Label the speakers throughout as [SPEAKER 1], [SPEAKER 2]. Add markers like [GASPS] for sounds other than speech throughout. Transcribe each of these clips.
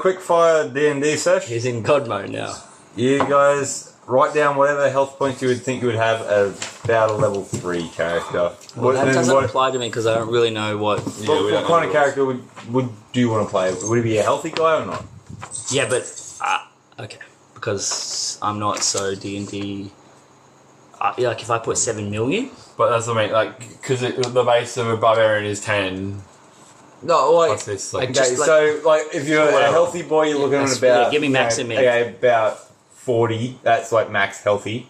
[SPEAKER 1] quick fire D and D sesh.
[SPEAKER 2] He's in God mode now.
[SPEAKER 1] You guys write down whatever health points you would think you would have as about a level three character.
[SPEAKER 2] Well, that
[SPEAKER 1] then
[SPEAKER 2] doesn't
[SPEAKER 1] what-
[SPEAKER 2] apply to me because I don't really know what.
[SPEAKER 3] Yeah,
[SPEAKER 1] what,
[SPEAKER 3] we
[SPEAKER 1] what
[SPEAKER 3] don't know
[SPEAKER 1] kind of
[SPEAKER 3] the rules.
[SPEAKER 1] character would, would do you want to play? Would it be a healthy guy or not?
[SPEAKER 2] Yeah, but uh, okay, because I'm not so D and D. Like if I put seven million,
[SPEAKER 3] But that's what I mean, like, because the base of a barbarian is 10.
[SPEAKER 1] No, like
[SPEAKER 3] Plus this, like,
[SPEAKER 2] I
[SPEAKER 1] Okay,
[SPEAKER 2] Just like-
[SPEAKER 1] so like if you're a
[SPEAKER 3] Whatever.
[SPEAKER 1] healthy boy, you're looking at
[SPEAKER 2] that's-
[SPEAKER 1] about
[SPEAKER 2] yeah, give me max
[SPEAKER 1] okay,
[SPEAKER 2] and min.
[SPEAKER 1] Okay, about forty. That's like max healthy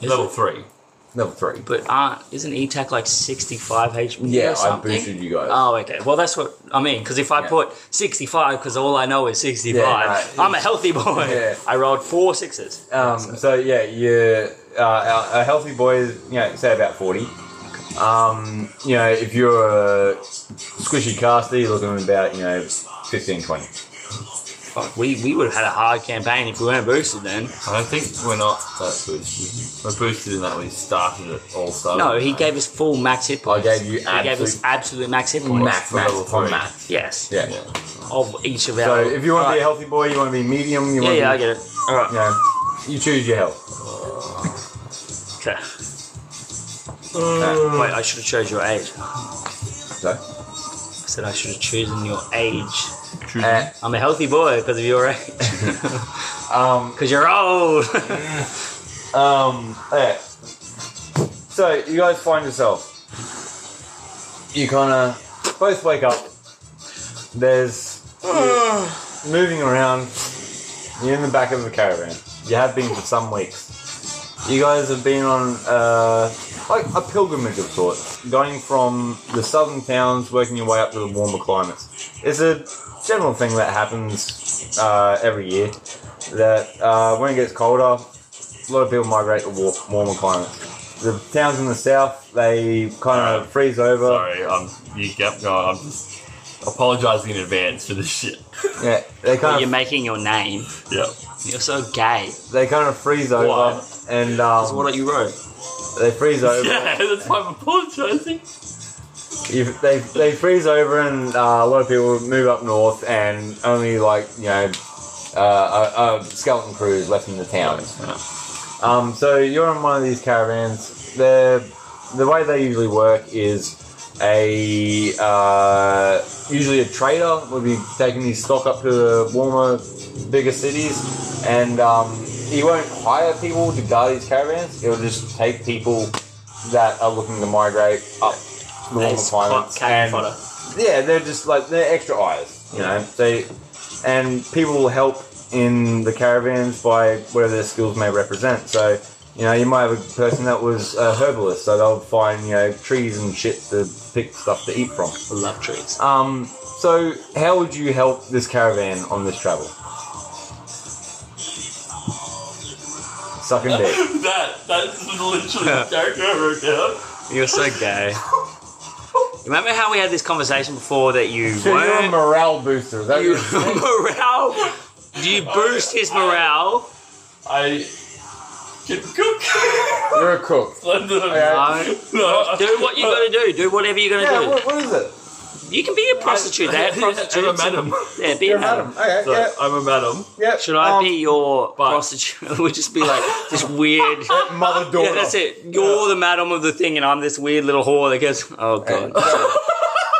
[SPEAKER 2] is
[SPEAKER 3] level
[SPEAKER 2] it-
[SPEAKER 3] 3.
[SPEAKER 1] level three.
[SPEAKER 2] But aren't isn't E ETAC like 65 HP?
[SPEAKER 1] Yeah,
[SPEAKER 2] or
[SPEAKER 1] I
[SPEAKER 2] something?
[SPEAKER 1] boosted you guys.
[SPEAKER 2] Oh, okay. Well, that's what I mean. Because if I
[SPEAKER 1] Yeah.
[SPEAKER 2] put 65, because all I know is 65,
[SPEAKER 1] Yeah, no,
[SPEAKER 2] I'm a healthy boy.
[SPEAKER 1] Yeah.
[SPEAKER 2] I rolled four sixes.
[SPEAKER 1] Um, so yeah, you uh, a- a healthy boy is you know say about forty. Um, you know if you're a squishy caster, you're looking at about you know 15, 20.
[SPEAKER 2] Fuck, we we would have had a hard campaign if we weren't boosted then.
[SPEAKER 3] I don't think we're not that boosted. We're boosted in that we started at all star.
[SPEAKER 2] No, he gave us full max hit points.
[SPEAKER 1] gave you
[SPEAKER 2] he gave us
[SPEAKER 1] absolute-
[SPEAKER 2] absolute max hit points.
[SPEAKER 1] Max, max,
[SPEAKER 3] level
[SPEAKER 1] upon
[SPEAKER 3] three.
[SPEAKER 1] max.
[SPEAKER 2] Yes.
[SPEAKER 1] Yeah.
[SPEAKER 3] Yeah.
[SPEAKER 2] Of each of
[SPEAKER 1] So
[SPEAKER 2] our.
[SPEAKER 1] if you want to be a
[SPEAKER 2] Alright.
[SPEAKER 1] healthy boy, you want to be medium. You
[SPEAKER 2] Yeah,
[SPEAKER 1] want
[SPEAKER 2] yeah, I
[SPEAKER 1] to be,
[SPEAKER 2] get it. All right.
[SPEAKER 1] you know, you choose your health.
[SPEAKER 2] Okay.
[SPEAKER 1] Okay,
[SPEAKER 2] Wait, I should have chose your age. I
[SPEAKER 1] so.
[SPEAKER 2] said I should have chosen your age.
[SPEAKER 1] Uh,
[SPEAKER 2] I'm a healthy boy because of your age.
[SPEAKER 1] [LAUGHS] um,
[SPEAKER 2] Because you're
[SPEAKER 1] [LAUGHS]
[SPEAKER 2] old.
[SPEAKER 1] Um, yeah. So you guys find yourself. You kind of both wake up. There's you're moving around. You're in the back of a caravan. You have been for some weeks. You guys have been on uh, like a pilgrimage of sorts, going from the southern towns, working your way up to the warmer climates. It's a general thing that happens uh, every year. That uh, when it gets colder, a lot of people migrate to war- warmer climates. The towns in the south, they kind of freeze over.
[SPEAKER 3] Sorry, I'm, you kept going. I'm just apologising in advance for this shit.
[SPEAKER 1] Yeah, they kind
[SPEAKER 2] you're
[SPEAKER 1] of
[SPEAKER 2] making your name.
[SPEAKER 3] Yep.
[SPEAKER 2] You're so gay.
[SPEAKER 1] they kind of freeze over,
[SPEAKER 3] Why?
[SPEAKER 1] and
[SPEAKER 2] That's
[SPEAKER 1] um,
[SPEAKER 2] what you wrote. [LAUGHS]
[SPEAKER 1] they freeze over.
[SPEAKER 3] Yeah, that's why I'm apologising.
[SPEAKER 1] you, they they freeze over, and uh, a lot of people move up north, and only like you know. Uh, a, a skeleton crew is left in the town. Um, so you're in one of these caravans. The the way they usually work is a uh, usually a trader will be taking his stock up to the warmer, bigger cities, and um, he won't hire people to guard these caravans. He'll just take people that are looking to migrate up the warmer
[SPEAKER 2] It's
[SPEAKER 1] climates.
[SPEAKER 2] cock-
[SPEAKER 1] and-
[SPEAKER 2] fodder.
[SPEAKER 1] yeah, they're just like they're extra eyes, you know. They and people will help in the caravans by whatever their skills may represent. So, you know, you might have a person that was a herbalist, so they'll find you know trees and shit to pick stuff to eat from.
[SPEAKER 2] I love trees.
[SPEAKER 1] Um, so how would you help this caravan on this travel? Sucking dick. [LAUGHS]
[SPEAKER 3] that, that's literally the character I wrote down.
[SPEAKER 2] You're so
[SPEAKER 1] [LAUGHS]
[SPEAKER 2] gay. Remember how we had this conversation before that
[SPEAKER 1] [LAUGHS]
[SPEAKER 2] you
[SPEAKER 1] So you're a
[SPEAKER 2] weren't
[SPEAKER 1] morale booster. Is that
[SPEAKER 2] [LAUGHS] you
[SPEAKER 1] what you're saying?
[SPEAKER 2] morale? Do you boost his morale?
[SPEAKER 3] I can
[SPEAKER 1] [LAUGHS]
[SPEAKER 3] cook. [LAUGHS]
[SPEAKER 1] you're a cook.
[SPEAKER 2] No.
[SPEAKER 3] No.
[SPEAKER 2] Do what you gotta do. Do whatever you're gonna
[SPEAKER 1] Yeah.
[SPEAKER 2] do.
[SPEAKER 1] What, what is it?
[SPEAKER 2] You can be a prostitute. They have
[SPEAKER 3] I'm a
[SPEAKER 2] prostitutes.
[SPEAKER 3] madam.
[SPEAKER 2] Yeah, be
[SPEAKER 1] You're
[SPEAKER 2] a
[SPEAKER 1] a
[SPEAKER 2] madam.
[SPEAKER 1] madam. Okay.
[SPEAKER 3] So,
[SPEAKER 1] yeah.
[SPEAKER 3] I'm a madam.
[SPEAKER 1] Yeah.
[SPEAKER 2] Should I
[SPEAKER 1] um,
[SPEAKER 2] be your prostitute? [LAUGHS] It would just be like this weird.
[SPEAKER 1] [LAUGHS] mother daughter?
[SPEAKER 2] Yeah, that's it. You're the madam of the thing, and I'm this weird little whore that goes, "Oh god." [LAUGHS]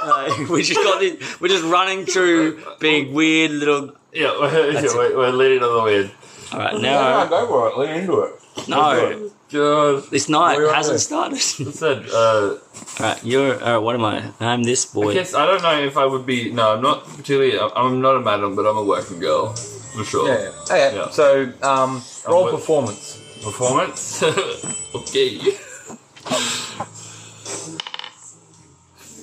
[SPEAKER 2] Like, we just got this. We're just running through being weird little.
[SPEAKER 3] Yeah, [LAUGHS] we're, yeah,
[SPEAKER 2] it.
[SPEAKER 3] we're, we're leading on the weird.
[SPEAKER 2] All right,
[SPEAKER 1] No, no,
[SPEAKER 2] no,
[SPEAKER 1] go for it. Lean into it.
[SPEAKER 2] no,
[SPEAKER 3] God.
[SPEAKER 2] this night
[SPEAKER 1] We're on
[SPEAKER 2] hasn't
[SPEAKER 1] it.
[SPEAKER 2] started. [LAUGHS]
[SPEAKER 3] Said, uh,
[SPEAKER 2] all right, you're. All right, what am I? I'm this
[SPEAKER 3] I
[SPEAKER 2] boy.
[SPEAKER 3] guess I don't know if I would be. No, I'm not particularly. I'm- I'm not a madam, but I'm a working girl for sure.
[SPEAKER 1] Yeah. Okay.
[SPEAKER 3] Yeah.
[SPEAKER 1] So, um, roll
[SPEAKER 3] what-
[SPEAKER 1] performance.
[SPEAKER 3] Performance. [LAUGHS] okay.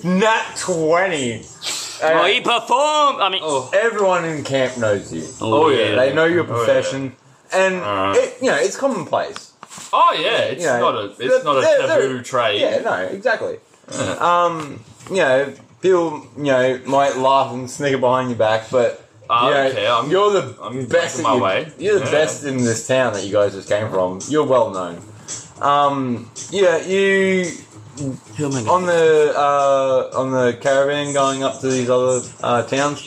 [SPEAKER 1] Nat twenty. Uh,
[SPEAKER 2] oh, he performed. I mean, oh,
[SPEAKER 3] Oh.
[SPEAKER 1] everyone in camp knows you.
[SPEAKER 3] Oh, yeah.
[SPEAKER 2] yeah.
[SPEAKER 1] They know your
[SPEAKER 3] Oh, yeah.
[SPEAKER 1] profession, and
[SPEAKER 3] Uh.
[SPEAKER 1] it, you know it's commonplace.
[SPEAKER 3] Oh yeah, it's
[SPEAKER 1] You know,
[SPEAKER 3] not a. It's
[SPEAKER 1] they're-
[SPEAKER 3] not a
[SPEAKER 1] they're- they're-
[SPEAKER 3] taboo trade.
[SPEAKER 1] Yeah. No. Exactly. um. You know, people. You know, might laugh and snicker behind your back, but.
[SPEAKER 3] Ah,
[SPEAKER 1] you know,
[SPEAKER 3] okay, I'm-
[SPEAKER 1] you're the
[SPEAKER 3] I'm
[SPEAKER 1] best.
[SPEAKER 3] making
[SPEAKER 1] at
[SPEAKER 3] my
[SPEAKER 1] your-
[SPEAKER 3] way.
[SPEAKER 1] You're the
[SPEAKER 3] Yeah.
[SPEAKER 1] best in this town that you guys just came from. You're well known. Um, yeah, you
[SPEAKER 2] who am I?
[SPEAKER 1] on the uh, on the caravan going up to these other uh, towns,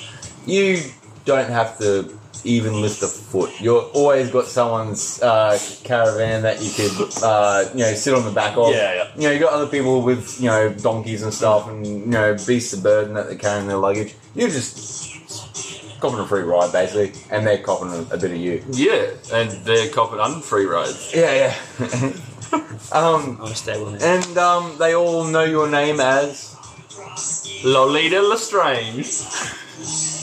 [SPEAKER 1] you don't have to even lift a foot. You're always got someone's uh, caravan that you could, uh, you know, sit on the back of.
[SPEAKER 2] Yeah, yeah.
[SPEAKER 1] You know, you got other people with, you know, donkeys and stuff, and you know, beasts of burden that they're carrying their luggage. You're just copping a free ride basically, and they're copping a, a bit of you.
[SPEAKER 3] Yeah, and they're copping unfree rides.
[SPEAKER 1] Yeah, yeah. um,
[SPEAKER 2] I'm stable now.
[SPEAKER 1] [LAUGHS] and um, they all know your name as.
[SPEAKER 3] Lolita Lestrange.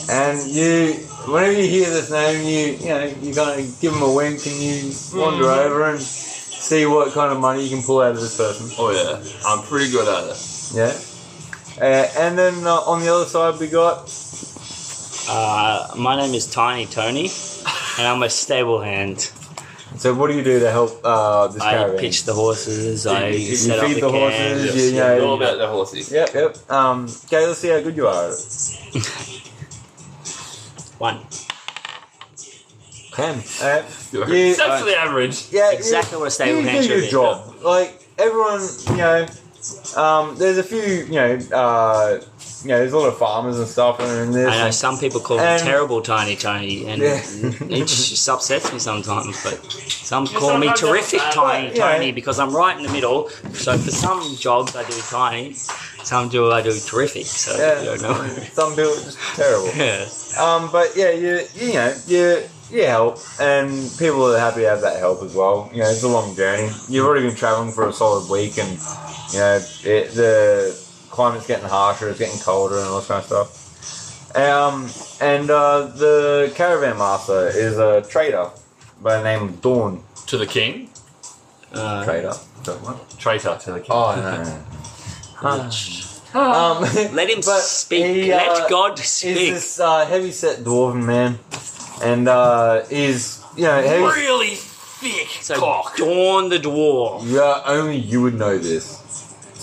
[SPEAKER 1] And you, whenever you hear this name, you you know you kind of give them a wink and you wander
[SPEAKER 2] Mm.
[SPEAKER 1] over and see what kind of money you can pull out of this person.
[SPEAKER 3] Oh yeah, I'm pretty good at it.
[SPEAKER 1] Yeah. Uh, and then uh, on the other side we got
[SPEAKER 2] Uh, my name is Tiny Tony, and I'm a stable hand.
[SPEAKER 1] so what do you do to help uh, this
[SPEAKER 2] I
[SPEAKER 1] caravan?
[SPEAKER 2] pitch the horses. I
[SPEAKER 3] You- you
[SPEAKER 2] set up
[SPEAKER 1] feed
[SPEAKER 2] the,
[SPEAKER 1] the
[SPEAKER 2] camp.
[SPEAKER 1] horses.
[SPEAKER 3] Yes,
[SPEAKER 1] you
[SPEAKER 3] yeah,
[SPEAKER 1] know-
[SPEAKER 3] all about the horsey.
[SPEAKER 1] Yep, yep. Um, okay, let's see how good you are. At it.
[SPEAKER 2] One.
[SPEAKER 1] Ten. Uh,
[SPEAKER 3] You're
[SPEAKER 1] you-
[SPEAKER 3] [LAUGHS] essentially average.
[SPEAKER 1] yeah, you-
[SPEAKER 2] Exactly what a stable
[SPEAKER 1] you
[SPEAKER 2] hand
[SPEAKER 1] do
[SPEAKER 2] should
[SPEAKER 1] your
[SPEAKER 2] be.
[SPEAKER 1] job. Like everyone, you know, um, there's a few, you know, uh, you know, there's a lot of farmers and stuff and this.
[SPEAKER 2] I know some people call me
[SPEAKER 1] And-
[SPEAKER 2] terrible Tiny Tony, and
[SPEAKER 1] Yeah.
[SPEAKER 2] [LAUGHS] it just upsets me sometimes. But some
[SPEAKER 3] You're
[SPEAKER 2] call me
[SPEAKER 3] sometimes
[SPEAKER 2] terrific
[SPEAKER 3] upset,
[SPEAKER 2] Tiny
[SPEAKER 1] but, yeah.
[SPEAKER 2] Tony because I'm right in the middle. So for some jobs I do tiny, some do I do terrific. So
[SPEAKER 1] Yeah.
[SPEAKER 2] you don't know. [LAUGHS]
[SPEAKER 1] Some people are just terrible.
[SPEAKER 2] yeah.
[SPEAKER 1] Um, but yeah, you you know you you help, and people are happy to have that help as well. You know, it's a long journey. You've already been traveling for a solid week, and you know it, the climate's getting harsher, it's getting colder, and all this kind of stuff. Um, and uh, the caravan master is a trader by the name of Dawn.
[SPEAKER 3] To the king.
[SPEAKER 2] Uh,
[SPEAKER 1] Trader. Don't what?
[SPEAKER 3] Traitor to the king.
[SPEAKER 1] Oh no. no, no. um,
[SPEAKER 2] Let him
[SPEAKER 1] [LAUGHS] But
[SPEAKER 2] speak.
[SPEAKER 1] he, uh,
[SPEAKER 2] Let God
[SPEAKER 1] is
[SPEAKER 2] speak.
[SPEAKER 1] this uh, heavy-set dwarven man, and uh, is you know heavy,
[SPEAKER 3] Really thick
[SPEAKER 2] So
[SPEAKER 3] cock.
[SPEAKER 2] Dawn the Dwarf.
[SPEAKER 1] Yeah, only you would know this.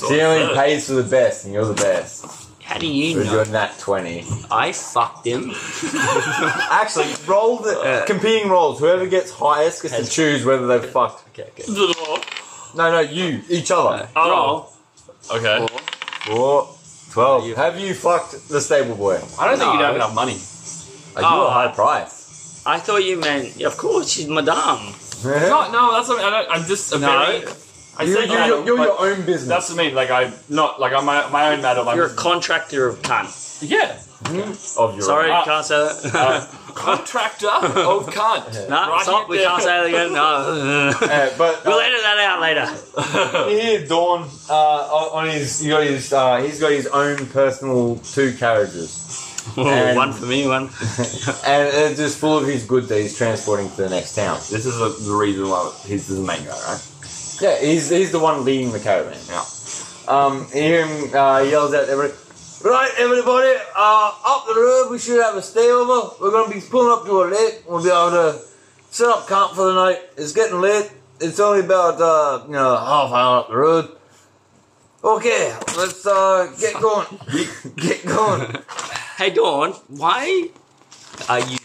[SPEAKER 1] She only pays for the best, and you're the best.
[SPEAKER 2] How do you
[SPEAKER 1] But
[SPEAKER 2] know?
[SPEAKER 1] you're nat 20.
[SPEAKER 2] I fucked him.
[SPEAKER 1] Actually, roll the
[SPEAKER 2] Uh,
[SPEAKER 1] competing rolls. Whoever gets highest gets to
[SPEAKER 2] Has-
[SPEAKER 1] choose whether they've fucked.
[SPEAKER 2] Okay, okay.
[SPEAKER 1] No, no, you, each other.
[SPEAKER 2] Oh.
[SPEAKER 3] Okay.
[SPEAKER 1] Uh. Four, 12. Have you fucked the stable boy?
[SPEAKER 3] I don't think you'd
[SPEAKER 2] No.
[SPEAKER 3] have enough money.
[SPEAKER 1] Are you
[SPEAKER 2] Oh,
[SPEAKER 1] a high
[SPEAKER 2] I-
[SPEAKER 1] price?
[SPEAKER 2] I thought you meant, yeah, of course, she's Madame.
[SPEAKER 1] [LAUGHS] you,
[SPEAKER 3] No, no, that's what I mean. I don't, I'm just a
[SPEAKER 2] No.
[SPEAKER 3] very. I
[SPEAKER 1] you,
[SPEAKER 3] said
[SPEAKER 1] you're,
[SPEAKER 3] madam,
[SPEAKER 1] you're
[SPEAKER 3] but
[SPEAKER 1] your own business.
[SPEAKER 3] That's what I mean. Like I'm not like I'm my, my own madam. I'm
[SPEAKER 2] You're a contractor of cunt.
[SPEAKER 3] yeah.
[SPEAKER 1] of your
[SPEAKER 2] Sorry,
[SPEAKER 1] own.
[SPEAKER 3] Ah.
[SPEAKER 2] can't say that.
[SPEAKER 3] Uh,
[SPEAKER 1] [LAUGHS]
[SPEAKER 3] contractor of
[SPEAKER 2] [LAUGHS]
[SPEAKER 3] cunt.
[SPEAKER 2] no,
[SPEAKER 3] Right
[SPEAKER 2] stop, we
[SPEAKER 3] there.
[SPEAKER 2] can't say that again. [LAUGHS] No.
[SPEAKER 1] Uh, but
[SPEAKER 2] we'll
[SPEAKER 1] uh,
[SPEAKER 2] edit that out later.
[SPEAKER 1] You hear Dawn uh, on on his. You got his. Uh, he's got his own personal two carriages,
[SPEAKER 2] Oh,
[SPEAKER 1] And-
[SPEAKER 2] one for me, one.
[SPEAKER 1] [LAUGHS] and they're just full of his goods that he's transporting to the next town.
[SPEAKER 3] This is the the reason why he's the main guy, right?
[SPEAKER 1] Yeah, he's, he's the one leading the caravan.
[SPEAKER 3] Yeah.
[SPEAKER 1] Um, you hear him uh, yells out, everybody, right, everybody, uh, up the road. We should have a stayover. We're going to be pulling up to a lake. We'll be able to set up camp for the night. It's getting late. It's only about uh, you know half hour up the road. Okay, let's uh, get going. get going.
[SPEAKER 2] Hey, Dawn, why are you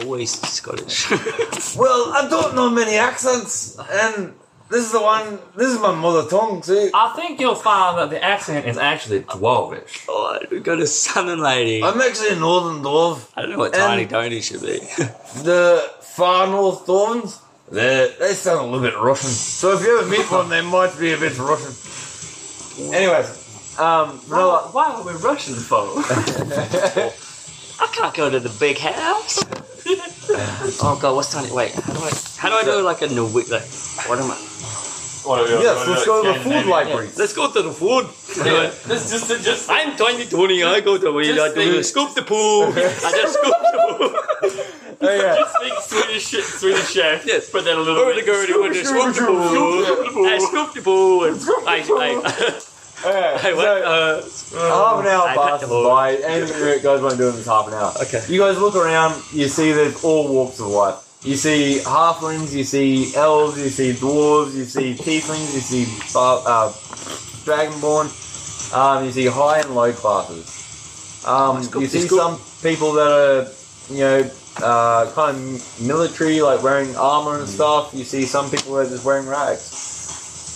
[SPEAKER 2] always Scottish? [LAUGHS]
[SPEAKER 1] Well, I don't know many accents, and this is the one. This is my mother tongue, see.
[SPEAKER 3] I think you'll find that the accent is actually dwarvish.
[SPEAKER 2] oh, we got a southern lady. I
[SPEAKER 1] I'm actually a northern dwarf.
[SPEAKER 2] don't know what
[SPEAKER 1] And-
[SPEAKER 2] Tiny Tony should be. [LAUGHS]
[SPEAKER 1] The far north dwarves, they they sound a little bit Russian. So if you ever meet one, they might be a bit Russian. Anyways, um, no,
[SPEAKER 3] Oh, why are we Russian folk?
[SPEAKER 2] [LAUGHS] I can't go to the big house. oh god, what's Tiny? Wait, how do I? How do I do like a Norwegian? Like, what am I?
[SPEAKER 1] yes, let's go to the food library.
[SPEAKER 2] Let's go to the food.
[SPEAKER 3] This just just, just
[SPEAKER 2] I'm Tiny Tony. I go to where I
[SPEAKER 3] Just
[SPEAKER 2] do
[SPEAKER 3] think-
[SPEAKER 2] scoop the pool. [LAUGHS] I just scoop the pool.
[SPEAKER 1] Oh, yeah.
[SPEAKER 2] [LAUGHS]
[SPEAKER 3] think Swedish shit, Swedish chef.
[SPEAKER 2] Yes.
[SPEAKER 3] but then a little
[SPEAKER 2] Go to
[SPEAKER 3] bit.
[SPEAKER 2] go to when I scoop the pool. I scoop the pool and I
[SPEAKER 1] Oh, Yeah,
[SPEAKER 2] I I what?
[SPEAKER 1] so-
[SPEAKER 2] Uh,
[SPEAKER 1] half an hour
[SPEAKER 2] I
[SPEAKER 1] passes
[SPEAKER 2] packed the
[SPEAKER 1] by. Anything you guys want to do in this half an hour.
[SPEAKER 2] Okay.
[SPEAKER 1] You guys look around. You see there's all walks of life. You see halflings. You see elves. You see dwarves. You see tieflings. You see uh, uh, dragonborn. Um, you see high and low classes. Um,
[SPEAKER 2] cool.
[SPEAKER 1] you see
[SPEAKER 2] It's cool.
[SPEAKER 1] some people that are, you know, uh, kind of military, like wearing armor and stuff. You see some people that are just wearing rags.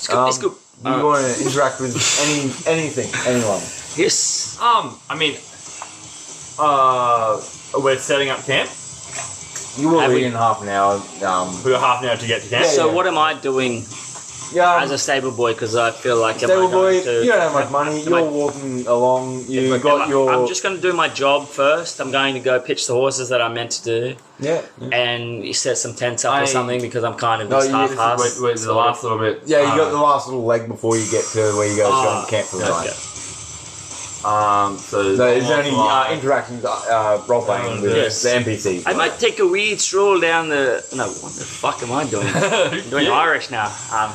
[SPEAKER 2] scoop,
[SPEAKER 1] Um,
[SPEAKER 2] scoop.
[SPEAKER 1] You
[SPEAKER 2] Alright.
[SPEAKER 1] want to interact with any anything, anyone.
[SPEAKER 2] Yes.
[SPEAKER 3] Um, I mean,
[SPEAKER 1] Uh,
[SPEAKER 4] we're setting up camp.
[SPEAKER 1] You will
[SPEAKER 2] Have
[SPEAKER 1] be
[SPEAKER 2] we-
[SPEAKER 1] in half an hour. Um,
[SPEAKER 4] We've got half an hour to get to camp.
[SPEAKER 1] Yeah,
[SPEAKER 2] So
[SPEAKER 1] yeah.
[SPEAKER 2] what am I doing
[SPEAKER 1] yeah,
[SPEAKER 2] as a stable boy? Because I feel like am I
[SPEAKER 1] stable boy.
[SPEAKER 2] going to-
[SPEAKER 1] You don't have much money.
[SPEAKER 2] am I-
[SPEAKER 1] You're walking along. You
[SPEAKER 2] am
[SPEAKER 1] got
[SPEAKER 2] I-
[SPEAKER 1] your.
[SPEAKER 2] I'm just going to do my job first. I'm going to go pitch the horses that I meant to do,
[SPEAKER 1] yeah. yeah.
[SPEAKER 2] and set some tents up
[SPEAKER 3] I-
[SPEAKER 2] or something because I'm kind of
[SPEAKER 1] No,
[SPEAKER 2] just
[SPEAKER 1] you need
[SPEAKER 2] half
[SPEAKER 1] to-
[SPEAKER 2] half.
[SPEAKER 3] Wait, wait, the last little bit.
[SPEAKER 1] Yeah, you got
[SPEAKER 3] Uh,
[SPEAKER 1] the last little leg before you get to where you guys
[SPEAKER 2] Ah,
[SPEAKER 1] go and camp for the night.
[SPEAKER 3] Um,
[SPEAKER 1] So
[SPEAKER 3] so
[SPEAKER 1] there's only uh,
[SPEAKER 3] Online.
[SPEAKER 1] interactions, uh, uh, role playing
[SPEAKER 3] Oh,
[SPEAKER 1] with
[SPEAKER 2] yes.
[SPEAKER 1] the NPCs.
[SPEAKER 2] I might take a wee stroll down the. No, what the fuck am I [LAUGHS] doing?
[SPEAKER 3] [LAUGHS]
[SPEAKER 2] I'm doing
[SPEAKER 3] yeah.
[SPEAKER 2] Irish now. Um,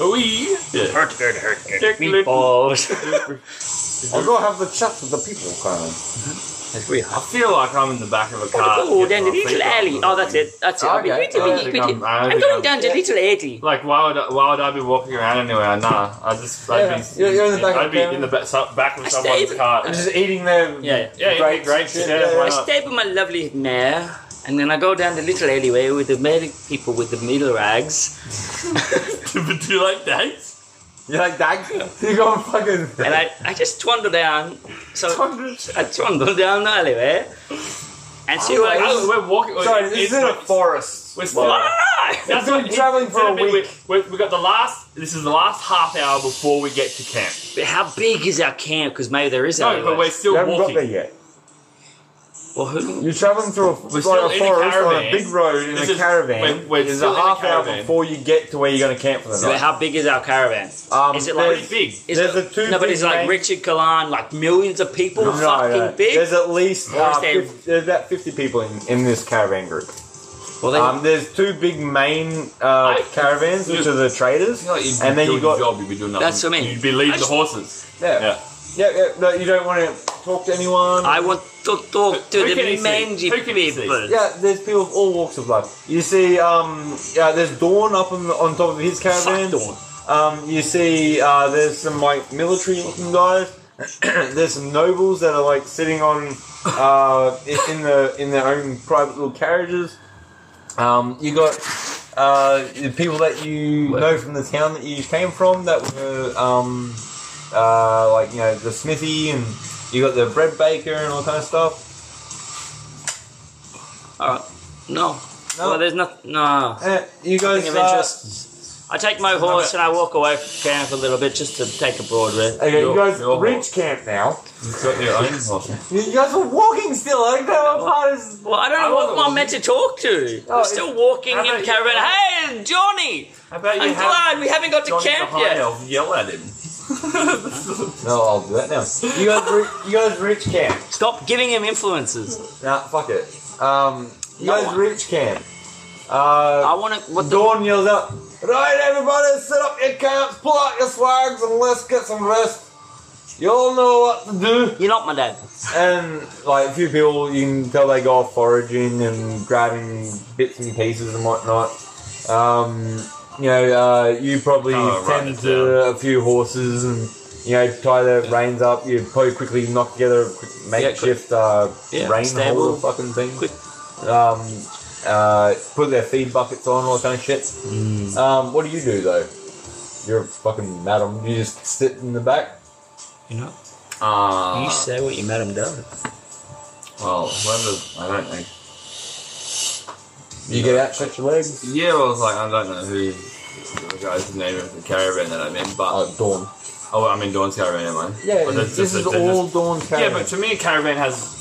[SPEAKER 3] Wee. Yeah.
[SPEAKER 2] hurt, hurt, hurt, hurt.
[SPEAKER 3] Take a little-
[SPEAKER 2] [LAUGHS] Meatballs.
[SPEAKER 1] I'll go have the chat with the people, kind of.
[SPEAKER 2] That's weird.
[SPEAKER 3] I feel like I'm in the back of a car.
[SPEAKER 2] Oh,
[SPEAKER 3] getting
[SPEAKER 2] down the
[SPEAKER 3] my feet
[SPEAKER 2] little
[SPEAKER 3] up.
[SPEAKER 2] alley. Oh, that's it. That's it. I'll be
[SPEAKER 1] Okay.
[SPEAKER 2] witty,
[SPEAKER 3] I don't
[SPEAKER 2] witty,
[SPEAKER 3] think
[SPEAKER 2] witty.
[SPEAKER 3] I'm- I don't
[SPEAKER 2] I'm
[SPEAKER 3] think
[SPEAKER 2] going
[SPEAKER 3] I'm-
[SPEAKER 2] down the
[SPEAKER 1] Yeah.
[SPEAKER 2] little alley.
[SPEAKER 3] Like why would I, why would I be walking around anywhere? Nah, I just I'd
[SPEAKER 1] Yeah,
[SPEAKER 3] be
[SPEAKER 1] you're- you're in the back of
[SPEAKER 3] I'd
[SPEAKER 1] the
[SPEAKER 3] be
[SPEAKER 1] car.
[SPEAKER 3] in the back, so- back of
[SPEAKER 2] I
[SPEAKER 3] someone's
[SPEAKER 2] stayed-
[SPEAKER 3] car.
[SPEAKER 1] I'm just eating their
[SPEAKER 2] Yeah, yeah.
[SPEAKER 3] Yeah,
[SPEAKER 1] grape,
[SPEAKER 3] grapes,
[SPEAKER 1] shit.
[SPEAKER 3] yeah, why
[SPEAKER 2] I
[SPEAKER 3] not?
[SPEAKER 2] stay with my lovely mare, and then I go down the little alleyway with the medic people with the middle rags,
[SPEAKER 3] [LAUGHS] But do you like that?
[SPEAKER 1] You like that? [LAUGHS] You go fucking.
[SPEAKER 2] and I, I just twaddle down. So I twaddle down the alleyway, and see what I
[SPEAKER 3] Oh, we're walking.
[SPEAKER 1] Sorry, this
[SPEAKER 3] it's
[SPEAKER 1] isn't a
[SPEAKER 3] not-
[SPEAKER 1] forest.
[SPEAKER 3] We're still.
[SPEAKER 2] No,
[SPEAKER 3] That's
[SPEAKER 1] We've been
[SPEAKER 3] what-
[SPEAKER 1] travelling for a
[SPEAKER 3] we-
[SPEAKER 1] week.
[SPEAKER 3] We, we, we got the last. This is the last half hour before we get to camp.
[SPEAKER 2] no, no. How big is our camp? Because maybe there is.
[SPEAKER 3] No,
[SPEAKER 2] alleyway.
[SPEAKER 3] but we're still
[SPEAKER 1] You haven't got
[SPEAKER 3] walking.
[SPEAKER 1] there yet.
[SPEAKER 2] Well, who?
[SPEAKER 1] You're traveling through a, like
[SPEAKER 3] still
[SPEAKER 1] a
[SPEAKER 3] in a
[SPEAKER 1] forest on a
[SPEAKER 3] caravan.
[SPEAKER 1] big road in
[SPEAKER 3] This
[SPEAKER 1] a
[SPEAKER 3] is-
[SPEAKER 1] caravan.
[SPEAKER 3] we're- we're
[SPEAKER 1] It's
[SPEAKER 3] still
[SPEAKER 1] a
[SPEAKER 3] in a
[SPEAKER 1] half hour
[SPEAKER 3] caravan.
[SPEAKER 1] before you get to where you're going to camp for the
[SPEAKER 2] So
[SPEAKER 1] night.
[SPEAKER 2] how big is our caravan?
[SPEAKER 1] Um,
[SPEAKER 2] is
[SPEAKER 1] there's-
[SPEAKER 2] it like?
[SPEAKER 3] Pretty big.
[SPEAKER 2] Is
[SPEAKER 1] there's
[SPEAKER 2] it,
[SPEAKER 1] the two
[SPEAKER 2] no, but
[SPEAKER 1] big
[SPEAKER 2] is it like
[SPEAKER 1] main-
[SPEAKER 2] Richard Kalan, like millions of people, fucking big?
[SPEAKER 1] There's at least
[SPEAKER 2] Or is
[SPEAKER 1] uh,
[SPEAKER 2] there-
[SPEAKER 1] 50, there's about 50 people in, in this caravan group.
[SPEAKER 2] well, then,
[SPEAKER 1] Um, there's two big main uh,
[SPEAKER 3] I-
[SPEAKER 1] caravans, which
[SPEAKER 3] you-
[SPEAKER 1] are the traders,
[SPEAKER 3] Like, you'd be
[SPEAKER 1] and then
[SPEAKER 3] doing
[SPEAKER 1] you got
[SPEAKER 3] your job, you'd be doing nothing.
[SPEAKER 2] That's what I mean.
[SPEAKER 3] You'd be leading
[SPEAKER 2] I
[SPEAKER 3] the
[SPEAKER 2] just-
[SPEAKER 3] horses.
[SPEAKER 1] yeah.
[SPEAKER 3] Yeah.
[SPEAKER 1] yeah, yeah, No, you don't want to talk to anyone.
[SPEAKER 2] I want to talk to
[SPEAKER 3] Who can
[SPEAKER 2] the
[SPEAKER 3] he see?
[SPEAKER 2] mangy
[SPEAKER 3] Who can he see?
[SPEAKER 2] people.
[SPEAKER 1] yeah, there's people of all walks of life. You see, um, yeah, there's Dawn up on, on top of his caravan.
[SPEAKER 2] Fuck
[SPEAKER 1] Um,
[SPEAKER 2] Dawn.
[SPEAKER 1] you see, uh, there's some like military-looking guys. [CLEARS THROAT] there's some nobles that are like sitting on uh, i- in the in their own private little carriages. Um, you got uh, the people that you know from the town that you came from that were um, uh, like you know the smithy and you got the bread baker and all kind of stuff.
[SPEAKER 2] Alright. No.
[SPEAKER 1] No?
[SPEAKER 2] Well, there's not. No.
[SPEAKER 1] Eh, you guys
[SPEAKER 2] Nothing of
[SPEAKER 1] uh,
[SPEAKER 2] interest. I take my horse and I walk away from camp a little bit just to take a broad rest.
[SPEAKER 1] Okay, you
[SPEAKER 3] Your-
[SPEAKER 1] guys
[SPEAKER 3] your
[SPEAKER 1] reach camp now.
[SPEAKER 3] You've got your own horses.
[SPEAKER 1] You guys were walking still. I don't know what part is.
[SPEAKER 2] Well, I don't know
[SPEAKER 3] I
[SPEAKER 2] what
[SPEAKER 3] wasn't-
[SPEAKER 2] I'm meant to talk to.
[SPEAKER 1] Oh,
[SPEAKER 2] I'm
[SPEAKER 1] it's-
[SPEAKER 2] still walking
[SPEAKER 3] how
[SPEAKER 2] in
[SPEAKER 3] about you-
[SPEAKER 2] caravan. Hey, Johnny!
[SPEAKER 3] How about you
[SPEAKER 2] I'm
[SPEAKER 3] have
[SPEAKER 2] glad we haven't got to
[SPEAKER 3] Johnny
[SPEAKER 2] camp
[SPEAKER 3] the High
[SPEAKER 2] yet.
[SPEAKER 3] Elf yell at him?
[SPEAKER 1] No, I'll do that now. You guys, re- you guys reach camp.
[SPEAKER 2] Stop giving him influences.
[SPEAKER 1] Nah, fuck it. Um, you
[SPEAKER 2] No
[SPEAKER 1] guys
[SPEAKER 2] one.
[SPEAKER 1] reach camp. Uh,
[SPEAKER 2] I want to. What the?
[SPEAKER 1] Dawn yells out, "Right, everybody, set up your camps, pull out your swags, and let's get some rest. You all know what to do."
[SPEAKER 2] You're not my dad.
[SPEAKER 1] And like a few people, you can tell they go off foraging and grabbing bits and pieces and whatnot. Um, you know, uh, you probably
[SPEAKER 3] Oh, right,
[SPEAKER 1] tend
[SPEAKER 3] it's
[SPEAKER 1] to a few horses and you know tie the reins up. You probably quickly knock together a quick makeshift uh,
[SPEAKER 2] Yeah,
[SPEAKER 1] rein
[SPEAKER 2] stable.
[SPEAKER 1] holder fucking thing.
[SPEAKER 2] Quick.
[SPEAKER 1] Um, uh, put their feed buckets on, all that kind of shit. Um, what do you do though? You're a fucking madam. You just sit in the back.
[SPEAKER 2] You know.
[SPEAKER 3] Ah.
[SPEAKER 2] you say what your madam does.
[SPEAKER 3] Well, whether I don't know.
[SPEAKER 1] You get out, stretch your legs.
[SPEAKER 3] Yeah, well, I was like, I don't know who the guy's name of the caravan that I'm in, but
[SPEAKER 1] Oh, dawn.
[SPEAKER 3] oh, well, I'm in Dawn's caravan, am I?
[SPEAKER 1] Yeah,
[SPEAKER 3] But that's
[SPEAKER 1] this is
[SPEAKER 3] that's
[SPEAKER 1] all dawn.
[SPEAKER 3] just- yeah,
[SPEAKER 1] Caravan.
[SPEAKER 3] but to me, a caravan has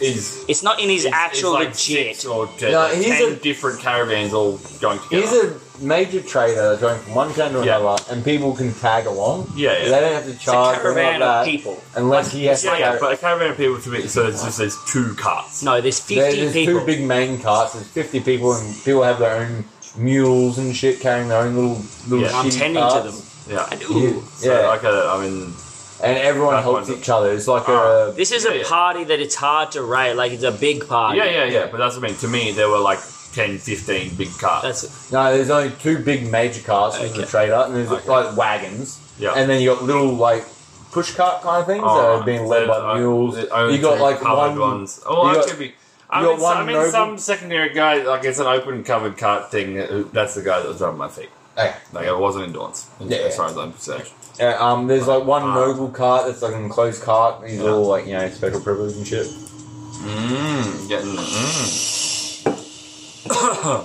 [SPEAKER 3] is
[SPEAKER 2] It's not in his
[SPEAKER 3] is-
[SPEAKER 2] actual
[SPEAKER 3] is like
[SPEAKER 2] legit.
[SPEAKER 3] six or ten,
[SPEAKER 1] No, he's
[SPEAKER 3] ten
[SPEAKER 1] a-
[SPEAKER 3] different caravans all going together.
[SPEAKER 1] He's a major trader going from one town to
[SPEAKER 3] Yeah.
[SPEAKER 1] another, and people can tag along.
[SPEAKER 3] Yeah, yeah.
[SPEAKER 1] They don't have to
[SPEAKER 2] It's a
[SPEAKER 1] charge anything
[SPEAKER 2] caravan
[SPEAKER 1] like
[SPEAKER 2] of
[SPEAKER 1] that,
[SPEAKER 2] people.
[SPEAKER 1] unless he has
[SPEAKER 3] yeah,
[SPEAKER 1] to.
[SPEAKER 3] yeah,
[SPEAKER 1] carry-
[SPEAKER 3] but a caravan of people to me, so it's just there's two carts.
[SPEAKER 2] No, there's
[SPEAKER 1] There-
[SPEAKER 2] 50
[SPEAKER 1] there's
[SPEAKER 2] people.
[SPEAKER 1] two big main carts. There's 50 people, and people have their own mules and shit, carrying their own little little.
[SPEAKER 3] Yeah.
[SPEAKER 2] I'm
[SPEAKER 1] shitty
[SPEAKER 2] tending to
[SPEAKER 1] carts.
[SPEAKER 2] them.
[SPEAKER 3] Yeah,
[SPEAKER 2] I do.
[SPEAKER 3] So,
[SPEAKER 1] Yeah,
[SPEAKER 3] okay, I'm in.
[SPEAKER 1] and everyone
[SPEAKER 3] That's
[SPEAKER 1] helps
[SPEAKER 3] fine.
[SPEAKER 1] each other. It's like
[SPEAKER 3] Ah.
[SPEAKER 1] a
[SPEAKER 2] This is
[SPEAKER 3] Yeah,
[SPEAKER 2] a
[SPEAKER 3] yeah.
[SPEAKER 2] party that it's hard to rate. Like it's a big party.
[SPEAKER 3] Yeah, yeah, yeah. But that's what I mean. To me, there were like 10, 15 big carts.
[SPEAKER 2] That's it.
[SPEAKER 1] no. There's only two big major carts for the
[SPEAKER 2] Okay.
[SPEAKER 1] trader, and there's
[SPEAKER 3] Okay.
[SPEAKER 1] like wagons,
[SPEAKER 3] Yeah.
[SPEAKER 1] and then you got little like push cart kind of things that
[SPEAKER 3] Oh,
[SPEAKER 1] are being led by
[SPEAKER 3] uh,
[SPEAKER 1] mules.
[SPEAKER 3] the only
[SPEAKER 1] You got
[SPEAKER 3] two
[SPEAKER 1] like
[SPEAKER 3] covered
[SPEAKER 1] one.
[SPEAKER 3] ones. Oh,
[SPEAKER 1] you
[SPEAKER 3] I
[SPEAKER 1] got-
[SPEAKER 3] could be. I'm,
[SPEAKER 1] got
[SPEAKER 3] in,
[SPEAKER 1] one
[SPEAKER 3] some, I'm in
[SPEAKER 1] noble-
[SPEAKER 3] some secondary guy. Like it's an open covered cart thing. uh, That's the guy that was on my feet.
[SPEAKER 1] Okay.
[SPEAKER 3] Like I wasn't in Dawn's,
[SPEAKER 1] Yeah.
[SPEAKER 3] as far as I'm concerned.
[SPEAKER 1] Yeah, um, there's like one
[SPEAKER 3] Ah.
[SPEAKER 1] noble cart that's like an enclosed cart. He's
[SPEAKER 3] Yeah.
[SPEAKER 1] all like you know special privilege and shit.
[SPEAKER 3] Mmm, getting mm.
[SPEAKER 1] mm.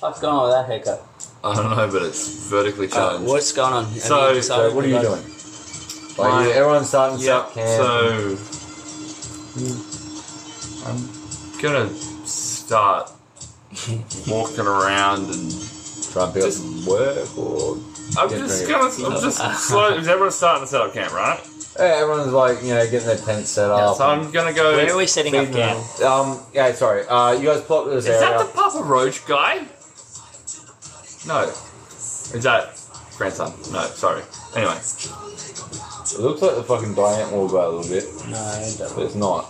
[SPEAKER 2] What's going on with that haircut?
[SPEAKER 3] [COUGHS] I don't know, but it's vertically
[SPEAKER 2] Uh,
[SPEAKER 3] changed.
[SPEAKER 2] what's going on?
[SPEAKER 3] So-
[SPEAKER 2] Have you decided
[SPEAKER 1] So what are you
[SPEAKER 2] guys-
[SPEAKER 1] doing? Like,
[SPEAKER 3] My-
[SPEAKER 1] you- everyone's starting to
[SPEAKER 3] yeah,
[SPEAKER 1] suck camp.
[SPEAKER 3] so
[SPEAKER 1] Mm.
[SPEAKER 3] I'm gonna start walking around and
[SPEAKER 1] try and pick up
[SPEAKER 3] just-
[SPEAKER 1] some work or.
[SPEAKER 3] I'm
[SPEAKER 1] Yeah,
[SPEAKER 3] just
[SPEAKER 1] very
[SPEAKER 3] gonna.
[SPEAKER 2] [LAUGHS]
[SPEAKER 3] I'm just slowly. Everyone's starting to set up camp, right?
[SPEAKER 1] Yeah, everyone's like, you know, getting their tents set up.
[SPEAKER 3] So I'm gonna go.
[SPEAKER 2] Oh. Where are we setting up
[SPEAKER 3] feeding them.
[SPEAKER 2] camp?
[SPEAKER 1] um, yeah, sorry. Uh, you guys plot this
[SPEAKER 3] Is
[SPEAKER 1] area.
[SPEAKER 3] that the Papa Roach guy? No. Is that grandson? No, sorry. Anyway,
[SPEAKER 1] it looks like the fucking giant wall guy a little bit,
[SPEAKER 2] No, I don't.
[SPEAKER 1] but it's not.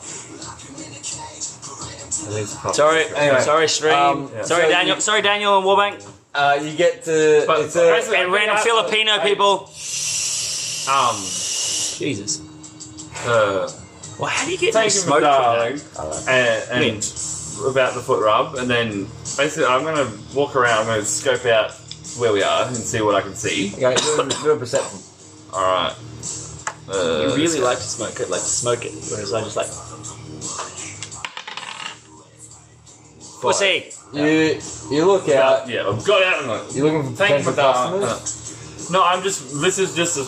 [SPEAKER 2] Sorry,
[SPEAKER 1] Anyway,
[SPEAKER 2] sorry, stream.
[SPEAKER 1] um, yeah.
[SPEAKER 2] Sorry,
[SPEAKER 1] so
[SPEAKER 2] Daniel.
[SPEAKER 1] you-
[SPEAKER 2] sorry, Daniel and Warbank
[SPEAKER 1] Uh, you get to.
[SPEAKER 3] But-
[SPEAKER 1] it's a,
[SPEAKER 3] but-
[SPEAKER 2] and random Filipino people.
[SPEAKER 3] Um.
[SPEAKER 2] Jesus.
[SPEAKER 3] Uh,
[SPEAKER 2] Well, how do you get
[SPEAKER 3] take him
[SPEAKER 2] smoke from
[SPEAKER 3] a
[SPEAKER 2] that?
[SPEAKER 3] darling and, and about the foot rub, and then basically I'm gonna walk around. I'm gonna scope out where we are and see what I can see.
[SPEAKER 1] okay, do, a, do a perception.
[SPEAKER 3] All right. Uh,
[SPEAKER 2] You really like to smoke it, like to smoke it, whereas I just like. We'll see.
[SPEAKER 1] You you look
[SPEAKER 3] About,
[SPEAKER 1] out.
[SPEAKER 3] yeah, I've got out and like,
[SPEAKER 1] You're looking for
[SPEAKER 3] Thank you
[SPEAKER 1] potential
[SPEAKER 3] for that.
[SPEAKER 1] customers.
[SPEAKER 3] Uh, No, I'm just. This is just to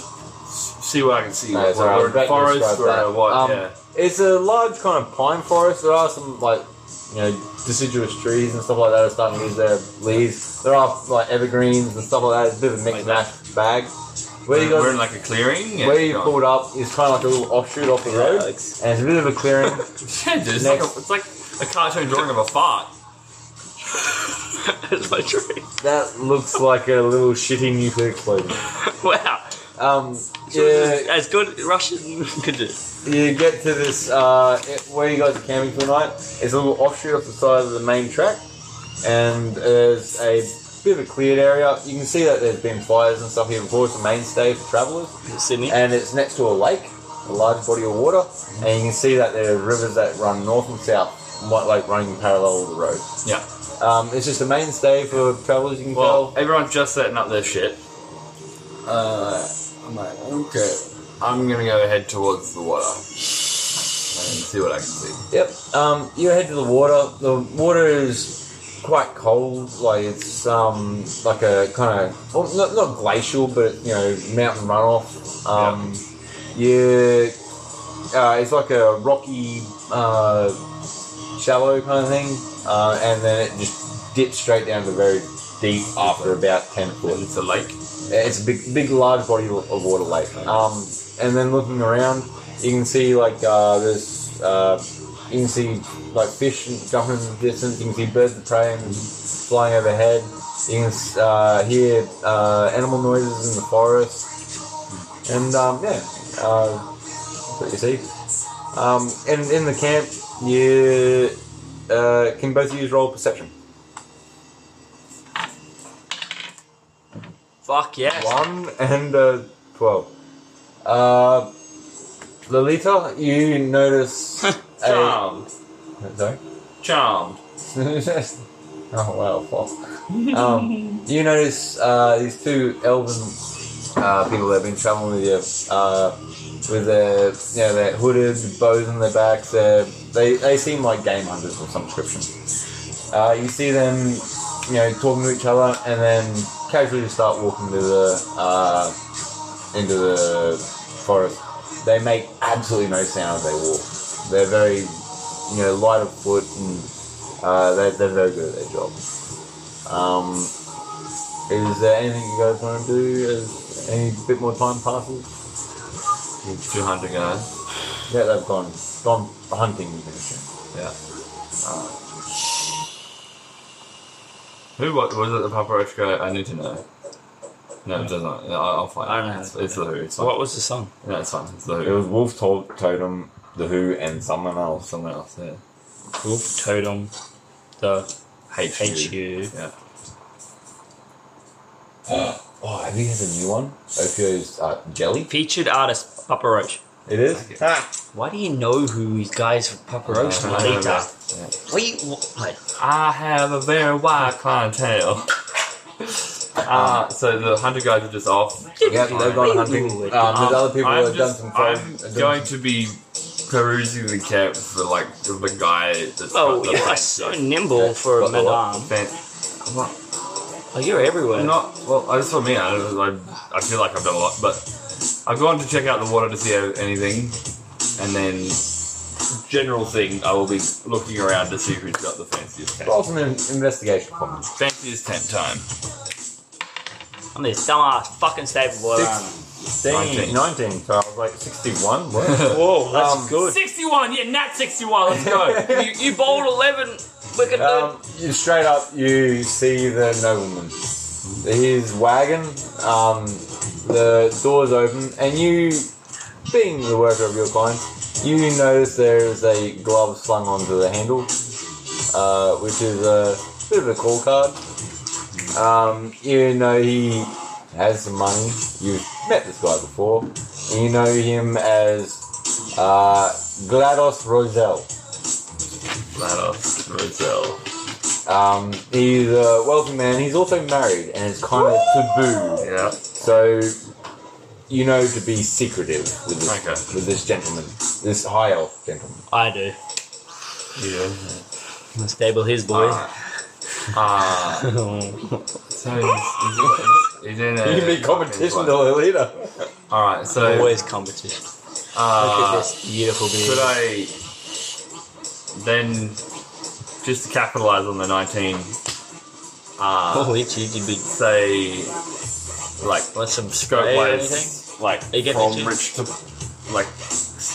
[SPEAKER 3] see what I can see.
[SPEAKER 1] No,
[SPEAKER 3] Whether
[SPEAKER 1] it's alright,
[SPEAKER 3] we're
[SPEAKER 1] I'm
[SPEAKER 3] in
[SPEAKER 1] glad
[SPEAKER 3] the
[SPEAKER 1] you
[SPEAKER 3] forest
[SPEAKER 1] described
[SPEAKER 3] or
[SPEAKER 1] that.
[SPEAKER 3] what?
[SPEAKER 1] Um,
[SPEAKER 3] yeah.
[SPEAKER 1] It's a large kind of pine forest. There are some like you know deciduous trees and stuff like that are starting to lose their leaves. There are like evergreens and stuff like that. It's a bit of a mixed mash bag. Where you guys
[SPEAKER 3] We're in like a clearing.
[SPEAKER 1] where you pulled up is kind of like a little offshoot off the road, and it's a bit of a clearing.
[SPEAKER 3] [LAUGHS] Yeah, dude, it's, like a, it's like a cartoon drawing of a fart.
[SPEAKER 2] That's [LAUGHS] my dream.
[SPEAKER 1] that looks like a little shitty nuclear explosion.
[SPEAKER 2] Wow.
[SPEAKER 1] Um, yeah,
[SPEAKER 2] As as good Russian [LAUGHS] could do.
[SPEAKER 1] You get to this uh, it- where you guys are camping for the night. It's a little offshoot off the side of the main track, and there's a bit of a cleared area. You can see that there's been fires and stuff here before. It's a mainstay for travellers,
[SPEAKER 2] Sydney.
[SPEAKER 1] and it's next to a lake, a large body of water, and you can see that there are rivers that run north and south, and what, like running parallel to the road.
[SPEAKER 3] Yeah.
[SPEAKER 1] Um, it's just a mainstay for travellers. You can
[SPEAKER 3] Well,
[SPEAKER 1] tell.
[SPEAKER 3] everyone's just setting up their shit. Uh, I'm like, okay. I'm gonna go head towards the water and see what I can see.
[SPEAKER 1] Yep. Um, you head to the water. The water is quite cold. Like it's um like a kind of well, not, not glacial, but you know mountain runoff. Um, You uh, it's like a rocky, uh, shallow kind of thing, uh, and then it just dips straight down to very deep after about ten foot.
[SPEAKER 3] It's a lake.
[SPEAKER 1] It's a big, big, large body of water lake. Um, and then looking around, you can see like uh, there's, uh, you can see like fish jumping in the distance. You can see birds of prey and flying overhead. You can uh, hear uh, animal noises in the forest. And um, yeah, uh, that's what you see. Um, and in the camp, you uh, can both use roll perception.
[SPEAKER 2] Fuck yes.
[SPEAKER 1] One and uh, twelve. Uh, Lolita, you notice a.
[SPEAKER 3] Charmed.
[SPEAKER 1] Sorry. [LAUGHS]
[SPEAKER 3] Charmed.
[SPEAKER 1] oh wow, fuck. Um, you notice uh, these two elven uh, people that have been traveling with you, uh, with their you know their hooded bows on their backs. Their, they they seem like game hunters of some description. Uh, you see them, you know, talking to each other, and then casually just start walking to the uh, into the forest. They make absolutely no sound as they walk. They're very, you know, light of foot, and uh, they're, they're very good at their job. Um, is there anything you guys want to do? As any bit more time passes?
[SPEAKER 3] Two hunting guys.
[SPEAKER 1] Yeah, they've gone gone hunting.
[SPEAKER 3] Yeah. Who what was it? The Papa Roach guy? I need to know. No, it doesn't. No, I'll I'll find.
[SPEAKER 2] I don't know.
[SPEAKER 3] it. It's, it's the Who. It's fine.
[SPEAKER 2] What was the song?
[SPEAKER 3] No, it's fine. It's the
[SPEAKER 1] It
[SPEAKER 3] Who.
[SPEAKER 1] was Wolf Totem, the Who, and someone else.
[SPEAKER 3] Someone else. Yeah.
[SPEAKER 2] Wolf Totem. The
[SPEAKER 3] HQ.
[SPEAKER 2] HU.
[SPEAKER 3] Yeah.
[SPEAKER 1] Oh, have you had the new one? Opio's uh, jelly.
[SPEAKER 2] Featured artist Papa Roach.
[SPEAKER 1] It is. Ah.
[SPEAKER 2] Why do you know who these guys from Papa Roach
[SPEAKER 3] Uh,
[SPEAKER 2] are? Lolita?
[SPEAKER 3] yeah.
[SPEAKER 2] What you wh- like?
[SPEAKER 3] I have a very wide clientele. Uh, so the hunter guys are just off. Oh.
[SPEAKER 1] Yeah, they've gone hunting. Um, there's other people that
[SPEAKER 3] I'm,
[SPEAKER 1] have done
[SPEAKER 3] just,
[SPEAKER 1] some.
[SPEAKER 3] I'm
[SPEAKER 1] have done
[SPEAKER 3] going
[SPEAKER 1] some-
[SPEAKER 3] to be perusing the camp for like the guy that's
[SPEAKER 2] Oh,
[SPEAKER 3] got the
[SPEAKER 2] you are
[SPEAKER 3] like,
[SPEAKER 2] so
[SPEAKER 3] the-
[SPEAKER 2] nimble for a
[SPEAKER 3] got the lot-
[SPEAKER 2] madame.
[SPEAKER 3] the fan- What?
[SPEAKER 2] Like you're everywhere.
[SPEAKER 3] I'm not. Well, that's what I mean. I, I, I feel like I've done a lot, but I've gone to check out the water to see if anything, and then general thing. I will be looking around to see who's got the fanciest tent.
[SPEAKER 1] Roll some in- investigation for me.
[SPEAKER 3] Fanciest tent time.
[SPEAKER 2] I'm this dumbass fucking stable boy.
[SPEAKER 1] Six.
[SPEAKER 2] aren't
[SPEAKER 1] Nineteen.
[SPEAKER 3] Nineteen.
[SPEAKER 1] Nineteen. So I was like sixty-one. What?
[SPEAKER 2] I?
[SPEAKER 3] Oh,
[SPEAKER 2] Whoa, Oh, that's
[SPEAKER 1] Um,
[SPEAKER 2] good.
[SPEAKER 3] 61. Yeah, nat 61. [LAUGHS] Let's go.
[SPEAKER 2] you, you bowled 11. We could
[SPEAKER 1] Um, you straight up, you see the nobleman. His wagon, um, the doors open, and you, being the worker of your kind, you notice there is a glove slung onto the handle, uh, which is a bit of a call card. Um, you know he has some money. You've met this guy before. And you know him as uh, Glados Roselle.
[SPEAKER 3] Glados Roselle.
[SPEAKER 1] Um, he's a wealthy man. He's also married, and it's kind of taboo.
[SPEAKER 3] Yeah.
[SPEAKER 1] So you know to be secretive with this,
[SPEAKER 3] Okay.
[SPEAKER 1] with this gentleman, this high elf gentleman.
[SPEAKER 2] I do.
[SPEAKER 3] Yeah.
[SPEAKER 2] I'm stable his boy.
[SPEAKER 3] Ah.
[SPEAKER 2] [LAUGHS]
[SPEAKER 3] so he's, he's, he's in a.
[SPEAKER 1] you can be competition to the leader.
[SPEAKER 3] Alright, so.
[SPEAKER 2] Always competition. Look at
[SPEAKER 3] Uh,
[SPEAKER 2] this beautiful
[SPEAKER 3] could
[SPEAKER 2] beard.
[SPEAKER 3] I then just to capitalize on the 19 uh,
[SPEAKER 2] Oh, it's you did be
[SPEAKER 3] say like
[SPEAKER 2] want some spray
[SPEAKER 3] scope
[SPEAKER 2] or anything?
[SPEAKER 3] wise like
[SPEAKER 2] You get
[SPEAKER 3] from
[SPEAKER 2] the
[SPEAKER 3] rich to like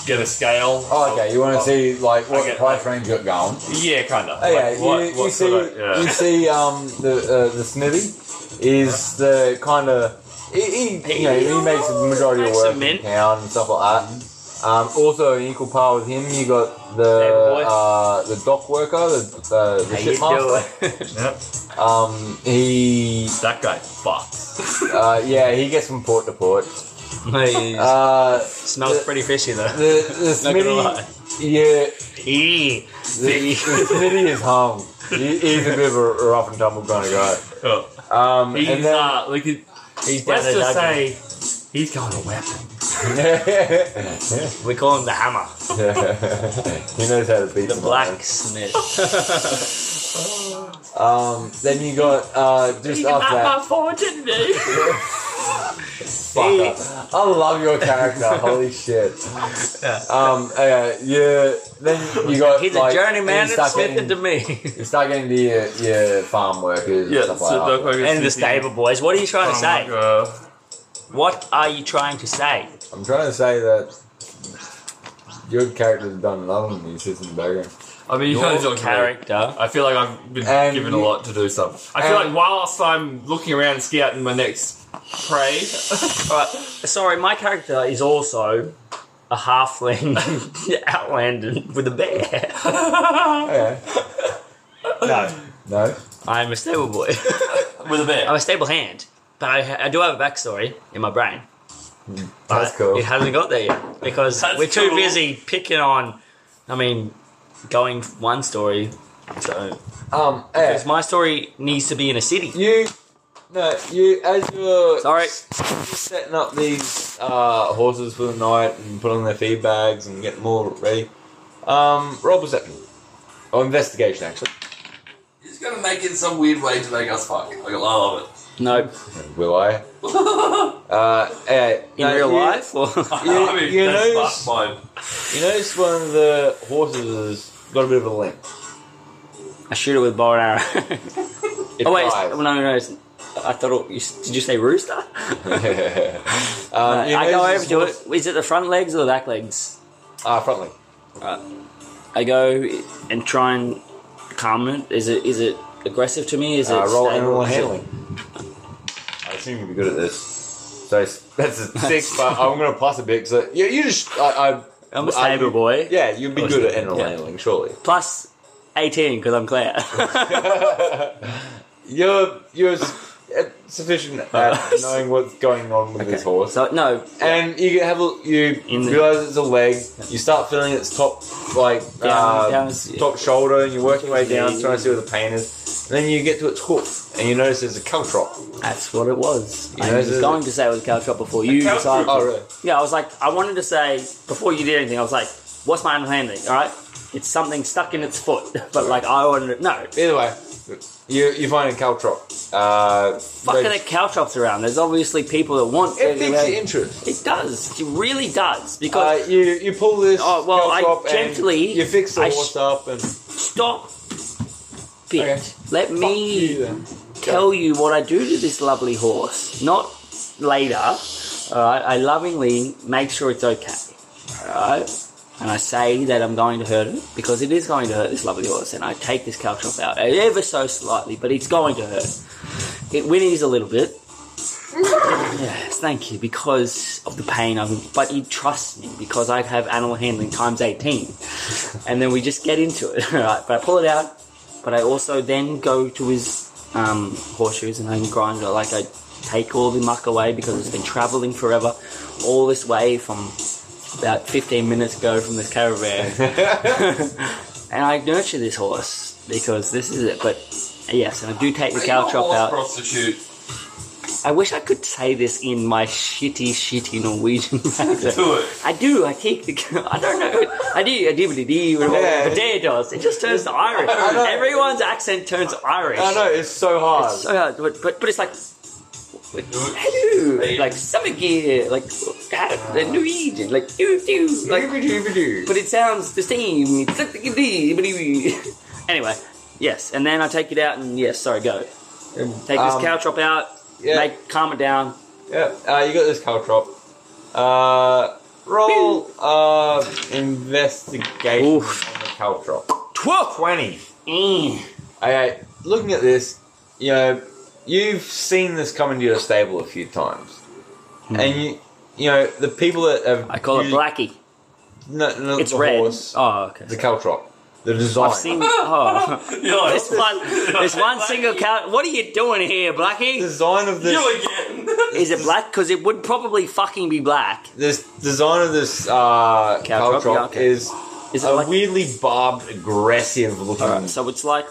[SPEAKER 3] get a scale
[SPEAKER 1] Oh, okay. You want to see like what
[SPEAKER 3] Okay.
[SPEAKER 1] price range you're going?
[SPEAKER 3] yeah kind of
[SPEAKER 1] Oh, yeah. you, you see, you see, um, the uh, the smithy is the kind of he, he, you know, he makes the majority of
[SPEAKER 2] Makes
[SPEAKER 1] work
[SPEAKER 2] some
[SPEAKER 1] in
[SPEAKER 2] mint.
[SPEAKER 1] town and stuff like that. Um, also, in equal par with him, you got
[SPEAKER 2] Stable Mm-hmm. boy.
[SPEAKER 1] the uh, the dock worker, the uh, the
[SPEAKER 2] How you
[SPEAKER 1] shipmaster.
[SPEAKER 2] doing?
[SPEAKER 3] yep.
[SPEAKER 1] Um, he
[SPEAKER 3] that guy fucks
[SPEAKER 1] uh, yeah, he gets from port to port.
[SPEAKER 3] [LAUGHS]
[SPEAKER 2] Hey,
[SPEAKER 1] Uh,
[SPEAKER 2] smells pretty fishy
[SPEAKER 1] the
[SPEAKER 2] though.
[SPEAKER 1] the
[SPEAKER 2] Not gonna lie.
[SPEAKER 1] smithy, yeah,
[SPEAKER 2] Eee.
[SPEAKER 1] the, the smithy is hung. He, he's a bit of a rough and tumble kind of guy.
[SPEAKER 3] Oh,
[SPEAKER 1] Um,
[SPEAKER 3] he's
[SPEAKER 1] and then, [LAUGHS]
[SPEAKER 3] uh like he-
[SPEAKER 2] He's down
[SPEAKER 3] let's
[SPEAKER 2] there
[SPEAKER 3] just
[SPEAKER 2] dunking.
[SPEAKER 3] say he's got a weapon
[SPEAKER 2] We call him the hammer.
[SPEAKER 1] [LAUGHS] he knows how to beat
[SPEAKER 2] The
[SPEAKER 1] them,
[SPEAKER 2] blacksmith.
[SPEAKER 1] Um, then you got uh, just after that.
[SPEAKER 2] fortune, dude.
[SPEAKER 1] Fucker. I love your
[SPEAKER 2] [LAUGHS]
[SPEAKER 1] character. Holy shit. Um, uh, yeah. Then [LAUGHS] you got
[SPEAKER 2] He's
[SPEAKER 1] like,
[SPEAKER 2] a journeyman
[SPEAKER 1] You
[SPEAKER 2] and
[SPEAKER 1] start
[SPEAKER 2] smith to
[SPEAKER 1] getting, [LAUGHS]
[SPEAKER 2] me.
[SPEAKER 1] you start getting the uh, your farm workers
[SPEAKER 3] yeah
[SPEAKER 1] and stuff
[SPEAKER 3] so
[SPEAKER 1] like that.
[SPEAKER 3] Doc Ock is
[SPEAKER 2] and the
[SPEAKER 3] sitting-
[SPEAKER 2] stable boys. What are you trying to
[SPEAKER 3] Oh my
[SPEAKER 2] say?
[SPEAKER 3] God.
[SPEAKER 2] What are you trying to say?
[SPEAKER 1] I'm trying to say that your character's done another one. He's just in the background.
[SPEAKER 3] I mean you guys
[SPEAKER 2] Your
[SPEAKER 3] don't care.
[SPEAKER 2] character.
[SPEAKER 3] I feel like I've been
[SPEAKER 1] And
[SPEAKER 3] given
[SPEAKER 1] you-
[SPEAKER 3] a lot to do stuff. I feel
[SPEAKER 1] and-
[SPEAKER 3] like whilst I'm looking around and scouting my next prey,
[SPEAKER 2] Alright, sorry, my character is also a halfling [LAUGHS] outlander with a bear. [LAUGHS]
[SPEAKER 1] Okay.
[SPEAKER 2] No.
[SPEAKER 1] No.
[SPEAKER 2] I'm a stable boy.
[SPEAKER 3] with a bear.
[SPEAKER 2] I'm a stable hand, but I, I do have a backstory in my brain.
[SPEAKER 1] That's
[SPEAKER 2] but
[SPEAKER 1] cool.
[SPEAKER 2] It hasn't got there yet because
[SPEAKER 3] That's
[SPEAKER 2] we're too
[SPEAKER 3] cool.
[SPEAKER 2] busy picking on. I mean, going one story. So
[SPEAKER 1] Um. yeah.
[SPEAKER 2] because my story needs to be in a city.
[SPEAKER 1] You, no, you as you're
[SPEAKER 2] Sorry.
[SPEAKER 1] setting up these uh, horses for the night and putting on their feed bags and getting them all ready. Um, roll perception or investigation, actually.
[SPEAKER 3] He's gonna make it some weird way to make us fuck. Like, I love it.
[SPEAKER 2] No,
[SPEAKER 1] Will I? uh, eh,
[SPEAKER 2] in
[SPEAKER 1] no,
[SPEAKER 2] real
[SPEAKER 1] you-
[SPEAKER 2] life.
[SPEAKER 1] [LAUGHS]
[SPEAKER 2] Or [LAUGHS]
[SPEAKER 1] You- you notice-
[SPEAKER 3] fine.
[SPEAKER 1] You notice one of the horses has got a bit of a limp.
[SPEAKER 2] I shoot it with bow
[SPEAKER 1] [LAUGHS]
[SPEAKER 2] and arrow.
[SPEAKER 1] It
[SPEAKER 2] oh wait, it's-
[SPEAKER 1] cries.
[SPEAKER 2] no, no, no. it's- I thought it, you, s- did you
[SPEAKER 1] [LAUGHS]
[SPEAKER 2] say rooster?
[SPEAKER 1] um,
[SPEAKER 2] No,
[SPEAKER 1] you
[SPEAKER 2] I go over
[SPEAKER 1] notice this
[SPEAKER 2] to
[SPEAKER 1] horse-
[SPEAKER 2] it. Is it the front legs or the back legs?
[SPEAKER 1] Ah, front leg.
[SPEAKER 2] I go and try and calm it. Is it is it aggressive to me? Is it
[SPEAKER 1] Uh, roll
[SPEAKER 2] stable?
[SPEAKER 1] animal
[SPEAKER 2] Is it-
[SPEAKER 1] handling. I assume you'll be good at this. So [LAUGHS] it's- that's a six, but I'm going to plus a bit because you, you just. I, I,
[SPEAKER 2] I'm a stable
[SPEAKER 1] I'd-
[SPEAKER 2] boy.
[SPEAKER 1] Yeah, you'd be good at animal
[SPEAKER 2] Yeah.
[SPEAKER 1] handling, surely. [LAUGHS]
[SPEAKER 2] Plus eighteen because I'm clear.
[SPEAKER 1] You're you're s- uh, sufficient at knowing what's going on with this horse.
[SPEAKER 2] so no,
[SPEAKER 1] And you can have a you
[SPEAKER 2] In the-
[SPEAKER 1] realize it's a leg. You start feeling its top like
[SPEAKER 2] Down-
[SPEAKER 1] um,
[SPEAKER 2] down is-
[SPEAKER 1] top shoulder, and you're working your way down,
[SPEAKER 2] Yeah.
[SPEAKER 1] trying to see where the pain is. And then you get to its hoof, and you notice there's a calf drop.
[SPEAKER 2] that's what it was.
[SPEAKER 1] know,
[SPEAKER 2] I was
[SPEAKER 1] the-
[SPEAKER 2] going to say it was a cow trap before you
[SPEAKER 3] cow
[SPEAKER 2] decided.
[SPEAKER 1] Oh, really?
[SPEAKER 2] Yeah, I was like, I wanted to say before you did anything. I was like, What's my understanding? All right, it's something stuck in its foot. [LAUGHS] But like I wouldn't no.
[SPEAKER 1] Either way, you you find a caltrop. Uh,
[SPEAKER 2] Fuck are
[SPEAKER 1] reg-
[SPEAKER 2] there cow shops around? There's obviously people that want.
[SPEAKER 1] it piques your interest.
[SPEAKER 2] It does. It really does. Because
[SPEAKER 1] Uh, you you pull this.
[SPEAKER 2] Oh, well, I
[SPEAKER 1] caltrop and
[SPEAKER 2] gently-
[SPEAKER 1] you fix the
[SPEAKER 2] I
[SPEAKER 1] horse
[SPEAKER 2] sh-
[SPEAKER 1] up and
[SPEAKER 2] stop. Bit.
[SPEAKER 1] Okay.
[SPEAKER 2] Let
[SPEAKER 1] fuck
[SPEAKER 2] me
[SPEAKER 1] you then.
[SPEAKER 2] tell you what I do to this lovely horse, not later. All right, I lovingly make sure it's okay. All right, and I say that I'm going to hurt it because it is going to hurt this lovely horse, and I take this cow caltrop out ever so slightly, but it's going to hurt. It whinnies a little bit. yes, thank you, because of the pain. I'm, but he trusts me because I have animal handling times eighteen, and then we just get into it. [LAUGHS] All right, but I pull it out. But I also then go to his um, horseshoes and I grind it. Like I take all the muck away because it's been traveling forever, all this way from about 15 minutes ago from this caravan. and I nurture this horse because this is it. But yes, and I do take the cow chop out.
[SPEAKER 3] prostitute.
[SPEAKER 2] I wish I could say this in my shitty, shitty Norwegian [LAUGHS] accent.
[SPEAKER 3] Do it. [LAUGHS]
[SPEAKER 2] I do. I take the. [LAUGHS] I don't know. I do. I do. But it do. But
[SPEAKER 1] Yeah.
[SPEAKER 2] it does. It just turns to Irish.
[SPEAKER 1] know.
[SPEAKER 2] Everyone's accent turns Irish.
[SPEAKER 1] I know it's so hard.
[SPEAKER 2] So, uh, but, but but it's like. Hello, like summer gear, like uh, the Norwegian, like doo doo, like but it sounds the same. It's like the giddy, but you- [LAUGHS] Anyway, yes, and then I take it out and yes, sorry, go take this
[SPEAKER 1] Um,
[SPEAKER 2] cow chop out,
[SPEAKER 1] yeah.
[SPEAKER 2] make calm it down.
[SPEAKER 1] Yeah, uh, you got this caltrop. Uh, roll uh, investigation
[SPEAKER 2] Oof.
[SPEAKER 1] on the caltrop.
[SPEAKER 2] Twelve.
[SPEAKER 4] 20.
[SPEAKER 2] Mm.
[SPEAKER 1] Okay, looking at this, you know, you've seen this come into your stable a few times, and you, you know, the people that have
[SPEAKER 2] Hmm. I call it
[SPEAKER 1] used-
[SPEAKER 2] blackie.
[SPEAKER 1] No, no,
[SPEAKER 2] It's
[SPEAKER 1] the
[SPEAKER 2] red.
[SPEAKER 1] horse,
[SPEAKER 2] Oh, okay.
[SPEAKER 1] the caltrop, the design.
[SPEAKER 2] I've seen. Oh, [LAUGHS]
[SPEAKER 3] You're like,
[SPEAKER 2] this one, this one single cow. What are you doing here,
[SPEAKER 1] The
[SPEAKER 2] Blackie?
[SPEAKER 1] design of this.
[SPEAKER 3] you again.
[SPEAKER 2] Is it black? Because it would probably fucking be black.
[SPEAKER 1] This design of this uh,
[SPEAKER 2] Caltrop,
[SPEAKER 1] caltrop,
[SPEAKER 2] yeah, okay.
[SPEAKER 1] is
[SPEAKER 2] Is it
[SPEAKER 1] a
[SPEAKER 2] like?
[SPEAKER 1] weirdly barbed, aggressive looking,
[SPEAKER 2] Alright, so it's like,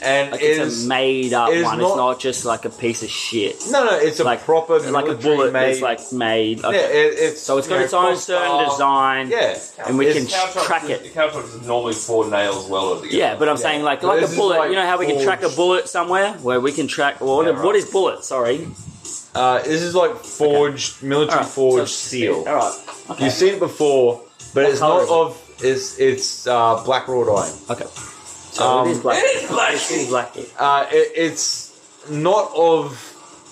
[SPEAKER 1] and
[SPEAKER 2] like
[SPEAKER 1] it
[SPEAKER 2] it's
[SPEAKER 1] is
[SPEAKER 2] a made up
[SPEAKER 1] it is
[SPEAKER 2] one. it's
[SPEAKER 1] not-
[SPEAKER 2] not just like a piece of shit.
[SPEAKER 1] no, no, it's a
[SPEAKER 2] like-
[SPEAKER 1] proper
[SPEAKER 2] It's like a bullet that's like made.
[SPEAKER 1] Yeah,
[SPEAKER 2] Okay.
[SPEAKER 1] it, it's
[SPEAKER 2] so it's got
[SPEAKER 1] you know,
[SPEAKER 2] its own
[SPEAKER 1] crossbar.
[SPEAKER 2] certain design.
[SPEAKER 1] Yeah,
[SPEAKER 2] And we
[SPEAKER 1] It's-
[SPEAKER 2] can track it.
[SPEAKER 3] The cow chops is normally four nails welded together.
[SPEAKER 2] Yeah, but I'm
[SPEAKER 1] Yeah.
[SPEAKER 2] saying like
[SPEAKER 1] But
[SPEAKER 2] like
[SPEAKER 1] this
[SPEAKER 2] a
[SPEAKER 1] is
[SPEAKER 2] bullet.
[SPEAKER 1] like
[SPEAKER 2] you know how we can track a
[SPEAKER 1] forged.
[SPEAKER 2] bullet somewhere where we can track. Well,
[SPEAKER 3] Yeah, right.
[SPEAKER 2] What is bullet? Sorry,
[SPEAKER 1] Uh, this is like forged, military
[SPEAKER 2] Alright, so-
[SPEAKER 1] forged seal.
[SPEAKER 2] All right. Okay.
[SPEAKER 1] You've seen it before, but it's
[SPEAKER 2] colour
[SPEAKER 1] not
[SPEAKER 2] is it?
[SPEAKER 1] of it's it's uh, black wrought iron.
[SPEAKER 2] Okay. So
[SPEAKER 1] Um,
[SPEAKER 2] it is black.
[SPEAKER 3] It is black.
[SPEAKER 2] This is black. This
[SPEAKER 1] Uh, it, it's not of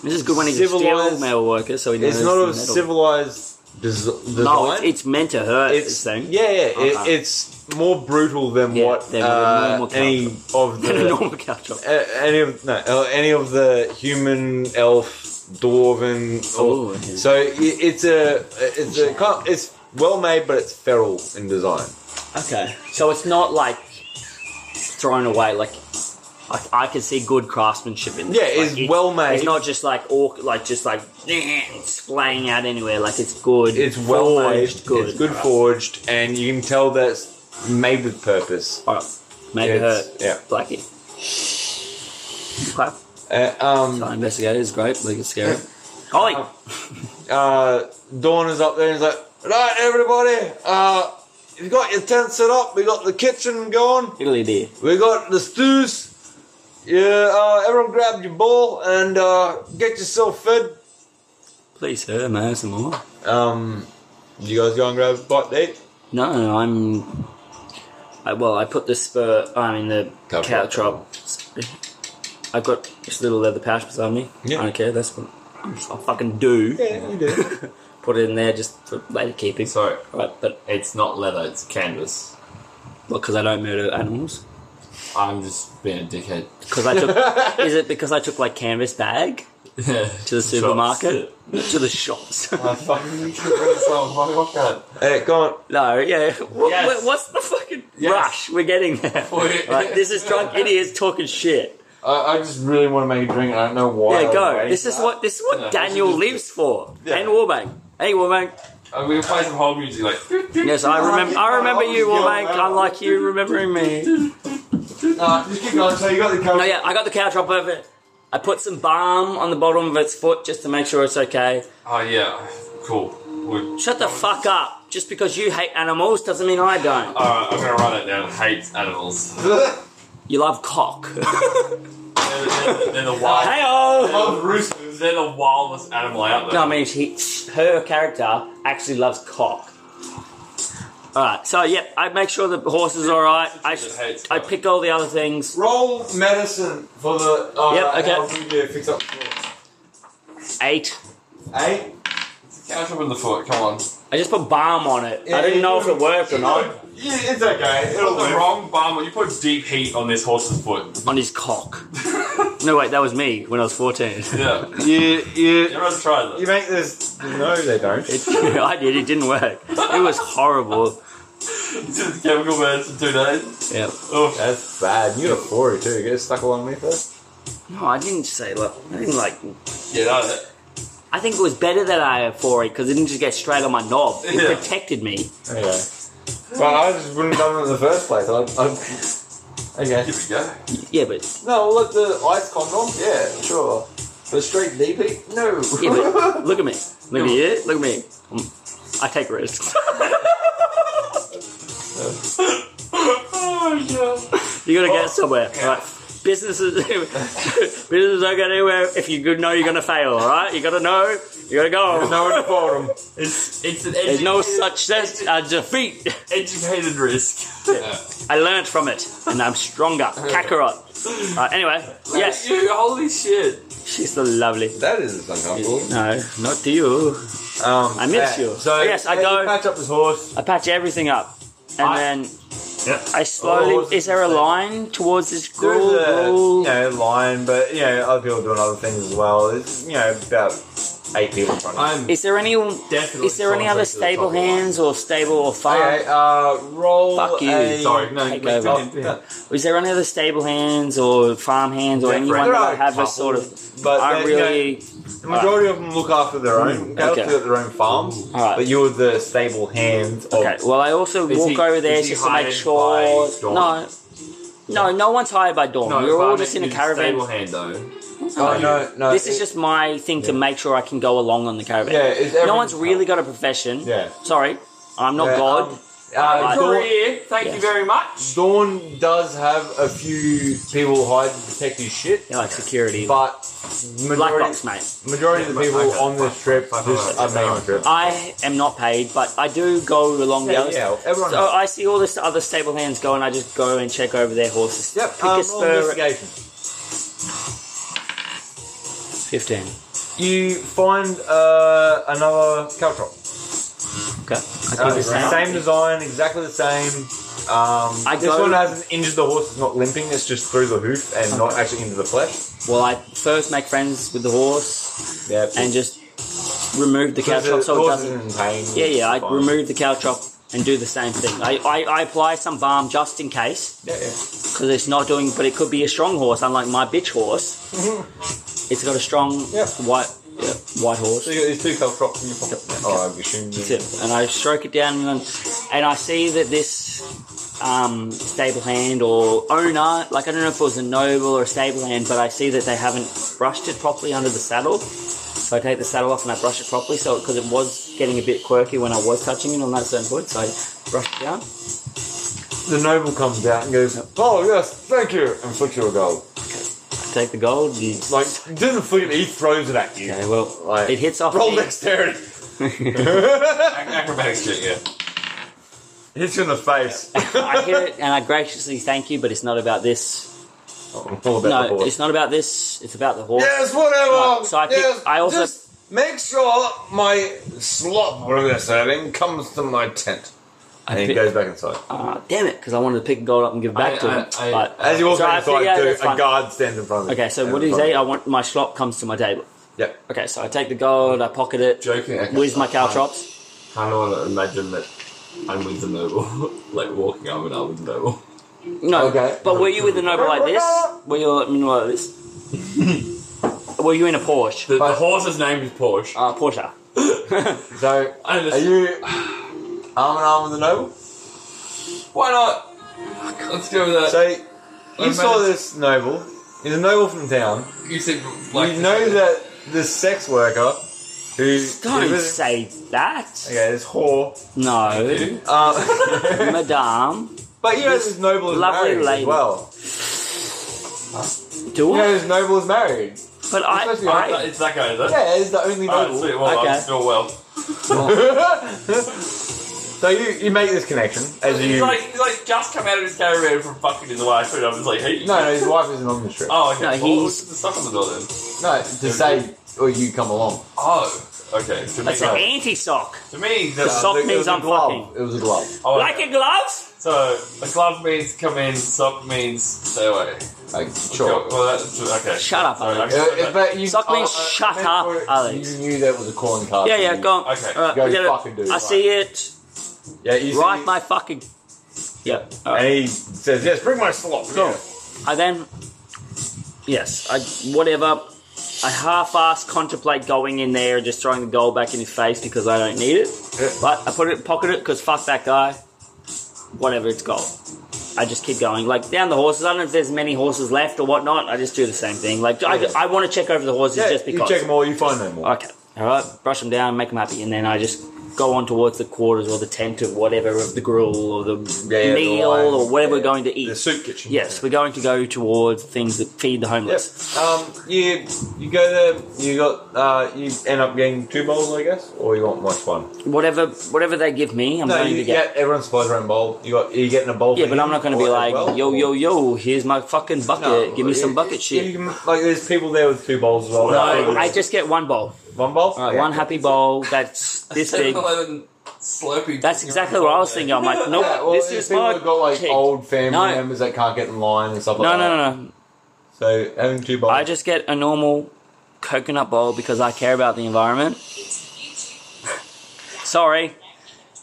[SPEAKER 2] is good when he's a steel
[SPEAKER 1] Civilized-
[SPEAKER 2] metal worker, so he knows
[SPEAKER 1] it's not
[SPEAKER 2] the
[SPEAKER 1] of
[SPEAKER 2] metal.
[SPEAKER 1] civilized des- design.
[SPEAKER 2] No, it's, it's meant to hurt.
[SPEAKER 1] It's-
[SPEAKER 2] this thing.
[SPEAKER 1] yeah, yeah.
[SPEAKER 2] Okay.
[SPEAKER 1] It, it's more brutal than
[SPEAKER 2] Uh-huh. Yeah,
[SPEAKER 1] what
[SPEAKER 2] than
[SPEAKER 1] uh,
[SPEAKER 2] the normal
[SPEAKER 1] any of
[SPEAKER 2] Than [LAUGHS] a
[SPEAKER 1] the
[SPEAKER 2] [LAUGHS] normal cow chop.
[SPEAKER 1] uh, any of no uh, any of the human elf dwarven
[SPEAKER 2] Oh,
[SPEAKER 1] or-
[SPEAKER 2] okay.
[SPEAKER 1] so i- it's a it's a kind of- it's well made but it's feral in design
[SPEAKER 2] Okay. So it's not like thrown away. Like I, I can see good craftsmanship in. This.
[SPEAKER 1] yeah
[SPEAKER 2] Like,
[SPEAKER 1] it's well made
[SPEAKER 2] It's not just like orc, like just like splaying out anywhere. Like it's good.
[SPEAKER 1] it's well
[SPEAKER 2] forged,
[SPEAKER 1] made it's good forged and you can tell that's made with purpose
[SPEAKER 2] All right. Make it
[SPEAKER 1] It's-
[SPEAKER 2] hurt.
[SPEAKER 1] yeah.
[SPEAKER 2] Blackie. Clap.
[SPEAKER 1] uh, um
[SPEAKER 2] So investigator is great. Like it's scary. Ollie.
[SPEAKER 1] uh dawn is up there and he's like right everybody uh you've got your tent set up we got the kitchen going
[SPEAKER 2] Italy dear.
[SPEAKER 1] We got the stews. Yeah, uh, everyone grab your bowl and uh, get yourself fed.
[SPEAKER 2] Please sir, may I have some more?
[SPEAKER 1] Um, you guys go and grab a bite to eat?
[SPEAKER 2] No, I'm. I, well, I put the spur. I mean the
[SPEAKER 1] Cow
[SPEAKER 2] cow
[SPEAKER 1] trap.
[SPEAKER 2] trap. I've got this little leather pouch beside me.
[SPEAKER 1] Yeah.
[SPEAKER 2] I don't care. That's what I'm just, I'll fucking do.
[SPEAKER 1] Yeah, we [LAUGHS] do.
[SPEAKER 2] Put it in there just for later keeping.
[SPEAKER 3] So
[SPEAKER 2] Right, but
[SPEAKER 3] it's not leather, it's canvas.
[SPEAKER 2] well, because I don't murder animals.
[SPEAKER 3] I'm just being a dickhead. [LAUGHS]
[SPEAKER 2] Because I took. is it because I took like canvas bag to the supermarket to the shops?
[SPEAKER 3] fucking fuck
[SPEAKER 1] hey, go on.
[SPEAKER 2] [LAUGHS] no, yeah. What,
[SPEAKER 3] Yes.
[SPEAKER 2] what- what's the fucking
[SPEAKER 3] Yes.
[SPEAKER 2] rush? We're getting there.
[SPEAKER 3] Wait.
[SPEAKER 2] Right, this is drunk idiots talking shit.
[SPEAKER 1] I, I just really want to make a drink and I don't know why.
[SPEAKER 2] Yeah,
[SPEAKER 1] I
[SPEAKER 2] go.
[SPEAKER 1] waited.
[SPEAKER 2] This is what this is what
[SPEAKER 3] uh, Yeah, this is
[SPEAKER 2] Daniel
[SPEAKER 3] just-
[SPEAKER 2] lives for.
[SPEAKER 3] Yeah.
[SPEAKER 2] And Warbang. Hey, Warbang.
[SPEAKER 3] I'm gonna play some whole music like
[SPEAKER 2] Yes, I remember. I remember you,
[SPEAKER 1] Yeah,
[SPEAKER 2] Warbang.
[SPEAKER 1] man.
[SPEAKER 2] Unlike you remembering me.
[SPEAKER 1] No, just keep going. So you got the cover.
[SPEAKER 2] No, yeah, I got the cow drop over. I put some balm on the bottom of its foot just to make sure it's okay.
[SPEAKER 3] Oh yeah, cool. We're
[SPEAKER 2] Shut the fuck up. Just because you hate animals doesn't mean I don't.
[SPEAKER 3] Alright, I'm gonna write it down. Hates animals. [LAUGHS] They're,
[SPEAKER 2] You love cock. [LAUGHS] oh.
[SPEAKER 3] the- they're the wild.
[SPEAKER 1] [LAUGHS]
[SPEAKER 2] Heyo!
[SPEAKER 3] love roosters. They're the wildest animal out
[SPEAKER 2] No,
[SPEAKER 3] there.
[SPEAKER 2] I mean she, her character actually loves cock. All right, so yep, I make sure the horse is all right. I, I pick all the other things.
[SPEAKER 1] Roll medicine for the. Uh,
[SPEAKER 2] Yep, okay.
[SPEAKER 1] how we do fix up the floor.
[SPEAKER 2] Eight.
[SPEAKER 1] Eight.
[SPEAKER 3] Catch up with the foot. Come on.
[SPEAKER 2] I just put balm on it. I
[SPEAKER 1] Yeah,
[SPEAKER 2] didn't
[SPEAKER 1] you
[SPEAKER 2] know if it
[SPEAKER 1] would've- [LAUGHS]
[SPEAKER 2] worked or not.
[SPEAKER 1] Yeah, it's okay.
[SPEAKER 3] Put
[SPEAKER 1] It'll
[SPEAKER 3] the
[SPEAKER 1] work.
[SPEAKER 3] wrong bum. You put deep heat on this horse's foot. [LAUGHS]
[SPEAKER 2] On his cock. No, wait, that was me when I was 14.
[SPEAKER 3] Yeah.
[SPEAKER 1] You, you,
[SPEAKER 3] Everyone's tried
[SPEAKER 1] you
[SPEAKER 3] this.
[SPEAKER 1] make this. No, they don't.
[SPEAKER 2] It, [LAUGHS] I did, it didn't work. It was horrible.
[SPEAKER 3] It's a [LAUGHS] chemical burns for two days.
[SPEAKER 2] Yeah.
[SPEAKER 3] Oh.
[SPEAKER 1] That's bad. You got a four too. Get it stuck along with us.
[SPEAKER 2] No, I didn't say, look, I didn't like.
[SPEAKER 3] Yeah, no,
[SPEAKER 2] I think it was better that I had four it because it didn't just get straight on my knob. It
[SPEAKER 3] Yeah.
[SPEAKER 2] protected me.
[SPEAKER 1] Okay. Well, I just wouldn't have done it in the first place. I, I, okay.
[SPEAKER 3] Here we go.
[SPEAKER 2] Yeah, but
[SPEAKER 1] No, look the ice condom. Yeah, sure. But straight DP? No.
[SPEAKER 2] yeah, but look at me. Look at you. Look at me. Um, I take risks. [LAUGHS]
[SPEAKER 3] Oh, yeah.
[SPEAKER 2] you gotta get somewhere. All right. Businesses, [LAUGHS] businesses don't get anywhere if you know you're gonna fail. All right, you gotta know. You gotta go.
[SPEAKER 1] [LAUGHS] No one to fold 'em.
[SPEAKER 3] It's, it's an
[SPEAKER 2] There's
[SPEAKER 3] educated,
[SPEAKER 2] no such as a defeat. [LAUGHS]
[SPEAKER 3] educated risk.
[SPEAKER 2] I learned from it, and I'm stronger. Kakarot. Uh, anyway, yes,
[SPEAKER 3] You, holy shit.
[SPEAKER 2] she's so lovely.
[SPEAKER 1] That is uncomfortable.
[SPEAKER 2] No, not to you.
[SPEAKER 1] Um,
[SPEAKER 2] I miss
[SPEAKER 1] yeah.
[SPEAKER 2] you.
[SPEAKER 1] So
[SPEAKER 2] Yes, I
[SPEAKER 1] yeah, you
[SPEAKER 2] go-
[SPEAKER 1] Patch up this horse.
[SPEAKER 2] I patch everything up, and
[SPEAKER 3] I-
[SPEAKER 2] then
[SPEAKER 3] Yeah.
[SPEAKER 2] I slowly.
[SPEAKER 1] Oh, what's
[SPEAKER 2] is there a
[SPEAKER 1] it say?
[SPEAKER 2] line towards this
[SPEAKER 1] There's
[SPEAKER 2] gruel?
[SPEAKER 1] a
[SPEAKER 2] gruel?
[SPEAKER 1] you know line, but you know other people doing other things as well. It's you know about eight people in front of us.
[SPEAKER 3] I'm
[SPEAKER 2] Is there any?
[SPEAKER 3] definitely
[SPEAKER 2] Is there any
[SPEAKER 3] closer
[SPEAKER 2] other
[SPEAKER 3] to the top
[SPEAKER 2] stable
[SPEAKER 3] of the line.
[SPEAKER 2] hands or stable or farm?
[SPEAKER 1] Okay, uh, roll.
[SPEAKER 2] Fuck you.
[SPEAKER 1] A,
[SPEAKER 3] Sorry, no,
[SPEAKER 2] Take
[SPEAKER 3] you can't
[SPEAKER 2] over.
[SPEAKER 3] do that.
[SPEAKER 2] Is there any other stable hands or farm hands or
[SPEAKER 3] Yeah,
[SPEAKER 2] anyone
[SPEAKER 1] there
[SPEAKER 2] that
[SPEAKER 1] are
[SPEAKER 2] have a
[SPEAKER 1] couple,
[SPEAKER 2] sort of?
[SPEAKER 1] But
[SPEAKER 2] I
[SPEAKER 1] they- you know,
[SPEAKER 2] really.
[SPEAKER 1] the majority of them look after their own. They look
[SPEAKER 2] Mm, okay.
[SPEAKER 1] after their own farms,
[SPEAKER 2] Alright.
[SPEAKER 1] but you're the stable hand. Of,
[SPEAKER 2] Okay. Well, I also
[SPEAKER 3] Oh. Is
[SPEAKER 2] walk
[SPEAKER 3] he-
[SPEAKER 2] over there
[SPEAKER 3] is he
[SPEAKER 2] just to make
[SPEAKER 3] hired
[SPEAKER 2] sure.
[SPEAKER 3] by Dawn?
[SPEAKER 2] No. No, no one's hired by Dawn.
[SPEAKER 3] No,
[SPEAKER 2] We're
[SPEAKER 3] but I
[SPEAKER 2] all
[SPEAKER 3] meant
[SPEAKER 2] just in a
[SPEAKER 3] with the
[SPEAKER 2] caravan.
[SPEAKER 3] Stable hand though.
[SPEAKER 1] Oh no, no.
[SPEAKER 2] This is
[SPEAKER 1] it-
[SPEAKER 2] just my thing to make sure I can go along on the caravan.
[SPEAKER 1] yeah. It's
[SPEAKER 2] no
[SPEAKER 1] everything's
[SPEAKER 2] one's really got a profession.
[SPEAKER 1] Yeah.
[SPEAKER 2] Sorry, I'm not
[SPEAKER 1] Yeah,
[SPEAKER 2] God.
[SPEAKER 1] um, Uh,
[SPEAKER 2] Right.
[SPEAKER 1] Dawn,
[SPEAKER 3] Career, thank
[SPEAKER 2] Yeah.
[SPEAKER 3] you very much.
[SPEAKER 1] Dawn does have a few people hide and protect his shit,
[SPEAKER 2] yeah, like security.
[SPEAKER 1] but
[SPEAKER 2] Black
[SPEAKER 1] majority,
[SPEAKER 2] box, mate.
[SPEAKER 1] majority of the people
[SPEAKER 3] Okay.
[SPEAKER 1] on this trip
[SPEAKER 3] Fuck,
[SPEAKER 1] just
[SPEAKER 3] fuck,
[SPEAKER 1] are making
[SPEAKER 3] fuck.
[SPEAKER 1] a trip.
[SPEAKER 2] I am not paid, but I do go along the
[SPEAKER 1] Yeah,
[SPEAKER 2] other.
[SPEAKER 1] yeah, everyone.
[SPEAKER 2] So I see all this other stable hands go, and I just go and check over their horses.
[SPEAKER 1] Yep,
[SPEAKER 2] pick
[SPEAKER 1] um,
[SPEAKER 2] a
[SPEAKER 1] roll
[SPEAKER 2] spur.
[SPEAKER 1] investigation.
[SPEAKER 2] Fifteen.
[SPEAKER 1] You find uh, another Caltrop.
[SPEAKER 2] Okay. I think
[SPEAKER 1] Uh,
[SPEAKER 2] it's now.
[SPEAKER 1] same design, exactly the same. Um,
[SPEAKER 2] I
[SPEAKER 1] this
[SPEAKER 2] go-
[SPEAKER 1] one hasn't injured the horse, it's not limping, it's just through the hoof and not actually into the flesh.
[SPEAKER 2] Well, I first make friends with the horse
[SPEAKER 1] Yeah,
[SPEAKER 2] and just remove the cow
[SPEAKER 1] because
[SPEAKER 2] chop
[SPEAKER 1] the
[SPEAKER 2] so it
[SPEAKER 1] horse
[SPEAKER 2] doesn't.
[SPEAKER 1] isn't in pain.
[SPEAKER 2] Yeah, yeah. I
[SPEAKER 1] Fine.
[SPEAKER 2] remove the cow chop and do the same thing. I, I, I apply some balm just in case.
[SPEAKER 1] Yeah, yeah.
[SPEAKER 2] because it's not doing. But it could be a strong horse, unlike my bitch horse. It's got a strong
[SPEAKER 1] Yep.
[SPEAKER 2] white yeah, white horse.
[SPEAKER 1] So you got these two Caltrops in your pocket. Oh, I'm assuming.
[SPEAKER 2] That's it. And I stroke it down, and, and I see that this um, stable hand or owner, like I don't know if it was a noble or a stable hand, but I see that they haven't brushed it properly under the saddle. So I take the saddle off and I brush it properly, so because it was getting a bit quirky when I was touching it on that certain point, so I brush it down.
[SPEAKER 1] The noble comes out and goes, Oh, yes, thank you, and flicks you a gold.
[SPEAKER 2] I take the gold and
[SPEAKER 1] Like, doesn't flick it, he throws it at you.
[SPEAKER 2] okay, well,
[SPEAKER 1] Like,
[SPEAKER 2] it hits off.
[SPEAKER 1] Roll
[SPEAKER 2] me. [LAUGHS]
[SPEAKER 1] dexterity.
[SPEAKER 3] Ac- Acrobatics check, yeah.
[SPEAKER 1] Hits you in the face.
[SPEAKER 2] I hear it and I graciously thank you, but it's not about this.
[SPEAKER 1] Oh, [LAUGHS] all about the
[SPEAKER 2] No,
[SPEAKER 1] horse.
[SPEAKER 2] it's not about this. It's about the horse.
[SPEAKER 1] Yes, whatever.
[SPEAKER 2] Right, so I pick-
[SPEAKER 1] yes,
[SPEAKER 2] I also-
[SPEAKER 1] just make sure my slop, whatever they're serving, comes to my tent. And he
[SPEAKER 2] pick-
[SPEAKER 1] goes back inside.
[SPEAKER 2] Ah, damn it, because I wanted to pick gold up and give back
[SPEAKER 3] I-
[SPEAKER 2] to
[SPEAKER 3] I-
[SPEAKER 2] him.
[SPEAKER 3] I-
[SPEAKER 2] but,
[SPEAKER 1] As he walks
[SPEAKER 2] so I
[SPEAKER 1] back
[SPEAKER 2] figure
[SPEAKER 1] inside,
[SPEAKER 2] that's
[SPEAKER 1] too, a
[SPEAKER 2] fine.
[SPEAKER 1] guard stands in front of him.
[SPEAKER 2] Okay, so what do you say? I want my slop comes to my table.
[SPEAKER 1] Yep.
[SPEAKER 2] Okay, so I take the gold, I pocket it.
[SPEAKER 3] Joking. I
[SPEAKER 2] Where's my cow
[SPEAKER 3] I
[SPEAKER 2] chops?
[SPEAKER 3] Kind of want to imagine that I'm with the noble, [LAUGHS] like walking up and up with the noble.
[SPEAKER 2] No,
[SPEAKER 1] Okay.
[SPEAKER 2] but were you with a noble like this? Were you let me
[SPEAKER 1] [LAUGHS]
[SPEAKER 2] know like this? were you in a Porsche?
[SPEAKER 3] [LAUGHS] The, the horse's name is Porsche.
[SPEAKER 2] Uh, Porsche.
[SPEAKER 1] So,
[SPEAKER 3] I
[SPEAKER 1] are
[SPEAKER 3] understand.
[SPEAKER 1] you arm in arm with the noble?
[SPEAKER 3] Why not? Let's go with that.
[SPEAKER 1] So, you
[SPEAKER 3] I'm
[SPEAKER 1] saw
[SPEAKER 3] managed-
[SPEAKER 1] this noble. He's a noble from town.
[SPEAKER 3] you seem like
[SPEAKER 1] you know that this sex worker Who?
[SPEAKER 2] Don't
[SPEAKER 1] who was-
[SPEAKER 2] say that.
[SPEAKER 1] Okay, this whore.
[SPEAKER 2] No,
[SPEAKER 1] Um,
[SPEAKER 2] Madame.
[SPEAKER 1] [LAUGHS] but you know, this noble is
[SPEAKER 2] Lovely
[SPEAKER 1] married
[SPEAKER 2] lady.
[SPEAKER 1] as well.
[SPEAKER 2] Do
[SPEAKER 1] You know,
[SPEAKER 2] I?
[SPEAKER 1] this noble is married.
[SPEAKER 2] But I,
[SPEAKER 1] supposed to be
[SPEAKER 2] I,
[SPEAKER 1] like
[SPEAKER 3] It's that guy, is it?
[SPEAKER 1] Yeah, it's the only
[SPEAKER 3] Alright,
[SPEAKER 1] noble.
[SPEAKER 3] sweet. Well,
[SPEAKER 2] Oh, Okay.
[SPEAKER 3] I'm still well.
[SPEAKER 1] [LAUGHS] so you, you make this connection as
[SPEAKER 3] He's
[SPEAKER 1] you.
[SPEAKER 3] like, he's like just come out of his caravan from fucking his wife, and I was like, hey.
[SPEAKER 1] No, no, his wife isn't on the trip.
[SPEAKER 3] Oh, okay.
[SPEAKER 2] No,
[SPEAKER 3] well,
[SPEAKER 2] he's-
[SPEAKER 3] what's the stuff on the door then?
[SPEAKER 1] No, to say, or you come along.
[SPEAKER 3] Oh, okay. To me,
[SPEAKER 2] that's an anti sock.
[SPEAKER 3] to me, that's
[SPEAKER 2] Sock
[SPEAKER 1] It was
[SPEAKER 2] means
[SPEAKER 1] a
[SPEAKER 2] I'm
[SPEAKER 1] glove.
[SPEAKER 2] fucking.
[SPEAKER 1] It was a glove.
[SPEAKER 3] oh,
[SPEAKER 2] Like a glove?
[SPEAKER 3] So a glove means come in, sock means stay away.
[SPEAKER 1] Like,
[SPEAKER 3] Okay,
[SPEAKER 1] sure.
[SPEAKER 3] well, that's okay.
[SPEAKER 2] Shut up,
[SPEAKER 3] Sorry,
[SPEAKER 2] Alex.
[SPEAKER 1] Uh,
[SPEAKER 3] I'm-
[SPEAKER 1] uh, but you,
[SPEAKER 2] Sock means
[SPEAKER 1] I- I
[SPEAKER 2] shut
[SPEAKER 1] meant
[SPEAKER 2] up,
[SPEAKER 1] for it-
[SPEAKER 2] Alex.
[SPEAKER 1] You knew that was a calling card.
[SPEAKER 2] Yeah,
[SPEAKER 1] for
[SPEAKER 2] yeah,
[SPEAKER 1] you.
[SPEAKER 2] go on.
[SPEAKER 3] Okay.
[SPEAKER 2] Alright,
[SPEAKER 1] Go
[SPEAKER 2] we get it.
[SPEAKER 1] fucking do it.
[SPEAKER 2] I see it.
[SPEAKER 1] Yeah, you
[SPEAKER 2] Right,
[SPEAKER 1] see,
[SPEAKER 2] my fucking. Yep.
[SPEAKER 1] And he says, yes, bring my slop.
[SPEAKER 2] Cool. I then, yes, I whatever. I half-ass contemplate going in there and just throwing the gold back in his face because I don't need it.
[SPEAKER 1] Yeah.
[SPEAKER 2] But I put it pocket it because fuck that guy. Whatever, it's gold. I just keep going like down the horses. I don't know if there's many horses left or whatnot. I just do the same thing. Like I,
[SPEAKER 1] Yeah.
[SPEAKER 2] I want to check over the horses
[SPEAKER 1] Yeah,
[SPEAKER 2] just because.
[SPEAKER 1] You check them all, you find them all.
[SPEAKER 2] Okay. All right. Brush them down, make them happy, and then I just go on towards the quarters or the tent or whatever of the grill or the
[SPEAKER 1] Yeah, yeah, the
[SPEAKER 2] meal
[SPEAKER 1] wine.
[SPEAKER 2] or whatever we're
[SPEAKER 1] Yeah.
[SPEAKER 2] going to eat.
[SPEAKER 1] The soup kitchen.
[SPEAKER 2] Yes, we're going to go towards things that feed the
[SPEAKER 1] Yep.
[SPEAKER 2] homeless.
[SPEAKER 1] Um, you you go there. You got uh, you end up getting two bowls, I guess, or you want just one.
[SPEAKER 2] Whatever, whatever they give me, I'm
[SPEAKER 1] no,
[SPEAKER 2] going
[SPEAKER 1] you
[SPEAKER 2] to
[SPEAKER 1] get
[SPEAKER 2] get.
[SPEAKER 1] everyone supplies their own bowl. You got you getting a bowl.
[SPEAKER 2] Yeah,
[SPEAKER 1] for
[SPEAKER 2] but I'm
[SPEAKER 1] him
[SPEAKER 2] not going to
[SPEAKER 1] or
[SPEAKER 2] be
[SPEAKER 1] as
[SPEAKER 2] like,
[SPEAKER 1] well,
[SPEAKER 2] yo,
[SPEAKER 1] or-
[SPEAKER 2] yo, yo, here's my fucking bucket.
[SPEAKER 1] No,
[SPEAKER 2] give me some
[SPEAKER 1] you-
[SPEAKER 2] bucket shit.
[SPEAKER 1] You can, like there's people there with two bowls as well.
[SPEAKER 2] no,
[SPEAKER 1] Like,
[SPEAKER 2] I just get one bowl.
[SPEAKER 1] one bowl.
[SPEAKER 2] All right,
[SPEAKER 1] Oh, Yeah.
[SPEAKER 2] one
[SPEAKER 1] [LAUGHS]
[SPEAKER 2] happy bowl. That's this big.
[SPEAKER 3] 7-Eleven Slurpee.
[SPEAKER 2] That's exactly what I was thinking. I'm like, nope,
[SPEAKER 1] Yeah, well,
[SPEAKER 2] this
[SPEAKER 1] there's
[SPEAKER 2] is
[SPEAKER 1] people
[SPEAKER 2] my
[SPEAKER 1] that got like
[SPEAKER 2] kick.
[SPEAKER 1] old family
[SPEAKER 2] No.
[SPEAKER 1] members that can't get in line and stuff like that.
[SPEAKER 2] No, no, no, no.
[SPEAKER 1] So having two bowls.
[SPEAKER 2] I just get a normal coconut bowl because I care about the environment. [LAUGHS] Sorry.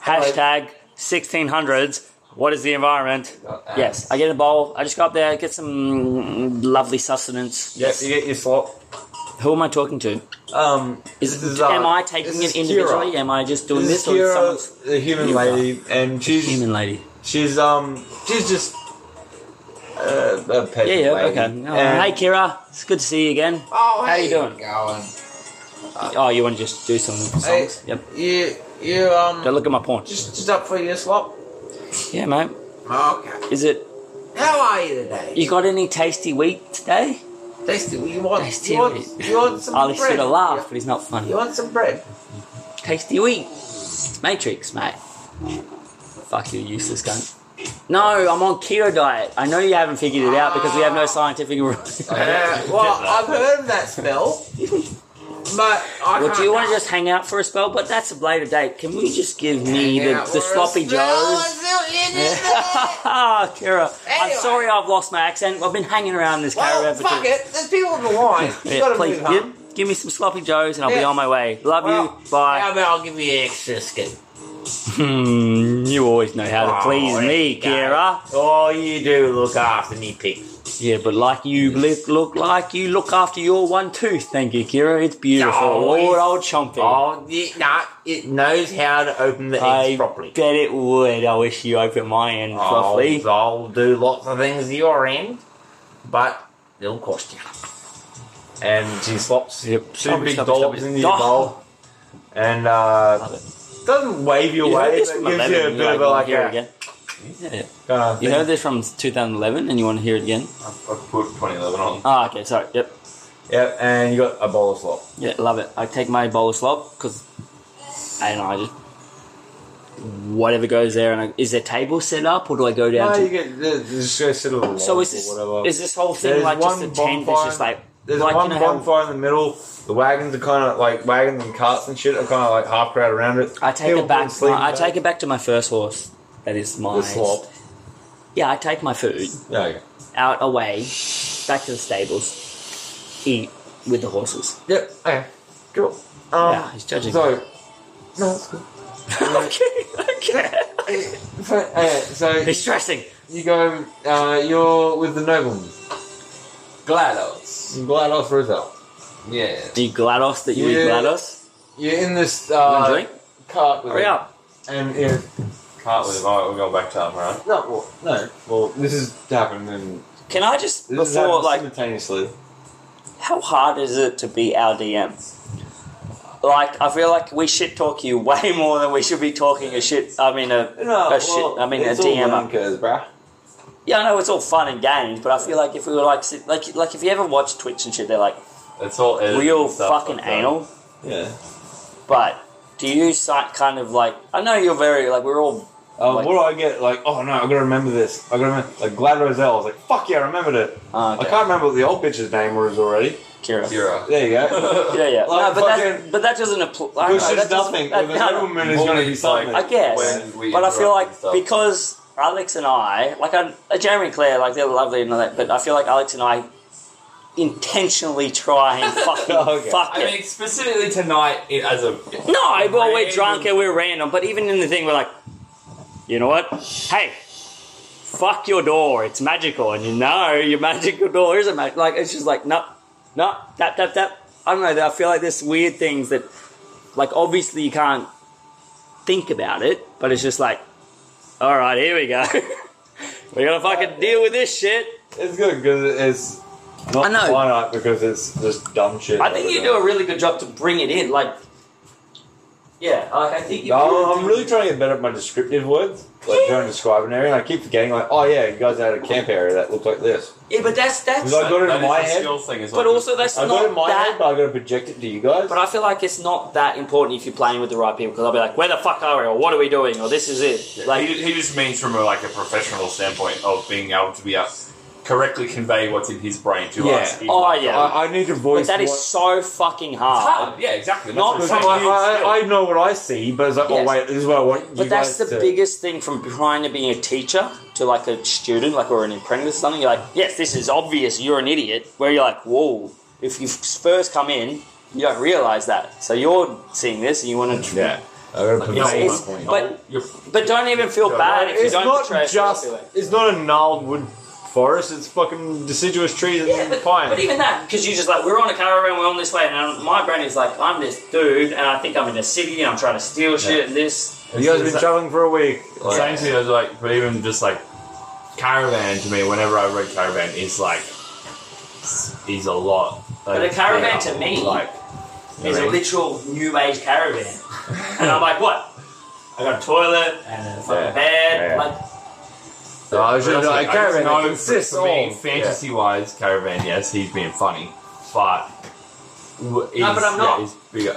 [SPEAKER 2] Hashtag 1600s. What is the environment? Yes, I get a bowl. I just go up there, get some lovely sustenance.
[SPEAKER 1] Yes, you get your slot.
[SPEAKER 2] Who am I talking to?
[SPEAKER 1] Um,
[SPEAKER 2] Is,
[SPEAKER 1] this is, uh,
[SPEAKER 2] am I taking
[SPEAKER 1] this
[SPEAKER 2] it
[SPEAKER 1] is
[SPEAKER 2] individually?
[SPEAKER 1] Kira.
[SPEAKER 2] Am I just doing
[SPEAKER 1] This is
[SPEAKER 2] this, or is someone
[SPEAKER 1] Kira, the human
[SPEAKER 2] You
[SPEAKER 1] lady, and she's
[SPEAKER 2] human lady?
[SPEAKER 1] she's um she's just uh, a peasant
[SPEAKER 2] Yeah, yeah,
[SPEAKER 1] lady.
[SPEAKER 2] okay. Oh,
[SPEAKER 1] And-
[SPEAKER 2] hey, Kira, it's good to see you again.
[SPEAKER 1] oh,
[SPEAKER 2] how you doing?
[SPEAKER 1] Going.
[SPEAKER 2] Oh, you want to just do some songs?
[SPEAKER 1] Hey,
[SPEAKER 2] Yep.
[SPEAKER 1] you you um
[SPEAKER 2] Go look at my porn.
[SPEAKER 1] just just up for your slop.
[SPEAKER 2] Yeah, mate.
[SPEAKER 1] Okay.
[SPEAKER 2] Is it?
[SPEAKER 1] How are you today?
[SPEAKER 2] You got any tasty wheat today?
[SPEAKER 1] Tasty. You want
[SPEAKER 2] Tasty
[SPEAKER 1] you want,
[SPEAKER 2] wheat.
[SPEAKER 1] you want some
[SPEAKER 2] Ali's
[SPEAKER 1] bread?
[SPEAKER 2] Oh, should have laughed, but he's not funny.
[SPEAKER 1] You want some bread?
[SPEAKER 2] Tasty wheat. Matrix, mate. Fuck you, useless cunt. No, I'm on keto diet. I know you haven't figured it out because we have no scientific [LAUGHS] rules.
[SPEAKER 1] Uh, well, I've heard of that spell, [LAUGHS] but I
[SPEAKER 2] Well,
[SPEAKER 1] can't.
[SPEAKER 2] do you want to just hang out for a spell? But that's a later date. Can we just give me the, the sloppy joes? [LAUGHS] Ah, Kira, I'm
[SPEAKER 1] Anyway.
[SPEAKER 2] sorry I've lost my accent. I've been hanging around this
[SPEAKER 1] Well,
[SPEAKER 2] caravan for
[SPEAKER 1] fuck
[SPEAKER 2] two-
[SPEAKER 1] it. There's people in the line.
[SPEAKER 2] [LAUGHS]
[SPEAKER 1] You
[SPEAKER 2] Yeah,
[SPEAKER 1] gotta
[SPEAKER 2] please
[SPEAKER 1] move home.
[SPEAKER 2] give, give me some sloppy joes and I'll be
[SPEAKER 1] Yeah.
[SPEAKER 2] on my way. Love
[SPEAKER 1] Well,
[SPEAKER 2] you. Bye.
[SPEAKER 1] How about I'll give you an extra scoop?
[SPEAKER 2] Hmm, you always know how to
[SPEAKER 1] Oh,
[SPEAKER 2] please me,
[SPEAKER 1] there you go.
[SPEAKER 2] Kira.
[SPEAKER 1] Oh, you do look after me, pig.
[SPEAKER 2] Yeah, but like you look, look like you look after your one tooth. Thank you, Kira. It's beautiful.
[SPEAKER 1] Oh,
[SPEAKER 2] Lord,
[SPEAKER 1] it's-
[SPEAKER 2] old chompy.
[SPEAKER 1] Oh, it, nah, it knows how to open the eggs
[SPEAKER 2] I
[SPEAKER 1] properly. Oh,
[SPEAKER 2] bet it would. I wish you opened my end
[SPEAKER 1] I'll,
[SPEAKER 2] properly.
[SPEAKER 1] I'll do lots of things at your end, but it'll cost you. And she slops
[SPEAKER 2] Yep.
[SPEAKER 1] two
[SPEAKER 2] Stop it,
[SPEAKER 1] big
[SPEAKER 2] stop it, stop
[SPEAKER 1] dollops
[SPEAKER 2] it.
[SPEAKER 1] into your
[SPEAKER 2] Oh.
[SPEAKER 1] bowl and uh,
[SPEAKER 2] Love it.
[SPEAKER 1] doesn't wave you
[SPEAKER 2] You heard
[SPEAKER 1] away,
[SPEAKER 2] this
[SPEAKER 1] but
[SPEAKER 2] from
[SPEAKER 1] gives you a
[SPEAKER 2] 11.
[SPEAKER 1] bit
[SPEAKER 2] You
[SPEAKER 1] of a,
[SPEAKER 2] like,
[SPEAKER 1] like
[SPEAKER 2] hear it
[SPEAKER 1] a,
[SPEAKER 2] again. Yeah.
[SPEAKER 1] uh,
[SPEAKER 2] You
[SPEAKER 1] thing.
[SPEAKER 2] heard this from 2011 and you want to hear it again?
[SPEAKER 3] I've put 2011 on.
[SPEAKER 2] Ah, okay, sorry. Yep.
[SPEAKER 1] Yep, and you got a bowl of slop.
[SPEAKER 2] Yeah, love it. I take my bowl of slop because I don't know. I just whatever goes there. And I, is there table set up, or do I go down
[SPEAKER 1] No,
[SPEAKER 2] to?
[SPEAKER 1] you get you just go sit at a
[SPEAKER 2] so
[SPEAKER 1] log
[SPEAKER 2] is this
[SPEAKER 1] or whatever.
[SPEAKER 2] is this whole thing
[SPEAKER 1] There's
[SPEAKER 2] like just a
[SPEAKER 1] one
[SPEAKER 2] tent that's
[SPEAKER 1] bonfire.
[SPEAKER 2] just like
[SPEAKER 1] There's
[SPEAKER 2] like
[SPEAKER 1] one
[SPEAKER 2] you know how-
[SPEAKER 1] bonfire in the middle. The wagons are kind of like wagons and carts and shit are kind of like half crowd around it.
[SPEAKER 2] I take
[SPEAKER 1] People
[SPEAKER 2] it back.
[SPEAKER 1] sleeping
[SPEAKER 2] I
[SPEAKER 1] bags.
[SPEAKER 2] take it back to my first horse. That is my
[SPEAKER 1] The slop.
[SPEAKER 2] Yeah, I take my food
[SPEAKER 1] Yeah, okay.
[SPEAKER 2] out away, back to the stables, eat with the horses.
[SPEAKER 1] Yep. Okay. Cool. Um,
[SPEAKER 2] yeah, he's judging.
[SPEAKER 1] So, no, that's good.
[SPEAKER 2] [LAUGHS] okay, okay.
[SPEAKER 1] So, uh, so
[SPEAKER 2] He's stressing.
[SPEAKER 1] you go. Uh, you're with the nobleman,
[SPEAKER 3] GLaDOS.
[SPEAKER 1] GLaDOS Roselle.
[SPEAKER 3] Yeah.
[SPEAKER 2] Are you GLaDOS that you eat
[SPEAKER 1] Yeah.
[SPEAKER 2] GLaDOS?
[SPEAKER 1] You're in this
[SPEAKER 2] Want
[SPEAKER 1] uh,
[SPEAKER 2] a drink?
[SPEAKER 1] cart with
[SPEAKER 2] Hurry
[SPEAKER 1] him,
[SPEAKER 2] up.
[SPEAKER 1] and you
[SPEAKER 3] Can't leave. Alright, we're going back to him, right?
[SPEAKER 1] no, well, no. Well, this has happened and
[SPEAKER 2] Can I just
[SPEAKER 1] this has
[SPEAKER 2] before
[SPEAKER 1] happened
[SPEAKER 2] like
[SPEAKER 1] simultaneously.
[SPEAKER 2] How hard is it to be our DM? Like, I feel like we shit talk you way [LAUGHS] more than we should be talking a shit. I mean, a,
[SPEAKER 1] No,
[SPEAKER 2] a shit.
[SPEAKER 1] well,
[SPEAKER 2] I mean, a
[SPEAKER 1] it's all
[SPEAKER 2] DM.
[SPEAKER 1] learning
[SPEAKER 2] up.
[SPEAKER 1] curves, bruh.
[SPEAKER 2] Yeah, I know it's all fun and games, but I feel like if we were like, sit- like, like if you ever watch Twitch and shit, they're like
[SPEAKER 3] It's all edited
[SPEAKER 2] real
[SPEAKER 3] and stuff
[SPEAKER 2] fucking
[SPEAKER 1] uh,
[SPEAKER 3] like that.
[SPEAKER 2] anal.
[SPEAKER 1] Yeah.
[SPEAKER 2] But do you si- kind of like? I know you're very like we're all
[SPEAKER 1] Um,
[SPEAKER 2] Like-
[SPEAKER 1] what do I get? Like, oh no, I gotta remember this. I gotta remember. Like Glad Roselle, I was like, fuck yeah, I remembered it.
[SPEAKER 2] Ah,
[SPEAKER 1] I
[SPEAKER 2] okay.
[SPEAKER 1] can't remember what the old bitch's name was already.
[SPEAKER 2] Kira.
[SPEAKER 3] Kira.
[SPEAKER 1] There you go.
[SPEAKER 2] Yeah, yeah.
[SPEAKER 1] Like
[SPEAKER 2] no, but, that,
[SPEAKER 1] fucking-
[SPEAKER 2] but that doesn't apply.
[SPEAKER 1] Because
[SPEAKER 2] that
[SPEAKER 1] there's
[SPEAKER 2] doesn't-
[SPEAKER 1] nothing.
[SPEAKER 2] that-
[SPEAKER 1] With a
[SPEAKER 2] no, no.
[SPEAKER 1] woman, there's gonna be
[SPEAKER 3] Bullying's like-
[SPEAKER 1] something.
[SPEAKER 2] I guess,
[SPEAKER 3] when we
[SPEAKER 2] but I feel
[SPEAKER 3] interact
[SPEAKER 2] like
[SPEAKER 3] and stuff.
[SPEAKER 2] because Alex and I, like I, uh, Jeremy and Claire, like they're lovely and all that, but I feel like Alex and I intentionally try
[SPEAKER 3] [LAUGHS]
[SPEAKER 2] and fucking
[SPEAKER 1] Okay.
[SPEAKER 2] fuck
[SPEAKER 3] I
[SPEAKER 2] it.
[SPEAKER 3] mean, specifically tonight it, as a.
[SPEAKER 2] no, well we're
[SPEAKER 3] Random.
[SPEAKER 2] drunk and we're random, but even in the thing we're like, you know what? Hey, fuck your door, it's magical, and you know your magical door isn't magic. Like it's just like no, no, tap tap tap. I don't know. I feel like there's weird things that, like, obviously you can't think about it, but it's just like, all right, here we go. [LAUGHS] We're gonna fucking deal with this shit.
[SPEAKER 1] It's good because it's not
[SPEAKER 2] I know.
[SPEAKER 1] finite because it's just dumb shit.
[SPEAKER 2] I think you do a really good job to bring it in. Like, yeah, like I think you.
[SPEAKER 1] No, I'm really trying to get better at my descriptive words, like trying to describe an area. And I keep forgetting, like, oh yeah, you guys had a camp area that looked like this.
[SPEAKER 2] Yeah, but that's that's.
[SPEAKER 1] Because I got it
[SPEAKER 3] That
[SPEAKER 1] in
[SPEAKER 3] is
[SPEAKER 1] my
[SPEAKER 3] a
[SPEAKER 1] head.
[SPEAKER 3] skill thing as well.
[SPEAKER 2] But also, that's
[SPEAKER 1] I got it in
[SPEAKER 2] not
[SPEAKER 1] my
[SPEAKER 2] that.
[SPEAKER 1] head, but I got to project it to you guys.
[SPEAKER 2] but I feel like it's not that important if you're playing with the right people because I'll be like, "Where the fuck are we?" or "What are we doing?" or "This is it." Like,
[SPEAKER 3] he, he just means from a, like a professional standpoint of being able to be able to correctly convey what's in his brain to
[SPEAKER 1] Yeah.
[SPEAKER 3] us. in,
[SPEAKER 2] Oh,
[SPEAKER 3] like,
[SPEAKER 2] yeah.
[SPEAKER 1] I, I need to
[SPEAKER 2] but
[SPEAKER 1] voice.
[SPEAKER 2] that is
[SPEAKER 1] what-
[SPEAKER 2] so fucking hard.
[SPEAKER 3] hard. Yeah, exactly. That's
[SPEAKER 2] Oh. Not
[SPEAKER 3] what I'm
[SPEAKER 1] Because
[SPEAKER 3] saying.
[SPEAKER 1] I, I, I know what I see, but it's like,
[SPEAKER 2] Yes.
[SPEAKER 1] oh wait, this is what I want you
[SPEAKER 2] But that's
[SPEAKER 1] guys
[SPEAKER 2] the
[SPEAKER 1] to-
[SPEAKER 2] biggest thing from trying to being a teacher to like a student, like or an apprentice or something. You're like, yes, this is obvious. You're an idiot. Where you're like, whoa. If you first come in, you don't realize that. So you're seeing this and you want to.
[SPEAKER 1] Yeah, I got to
[SPEAKER 2] It's,
[SPEAKER 1] portray
[SPEAKER 2] it's,
[SPEAKER 1] my point.
[SPEAKER 2] but
[SPEAKER 3] You're-
[SPEAKER 2] but don't even feel
[SPEAKER 3] Yeah,
[SPEAKER 2] bad if you
[SPEAKER 1] it's
[SPEAKER 2] don't
[SPEAKER 1] not
[SPEAKER 2] portray it
[SPEAKER 1] just.
[SPEAKER 2] properly.
[SPEAKER 1] It's not a gnarled wood forest. It's fucking deciduous trees and
[SPEAKER 2] Yeah, but,
[SPEAKER 1] pine.
[SPEAKER 2] but even that, because you're just like, we're on a caravan, we're on this way, and i my brain is like, I'm this dude, and I think I'm in a city, and I'm trying to steal shit, and this.
[SPEAKER 1] you guys been traveling for a week. Like,
[SPEAKER 3] Same thing as like, but even just like caravan to me. Whenever I read caravan, is like is a lot. Like,
[SPEAKER 2] But a caravan
[SPEAKER 3] yeah,
[SPEAKER 2] to me
[SPEAKER 3] like
[SPEAKER 2] is a literal new age caravan. and I'm like, what? I got a toilet, and a fucking
[SPEAKER 1] Yeah,
[SPEAKER 2] bed.
[SPEAKER 1] yeah.
[SPEAKER 2] Like,
[SPEAKER 1] No, I was
[SPEAKER 3] But
[SPEAKER 1] just
[SPEAKER 3] that's
[SPEAKER 1] like,
[SPEAKER 3] like, I just
[SPEAKER 1] caravan
[SPEAKER 3] know
[SPEAKER 1] that consists
[SPEAKER 3] for me,
[SPEAKER 1] of-
[SPEAKER 3] fantasy wise, caravan. Yes, he's being funny, but no,
[SPEAKER 2] but I'm not.
[SPEAKER 3] bigger.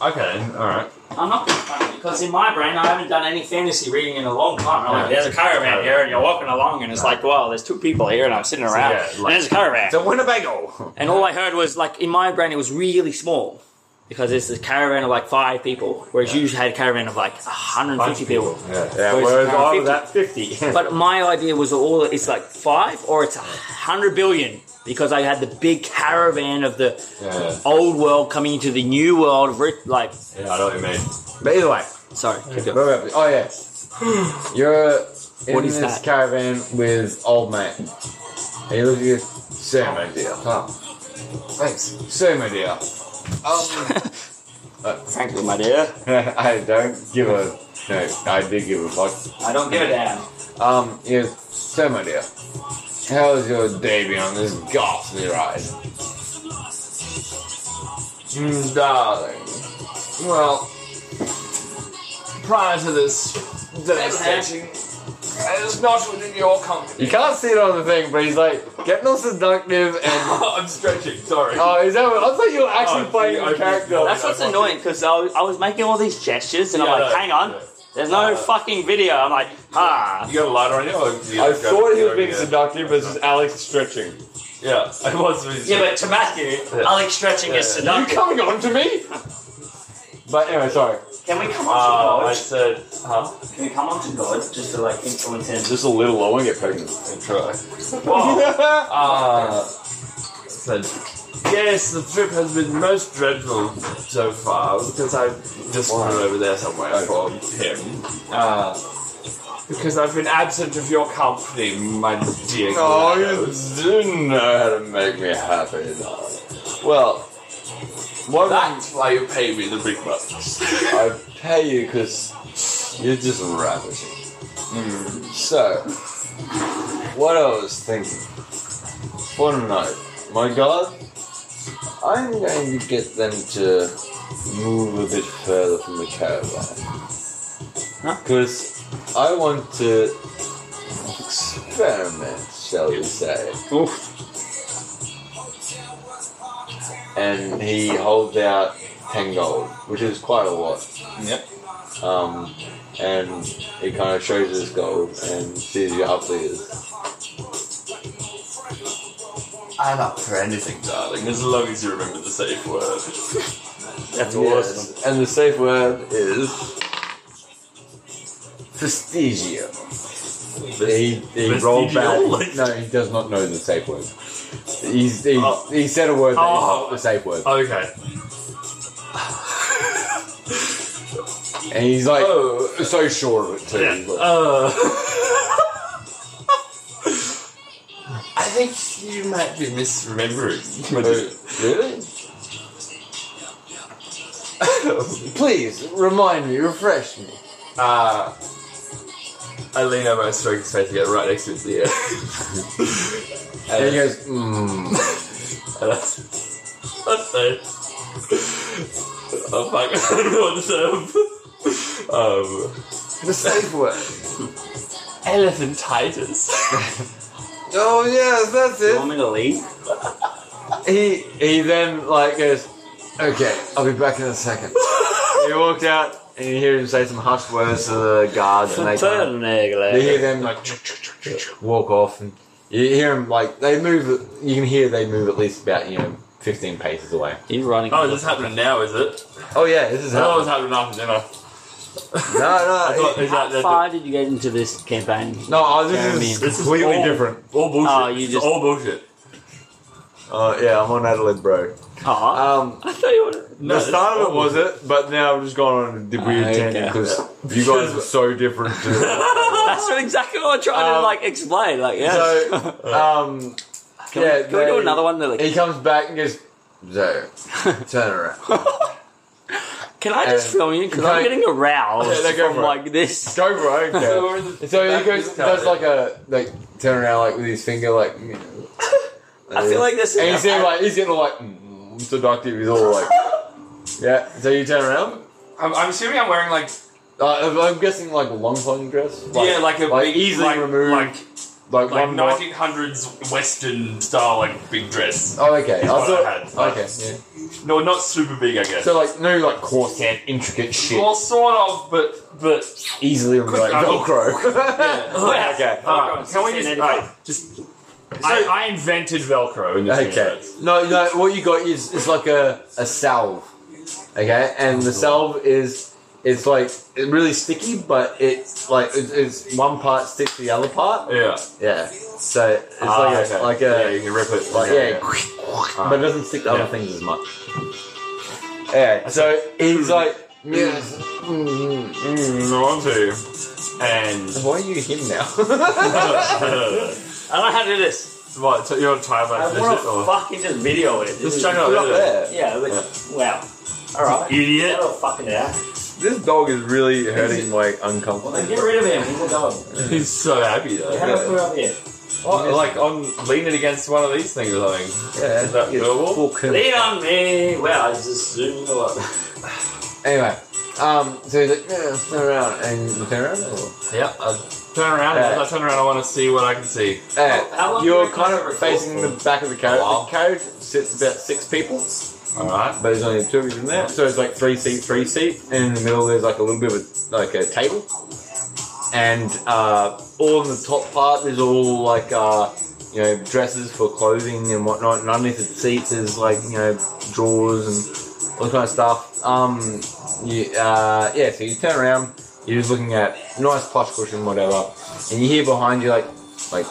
[SPEAKER 3] Okay, all right.
[SPEAKER 2] I'm not being funny, because in my brain, I haven't done any fantasy reading in a long time. I'm like,
[SPEAKER 3] Yeah.
[SPEAKER 2] there's a caravan
[SPEAKER 3] Caravan.
[SPEAKER 2] here, and you're walking along, and it's like, wow, there's two people here, and I'm sitting around,
[SPEAKER 3] yeah,
[SPEAKER 2] and
[SPEAKER 3] like-
[SPEAKER 2] there's a caravan.
[SPEAKER 1] It's a Winnebago.
[SPEAKER 2] And all I heard was like in my brain it was really small because it's a caravan of like five people, whereas you had a caravan of like 150 people.
[SPEAKER 1] Yeah,
[SPEAKER 2] whereas
[SPEAKER 1] whereas I was
[SPEAKER 2] 50.
[SPEAKER 1] at 50.
[SPEAKER 2] But my idea was all it's like five or it's a hundred billion because I had the big caravan of the
[SPEAKER 3] Yeah,
[SPEAKER 2] old world coming into the new world of rich, like
[SPEAKER 3] yeah, I know what you mean.
[SPEAKER 1] But either way,
[SPEAKER 2] sorry. keep
[SPEAKER 1] where were we?
[SPEAKER 2] going.
[SPEAKER 1] oh yeah, [GASPS] you're in
[SPEAKER 2] What is
[SPEAKER 1] this
[SPEAKER 2] that?
[SPEAKER 1] caravan with old mate. And you look at you, Sam, my dear. Oh, thanks, Sam, my dear.
[SPEAKER 2] [LAUGHS]
[SPEAKER 1] Um,
[SPEAKER 2] Frankly, my dear,
[SPEAKER 1] [LAUGHS] I don't give a no. I do give a fuck.
[SPEAKER 2] I don't give a damn.
[SPEAKER 1] Um, yeah, Sam, my dear. How has your day been on this ghastly ride? Mm, darling. Well,
[SPEAKER 3] Prior to this devastation, it was not within your company.
[SPEAKER 1] you can't see it on the thing, but he's like getting all seductive and.
[SPEAKER 3] [LAUGHS] I'm stretching. Sorry.
[SPEAKER 1] Oh, is that what? I thought you were actually
[SPEAKER 3] Oh,
[SPEAKER 1] playing a
[SPEAKER 3] yeah, I-
[SPEAKER 1] character.
[SPEAKER 2] That's what's annoying because I, was- I was making all these gestures and
[SPEAKER 3] Yeah,
[SPEAKER 2] I'm
[SPEAKER 3] I
[SPEAKER 2] like,
[SPEAKER 3] know.
[SPEAKER 2] hang on,
[SPEAKER 3] Yeah.
[SPEAKER 2] there's no fucking video. I'm like, ah,
[SPEAKER 3] you got a lighter on you? Or you
[SPEAKER 1] I
[SPEAKER 3] got-
[SPEAKER 1] thought he was being
[SPEAKER 3] yeah.
[SPEAKER 1] seductive, but it's just Alex stretching.
[SPEAKER 3] Yeah, [LAUGHS] I was. Being
[SPEAKER 2] yeah, but to Matthew, Alex stretching is
[SPEAKER 3] Yeah.
[SPEAKER 1] Are you
[SPEAKER 2] seductive.
[SPEAKER 1] coming on to me? But anyway, sorry.
[SPEAKER 2] Can we come
[SPEAKER 3] uh,
[SPEAKER 2] on
[SPEAKER 3] I
[SPEAKER 2] to
[SPEAKER 3] said, huh?
[SPEAKER 2] God? Can we come on to God just to like influence him?
[SPEAKER 1] Just a little. I won't get pregnant.
[SPEAKER 3] I try.
[SPEAKER 2] Whoa.
[SPEAKER 1] oh.
[SPEAKER 3] Uh, said, yes, the trip has been most dreadful so far because I just went over there somewhere
[SPEAKER 1] Oh.
[SPEAKER 3] from him. Uh, because I've been absent of your company, my dear.
[SPEAKER 1] [LAUGHS] Oh,
[SPEAKER 3] Glados.
[SPEAKER 1] you didn't know how to make me happy. darling. Well, one
[SPEAKER 3] That's why you pay me the big bucks.
[SPEAKER 1] I pay you because you're just ravishing. So, what I was thinking for tonight, my God, I'm going to get them to move a bit further from the caravan.
[SPEAKER 2] Huh?
[SPEAKER 1] Because I want to experiment, shall we say.
[SPEAKER 2] Oof.
[SPEAKER 1] And he holds out 10 gold, which is quite a lot.
[SPEAKER 3] Yep.
[SPEAKER 1] Um, and he kind of shows his gold and sees you up there.
[SPEAKER 3] I'm up for anything, darling, as long as you remember the safe word.
[SPEAKER 4] That's awesome.
[SPEAKER 1] Yes. And the safe word is. Prestigio. He, he rolled back.
[SPEAKER 3] Vestigial?
[SPEAKER 1] No, he does not know the safe word. He's, he,
[SPEAKER 3] Oh.
[SPEAKER 1] he said a word that is
[SPEAKER 3] Oh.
[SPEAKER 1] not the safe word.
[SPEAKER 3] Okay.
[SPEAKER 1] And he's like,
[SPEAKER 3] Oh.
[SPEAKER 1] so sure of it too.
[SPEAKER 3] Yeah.
[SPEAKER 1] He's like,
[SPEAKER 3] Uh, [LAUGHS] I think you might be misremembering.
[SPEAKER 1] "Oh, really? Please, remind me, refresh me.
[SPEAKER 3] Uh, I lean over and stroke his face again, right next to his ear.
[SPEAKER 1] And he
[SPEAKER 3] and
[SPEAKER 1] goes, mm.
[SPEAKER 3] and I, I say, oh fuck, I don't know what to say. [LAUGHS] Um,
[SPEAKER 1] The safe word.
[SPEAKER 3] elephantitis.
[SPEAKER 1] Oh, yes, that's
[SPEAKER 2] You
[SPEAKER 1] it.
[SPEAKER 2] want me to leave?
[SPEAKER 1] he he then like goes, okay, I'll be back in a second. he walked out and you hear him say some harsh words to the guards and they kind of, you hear
[SPEAKER 2] Turn
[SPEAKER 1] them like walk off and you hear them like they move. You can hear they move at least about you know fifteen paces away.
[SPEAKER 2] He's running.
[SPEAKER 3] Oh, this is happening now, is it?
[SPEAKER 1] Oh yeah, this is
[SPEAKER 3] I thought it was
[SPEAKER 1] how.
[SPEAKER 3] happening after dinner.
[SPEAKER 1] No,
[SPEAKER 3] I thought
[SPEAKER 1] no,
[SPEAKER 3] it was
[SPEAKER 2] How
[SPEAKER 3] like that-
[SPEAKER 2] far did you get into this campaign?
[SPEAKER 1] no. Oh,
[SPEAKER 2] Jeremy.
[SPEAKER 1] this is
[SPEAKER 3] This is
[SPEAKER 1] completely
[SPEAKER 3] all-
[SPEAKER 1] different.
[SPEAKER 3] All bullshit.
[SPEAKER 2] Oh, you
[SPEAKER 3] It's
[SPEAKER 2] just-
[SPEAKER 3] all bullshit.
[SPEAKER 1] Oh yeah, I'm on Adelaide, bro.
[SPEAKER 2] Oh,
[SPEAKER 1] Um,
[SPEAKER 2] [LAUGHS] I thought you were.
[SPEAKER 1] the
[SPEAKER 3] it's
[SPEAKER 1] start of it
[SPEAKER 3] all
[SPEAKER 1] was it, but now I've just gone on the weird
[SPEAKER 2] Okay.
[SPEAKER 1] tangent because you guys are so different. [LAUGHS] To
[SPEAKER 2] [LAUGHS] That's what- exactly what I tried to
[SPEAKER 1] Um,
[SPEAKER 2] like explain. Like, yeah.
[SPEAKER 1] So, uh, um,
[SPEAKER 2] can
[SPEAKER 1] yeah,
[SPEAKER 2] we, can we do
[SPEAKER 1] they-
[SPEAKER 2] another one? They're
[SPEAKER 1] He
[SPEAKER 2] Like,
[SPEAKER 1] comes back and goes, Zoe, turn around.
[SPEAKER 2] can I just
[SPEAKER 1] uh,
[SPEAKER 2] film you? Because I'm
[SPEAKER 1] okay.
[SPEAKER 2] getting aroused
[SPEAKER 1] Yeah, no, go
[SPEAKER 2] from
[SPEAKER 1] for it.
[SPEAKER 2] like this.
[SPEAKER 1] Go for it, I don't
[SPEAKER 3] We're in the
[SPEAKER 1] care. So he
[SPEAKER 3] back
[SPEAKER 1] goes,
[SPEAKER 3] of the
[SPEAKER 1] does
[SPEAKER 3] car.
[SPEAKER 1] like a, like, turn around, like, with his finger, like, you know.
[SPEAKER 2] I feel like this
[SPEAKER 1] And he's
[SPEAKER 2] is.
[SPEAKER 1] getting like, he's getting all like, mm, seductive, he's all
[SPEAKER 3] [LAUGHS]
[SPEAKER 1] like, yeah. So you turn around?
[SPEAKER 3] I'm, I'm assuming I'm wearing like
[SPEAKER 1] Uh, I'm guessing, like, a long flowing dress?
[SPEAKER 3] yeah, like a big,
[SPEAKER 1] easily
[SPEAKER 3] like,
[SPEAKER 1] removed,
[SPEAKER 3] like,
[SPEAKER 1] like,
[SPEAKER 3] like
[SPEAKER 1] one more.
[SPEAKER 3] 1900s Western style like big dress.
[SPEAKER 1] Oh, okay. I
[SPEAKER 3] what I
[SPEAKER 1] thought,
[SPEAKER 3] had, like-
[SPEAKER 1] okay, yeah.
[SPEAKER 3] No, not super big, I guess.
[SPEAKER 1] So, like, no, like, corset, intricate shit.
[SPEAKER 3] well, sort of, but but
[SPEAKER 1] easily removed, like,
[SPEAKER 3] I will-
[SPEAKER 1] [LAUGHS] Velcro.
[SPEAKER 3] yeah.
[SPEAKER 1] [LAUGHS]
[SPEAKER 3] Alright,
[SPEAKER 1] okay.
[SPEAKER 3] alright, uh, can we just
[SPEAKER 2] Just-
[SPEAKER 3] alright, just? I, I invented Velcro in this
[SPEAKER 1] Okay.
[SPEAKER 3] universe.
[SPEAKER 1] No, no. What you got is it's like a, a salve. Okay, and the salve is it's like it really sticky, but it's like it's, it's one part sticks to the other part.
[SPEAKER 3] Yeah.
[SPEAKER 1] Yeah. So it's
[SPEAKER 3] Ah,
[SPEAKER 1] like a,
[SPEAKER 3] okay.
[SPEAKER 1] like
[SPEAKER 3] yeah,
[SPEAKER 1] a
[SPEAKER 3] you can rip it.
[SPEAKER 1] like yeah, Ah. but it doesn't stick to other
[SPEAKER 3] Yeah.
[SPEAKER 1] things as much. Yeah. So he's like. Yes.
[SPEAKER 3] Mm, I want to. And
[SPEAKER 1] Why are you him [LAUGHS] now?
[SPEAKER 2] I don't know how to do this.
[SPEAKER 3] what? So you're on time
[SPEAKER 2] I
[SPEAKER 3] lapse, is
[SPEAKER 2] want
[SPEAKER 3] it?
[SPEAKER 2] to
[SPEAKER 3] Or?
[SPEAKER 2] fucking just video it.
[SPEAKER 3] Just check it out.
[SPEAKER 1] Put it up there.
[SPEAKER 2] Yeah, but, wow. Alright.
[SPEAKER 3] Idiot.
[SPEAKER 2] That'll fucking it out.
[SPEAKER 1] This dog is really hurting like uncomfortable.
[SPEAKER 2] Get rid of him. He's a dog.
[SPEAKER 3] [LAUGHS] He's so happy though.
[SPEAKER 2] How do I put it up here?
[SPEAKER 3] Oh, like on leaning against one of these things or something.
[SPEAKER 1] Yeah,
[SPEAKER 3] Is that
[SPEAKER 1] he's
[SPEAKER 3] doable?
[SPEAKER 1] fucking-
[SPEAKER 2] Lean on me. Wow, it's just zooming a lot.
[SPEAKER 1] Anyway, um, so he's like, yeah, turn around, and you turn around. Or?
[SPEAKER 3] Yeah. I turn around.
[SPEAKER 1] Yeah.
[SPEAKER 3] As I turn around, I want to see what I can see.
[SPEAKER 1] Uh,
[SPEAKER 2] Oh, How long do
[SPEAKER 1] you're
[SPEAKER 2] you
[SPEAKER 1] kind
[SPEAKER 2] reckon
[SPEAKER 1] of
[SPEAKER 2] that record
[SPEAKER 1] facing the back of the carriage.
[SPEAKER 3] Wow.
[SPEAKER 1] The carriage sits about six people,
[SPEAKER 3] All right.
[SPEAKER 1] but there's only two of you in there. So it's like three seat, three seat, and in the middle there's like a little bit of a, like a table, and uh, all in the top part there's all like uh, you know dresses for clothing and whatnot, and underneath the seats there's like you know drawers and all kind of stuff. Um, you, uh, yeah, so you turn around, you're just looking at nice plush cushion, whatever, and you hear behind you like like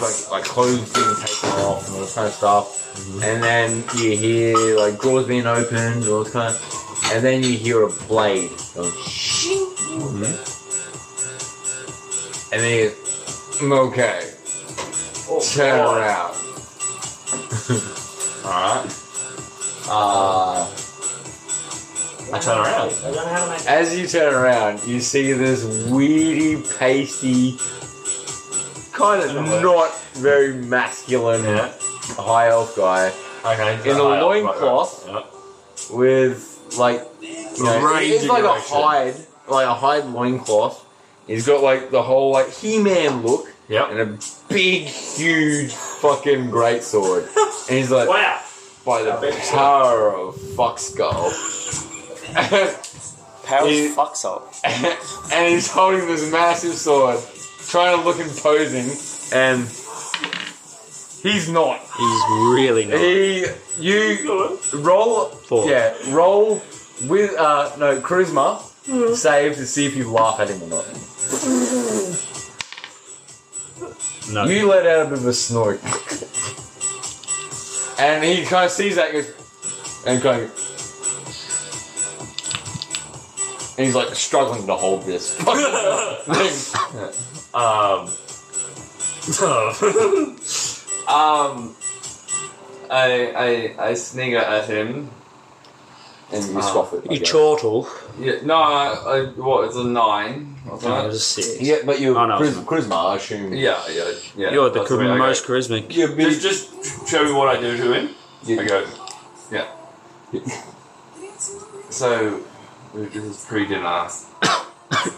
[SPEAKER 1] like, like clothes being taken off and all this kind of stuff. And then you hear like drawers being opened and all this kind of, and then you hear a blade going shing. And then you, "Mm, okay,
[SPEAKER 2] Oh,
[SPEAKER 1] turn
[SPEAKER 2] God.
[SPEAKER 1] around.
[SPEAKER 3] All right.
[SPEAKER 1] Uh,
[SPEAKER 3] I turn around.
[SPEAKER 2] I don't know how to make
[SPEAKER 1] as you turn around, you see this weedy, pasty, kind of not very masculine
[SPEAKER 3] Yeah.
[SPEAKER 1] high elf guy
[SPEAKER 3] Okay. Uh,
[SPEAKER 1] In a
[SPEAKER 3] Right, right,
[SPEAKER 1] loincloth.
[SPEAKER 3] right, right.
[SPEAKER 1] with like you know,
[SPEAKER 3] Rage
[SPEAKER 1] it's like
[SPEAKER 3] direction.
[SPEAKER 1] a hide, like a hide loincloth. He's got like the whole like He-Man look
[SPEAKER 3] Yep.
[SPEAKER 1] and a big, huge fucking great sword. and he's like,
[SPEAKER 4] Wow.
[SPEAKER 1] by the power of fuck skull.
[SPEAKER 4] Powers
[SPEAKER 1] You-
[SPEAKER 4] fuck soul.
[SPEAKER 1] [LAUGHS] and he's holding this massive sword, trying to look imposing, and he's not.
[SPEAKER 2] He's really not.
[SPEAKER 1] He, you roll,
[SPEAKER 2] Four.
[SPEAKER 1] yeah, roll with uh no charisma, save to see if you laugh at him or not.
[SPEAKER 2] No.
[SPEAKER 1] You let out a bit of a snort, and he kind of sees that and goes, and kind of, and he's like struggling to hold [LAUGHS] this. thing.
[SPEAKER 3] Um.
[SPEAKER 1] um,
[SPEAKER 3] I, I I snigger at him.
[SPEAKER 1] and you
[SPEAKER 3] Uh,
[SPEAKER 1] scoff it. I
[SPEAKER 2] You
[SPEAKER 1] guess.
[SPEAKER 2] chortle.
[SPEAKER 3] Yeah, no, I, I, what? It's a nine. Wasn't
[SPEAKER 2] No, it
[SPEAKER 3] it?
[SPEAKER 2] was a six.
[SPEAKER 1] Yeah, but you're
[SPEAKER 2] Oh, no,
[SPEAKER 1] charisma, charisma, I assume.
[SPEAKER 3] Yeah, yeah, yeah.
[SPEAKER 2] You're the
[SPEAKER 3] That's way I go.
[SPEAKER 2] most
[SPEAKER 1] [LAUGHS]
[SPEAKER 2] charismatic.
[SPEAKER 1] You're a bit-
[SPEAKER 3] Just, just show me what I do to him.
[SPEAKER 1] Yeah.
[SPEAKER 3] I go, yeah. So, this is pre dinner.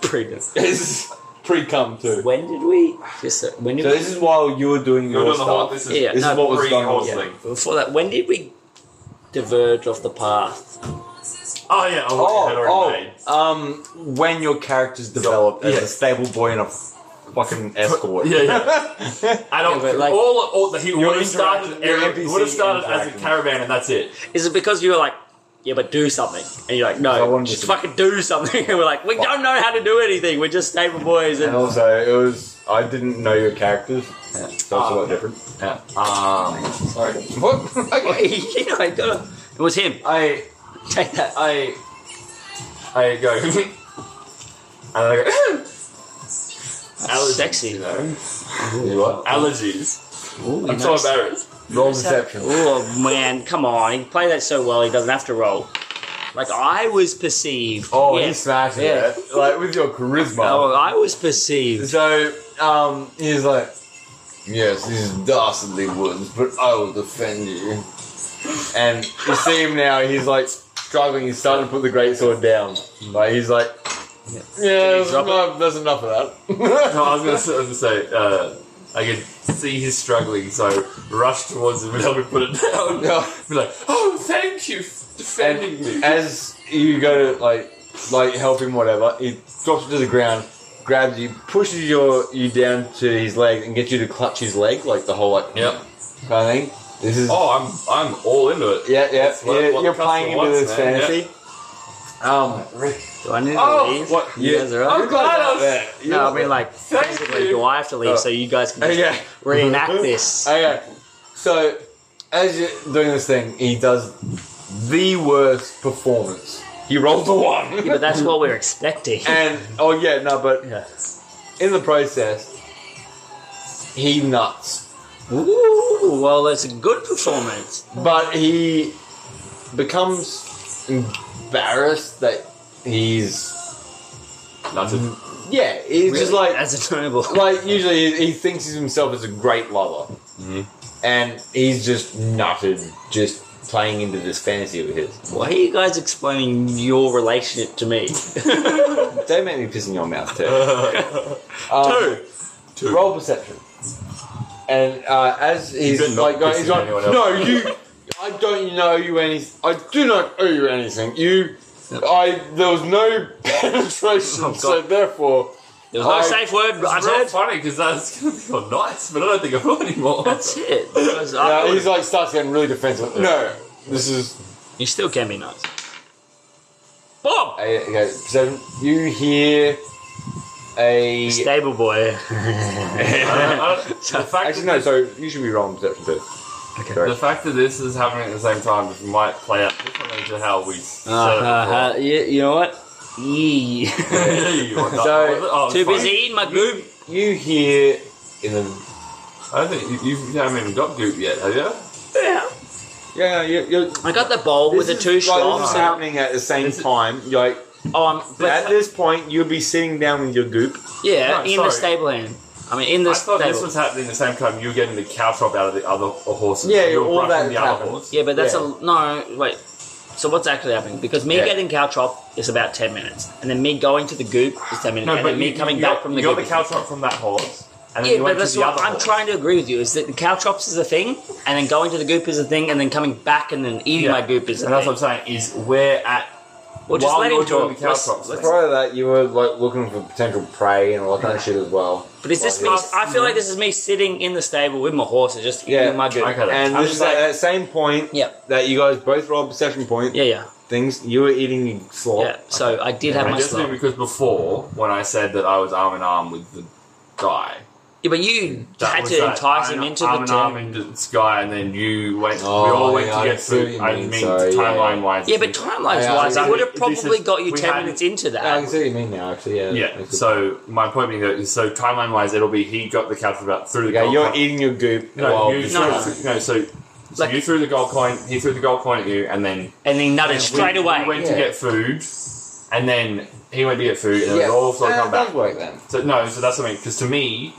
[SPEAKER 2] Pregnant.
[SPEAKER 1] This is pre cum too.
[SPEAKER 2] When did we? Just, uh, when did
[SPEAKER 1] So
[SPEAKER 2] we?
[SPEAKER 1] this is while you were doing your
[SPEAKER 3] You're doing the
[SPEAKER 1] stuff.
[SPEAKER 3] whole, this is
[SPEAKER 2] Yeah,
[SPEAKER 1] this
[SPEAKER 2] no,
[SPEAKER 1] is what was
[SPEAKER 3] pre
[SPEAKER 1] going on.
[SPEAKER 3] horse
[SPEAKER 2] Yeah.
[SPEAKER 3] thing.
[SPEAKER 2] Before that, when did we diverge off the path?
[SPEAKER 3] Oh, yeah, I had already
[SPEAKER 1] Oh,
[SPEAKER 3] made.
[SPEAKER 1] oh, um, when your character's developed as
[SPEAKER 3] yeah.
[SPEAKER 1] a stable boy and a fucking escort.
[SPEAKER 3] Yeah, yeah. I don't.
[SPEAKER 2] Yeah, but, like,
[SPEAKER 3] all, all the, he would have started.
[SPEAKER 1] interaction- your
[SPEAKER 3] every-
[SPEAKER 1] NPC
[SPEAKER 3] Would have started as a
[SPEAKER 1] interaction.
[SPEAKER 3] caravan, and that's it.
[SPEAKER 2] Is it because you were like, yeah, but do something, and you're like,
[SPEAKER 1] I
[SPEAKER 2] no,
[SPEAKER 1] wanted
[SPEAKER 2] just
[SPEAKER 1] to-
[SPEAKER 2] fucking do something, [LAUGHS] and we're like, we don't know how to do anything. We're just stable boys,
[SPEAKER 1] And
[SPEAKER 2] and
[SPEAKER 1] also, it was I didn't know your characters, so it's a lot
[SPEAKER 3] Um,
[SPEAKER 1] different.
[SPEAKER 3] Yeah. Um.
[SPEAKER 1] Sorry. What? [LAUGHS] okay.
[SPEAKER 2] [LAUGHS] you know, I gotta- it was him.
[SPEAKER 3] I
[SPEAKER 2] Take that.
[SPEAKER 3] I I go [LAUGHS] and then I go
[SPEAKER 2] Allergy. Sexy though.
[SPEAKER 1] You what?
[SPEAKER 3] allergies.
[SPEAKER 2] Ooh,
[SPEAKER 3] I'm so embarrassed.
[SPEAKER 1] Roll deception.
[SPEAKER 2] Oh man, come on! He played that so well. He doesn't have to roll. Like I was perceived.
[SPEAKER 1] Oh,
[SPEAKER 2] yeah.
[SPEAKER 1] he smashed
[SPEAKER 2] Yeah.
[SPEAKER 1] it. Like with your charisma.
[SPEAKER 2] Oh, I was perceived.
[SPEAKER 1] So, um, he's like, Yes, these are dastardly woods, but I will defend you. And you see him now, he's like struggling, he's starting to put the greatsword down. Like, he's like, Yeah,
[SPEAKER 2] Did
[SPEAKER 1] that's
[SPEAKER 2] he drop
[SPEAKER 1] enough, that's enough of
[SPEAKER 2] [LAUGHS]
[SPEAKER 3] No,
[SPEAKER 1] that. [LAUGHS]
[SPEAKER 3] I was gonna, s- I was gonna say uh, I could see he's struggling, so rush towards him and help me put it down.
[SPEAKER 1] Yeah.
[SPEAKER 3] Be like, oh, thank you for defending
[SPEAKER 1] and
[SPEAKER 3] me.
[SPEAKER 1] as you go to like, like help him, whatever, he drops it to the ground, grabs you, pushes your you down to his leg, and gets you to clutch his leg, like the whole like
[SPEAKER 3] Yep.
[SPEAKER 1] kind of thing. This is
[SPEAKER 3] Oh, I'm I'm all into it.
[SPEAKER 1] Yeah, yeah.
[SPEAKER 3] what-
[SPEAKER 1] you're
[SPEAKER 3] what
[SPEAKER 1] you're
[SPEAKER 3] the
[SPEAKER 1] playing
[SPEAKER 3] customer
[SPEAKER 1] into this
[SPEAKER 3] wants, man,
[SPEAKER 1] fantasy. Um,
[SPEAKER 2] Do I need to
[SPEAKER 3] Oh,
[SPEAKER 2] leave?
[SPEAKER 3] what-
[SPEAKER 2] You
[SPEAKER 1] yeah.
[SPEAKER 2] guys are up.
[SPEAKER 1] I'm glad I was
[SPEAKER 2] No, I
[SPEAKER 1] [LAUGHS]
[SPEAKER 2] mean like
[SPEAKER 3] Thank
[SPEAKER 2] basically,
[SPEAKER 3] you.
[SPEAKER 2] do I have to leave
[SPEAKER 1] Oh.
[SPEAKER 2] so you guys can just
[SPEAKER 1] Okay.
[SPEAKER 2] reenact this?
[SPEAKER 1] Okay. So, as you're doing this thing, he does the worst performance. He rolls a one.
[SPEAKER 2] Yeah, but that's what we're expecting.
[SPEAKER 1] and oh yeah, no, but
[SPEAKER 2] Yeah.
[SPEAKER 1] in the process, he nuts.
[SPEAKER 2] Ooh, well, that's a good performance.
[SPEAKER 1] But he becomes embarrassed that he's
[SPEAKER 3] That's it.
[SPEAKER 1] yeah. He's just
[SPEAKER 2] Really,
[SPEAKER 1] like
[SPEAKER 2] as a noble.
[SPEAKER 1] like usually he, he thinks of himself as a great lover, and he's just nutted, just playing into this fantasy of his.
[SPEAKER 2] Why are you guys explaining your relationship to me?
[SPEAKER 1] Don't make me piss in your mouth,
[SPEAKER 3] [LAUGHS]
[SPEAKER 1] too. um,
[SPEAKER 3] Two.
[SPEAKER 1] Roll perception, and uh, as he's
[SPEAKER 3] better not
[SPEAKER 1] like, going,
[SPEAKER 3] piss
[SPEAKER 1] he's
[SPEAKER 3] in
[SPEAKER 1] like,
[SPEAKER 3] anyone else.
[SPEAKER 1] no, you, I don't know you any, I do not owe you anything. You, I, there was no [LAUGHS] penetration,
[SPEAKER 3] Oh,
[SPEAKER 1] so therefore,
[SPEAKER 2] There was no
[SPEAKER 1] I-
[SPEAKER 2] safe word
[SPEAKER 3] It's real
[SPEAKER 2] uttered.
[SPEAKER 3] funny because that's gonna be all nice, but I don't think I will [LAUGHS] anymore.
[SPEAKER 2] That's it. Because I
[SPEAKER 1] uh,
[SPEAKER 2] would've-
[SPEAKER 1] he's like starts getting really defensive. No, this is
[SPEAKER 2] you still can be nice. Bob!
[SPEAKER 1] Uh, okay, so you hear a.
[SPEAKER 2] Stable boy.
[SPEAKER 3] I don't- I don't- the fact
[SPEAKER 1] Actually,
[SPEAKER 3] that
[SPEAKER 1] no, so you should be wrong perception too.
[SPEAKER 2] Okay.
[SPEAKER 1] Sorry.
[SPEAKER 3] The fact that this is happening at the same time just might play out differently to how
[SPEAKER 2] Uh,
[SPEAKER 3] we [LAUGHS] said
[SPEAKER 2] uh, you, you know what? Yee.
[SPEAKER 3] it before.
[SPEAKER 1] So,
[SPEAKER 3] oh,
[SPEAKER 2] Too
[SPEAKER 3] fuck.
[SPEAKER 2] busy eating my goop.
[SPEAKER 1] You hear in the.
[SPEAKER 3] I don't think you, you haven't even got goop yet, have you?
[SPEAKER 2] Yeah.
[SPEAKER 1] Yeah, you, you
[SPEAKER 2] I got the bowl with the two
[SPEAKER 1] This
[SPEAKER 2] schlocks.
[SPEAKER 1] is happening at the same time. Like,
[SPEAKER 2] oh, I'm,
[SPEAKER 1] at
[SPEAKER 2] but,
[SPEAKER 1] this point, you'll be sitting down with your goop.
[SPEAKER 2] yeah,
[SPEAKER 3] No,
[SPEAKER 2] in
[SPEAKER 3] sorry.
[SPEAKER 2] the stable hand. I mean, in the
[SPEAKER 3] I thought
[SPEAKER 2] stable.
[SPEAKER 3] this was happening at the same time you were getting the cow chop out of the other horses.
[SPEAKER 1] Yeah,
[SPEAKER 3] you were
[SPEAKER 1] all that
[SPEAKER 3] brushing the other
[SPEAKER 1] happened.
[SPEAKER 3] horse.
[SPEAKER 2] yeah, but that's
[SPEAKER 1] yeah.
[SPEAKER 2] a no. Wait, So what's actually happening? Because me
[SPEAKER 3] Yeah.
[SPEAKER 2] getting cow chop is about ten minutes, and then me going to the goop is ten minutes,
[SPEAKER 3] No,
[SPEAKER 2] and
[SPEAKER 3] but
[SPEAKER 2] then me
[SPEAKER 3] you,
[SPEAKER 2] coming
[SPEAKER 3] you
[SPEAKER 2] back
[SPEAKER 3] got,
[SPEAKER 2] from
[SPEAKER 3] you
[SPEAKER 2] the
[SPEAKER 3] got
[SPEAKER 2] goop.
[SPEAKER 3] the
[SPEAKER 2] is-
[SPEAKER 3] cow trot from that horse, and then
[SPEAKER 2] yeah,
[SPEAKER 3] you
[SPEAKER 2] but
[SPEAKER 3] went to
[SPEAKER 2] that's
[SPEAKER 3] the
[SPEAKER 2] what
[SPEAKER 3] other
[SPEAKER 2] I'm
[SPEAKER 3] horse.
[SPEAKER 2] trying to agree with you. Is that the cow chops is a thing, and then going to the goop is a thing, and then coming back and then eating
[SPEAKER 3] Yeah.
[SPEAKER 2] my goop is a
[SPEAKER 3] And that's
[SPEAKER 2] thing.
[SPEAKER 3] what I'm saying is we're at.
[SPEAKER 2] Well, just
[SPEAKER 3] while
[SPEAKER 2] let him
[SPEAKER 3] you're doing
[SPEAKER 2] talk.
[SPEAKER 3] the cow
[SPEAKER 2] Let's-
[SPEAKER 3] trot,
[SPEAKER 2] let's-
[SPEAKER 1] Prior to that, you were like looking for potential prey and all that kind of shit as well.
[SPEAKER 2] But is this me?
[SPEAKER 1] While
[SPEAKER 2] I feel like this is me sitting in the stable with my horse and just
[SPEAKER 1] Yeah.
[SPEAKER 2] eating my goop.
[SPEAKER 3] Okay.
[SPEAKER 1] he- And
[SPEAKER 2] I'm
[SPEAKER 1] this
[SPEAKER 2] just
[SPEAKER 1] is at
[SPEAKER 2] like-
[SPEAKER 1] that same point
[SPEAKER 2] Yeah,
[SPEAKER 1] that you guys both rolled perception point
[SPEAKER 2] yeah, yeah,
[SPEAKER 1] things. You were eating your slop.
[SPEAKER 2] yeah. So I did have
[SPEAKER 3] And
[SPEAKER 2] my
[SPEAKER 3] just
[SPEAKER 2] slot.
[SPEAKER 3] because before, when I said that I was arm in arm with the guy,
[SPEAKER 2] Yeah, but you
[SPEAKER 3] that
[SPEAKER 2] had
[SPEAKER 3] was
[SPEAKER 2] to
[SPEAKER 3] that
[SPEAKER 2] entice
[SPEAKER 3] arm
[SPEAKER 2] him
[SPEAKER 3] in-
[SPEAKER 2] into
[SPEAKER 3] arm
[SPEAKER 2] the
[SPEAKER 3] in arm
[SPEAKER 2] tent.
[SPEAKER 3] into this guy, and then you went.
[SPEAKER 1] Oh,
[SPEAKER 3] we all went
[SPEAKER 1] yeah, I
[SPEAKER 3] to get
[SPEAKER 1] see what
[SPEAKER 3] food.
[SPEAKER 1] you
[SPEAKER 3] I
[SPEAKER 1] mean,
[SPEAKER 3] mean,
[SPEAKER 1] sorry, yeah,
[SPEAKER 3] timeline wise.
[SPEAKER 2] Yeah, but timelines
[SPEAKER 1] Yeah,
[SPEAKER 2] wise, I
[SPEAKER 1] yeah.
[SPEAKER 2] would have
[SPEAKER 3] This is-
[SPEAKER 2] probably got you
[SPEAKER 3] we
[SPEAKER 2] ten
[SPEAKER 3] had-
[SPEAKER 2] minutes into
[SPEAKER 1] I can
[SPEAKER 2] that.
[SPEAKER 1] see what you mean now, actually. Yeah.
[SPEAKER 3] Yeah.
[SPEAKER 1] Makes it-
[SPEAKER 3] So my point being that so timeline wise, it'll be he got the couch about through the.
[SPEAKER 1] Okay,
[SPEAKER 3] gold
[SPEAKER 1] you're
[SPEAKER 3] coin.
[SPEAKER 1] eating your goop.
[SPEAKER 3] No,
[SPEAKER 1] while
[SPEAKER 3] you
[SPEAKER 1] this-
[SPEAKER 3] threw,
[SPEAKER 2] no.
[SPEAKER 3] no. So, so
[SPEAKER 2] Like-
[SPEAKER 3] you threw the gold coin. He threw the gold coin at you, and then
[SPEAKER 2] And then nutted straight
[SPEAKER 3] we,
[SPEAKER 2] away.
[SPEAKER 3] We went
[SPEAKER 1] Yeah.
[SPEAKER 3] to get food, and then he went to get food, and
[SPEAKER 1] Yeah.
[SPEAKER 3] it all flow
[SPEAKER 1] Ah,
[SPEAKER 3] come
[SPEAKER 1] it
[SPEAKER 3] back.
[SPEAKER 1] does work then.
[SPEAKER 3] So no, so that's what I mean. Because to me,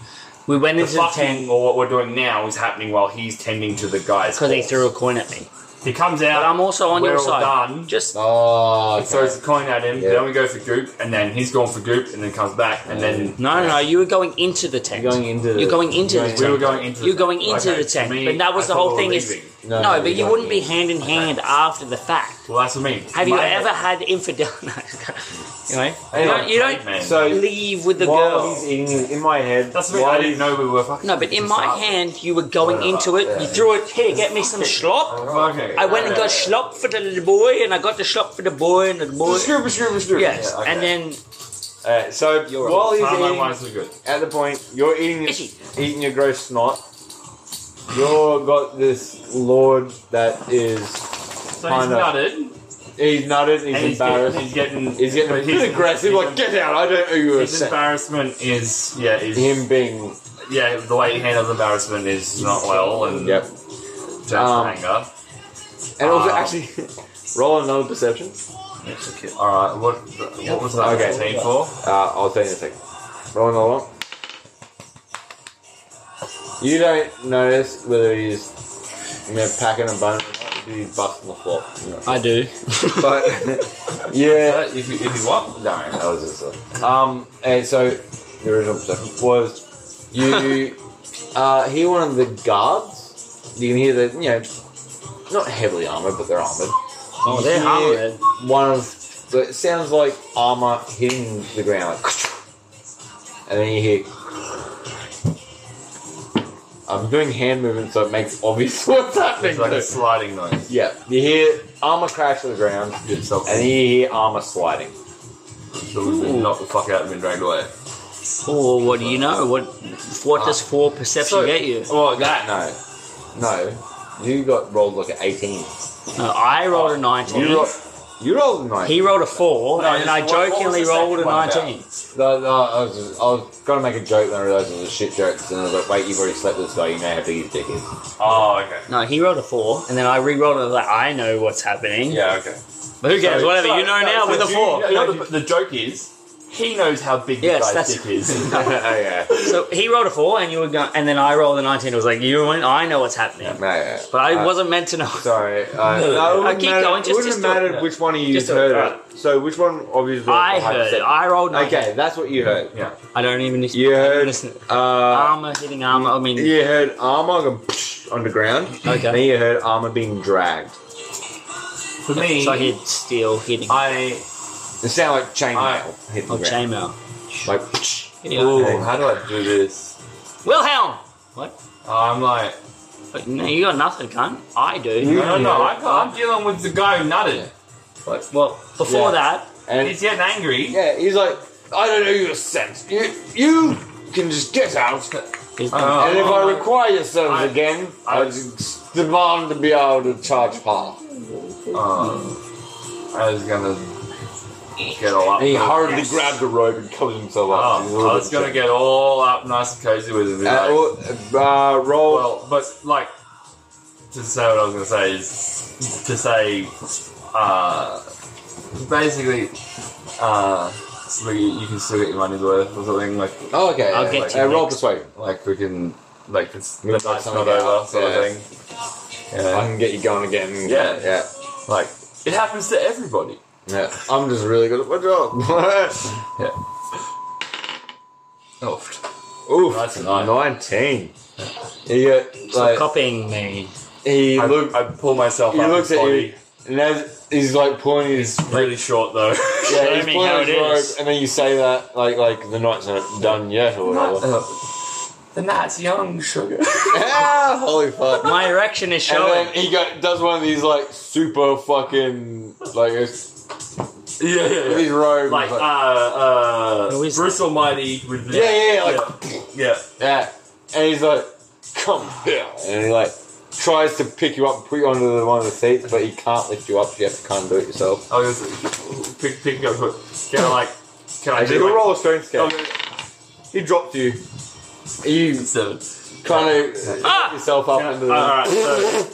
[SPEAKER 2] We went
[SPEAKER 3] the
[SPEAKER 2] into the
[SPEAKER 3] fucking
[SPEAKER 2] tent
[SPEAKER 3] or what we're doing now is happening while he's tending to the guys.
[SPEAKER 2] because he threw a coin at me.
[SPEAKER 3] He comes out.
[SPEAKER 2] But I'm also on
[SPEAKER 3] we're
[SPEAKER 2] your
[SPEAKER 3] all
[SPEAKER 2] side.
[SPEAKER 3] done.
[SPEAKER 2] Just
[SPEAKER 1] Oh, okay.
[SPEAKER 3] Throws the coin at him.
[SPEAKER 1] Yeah.
[SPEAKER 3] Then we go for goop, and then he's gone for goop, and then comes back, and then
[SPEAKER 2] no, no, no. You were going into the tent.
[SPEAKER 1] You're going into the-
[SPEAKER 2] You're going into
[SPEAKER 1] You're
[SPEAKER 2] the
[SPEAKER 1] going-
[SPEAKER 3] we
[SPEAKER 2] tent.
[SPEAKER 3] were going into.
[SPEAKER 2] You're going into
[SPEAKER 3] Okay,
[SPEAKER 2] the
[SPEAKER 3] to
[SPEAKER 2] tent,
[SPEAKER 3] me,
[SPEAKER 2] but that was
[SPEAKER 3] I
[SPEAKER 2] the
[SPEAKER 3] thought
[SPEAKER 2] whole
[SPEAKER 3] we were
[SPEAKER 2] thing. Is
[SPEAKER 3] leaving.
[SPEAKER 1] No,
[SPEAKER 2] no,
[SPEAKER 1] no,
[SPEAKER 2] but
[SPEAKER 1] you're
[SPEAKER 2] you
[SPEAKER 1] not
[SPEAKER 2] wouldn't be
[SPEAKER 1] leaving.
[SPEAKER 2] hand in hand after the fact.
[SPEAKER 3] Well, that's what I mean.
[SPEAKER 2] Have you
[SPEAKER 3] My-
[SPEAKER 2] ever had infidel? anyway, you
[SPEAKER 1] Anyway,
[SPEAKER 2] don't, you don't
[SPEAKER 3] man.
[SPEAKER 1] So
[SPEAKER 2] leave with the
[SPEAKER 1] while
[SPEAKER 2] girl.
[SPEAKER 1] he's eating his- in my head,
[SPEAKER 3] That's what I mean,
[SPEAKER 1] while
[SPEAKER 3] I didn't
[SPEAKER 1] he's-
[SPEAKER 3] know we were fucking.
[SPEAKER 2] No, but in my hand, you were going
[SPEAKER 3] Whatever,
[SPEAKER 2] into it. You
[SPEAKER 1] yeah.
[SPEAKER 2] threw it here. Get me some schlop.
[SPEAKER 3] Okay.
[SPEAKER 2] I went and got schlop for the little boy, and I got the schlop for the boy, and the boy.
[SPEAKER 3] [LAUGHS]
[SPEAKER 1] Scoop, scoop, scoop.
[SPEAKER 2] Yes,
[SPEAKER 1] Yeah, okay.
[SPEAKER 2] and then
[SPEAKER 1] Uh, so while he's
[SPEAKER 3] Timeline
[SPEAKER 1] eating,
[SPEAKER 3] wise, we're good.
[SPEAKER 1] at the point you're eating
[SPEAKER 2] Itchy.
[SPEAKER 1] eating your gross snot. You're got this lord that is
[SPEAKER 3] So he's
[SPEAKER 1] Kinda.
[SPEAKER 3] nutted.
[SPEAKER 1] he's nutted, he's
[SPEAKER 3] and he's
[SPEAKER 1] embarrassed,
[SPEAKER 3] getting, he's getting,
[SPEAKER 1] he's getting a
[SPEAKER 3] his-
[SPEAKER 1] bit aggressive. Like get out! I don't know you were
[SPEAKER 3] His
[SPEAKER 1] saying.
[SPEAKER 3] embarrassment is, yeah, is
[SPEAKER 1] Him being
[SPEAKER 3] yeah. The way he handles embarrassment is not well, and
[SPEAKER 1] yep,
[SPEAKER 3] turns
[SPEAKER 1] Um,
[SPEAKER 3] to anger.
[SPEAKER 1] and also
[SPEAKER 3] Um,
[SPEAKER 1] actually [LAUGHS] roll another perception.
[SPEAKER 3] All right, what what was that
[SPEAKER 1] Okay.
[SPEAKER 3] routine for?
[SPEAKER 1] Uh, I'll tell you in a second. Roll another one. You don't notice whether he's you know, packing a bone or not. He's busting the floor. You know.
[SPEAKER 2] I do.
[SPEAKER 1] But [LAUGHS] yeah,
[SPEAKER 3] If you, if you what?
[SPEAKER 1] no, that was just a, um. And so the original perception was
[SPEAKER 3] [LAUGHS]
[SPEAKER 1] you uh, hear one of the guards. You can hear the you know not heavily armored, but they're armored.
[SPEAKER 2] Oh,
[SPEAKER 1] You hear One of the it sounds like armor hitting the ground, like, [LAUGHS] and then you hear. I'm doing hand movements, so it makes obvious [LAUGHS] what's happening.
[SPEAKER 3] It's like a
[SPEAKER 1] So-
[SPEAKER 3] sliding noise.
[SPEAKER 1] yeah, you hear armor crash to the ground,
[SPEAKER 3] Good stuff.
[SPEAKER 1] and you hear armor sliding.
[SPEAKER 3] So we've been knocked the fuck out and been dragged away.
[SPEAKER 2] Or what do you know? What what does four perception
[SPEAKER 3] So-
[SPEAKER 2] get you?
[SPEAKER 3] Well, that
[SPEAKER 1] No, no. You got rolled like an 18.
[SPEAKER 2] No, I rolled a
[SPEAKER 1] You,
[SPEAKER 2] nineteen.
[SPEAKER 1] ro- you rolled a 19.
[SPEAKER 2] He rolled a four,
[SPEAKER 3] No,
[SPEAKER 2] and I
[SPEAKER 3] what- what was
[SPEAKER 2] jokingly
[SPEAKER 3] the second
[SPEAKER 2] rolled a
[SPEAKER 3] one about?
[SPEAKER 2] nineteen.
[SPEAKER 1] No, no, I, was just, I was going to make a joke, then I realised it was a shit joke. And I was like, wait, you've already slept with this guy, you know how big his dick is.
[SPEAKER 2] [LAUGHS]
[SPEAKER 3] Oh, okay.
[SPEAKER 2] No, he rolled a four, and then I re-rolled it. I was like, I know what's happening.
[SPEAKER 3] Yeah, okay.
[SPEAKER 2] But who cares?
[SPEAKER 3] So-
[SPEAKER 2] Whatever. you know
[SPEAKER 3] so-
[SPEAKER 2] now
[SPEAKER 3] so
[SPEAKER 2] with a
[SPEAKER 3] do you-
[SPEAKER 2] four.
[SPEAKER 3] no, no, the, the joke is, he knows how big
[SPEAKER 2] Yes,
[SPEAKER 3] the guy's
[SPEAKER 2] that's-
[SPEAKER 3] dick
[SPEAKER 2] [LAUGHS]
[SPEAKER 3] is.
[SPEAKER 1] oh, [LAUGHS] yeah.
[SPEAKER 2] So he rolled a four, and you were going, and then I rolled a nineteen. It was like you went. I know what's happening,
[SPEAKER 1] No, yeah.
[SPEAKER 2] but I
[SPEAKER 1] Uh,
[SPEAKER 2] wasn't meant to know.
[SPEAKER 1] Sorry. Uh,
[SPEAKER 3] No,
[SPEAKER 1] no, it wouldn't
[SPEAKER 2] keep
[SPEAKER 1] matter,
[SPEAKER 2] going,
[SPEAKER 1] it
[SPEAKER 2] just-
[SPEAKER 1] wouldn't
[SPEAKER 2] just do it.
[SPEAKER 1] matter which one of you
[SPEAKER 2] Just do it,
[SPEAKER 1] heard it.
[SPEAKER 2] alright.
[SPEAKER 1] So which one obviously?
[SPEAKER 2] I
[SPEAKER 1] was the
[SPEAKER 2] heard. It.
[SPEAKER 1] 100%?
[SPEAKER 2] I rolled. 19.
[SPEAKER 1] Okay, that's what you heard.
[SPEAKER 3] yeah.
[SPEAKER 2] I don't even. listen-
[SPEAKER 1] You
[SPEAKER 2] I don't even
[SPEAKER 1] heard.
[SPEAKER 2] listen.
[SPEAKER 1] Uh,
[SPEAKER 2] armor hitting armor. I mean,
[SPEAKER 1] you heard armor going [LAUGHS] on the ground.
[SPEAKER 2] Okay.
[SPEAKER 1] Then you heard armor being dragged.
[SPEAKER 3] For me,
[SPEAKER 2] so I hit steel hitting.
[SPEAKER 3] I
[SPEAKER 1] It sounded like chainmail hitting
[SPEAKER 2] Oh,
[SPEAKER 1] the ground.
[SPEAKER 2] chainmail.
[SPEAKER 1] Like,
[SPEAKER 2] Yeah.
[SPEAKER 3] Ooh, how do I do this?
[SPEAKER 2] Wilhelm. What?
[SPEAKER 3] Oh, I'm like,
[SPEAKER 2] But no, you got nothing, cunt. I do.
[SPEAKER 3] no,
[SPEAKER 1] You-
[SPEAKER 3] no, no, I can't. I'm dealing with the guy who nutted.
[SPEAKER 2] Well, before
[SPEAKER 1] Yeah.
[SPEAKER 2] that,
[SPEAKER 1] and
[SPEAKER 3] He's getting angry.
[SPEAKER 1] Yeah, he's like, I don't know your sense. You, you can just get out.
[SPEAKER 2] he's
[SPEAKER 3] Uh,
[SPEAKER 1] and if
[SPEAKER 3] oh,
[SPEAKER 1] I require your service
[SPEAKER 3] I-
[SPEAKER 1] again,
[SPEAKER 3] I-
[SPEAKER 1] I, demand to be able to charge half.
[SPEAKER 3] Um, I was gonna get all up.
[SPEAKER 1] And he hurriedly grabs the rope and covers himself up.
[SPEAKER 3] Um,
[SPEAKER 1] He's a little
[SPEAKER 3] I was
[SPEAKER 1] bit
[SPEAKER 3] gonna get all up nice and cozy with him. and be
[SPEAKER 1] Uh,
[SPEAKER 3] like,
[SPEAKER 1] well, uh, roll.
[SPEAKER 3] well, but like, to say what I was gonna say is to say, uh, basically, uh, so that you you can still get your money's worth or something like,
[SPEAKER 1] oh, okay.
[SPEAKER 2] I'll
[SPEAKER 1] yeah,
[SPEAKER 2] get
[SPEAKER 1] like,
[SPEAKER 2] you
[SPEAKER 1] uh, roll
[SPEAKER 2] next.
[SPEAKER 1] persuasion.
[SPEAKER 3] like we can, like it's the
[SPEAKER 1] Move
[SPEAKER 3] night's
[SPEAKER 1] that
[SPEAKER 3] not
[SPEAKER 1] something out,
[SPEAKER 3] over sort
[SPEAKER 1] yeah.
[SPEAKER 3] of thing.
[SPEAKER 1] I
[SPEAKER 3] Yeah,
[SPEAKER 1] can get you going again.
[SPEAKER 3] Yeah.
[SPEAKER 1] yeah.
[SPEAKER 3] like It happens to everybody.
[SPEAKER 1] Yeah, I'm just really good at my [LAUGHS] job.
[SPEAKER 3] Yeah. Oh,
[SPEAKER 1] Oof,
[SPEAKER 2] That's a nine.
[SPEAKER 1] 19. He, uh,
[SPEAKER 2] Stop
[SPEAKER 1] like,
[SPEAKER 2] copying me.
[SPEAKER 1] he,
[SPEAKER 3] I,
[SPEAKER 1] looked,
[SPEAKER 3] I pull myself
[SPEAKER 1] he
[SPEAKER 3] up.
[SPEAKER 1] looks
[SPEAKER 3] and
[SPEAKER 1] at
[SPEAKER 3] body.
[SPEAKER 1] you, and as he's like pulling his
[SPEAKER 3] Really short though. [LAUGHS]
[SPEAKER 1] yeah, he's
[SPEAKER 2] me
[SPEAKER 1] pulling
[SPEAKER 2] how
[SPEAKER 1] his
[SPEAKER 2] it
[SPEAKER 1] robe,
[SPEAKER 2] is.
[SPEAKER 1] and then you say that like like the night's not done yet or whatever.
[SPEAKER 3] the gnat's young sugar.
[SPEAKER 1] [LAUGHS] ah, holy fuck!
[SPEAKER 2] My erection is
[SPEAKER 1] And
[SPEAKER 2] showing.
[SPEAKER 1] then he go, does one of these like super fucking like it's-
[SPEAKER 3] [LAUGHS] yeah, yeah,
[SPEAKER 1] with
[SPEAKER 3] yeah.
[SPEAKER 1] his robe,
[SPEAKER 3] Like uh,
[SPEAKER 1] like-
[SPEAKER 3] uh,
[SPEAKER 2] Who is
[SPEAKER 3] Bruce Almighty with the
[SPEAKER 1] yeah, yeah, yeah, like
[SPEAKER 3] yeah.
[SPEAKER 1] yeah. And he's like, come here, and he like tries to pick you up and put you onto the, one of the seats, but he can't lift you up. So you have to kind of do it yourself.
[SPEAKER 2] [LAUGHS]
[SPEAKER 3] I was pick pick up. Can I like? Can I
[SPEAKER 1] Actually,
[SPEAKER 3] do
[SPEAKER 1] you
[SPEAKER 3] like,
[SPEAKER 1] roll a strength check.
[SPEAKER 3] Okay,
[SPEAKER 1] He dropped you. You
[SPEAKER 3] Seven.
[SPEAKER 1] kind of
[SPEAKER 2] Ah!
[SPEAKER 1] yourself up into
[SPEAKER 3] All
[SPEAKER 1] the.
[SPEAKER 3] right.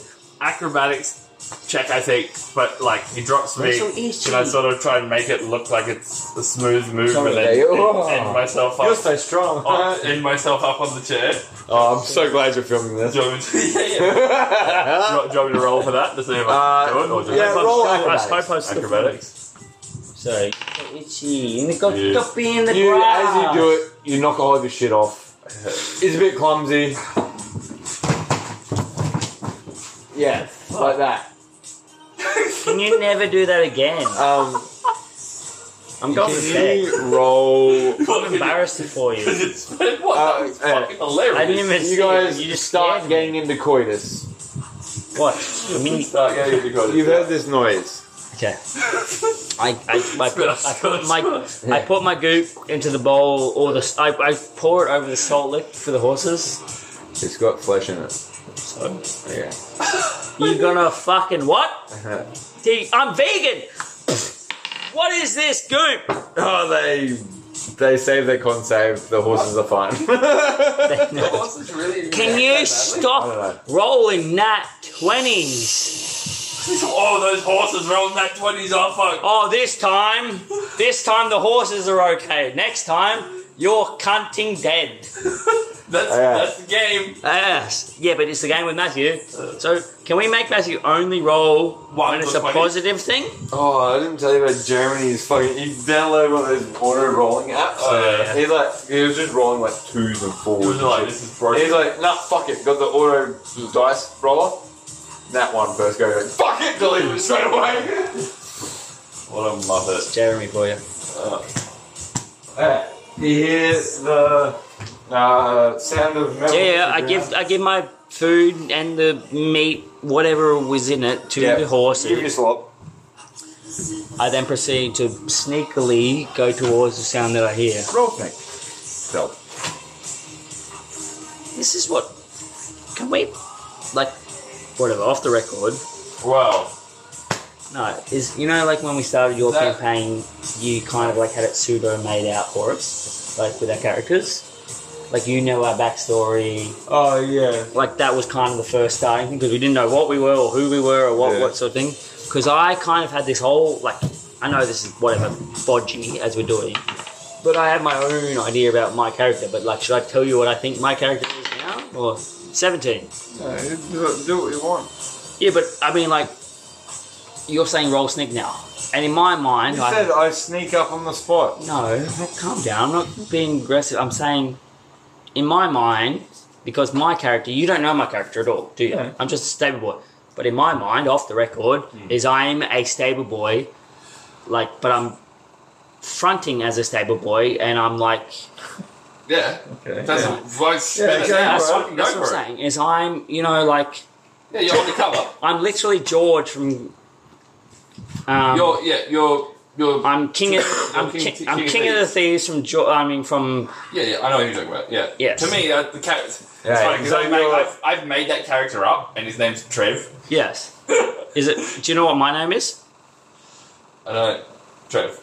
[SPEAKER 1] [LAUGHS]
[SPEAKER 3] So acrobatics check, I think, but like he drops me.
[SPEAKER 2] That's so easy.
[SPEAKER 3] Can I sort of try and make it look like it's a smooth move
[SPEAKER 1] Sorry,
[SPEAKER 3] and then
[SPEAKER 1] Dale.
[SPEAKER 3] end, end myself up?
[SPEAKER 1] You're so strong.
[SPEAKER 2] Oh,
[SPEAKER 3] on, end myself up on the chair.
[SPEAKER 1] [LAUGHS] Oh, I'm so glad you're filming
[SPEAKER 3] Do you
[SPEAKER 1] this. [LAUGHS]
[SPEAKER 3] want me to, yeah, yeah. Do you want- do you want me to roll for that to see if I
[SPEAKER 1] Uh,
[SPEAKER 3] can do it? Or just
[SPEAKER 1] yeah, roll
[SPEAKER 2] acrobatics.
[SPEAKER 3] I suppose acrobatics.
[SPEAKER 2] Sorry. Itchy. And it got
[SPEAKER 3] Yeah.
[SPEAKER 2] copy in the
[SPEAKER 1] You, as
[SPEAKER 2] grass.
[SPEAKER 1] you do it, you knock all of your shit off. It's a bit clumsy. Yeah, like that.
[SPEAKER 2] Can you never do that again?
[SPEAKER 1] Um,
[SPEAKER 2] I'm going to
[SPEAKER 1] can
[SPEAKER 2] bed.
[SPEAKER 1] you roll?
[SPEAKER 2] [LAUGHS] I'm embarrassed for you.
[SPEAKER 5] [LAUGHS]
[SPEAKER 2] [LAUGHS]
[SPEAKER 3] It's, what?
[SPEAKER 1] Uh,
[SPEAKER 3] that was
[SPEAKER 1] yeah.
[SPEAKER 3] fucking hilarious.
[SPEAKER 2] I didn't even see
[SPEAKER 1] You guys
[SPEAKER 2] it. You just
[SPEAKER 1] start
[SPEAKER 2] scared me.
[SPEAKER 1] getting into coitus.
[SPEAKER 2] What? I
[SPEAKER 1] [LAUGHS]
[SPEAKER 2] mean,
[SPEAKER 3] Start getting into credit.
[SPEAKER 1] You've heard this noise.
[SPEAKER 2] okay. I, I, I, put, I, put my, I put my goop into the bowl, or the s- I, I pour it over the salt lick for the horses.
[SPEAKER 1] It's got flesh in it.
[SPEAKER 2] So
[SPEAKER 1] Yeah.
[SPEAKER 2] you're gonna fucking what?
[SPEAKER 1] Uh-huh.
[SPEAKER 2] Gee, I'm vegan. What is this goop?
[SPEAKER 1] Oh, they they save their con save. The horses are fine. [LAUGHS]
[SPEAKER 2] Can you
[SPEAKER 1] I
[SPEAKER 2] stop rolling nat twenties?
[SPEAKER 3] [LAUGHS] Oh, those horses rolling that 20s off. Fuck.
[SPEAKER 2] Oh, this time, this time the horses are okay. Next time, you're cunting dead.
[SPEAKER 3] That's,
[SPEAKER 1] Yeah.
[SPEAKER 3] that's the game.
[SPEAKER 2] Yes. Yeah, but it's the game with Matthew. So can we make Matthew only roll
[SPEAKER 3] One
[SPEAKER 2] when it's a
[SPEAKER 3] plus 20?
[SPEAKER 2] positive thing?
[SPEAKER 1] Oh, I didn't tell you about Germany's fucking. You download one of those auto rolling apps.
[SPEAKER 2] Oh,
[SPEAKER 3] yeah.
[SPEAKER 1] He's like, he was just rolling like twos and
[SPEAKER 3] It
[SPEAKER 1] fours.
[SPEAKER 3] was
[SPEAKER 1] And
[SPEAKER 3] like,
[SPEAKER 1] shit.
[SPEAKER 3] this is broken.
[SPEAKER 1] He's like, nah, fuck it. Got the auto dice roller. That one first go. Like, fuck it, delete it straight
[SPEAKER 2] [LAUGHS]
[SPEAKER 1] away.
[SPEAKER 3] what a muppet.
[SPEAKER 2] Jeremy for you.
[SPEAKER 1] Uh, you hear the uh, sound of metal.
[SPEAKER 2] Yeah, yeah, I give I give my food and the meat, whatever was in it, to
[SPEAKER 1] Yeah.
[SPEAKER 2] the
[SPEAKER 1] Give me a
[SPEAKER 2] horses.
[SPEAKER 1] slop.
[SPEAKER 2] I then proceed to sneakily go towards the sound that I hear.
[SPEAKER 1] Roll thing. Self.
[SPEAKER 2] This is what can we like whatever, off the record.
[SPEAKER 3] Wow.
[SPEAKER 2] No, is you know like when we started your
[SPEAKER 1] That-
[SPEAKER 2] campaign, you kind of like had it pseudo made out for us, like with our characters. Like you know our backstory,
[SPEAKER 1] Oh yeah.
[SPEAKER 2] like that was kind of the first starting thing because we didn't know what we were or who we were or what
[SPEAKER 1] Yeah.
[SPEAKER 2] what sort of thing. Because I kind of had this whole like I know this is whatever bodgy as we're doing, but I had my own idea about my character. But like, should I tell you what I think my character is now or seventeen?
[SPEAKER 1] No, do, do what you want.
[SPEAKER 2] Yeah, but I mean like you're saying roll sneak now, and in my mind,
[SPEAKER 1] You
[SPEAKER 2] I,
[SPEAKER 1] said I sneak up on the spot.
[SPEAKER 2] No, calm down. I'm not being aggressive. I'm saying, in my mind, because my character, you don't know my character at all, do you?
[SPEAKER 1] No.
[SPEAKER 2] I'm just a stable boy. But in my mind, off the record,
[SPEAKER 1] Hmm.
[SPEAKER 2] is I'm a stable boy, like, but I'm fronting as a stable boy, and I'm like,
[SPEAKER 3] Yeah.
[SPEAKER 1] Okay.
[SPEAKER 3] That's
[SPEAKER 1] yeah.
[SPEAKER 3] a right spin.
[SPEAKER 1] okay,
[SPEAKER 3] Yeah,
[SPEAKER 2] that's,
[SPEAKER 1] bro.
[SPEAKER 3] fucking go
[SPEAKER 2] that's what
[SPEAKER 3] for it.
[SPEAKER 2] I'm saying. Is I'm, you know, like,
[SPEAKER 3] Yeah, you're on the cover.
[SPEAKER 2] I'm literally George from. Um,
[SPEAKER 3] You're, yeah, you're, you're,
[SPEAKER 2] I'm king of I'm
[SPEAKER 3] King-
[SPEAKER 2] king,
[SPEAKER 3] King
[SPEAKER 2] I'm
[SPEAKER 3] of
[SPEAKER 2] king, of the thieves from jo- I mean from
[SPEAKER 3] yeah, yeah, I know who you're talking about. Yeah.
[SPEAKER 2] Yes.
[SPEAKER 3] To me, uh, the character, it's
[SPEAKER 1] Yeah,
[SPEAKER 3] funny because
[SPEAKER 1] so
[SPEAKER 3] I've, made-
[SPEAKER 1] you're-
[SPEAKER 3] I've, I've made that character up and his name's Trev.
[SPEAKER 2] yes is it do you know what my name is
[SPEAKER 3] I don't, Trev.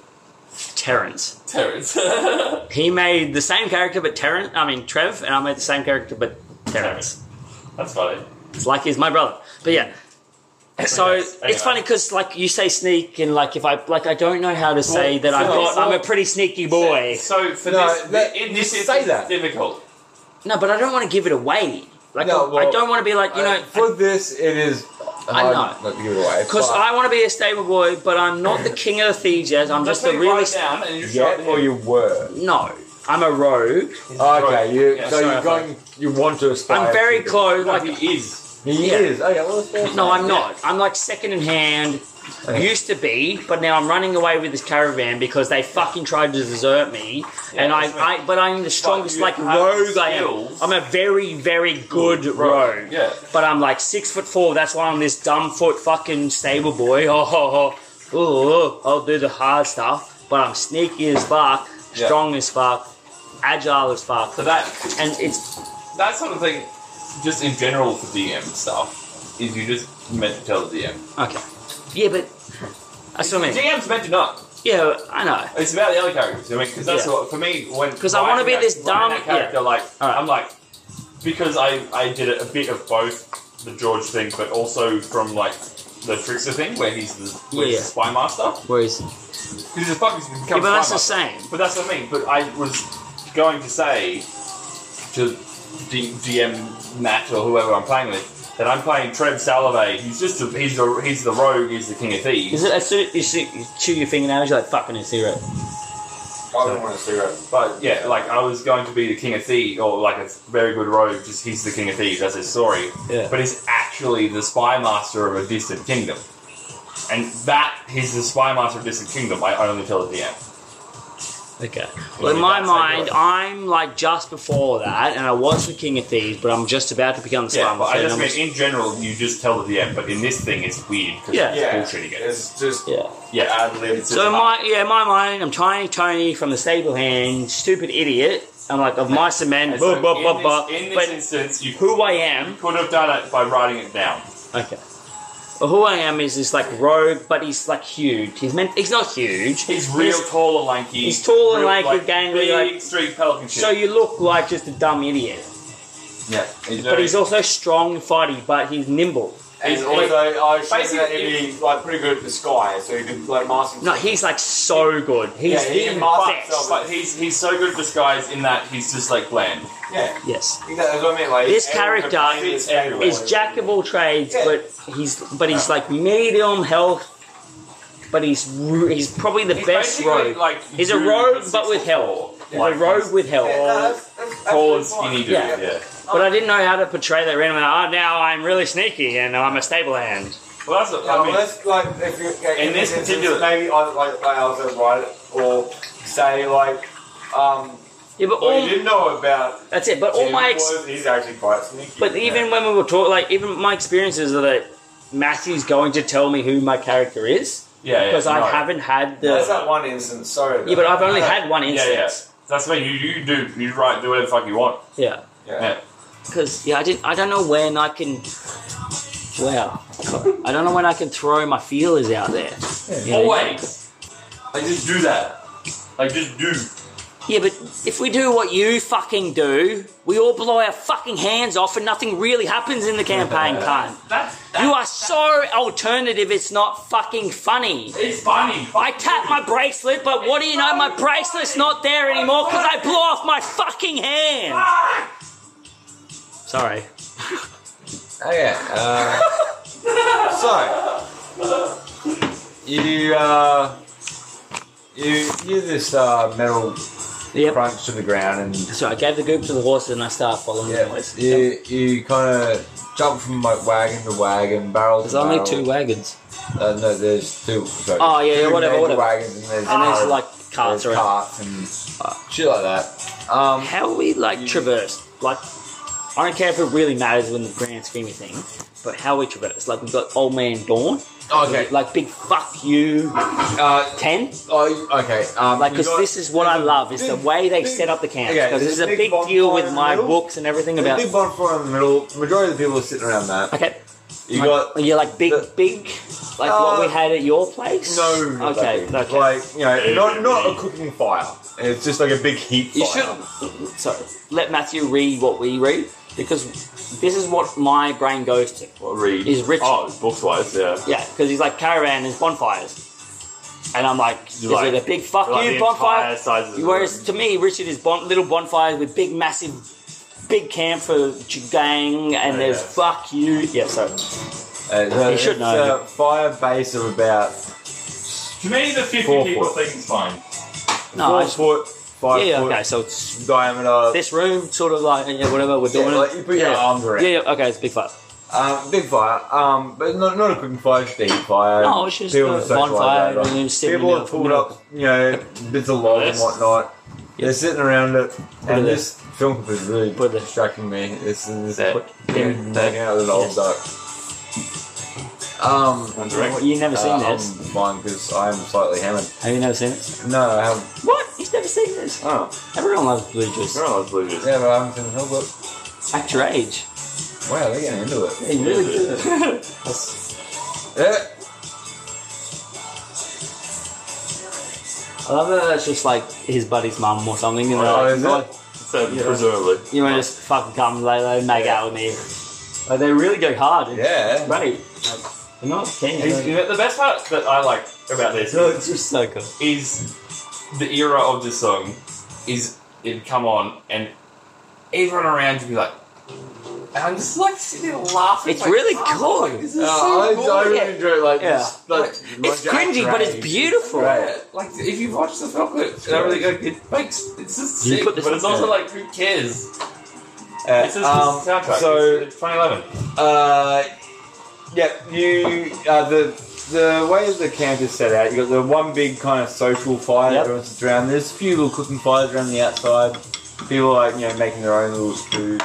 [SPEAKER 2] Terrence.
[SPEAKER 3] Terrence. [LAUGHS]
[SPEAKER 2] He made the same character, but Terrence. I mean Trev, and I made the same character, but Terrence.
[SPEAKER 3] that's funny.
[SPEAKER 2] It's like he's my brother. But yeah. So
[SPEAKER 3] Anyway.
[SPEAKER 2] it's funny because like you say sneak, and like if I like I don't know how to say that I've
[SPEAKER 3] so-
[SPEAKER 2] got.
[SPEAKER 3] so-
[SPEAKER 2] I'm a pretty sneaky boy.
[SPEAKER 3] So for
[SPEAKER 1] No,
[SPEAKER 3] this,
[SPEAKER 1] that-
[SPEAKER 3] in this
[SPEAKER 1] you
[SPEAKER 3] instance,
[SPEAKER 1] say that.
[SPEAKER 3] it's difficult.
[SPEAKER 2] no, but I don't want to give it away. Like
[SPEAKER 1] No,
[SPEAKER 2] I, I
[SPEAKER 1] well,
[SPEAKER 2] don't want to be like you know.
[SPEAKER 1] For this, it is
[SPEAKER 2] I
[SPEAKER 1] hard
[SPEAKER 2] know.
[SPEAKER 1] Not to give it away.
[SPEAKER 2] Because
[SPEAKER 1] but-
[SPEAKER 2] I want to be a stable boy, but I'm not the king of the thieves yet. I'm just a realist.
[SPEAKER 3] down and you
[SPEAKER 1] Yeah, or you were.
[SPEAKER 2] No, I'm a rogue.
[SPEAKER 1] Okay, you,
[SPEAKER 3] Yeah,
[SPEAKER 1] so
[SPEAKER 3] sorry,
[SPEAKER 1] you're
[SPEAKER 3] I
[SPEAKER 1] going, you want to aspire.
[SPEAKER 2] I'm very
[SPEAKER 1] to-
[SPEAKER 2] close.
[SPEAKER 3] Like
[SPEAKER 2] Like,
[SPEAKER 3] he is.
[SPEAKER 1] He
[SPEAKER 2] yeah.
[SPEAKER 1] is. Okay, well, that's fair.
[SPEAKER 2] no, I'm not. I'm like second in hand. Used to be, but now I'm running away with this caravan because they fucking tried to desert me. and I,
[SPEAKER 3] that's right.
[SPEAKER 2] I, but I'm the strongest,
[SPEAKER 3] you
[SPEAKER 2] like
[SPEAKER 3] have
[SPEAKER 2] rogue. I am.
[SPEAKER 3] skills.
[SPEAKER 2] I'm a very, very good
[SPEAKER 3] rogue,
[SPEAKER 2] rogue.
[SPEAKER 3] yeah.
[SPEAKER 2] But I'm like six foot four. That's why I'm this dumb foot fucking stable boy. [LAUGHS] Oh, oh, oh. Ooh, I'll do the hard stuff. But I'm sneaky as fuck,
[SPEAKER 3] Yeah.
[SPEAKER 2] strong as fuck, agile as fuck.
[SPEAKER 3] So that
[SPEAKER 2] and it's
[SPEAKER 3] that sort of thing, just in general for DM stuff, is you just meant to tell the DM.
[SPEAKER 2] okay. Yeah, but that's what I mean.
[SPEAKER 3] DM's meant to not.
[SPEAKER 2] Yeah, I know.
[SPEAKER 3] It's about the other characters. I mean, because that's
[SPEAKER 2] Yeah.
[SPEAKER 3] what for me when
[SPEAKER 2] 'Cause I
[SPEAKER 3] when
[SPEAKER 2] wanna be
[SPEAKER 3] react-
[SPEAKER 2] this
[SPEAKER 3] when
[SPEAKER 2] dumb-
[SPEAKER 3] that character. Like
[SPEAKER 2] Alright.
[SPEAKER 3] I'm like because I I did a bit of both the George thing, but also from like the trickster thing where he's the, where he's
[SPEAKER 2] Yeah.
[SPEAKER 3] the spy master.
[SPEAKER 2] Whereas,
[SPEAKER 3] Because he's a fucking he's
[SPEAKER 2] yeah,
[SPEAKER 3] become
[SPEAKER 2] but
[SPEAKER 3] a
[SPEAKER 2] that's
[SPEAKER 3] spy
[SPEAKER 2] the
[SPEAKER 3] master.
[SPEAKER 2] same.
[SPEAKER 3] But that's what I mean. But I was going to say to D- DM Matt or whoever I'm playing with that I'm playing Trev Salovey. He's just a, he's a, he's the rogue. He's the king of thieves.
[SPEAKER 2] Is it as soon as you, see, you chew your fingernails, you're like fucking a zero.
[SPEAKER 1] I don't want a cigarette.
[SPEAKER 3] But yeah, like I was going to be the king of thieves or like a very good rogue. Just he's the king of thieves. That's his story.
[SPEAKER 2] Yeah.
[SPEAKER 3] But he's actually the spy master of a distant kingdom. And that he's the spy master of distant kingdom. I only tell at the end.
[SPEAKER 2] Okay. Well, in
[SPEAKER 3] Yeah,
[SPEAKER 2] my
[SPEAKER 3] that's how you
[SPEAKER 2] mind,
[SPEAKER 3] do it.
[SPEAKER 2] I'm like just before that, and I was the king of thieves, but I'm just about to become the
[SPEAKER 3] Yeah,
[SPEAKER 2] spy
[SPEAKER 3] but I
[SPEAKER 2] master, and
[SPEAKER 3] just
[SPEAKER 2] I'm
[SPEAKER 3] mean in general, you just tell the DM. But in this thing, it's weird because
[SPEAKER 2] Yeah.
[SPEAKER 3] it's
[SPEAKER 1] Yeah.
[SPEAKER 3] bullshit again.
[SPEAKER 1] It's just
[SPEAKER 2] Yeah.
[SPEAKER 3] Yeah.
[SPEAKER 1] ad lib.
[SPEAKER 2] So in my yeah, in my mind, I'm tiny Tony from the stable hand, stupid idiot. I'm like of mice and men, blah
[SPEAKER 3] So
[SPEAKER 2] blah blah
[SPEAKER 3] in
[SPEAKER 2] blah.
[SPEAKER 3] This, in this
[SPEAKER 2] But
[SPEAKER 3] instance, you
[SPEAKER 2] who I am,
[SPEAKER 3] could have done it by writing it down.
[SPEAKER 2] okay. Well, who I am is this like rogue, but he's like huge. He's meant he's not huge.
[SPEAKER 3] He's real tall and lanky.
[SPEAKER 2] he's tall and
[SPEAKER 3] real,
[SPEAKER 2] lanky, gangly,
[SPEAKER 3] big
[SPEAKER 2] like-
[SPEAKER 3] street pelican shit.
[SPEAKER 2] So you look like just a dumb idiot,
[SPEAKER 3] yeah,
[SPEAKER 2] but
[SPEAKER 3] he's very-
[SPEAKER 2] he's also strong and fighty, but he's nimble.
[SPEAKER 1] And
[SPEAKER 3] He's-
[SPEAKER 1] also, I assume that
[SPEAKER 3] basically-
[SPEAKER 1] he'd be like pretty good at the sky, so he could like mask
[SPEAKER 2] No,
[SPEAKER 1] himself.
[SPEAKER 2] he's like so good. He's
[SPEAKER 1] Yeah, he
[SPEAKER 2] the
[SPEAKER 1] can master
[SPEAKER 2] best.
[SPEAKER 1] himself.
[SPEAKER 3] but he's he's so good at disguise in that he's just like bland.
[SPEAKER 1] yeah,
[SPEAKER 2] Yes,
[SPEAKER 1] exactly. That's what I mean. Like
[SPEAKER 2] This
[SPEAKER 1] everyone could
[SPEAKER 2] character
[SPEAKER 1] play this
[SPEAKER 3] is-
[SPEAKER 1] character.
[SPEAKER 2] he's jack of all trades,
[SPEAKER 1] Yeah.
[SPEAKER 2] but he's but he's like medium health. But he's ru- he's probably the
[SPEAKER 3] He's
[SPEAKER 2] best
[SPEAKER 3] basically
[SPEAKER 2] rogue.
[SPEAKER 3] Like
[SPEAKER 2] He's a
[SPEAKER 3] dude
[SPEAKER 2] rogue
[SPEAKER 3] that's
[SPEAKER 2] but with
[SPEAKER 3] six foot
[SPEAKER 2] health.
[SPEAKER 3] four.
[SPEAKER 2] He's
[SPEAKER 3] Like,
[SPEAKER 2] a rogue with health.
[SPEAKER 1] Yeah, no, that's- that's
[SPEAKER 3] tall
[SPEAKER 1] absolutely
[SPEAKER 3] and skinny
[SPEAKER 1] fine.
[SPEAKER 3] dude.
[SPEAKER 2] Yeah.
[SPEAKER 3] Yeah.
[SPEAKER 2] But I didn't know how to portray that randomly. Oh, now I'm really sneaky and I'm a stable hand.
[SPEAKER 3] Well, that's what
[SPEAKER 1] Yeah,
[SPEAKER 3] I mean.
[SPEAKER 1] well, that's like if you yeah,
[SPEAKER 3] In this
[SPEAKER 1] instance,
[SPEAKER 3] particular-
[SPEAKER 1] maybe I like I also write it or say like um
[SPEAKER 2] Yeah, but
[SPEAKER 1] what you
[SPEAKER 2] all
[SPEAKER 1] didn't know about
[SPEAKER 2] that's it. But all
[SPEAKER 1] Jim
[SPEAKER 2] my ex-
[SPEAKER 1] was he's actually quite sneaky.
[SPEAKER 2] but even when we were talking, like even my experiences are that Matthew's going to tell me who my character is
[SPEAKER 3] yeah, yeah,
[SPEAKER 2] because I
[SPEAKER 3] no.
[SPEAKER 2] haven't had the.
[SPEAKER 1] yeah. that's that one instance. Sorry,
[SPEAKER 2] yeah, but I've only
[SPEAKER 1] Yeah.
[SPEAKER 2] had one
[SPEAKER 3] Yeah, yeah.
[SPEAKER 2] instance.
[SPEAKER 3] That's what I mean. You you do you write do whatever the fuck you want.
[SPEAKER 2] yeah.
[SPEAKER 1] yeah.
[SPEAKER 3] Yeah.
[SPEAKER 2] Because yeah, I didn't. I don't know when I can. Wow, I don't know when I can throw my feelers out there. You know?
[SPEAKER 3] Always. Like just do that. Like just do.
[SPEAKER 2] Yeah, but if we do what you fucking do, we all blow our fucking hands off, and nothing really happens in the
[SPEAKER 3] [LAUGHS]
[SPEAKER 2] campaign, cunt.
[SPEAKER 3] That's
[SPEAKER 2] You are so alternative. It's not fucking funny.
[SPEAKER 3] It's funny.
[SPEAKER 2] I tap my bracelet, but what do you know? My bracelet's not there anymore because I blew off my fucking hand. Sorry.
[SPEAKER 1] Oh yeah. Uh, [LAUGHS] so you uh, you you this uh, metal
[SPEAKER 2] Yep.
[SPEAKER 1] crunch to the ground and
[SPEAKER 2] So I gave the goop to the horse, and I start following the
[SPEAKER 1] yeah,
[SPEAKER 2] noise.
[SPEAKER 1] you, you kind of jump from like wagon to wagon, barrel
[SPEAKER 2] There's
[SPEAKER 1] to
[SPEAKER 2] only
[SPEAKER 1] barrel.
[SPEAKER 2] two wagons.
[SPEAKER 1] Uh, no, there's two. Sorry,
[SPEAKER 2] Oh, yeah, yeah,
[SPEAKER 1] two
[SPEAKER 2] whatever,
[SPEAKER 1] major
[SPEAKER 2] whatever.
[SPEAKER 1] Wagons and there's,
[SPEAKER 2] And there's
[SPEAKER 3] Ah.
[SPEAKER 1] cars,
[SPEAKER 2] like
[SPEAKER 1] there's
[SPEAKER 2] carts around.
[SPEAKER 1] carts and shit like that. Um,
[SPEAKER 2] How we like traverse? Like, I don't care if it really matters in the grand scheme of things, but how we traverse? Like, we've got Old Man Dawn.
[SPEAKER 1] okay,
[SPEAKER 2] Like, big fuck you
[SPEAKER 1] uh,
[SPEAKER 2] 10.
[SPEAKER 1] oh, okay. Um,
[SPEAKER 2] Like,
[SPEAKER 1] you
[SPEAKER 2] because
[SPEAKER 1] got-
[SPEAKER 2] this is what I
[SPEAKER 1] there's a
[SPEAKER 2] love, is the
[SPEAKER 1] big-
[SPEAKER 2] way they
[SPEAKER 1] big-
[SPEAKER 2] set up the camp.
[SPEAKER 1] Okay,
[SPEAKER 2] Because
[SPEAKER 1] there's
[SPEAKER 2] this is
[SPEAKER 1] a
[SPEAKER 2] a
[SPEAKER 1] big
[SPEAKER 2] big deal
[SPEAKER 1] bonfire
[SPEAKER 2] with
[SPEAKER 1] in
[SPEAKER 2] my
[SPEAKER 1] the middle.
[SPEAKER 2] books and everything
[SPEAKER 1] there's a
[SPEAKER 2] about.
[SPEAKER 1] big bonfire in the middle. Majority of the people are sitting around that.
[SPEAKER 2] Okay.
[SPEAKER 1] You
[SPEAKER 2] like,
[SPEAKER 1] got
[SPEAKER 2] You're like big,
[SPEAKER 1] the-
[SPEAKER 2] big, like what
[SPEAKER 1] Uh,
[SPEAKER 2] we had at your place?
[SPEAKER 1] no.
[SPEAKER 2] Okay,
[SPEAKER 1] nothing.
[SPEAKER 2] okay.
[SPEAKER 1] Like you know, not not a cooking fire. It's just like a big heat.
[SPEAKER 2] You
[SPEAKER 1] fire.
[SPEAKER 2] should. So let Matthew read what we read because this is what my brain goes to.
[SPEAKER 3] What read?
[SPEAKER 2] Is rich.
[SPEAKER 3] Oh, books wise, yeah.
[SPEAKER 2] Yeah, because he's like caravan is bonfires, and I'm like, is
[SPEAKER 3] like-
[SPEAKER 2] it a big fuck
[SPEAKER 3] Like
[SPEAKER 2] you
[SPEAKER 3] the
[SPEAKER 2] bonfire?
[SPEAKER 3] entire size of the
[SPEAKER 2] Whereas
[SPEAKER 3] room.
[SPEAKER 2] to me, Richard is bon- little bonfires with big, massive, big camp for gang, and
[SPEAKER 3] Oh,
[SPEAKER 2] there's
[SPEAKER 3] yeah.
[SPEAKER 2] fuck you. Yeah, so
[SPEAKER 1] Uh, so
[SPEAKER 2] You should
[SPEAKER 1] it's
[SPEAKER 2] know.
[SPEAKER 1] a fire base of about
[SPEAKER 5] To me, the 50
[SPEAKER 1] Four
[SPEAKER 5] people
[SPEAKER 1] foot.
[SPEAKER 5] thing's fine.
[SPEAKER 2] No,
[SPEAKER 1] four
[SPEAKER 2] Ah, I just-
[SPEAKER 1] foot, five
[SPEAKER 2] yeah, yeah,
[SPEAKER 1] foot
[SPEAKER 2] okay. So it's
[SPEAKER 1] diameter.
[SPEAKER 2] this room, sort of like yeah, whatever we're
[SPEAKER 1] Yeah,
[SPEAKER 2] doing.
[SPEAKER 1] like you put your arms around.
[SPEAKER 2] Yeah, yeah, okay, it's a big fire.
[SPEAKER 1] Um, big fire, um, but not, not a cooking fire, just a heat fire.
[SPEAKER 2] No, it's just
[SPEAKER 1] People
[SPEAKER 2] a
[SPEAKER 1] to socialise
[SPEAKER 2] bonfire
[SPEAKER 1] over.
[SPEAKER 2] and then sit in the
[SPEAKER 1] People
[SPEAKER 2] middle-
[SPEAKER 1] have pulled up, you know, bits of log and
[SPEAKER 5] Yes.
[SPEAKER 1] whatnot. They're sitting around it,
[SPEAKER 2] it
[SPEAKER 1] and
[SPEAKER 2] there.
[SPEAKER 1] this film clip is really
[SPEAKER 2] Put it there. Mm.
[SPEAKER 1] distracting me. This is
[SPEAKER 4] There.
[SPEAKER 1] yeah, hanging out with an old
[SPEAKER 2] Yes.
[SPEAKER 1] duck. Um,
[SPEAKER 5] Direct.
[SPEAKER 2] You've never
[SPEAKER 3] Um,
[SPEAKER 2] seen
[SPEAKER 1] uh, I'm
[SPEAKER 2] this.
[SPEAKER 1] fine because I'm slightly hammered.
[SPEAKER 2] Have you never seen it?
[SPEAKER 1] No, I haven't.
[SPEAKER 2] What? You've never seen this?
[SPEAKER 3] Oh,
[SPEAKER 2] Everyone loves blue juice.
[SPEAKER 3] I was blue juice.
[SPEAKER 1] Yeah, but I haven't seen the film clip.
[SPEAKER 2] At your age.
[SPEAKER 1] Wow, they're getting into it.
[SPEAKER 2] They really [LAUGHS] do.
[SPEAKER 1] Yeah.
[SPEAKER 2] I love that that's just like his buddy's mum or something. You
[SPEAKER 1] Oh,
[SPEAKER 2] know,
[SPEAKER 1] is
[SPEAKER 2] like, God,
[SPEAKER 3] So presumably.
[SPEAKER 2] you want to just fucking come, Lalo, make out with me. Like, they really go hard. It's,
[SPEAKER 1] Yeah.
[SPEAKER 2] It's great. Like, they're not keen.
[SPEAKER 5] He's-
[SPEAKER 2] It's
[SPEAKER 5] The best part that I like about
[SPEAKER 2] [LAUGHS]
[SPEAKER 5] this
[SPEAKER 2] just so cool.
[SPEAKER 5] is the era of this song is it come on and everyone around you be like and I'm just like sitting there laughing.
[SPEAKER 2] It's really
[SPEAKER 5] ah,
[SPEAKER 2] cool.
[SPEAKER 5] like, this is
[SPEAKER 1] Uh,
[SPEAKER 5] so
[SPEAKER 1] I,
[SPEAKER 5] cool.
[SPEAKER 1] I really enjoy like
[SPEAKER 2] Yeah.
[SPEAKER 1] this. Like,
[SPEAKER 2] It's cringy, but it's beautiful.
[SPEAKER 1] Right.
[SPEAKER 5] Like if you watch the film clip, and I really go, it makes it's just
[SPEAKER 2] You
[SPEAKER 5] sick,
[SPEAKER 2] put
[SPEAKER 5] but
[SPEAKER 2] this
[SPEAKER 5] it's
[SPEAKER 2] on
[SPEAKER 5] also
[SPEAKER 2] there.
[SPEAKER 5] like who cares?
[SPEAKER 1] Uh,
[SPEAKER 5] It's just
[SPEAKER 1] um,
[SPEAKER 5] the soundtrack.
[SPEAKER 1] So,
[SPEAKER 5] it's, it's 2011.
[SPEAKER 1] uh, yep, you uh, the the way the camp is set out. You got the one big kind of social fire.
[SPEAKER 2] Yep.
[SPEAKER 1] Everyone sits around. There's a few little cooking fires around the outside. People like you know making their own little food.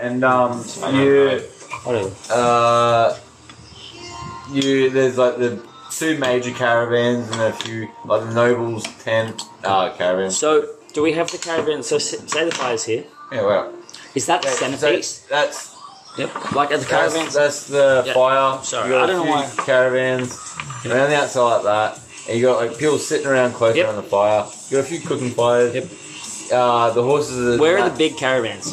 [SPEAKER 1] And um,
[SPEAKER 5] I don't know.
[SPEAKER 1] you
[SPEAKER 2] Whatever.
[SPEAKER 1] uh, you there's like the two major caravans and a few like the nobles tent uh, caravan.
[SPEAKER 2] So, do we have the caravan? So, s- say the fire's here.
[SPEAKER 1] Yeah, well,
[SPEAKER 2] Is that the
[SPEAKER 1] yeah, so
[SPEAKER 2] centerpiece?
[SPEAKER 1] that's
[SPEAKER 2] yep. Like at the
[SPEAKER 1] That's-
[SPEAKER 2] caravan?
[SPEAKER 1] That's the
[SPEAKER 2] Yeah.
[SPEAKER 1] fire.
[SPEAKER 2] Sorry,
[SPEAKER 1] you got
[SPEAKER 2] I
[SPEAKER 1] a
[SPEAKER 2] don't know
[SPEAKER 1] few Caravans around the outside like that, and you got like people sitting around close
[SPEAKER 2] Yep.
[SPEAKER 1] around the fire. You got a few cooking fires.
[SPEAKER 2] Yep.
[SPEAKER 1] Uh, the horses. Are
[SPEAKER 2] Where are the big caravans?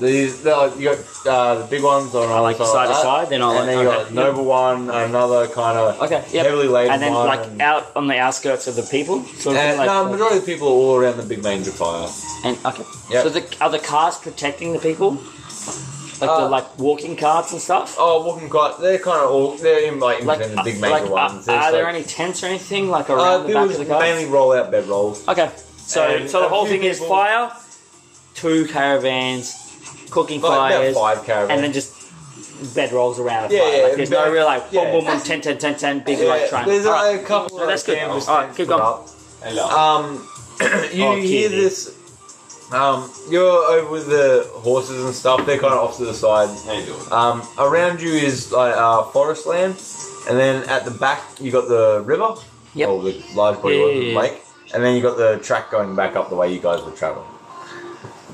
[SPEAKER 1] These they're like, you got uh, the big ones on
[SPEAKER 2] Are like
[SPEAKER 1] one
[SPEAKER 2] side to
[SPEAKER 1] like that,
[SPEAKER 2] side? They're not
[SPEAKER 1] and
[SPEAKER 2] like.
[SPEAKER 1] then you got the
[SPEAKER 2] okay.
[SPEAKER 1] noble one, another kind of
[SPEAKER 2] Okay, yep.
[SPEAKER 1] heavily laden
[SPEAKER 2] and then
[SPEAKER 1] one.
[SPEAKER 2] like
[SPEAKER 1] and,
[SPEAKER 2] out on the outskirts of the people, sort of
[SPEAKER 1] and,
[SPEAKER 2] thing, like,
[SPEAKER 1] no, majority of the people are all around the big manger fire.
[SPEAKER 2] and okay.
[SPEAKER 1] Yep.
[SPEAKER 2] So the are the cars protecting the people, like the
[SPEAKER 1] Uh,
[SPEAKER 2] like walking carts and stuff.
[SPEAKER 1] Oh, walking cart. They're kind of all. They're in like, in
[SPEAKER 2] Like,
[SPEAKER 1] between
[SPEAKER 2] uh,
[SPEAKER 1] the big
[SPEAKER 2] like
[SPEAKER 1] manger
[SPEAKER 2] uh,
[SPEAKER 1] ones. There's,
[SPEAKER 2] are there
[SPEAKER 1] like-
[SPEAKER 2] any tents or anything like
[SPEAKER 1] Uh,
[SPEAKER 2] around the
[SPEAKER 1] people
[SPEAKER 2] back of the
[SPEAKER 1] just
[SPEAKER 2] car?
[SPEAKER 1] mainly roll out bed rolls.
[SPEAKER 2] okay, so
[SPEAKER 1] And
[SPEAKER 2] so the
[SPEAKER 1] a
[SPEAKER 2] whole
[SPEAKER 1] few
[SPEAKER 2] thing is
[SPEAKER 1] people-
[SPEAKER 2] fire, two caravans, cooking
[SPEAKER 1] Like about
[SPEAKER 2] fires,
[SPEAKER 1] five caravans.
[SPEAKER 2] and then just bed rolls around. A
[SPEAKER 1] Yeah,
[SPEAKER 2] fire.
[SPEAKER 1] yeah,
[SPEAKER 2] like, there's no
[SPEAKER 1] bed-
[SPEAKER 2] real like boom
[SPEAKER 1] yeah.
[SPEAKER 2] boom boom ten ten ten ten big like trying.
[SPEAKER 1] There's
[SPEAKER 2] Alright.
[SPEAKER 1] only a couple
[SPEAKER 2] No,
[SPEAKER 1] of
[SPEAKER 2] Oh, that's good.
[SPEAKER 1] canvas
[SPEAKER 2] Alright,
[SPEAKER 1] tents
[SPEAKER 2] keep
[SPEAKER 1] put
[SPEAKER 2] going.
[SPEAKER 1] up.
[SPEAKER 5] Hello.
[SPEAKER 1] Um, [CLEARS THROAT] you
[SPEAKER 2] Oh,
[SPEAKER 1] hear
[SPEAKER 2] kid.
[SPEAKER 1] this. Um, you're over with the horses and stuff. They're kind of off to the side.
[SPEAKER 5] How you doing?
[SPEAKER 1] Um, around you is like uh, forest land, and then at the back you got the river,
[SPEAKER 2] Yep.
[SPEAKER 1] or the large body
[SPEAKER 2] Yeah,
[SPEAKER 1] of
[SPEAKER 2] yeah,
[SPEAKER 1] the
[SPEAKER 2] yeah.
[SPEAKER 1] lake, and then you got the track going back up the way you guys were traveling.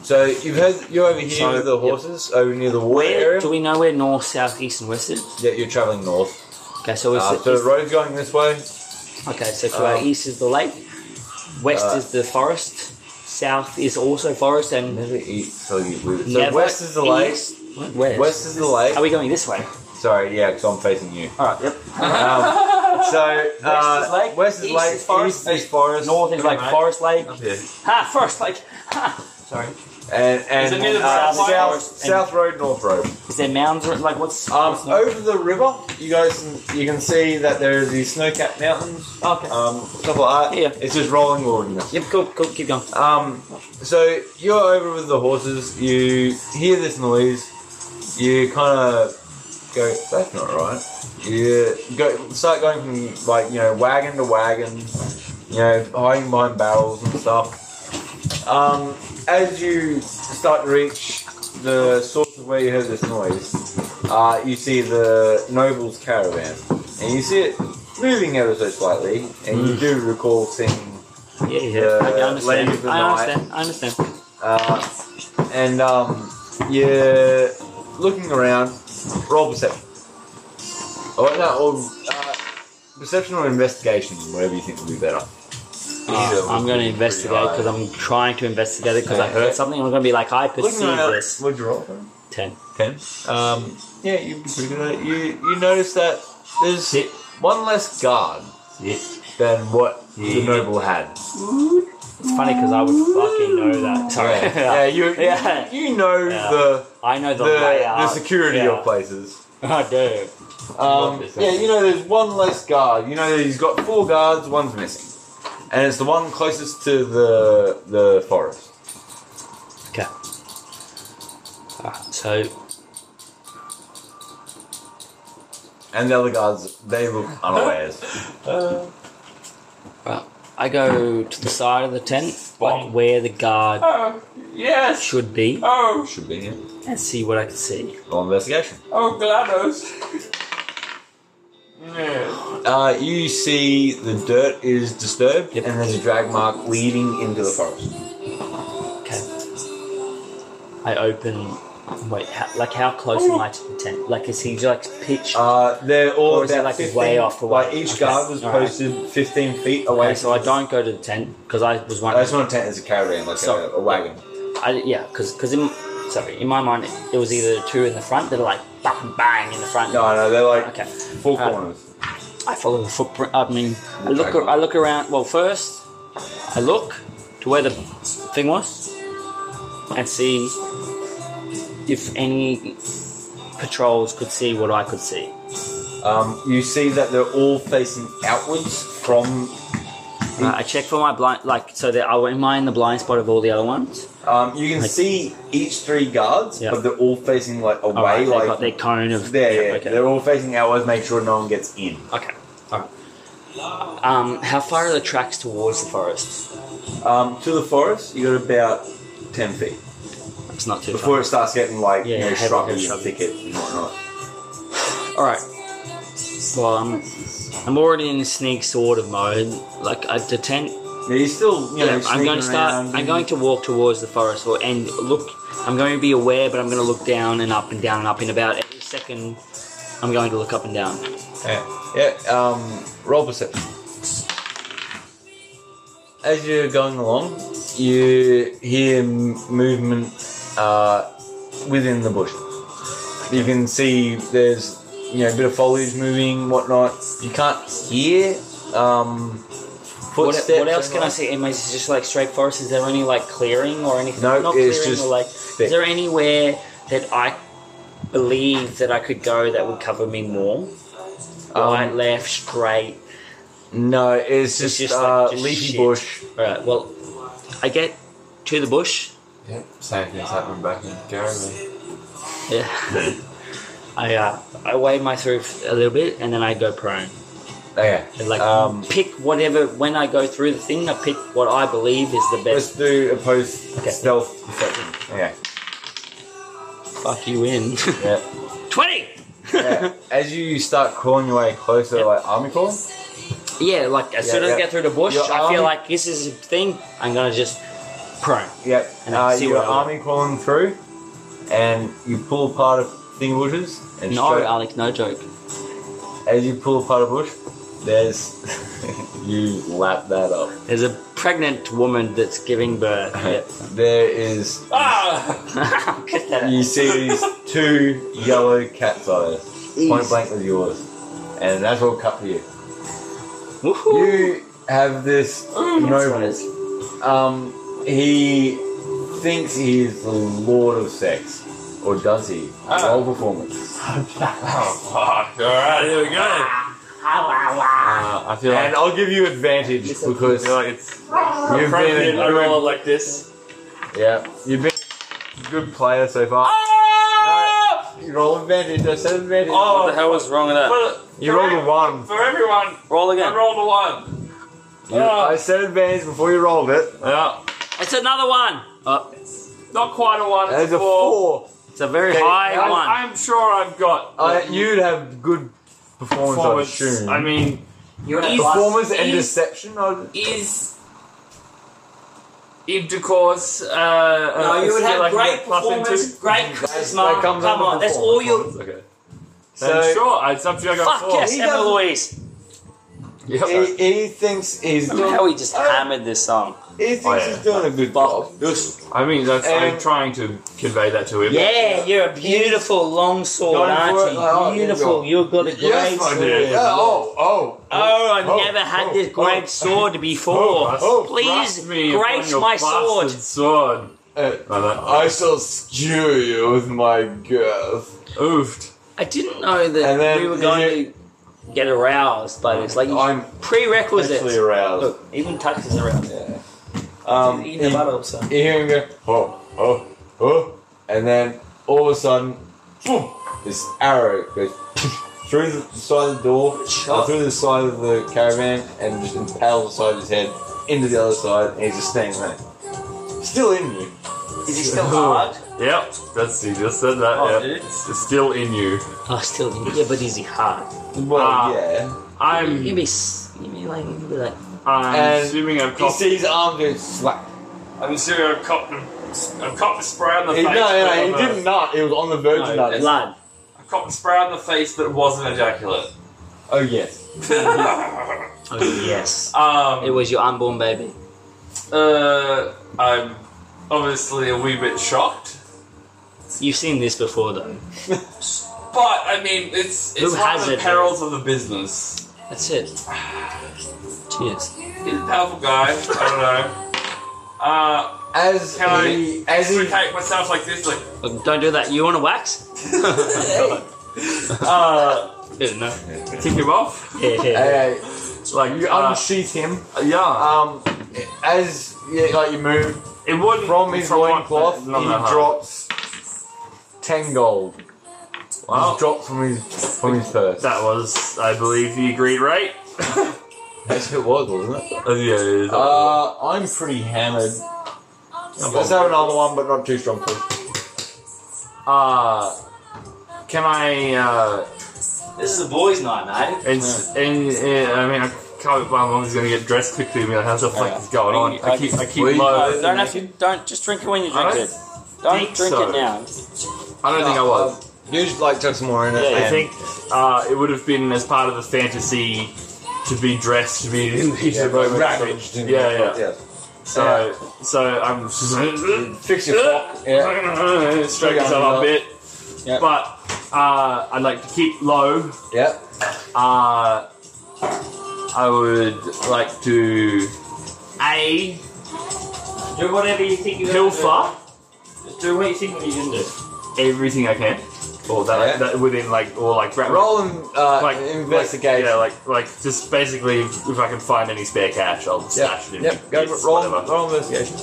[SPEAKER 1] So you've heard you're over here
[SPEAKER 2] So-
[SPEAKER 1] with the
[SPEAKER 2] yep.
[SPEAKER 1] horses over near the water
[SPEAKER 2] Where
[SPEAKER 1] area.
[SPEAKER 2] do we know where north, south, east, and west is?
[SPEAKER 1] yeah, you're traveling north.
[SPEAKER 2] Okay, so it's
[SPEAKER 1] Uh, so the road's going this way.
[SPEAKER 2] Okay, so to our
[SPEAKER 1] Um,
[SPEAKER 2] east is the lake, west
[SPEAKER 1] uh,
[SPEAKER 2] is the forest, south is also forest, and
[SPEAKER 1] Never eat till you lose. So
[SPEAKER 2] never
[SPEAKER 1] west is the lake.
[SPEAKER 2] east- What? West.
[SPEAKER 1] West is the lake.
[SPEAKER 2] Are we going this way?
[SPEAKER 1] Sorry, yeah, because I'm facing you.
[SPEAKER 2] All right. Yep.
[SPEAKER 1] Um, so uh,
[SPEAKER 2] West is lake,
[SPEAKER 1] West is
[SPEAKER 2] east
[SPEAKER 1] lake.
[SPEAKER 2] is forest,
[SPEAKER 1] East is forest.
[SPEAKER 2] North is like
[SPEAKER 5] Right.
[SPEAKER 2] forest lake.
[SPEAKER 3] Up here.
[SPEAKER 2] Ha! Forest lake. Ha! Sorry.
[SPEAKER 1] and and
[SPEAKER 5] Is it near the
[SPEAKER 1] uh,
[SPEAKER 2] south side?
[SPEAKER 1] south,
[SPEAKER 2] Forest and-
[SPEAKER 1] south road, north road.
[SPEAKER 2] Is there mounds or like what's?
[SPEAKER 1] Um,
[SPEAKER 2] what's
[SPEAKER 1] over the river, you guys, can, you can see that there are these snow-capped mountains.
[SPEAKER 2] okay.
[SPEAKER 1] Um, stuff like that.
[SPEAKER 2] Yeah.
[SPEAKER 1] It's just rolling wilderness.
[SPEAKER 2] yep. Cool. Cool. Keep going.
[SPEAKER 1] Um, so you're over with the horses. You hear this noise. You kind of go, "That's not right." You go start going from like you know wagon to wagon, you know hiding behind barrels and stuff. Um, as you start to reach the source of where you heard this noise, uh, you see the nobles caravan, and you see it moving ever so slightly, and you do recall seeing
[SPEAKER 2] Yeah. Yeah.
[SPEAKER 1] the
[SPEAKER 2] okay, I understand.
[SPEAKER 1] lady of the
[SPEAKER 2] I
[SPEAKER 1] night.
[SPEAKER 2] understand. I understand.
[SPEAKER 1] uh, and um, you're looking around. Roll perception. Oh no, or, uh, perception or investigation, whatever you think would be better.
[SPEAKER 2] Uh, I'm going to
[SPEAKER 3] pretty
[SPEAKER 2] investigate
[SPEAKER 3] high.
[SPEAKER 2] because I'm trying to investigate it because I
[SPEAKER 1] Okay.
[SPEAKER 2] heard something. I'm going to be like, I perceive
[SPEAKER 1] looking around,
[SPEAKER 2] this.
[SPEAKER 1] what'd you roll?
[SPEAKER 2] Ten.
[SPEAKER 1] Ten. Um, yeah, you'd be pretty good at it. You you notice that there's one less guard than what the noble had.
[SPEAKER 2] It's funny because I would fucking know that.
[SPEAKER 1] [LAUGHS]
[SPEAKER 2] Sorry. [LAUGHS]
[SPEAKER 1] Yeah, you,
[SPEAKER 2] Yeah.
[SPEAKER 1] you you know
[SPEAKER 2] Yeah.
[SPEAKER 1] the
[SPEAKER 2] I know
[SPEAKER 1] the,
[SPEAKER 2] the,
[SPEAKER 1] the,
[SPEAKER 2] layout.
[SPEAKER 1] security
[SPEAKER 2] yeah.
[SPEAKER 1] of places.
[SPEAKER 2] [LAUGHS] I do.
[SPEAKER 1] Um,
[SPEAKER 5] Love this,
[SPEAKER 1] yeah,
[SPEAKER 5] okay.
[SPEAKER 1] you know, there's one less guard. You know, he's got four guards, one's missing, and it's the one closest to the the forest.
[SPEAKER 2] Okay. Alright, so
[SPEAKER 1] And the other guards, they look unawares.
[SPEAKER 2] well, I go to the side of the tent, like
[SPEAKER 5] Bomb.
[SPEAKER 2] where the guard
[SPEAKER 5] Oh, yes.
[SPEAKER 2] should be,
[SPEAKER 5] Oh,
[SPEAKER 1] Should be here.
[SPEAKER 2] and see what I can see.
[SPEAKER 1] Roll investigation.
[SPEAKER 5] oh, GLaDOS. yeah.
[SPEAKER 1] Uh, you see the dirt is disturbed,
[SPEAKER 2] Yep.
[SPEAKER 1] and there's a drag mark leading into the forest.
[SPEAKER 2] Okay. I open. Wait, how, like how close am I to the tent? Like is he like pitch?
[SPEAKER 1] Uh, they're all
[SPEAKER 2] Or is it
[SPEAKER 1] about
[SPEAKER 2] like
[SPEAKER 1] 15,
[SPEAKER 2] way off away?
[SPEAKER 1] Like each
[SPEAKER 2] Okay,
[SPEAKER 1] guard was
[SPEAKER 2] alright.
[SPEAKER 1] posted 15 feet away.
[SPEAKER 2] okay, so I
[SPEAKER 1] from-
[SPEAKER 2] don't go to the tent because I was
[SPEAKER 1] I
[SPEAKER 2] wondering.
[SPEAKER 1] just want a tent as a caravan, like
[SPEAKER 2] Sorry.
[SPEAKER 1] a, a wagon.
[SPEAKER 2] I, yeah, because in sorry, in my mind it, it was either the two in the front that are like bang bang in the front.
[SPEAKER 1] No, no, they're like
[SPEAKER 2] Okay.
[SPEAKER 1] four
[SPEAKER 2] Uh,
[SPEAKER 1] corners.
[SPEAKER 2] I follow the footprint. I mean, I
[SPEAKER 1] Okay.
[SPEAKER 2] look. I look around. Well, first I look to where the thing was and see if any patrols could see what I could see.
[SPEAKER 1] Um, you see that they're all facing outwards from. Hmm.
[SPEAKER 2] Uh, I check for my blind, like so that I am I in the blind spot of all the other ones?
[SPEAKER 1] Um, you can
[SPEAKER 2] Like-
[SPEAKER 1] see each three guards,
[SPEAKER 2] Yeah.
[SPEAKER 1] but they're all facing like away.
[SPEAKER 2] All right,
[SPEAKER 1] like
[SPEAKER 2] they've got their cone of
[SPEAKER 1] there, yeah,
[SPEAKER 2] okay.
[SPEAKER 1] they're all facing outwards. Make sure no one gets in.
[SPEAKER 2] okay, all right. Um, how far are the tracks towards the forest?
[SPEAKER 1] Um, to the forest, you got about ten feet
[SPEAKER 2] It's not too
[SPEAKER 1] before it starts getting like
[SPEAKER 2] Yeah,
[SPEAKER 1] you know
[SPEAKER 2] heavy,
[SPEAKER 1] shrub and
[SPEAKER 2] heavy shrub.
[SPEAKER 1] thicket and whatnot.
[SPEAKER 2] far. All right. Well, I'm, I'm already in sneak sort of mode. Like I the tent.
[SPEAKER 1] Yeah, you still you know.
[SPEAKER 2] Yeah, I'm going
[SPEAKER 1] sneaking
[SPEAKER 2] to start.
[SPEAKER 1] around
[SPEAKER 2] I'm
[SPEAKER 1] and-
[SPEAKER 2] going to walk towards the forest or and look. I'm going to be aware, but I'm going to look down and up and down and up. In about every second, I'm going to look up and down.
[SPEAKER 1] Yeah, yeah. Um, roll perception. As you're going along, you hear m- movement uh, within the bush. You can see there's you know a bit of foliage moving, whatnot. You can't hear um,
[SPEAKER 2] What,
[SPEAKER 1] footsteps.
[SPEAKER 2] what else can I see? Am I is it just like straight forest? Is there any like clearing or anything?
[SPEAKER 1] No,
[SPEAKER 2] not
[SPEAKER 1] it's
[SPEAKER 2] clearing
[SPEAKER 1] just
[SPEAKER 2] or like.
[SPEAKER 1] thick.
[SPEAKER 2] Is there anywhere that I believe that I could go that would cover me more? right,
[SPEAKER 1] Um,
[SPEAKER 2] left, straight.
[SPEAKER 1] No, it's just,
[SPEAKER 2] just like-
[SPEAKER 1] uh,
[SPEAKER 2] just
[SPEAKER 1] leafy
[SPEAKER 2] shit.
[SPEAKER 1] bush.
[SPEAKER 2] All right. Well, I get to the bush.
[SPEAKER 5] yeah. Same thing's happening back in Gary.
[SPEAKER 1] [LAUGHS]
[SPEAKER 2] Yeah. I uh, I wave my through a little bit and then I go prone.
[SPEAKER 1] Okay,
[SPEAKER 2] And like
[SPEAKER 1] um,
[SPEAKER 2] pick whatever when I go through the thing, I pick what I believe is the
[SPEAKER 1] let's
[SPEAKER 2] best.
[SPEAKER 1] do a post
[SPEAKER 2] Okay.
[SPEAKER 1] stealth perception. Okay,
[SPEAKER 2] Fuck you in.
[SPEAKER 1] yeah.
[SPEAKER 2] [LAUGHS] Twenty.
[SPEAKER 1] Yeah, as you start crawling your way closer,
[SPEAKER 2] Yep.
[SPEAKER 1] like army crawl,
[SPEAKER 2] Yeah, like as
[SPEAKER 1] Yeah,
[SPEAKER 2] soon as
[SPEAKER 1] yeah.
[SPEAKER 2] I get through the bush,
[SPEAKER 1] Your
[SPEAKER 2] I
[SPEAKER 1] arm-
[SPEAKER 2] feel like this is a thing. I'm gonna just prone.
[SPEAKER 1] yep,
[SPEAKER 2] And I
[SPEAKER 1] uh,
[SPEAKER 2] see
[SPEAKER 1] you're
[SPEAKER 2] what I want.
[SPEAKER 1] army crawling through, and you pull apart a thing of bushes, and
[SPEAKER 2] No,
[SPEAKER 1] straight-
[SPEAKER 2] Alex, no joke.
[SPEAKER 1] as you pull apart a bush, there's [LAUGHS] you lap that up.
[SPEAKER 2] There's a pregnant woman that's giving birth.
[SPEAKER 1] [LAUGHS]
[SPEAKER 2] Yeah. [LAUGHS]
[SPEAKER 1] There is
[SPEAKER 5] Ah!
[SPEAKER 2] Get that out.
[SPEAKER 1] you see these two yellow cat's eyes, point
[SPEAKER 2] Easy.
[SPEAKER 1] blank with yours, and that's all cut for you.
[SPEAKER 2] Woohoo. Oh,
[SPEAKER 1] You have this
[SPEAKER 2] That's what it
[SPEAKER 1] noble.
[SPEAKER 2] is.
[SPEAKER 1] Um, he thinks he's the lord of sex, or does he?
[SPEAKER 5] Ah.
[SPEAKER 1] Roll performance.
[SPEAKER 5] Oh, fuck. Alright, here we go. Uh, I feel like,
[SPEAKER 1] And I'll give you advantage
[SPEAKER 5] I
[SPEAKER 1] because
[SPEAKER 5] feel like it's
[SPEAKER 1] you've been a
[SPEAKER 5] I roll
[SPEAKER 1] good,
[SPEAKER 5] like this.
[SPEAKER 1] yeah, you've been a good player so far.
[SPEAKER 3] Oh!
[SPEAKER 5] Ah!
[SPEAKER 1] You roll advantage, I said advantage.
[SPEAKER 5] Oh,
[SPEAKER 2] What the hell was wrong with that?
[SPEAKER 5] Well,
[SPEAKER 1] you rolled a one.
[SPEAKER 5] For everyone,
[SPEAKER 2] Roll
[SPEAKER 5] I
[SPEAKER 2] again.
[SPEAKER 5] rolled a one.
[SPEAKER 1] You-
[SPEAKER 5] Ah!
[SPEAKER 1] I said advantage before you rolled it.
[SPEAKER 5] Yeah.
[SPEAKER 2] It's another one. Oh,
[SPEAKER 5] Not quite a one.
[SPEAKER 1] There's
[SPEAKER 5] It's
[SPEAKER 1] a four.
[SPEAKER 2] it's a very
[SPEAKER 1] Okay,
[SPEAKER 2] high
[SPEAKER 5] I'm,
[SPEAKER 2] one.
[SPEAKER 5] I'm sure I've got
[SPEAKER 1] Uh, you'd have good performance,
[SPEAKER 5] performance.
[SPEAKER 1] I assume.
[SPEAKER 5] I mean,
[SPEAKER 2] Is-
[SPEAKER 1] performance and
[SPEAKER 5] is-
[SPEAKER 1] deception. I'd,
[SPEAKER 5] is intercourse. Uh, no,
[SPEAKER 2] you would have great performance, great
[SPEAKER 1] that
[SPEAKER 2] charisma.
[SPEAKER 1] comes
[SPEAKER 2] Come
[SPEAKER 1] under
[SPEAKER 2] on, that's all you.
[SPEAKER 5] Okay. So,
[SPEAKER 1] so
[SPEAKER 5] sure, I, it's up to you. I got
[SPEAKER 2] Fuck
[SPEAKER 5] four.
[SPEAKER 2] yes,
[SPEAKER 1] He
[SPEAKER 2] Emma
[SPEAKER 1] doesn't-
[SPEAKER 2] Louise.
[SPEAKER 1] he, he thinks he's doing.
[SPEAKER 2] How he just hammered this song.
[SPEAKER 1] He thinks
[SPEAKER 5] Oh, yeah.
[SPEAKER 1] he's doing a good job.
[SPEAKER 5] I mean, that's, I'm
[SPEAKER 1] Um,
[SPEAKER 5] trying to convey that to him.
[SPEAKER 2] Yeah, you're a beautiful long sword,
[SPEAKER 1] Going for it,
[SPEAKER 2] aren't you?
[SPEAKER 1] like, oh, yeah,
[SPEAKER 2] beautiful.
[SPEAKER 1] go.
[SPEAKER 2] You've got a great
[SPEAKER 5] Yes, I
[SPEAKER 2] sword.
[SPEAKER 5] did.
[SPEAKER 1] Yeah, oh, oh,
[SPEAKER 2] Oh, I've
[SPEAKER 1] Oh,
[SPEAKER 2] never had
[SPEAKER 1] oh,
[SPEAKER 2] this great
[SPEAKER 1] oh.
[SPEAKER 2] sword before.
[SPEAKER 5] Oh,
[SPEAKER 1] oh,
[SPEAKER 2] Please
[SPEAKER 5] Thrust me upon
[SPEAKER 2] grace
[SPEAKER 5] your
[SPEAKER 2] my
[SPEAKER 5] bastard
[SPEAKER 2] sword.
[SPEAKER 5] sword.
[SPEAKER 1] Uh,
[SPEAKER 5] Like that.
[SPEAKER 1] I shall skew you with my girth.
[SPEAKER 5] Oofed.
[SPEAKER 2] I didn't know that
[SPEAKER 1] And then-
[SPEAKER 2] we were going to get aroused by this. Like,
[SPEAKER 1] I'm
[SPEAKER 2] prerequisites.
[SPEAKER 1] actually aroused.
[SPEAKER 2] Look, even Tux is aroused.
[SPEAKER 1] Yeah. Um,
[SPEAKER 2] He's eating a
[SPEAKER 1] you-
[SPEAKER 2] butt up, so.
[SPEAKER 1] You hear him go, oh, oh, oh, and then all of a sudden, boom, this arrow goes [LAUGHS] through the side of the door, uh,
[SPEAKER 2] Shot.
[SPEAKER 1] through the side of the caravan, and just impales the side of his head into the other side, and he's just staying there. Still in you.
[SPEAKER 2] Is he still hard?
[SPEAKER 3] Yep, that's you just said that.
[SPEAKER 5] Oh,
[SPEAKER 3] yeah.
[SPEAKER 5] dude.
[SPEAKER 3] It's still in you.
[SPEAKER 2] [LAUGHS] Oh, still. Yeah, but is he hard?
[SPEAKER 1] Well,
[SPEAKER 3] Ah.
[SPEAKER 1] yeah.
[SPEAKER 3] I'm.
[SPEAKER 2] You'd be, s- you'd be like, you'd be like,
[SPEAKER 3] I'm
[SPEAKER 1] And
[SPEAKER 3] assuming I've
[SPEAKER 1] He
[SPEAKER 3] copped.
[SPEAKER 1] sees his arm go slack.
[SPEAKER 5] I'm sure I've copped a, I've copped a spray on the
[SPEAKER 1] He,
[SPEAKER 5] face.
[SPEAKER 1] no,
[SPEAKER 5] but
[SPEAKER 1] no, no,
[SPEAKER 5] I'm
[SPEAKER 1] he
[SPEAKER 5] a-
[SPEAKER 1] didn't nut. It was on the verge of
[SPEAKER 5] No,
[SPEAKER 1] nutting.
[SPEAKER 2] blood.
[SPEAKER 5] I've copped a spray on the face that wasn't ejaculate.
[SPEAKER 1] Oh, yes.
[SPEAKER 2] Oh, yes.
[SPEAKER 5] um,
[SPEAKER 2] It was your unborn baby.
[SPEAKER 5] Uh, I'm obviously a wee bit shocked,
[SPEAKER 2] You've seen this before, though.
[SPEAKER 5] but I mean, it's
[SPEAKER 2] Who
[SPEAKER 5] it's one
[SPEAKER 2] has
[SPEAKER 5] of the
[SPEAKER 2] it,
[SPEAKER 5] perils of the business.
[SPEAKER 2] That's it. Cheers.
[SPEAKER 5] He's a powerful guy. I don't know. Uh,
[SPEAKER 1] As
[SPEAKER 5] Can I-
[SPEAKER 1] he, as he,
[SPEAKER 5] suffocate myself like this, like
[SPEAKER 2] Look, don't do that. You want to wax? [LAUGHS]
[SPEAKER 5] uh,
[SPEAKER 2] Yeah, no.
[SPEAKER 5] tick him off.
[SPEAKER 2] Yeah, yeah.
[SPEAKER 1] uh,
[SPEAKER 3] Like,
[SPEAKER 1] you
[SPEAKER 3] uh,
[SPEAKER 1] unsheath him.
[SPEAKER 3] yeah.
[SPEAKER 1] Um, as yeah, like you move
[SPEAKER 3] It wouldn't.
[SPEAKER 1] from his
[SPEAKER 3] from one-
[SPEAKER 1] loincloth, he
[SPEAKER 3] not that hard.
[SPEAKER 1] drops ten gold.
[SPEAKER 3] Well,
[SPEAKER 1] Just dropped from his from his purse.
[SPEAKER 3] that was, I believe, the agreed rate.
[SPEAKER 1] That's who it was, wasn't it?
[SPEAKER 3] Uh, yeah, it is.
[SPEAKER 1] Uh, I'm pretty hammered. Let's have another one, but not too strong. Please.
[SPEAKER 3] Uh, can I? Uh,
[SPEAKER 2] This is a boys' night, mate.
[SPEAKER 3] it's, and, uh, I mean, I can't. My mom's gonna get dressed quickly and be like, "How's the fuck
[SPEAKER 1] Yeah.
[SPEAKER 3] is going on?" I keep, I keep low.
[SPEAKER 2] Uh, don't have to. Don't just drink it when you
[SPEAKER 3] I
[SPEAKER 2] drink
[SPEAKER 3] don't,
[SPEAKER 2] it. Don't
[SPEAKER 3] think
[SPEAKER 2] drink
[SPEAKER 3] so.
[SPEAKER 2] it now.
[SPEAKER 3] I don't think I was.
[SPEAKER 1] um, You just like took some more in it.
[SPEAKER 2] Yeah,
[SPEAKER 3] I
[SPEAKER 1] and-
[SPEAKER 3] think uh, it would have been as part of the fantasy to be dressed to be in these
[SPEAKER 1] Yeah, but ravaged.
[SPEAKER 3] ravaged.
[SPEAKER 1] and-
[SPEAKER 3] Yeah, yeah.
[SPEAKER 1] yeah.
[SPEAKER 3] So, so I'm
[SPEAKER 1] Fix your clock.
[SPEAKER 3] [LAUGHS]
[SPEAKER 1] Yeah.
[SPEAKER 3] straighten myself up a bit.
[SPEAKER 1] Yeah.
[SPEAKER 3] But uh, I'd like to keep low.
[SPEAKER 1] Yeah.
[SPEAKER 3] Uh, I would like to a
[SPEAKER 2] Do whatever you think you're
[SPEAKER 3] pilfer
[SPEAKER 2] Do what you think you're going to do.
[SPEAKER 3] everything I can, or that,
[SPEAKER 1] Yeah.
[SPEAKER 3] that within like or like wrap-
[SPEAKER 1] Roll and uh,
[SPEAKER 3] like
[SPEAKER 1] investigation.
[SPEAKER 3] Like, yeah, like like just basically if I can find any spare cash, I'll
[SPEAKER 1] yeah.
[SPEAKER 3] stash it in.
[SPEAKER 1] Yep. Go
[SPEAKER 3] bits,
[SPEAKER 1] for it. Roll,
[SPEAKER 3] whatever.
[SPEAKER 1] roll investigation.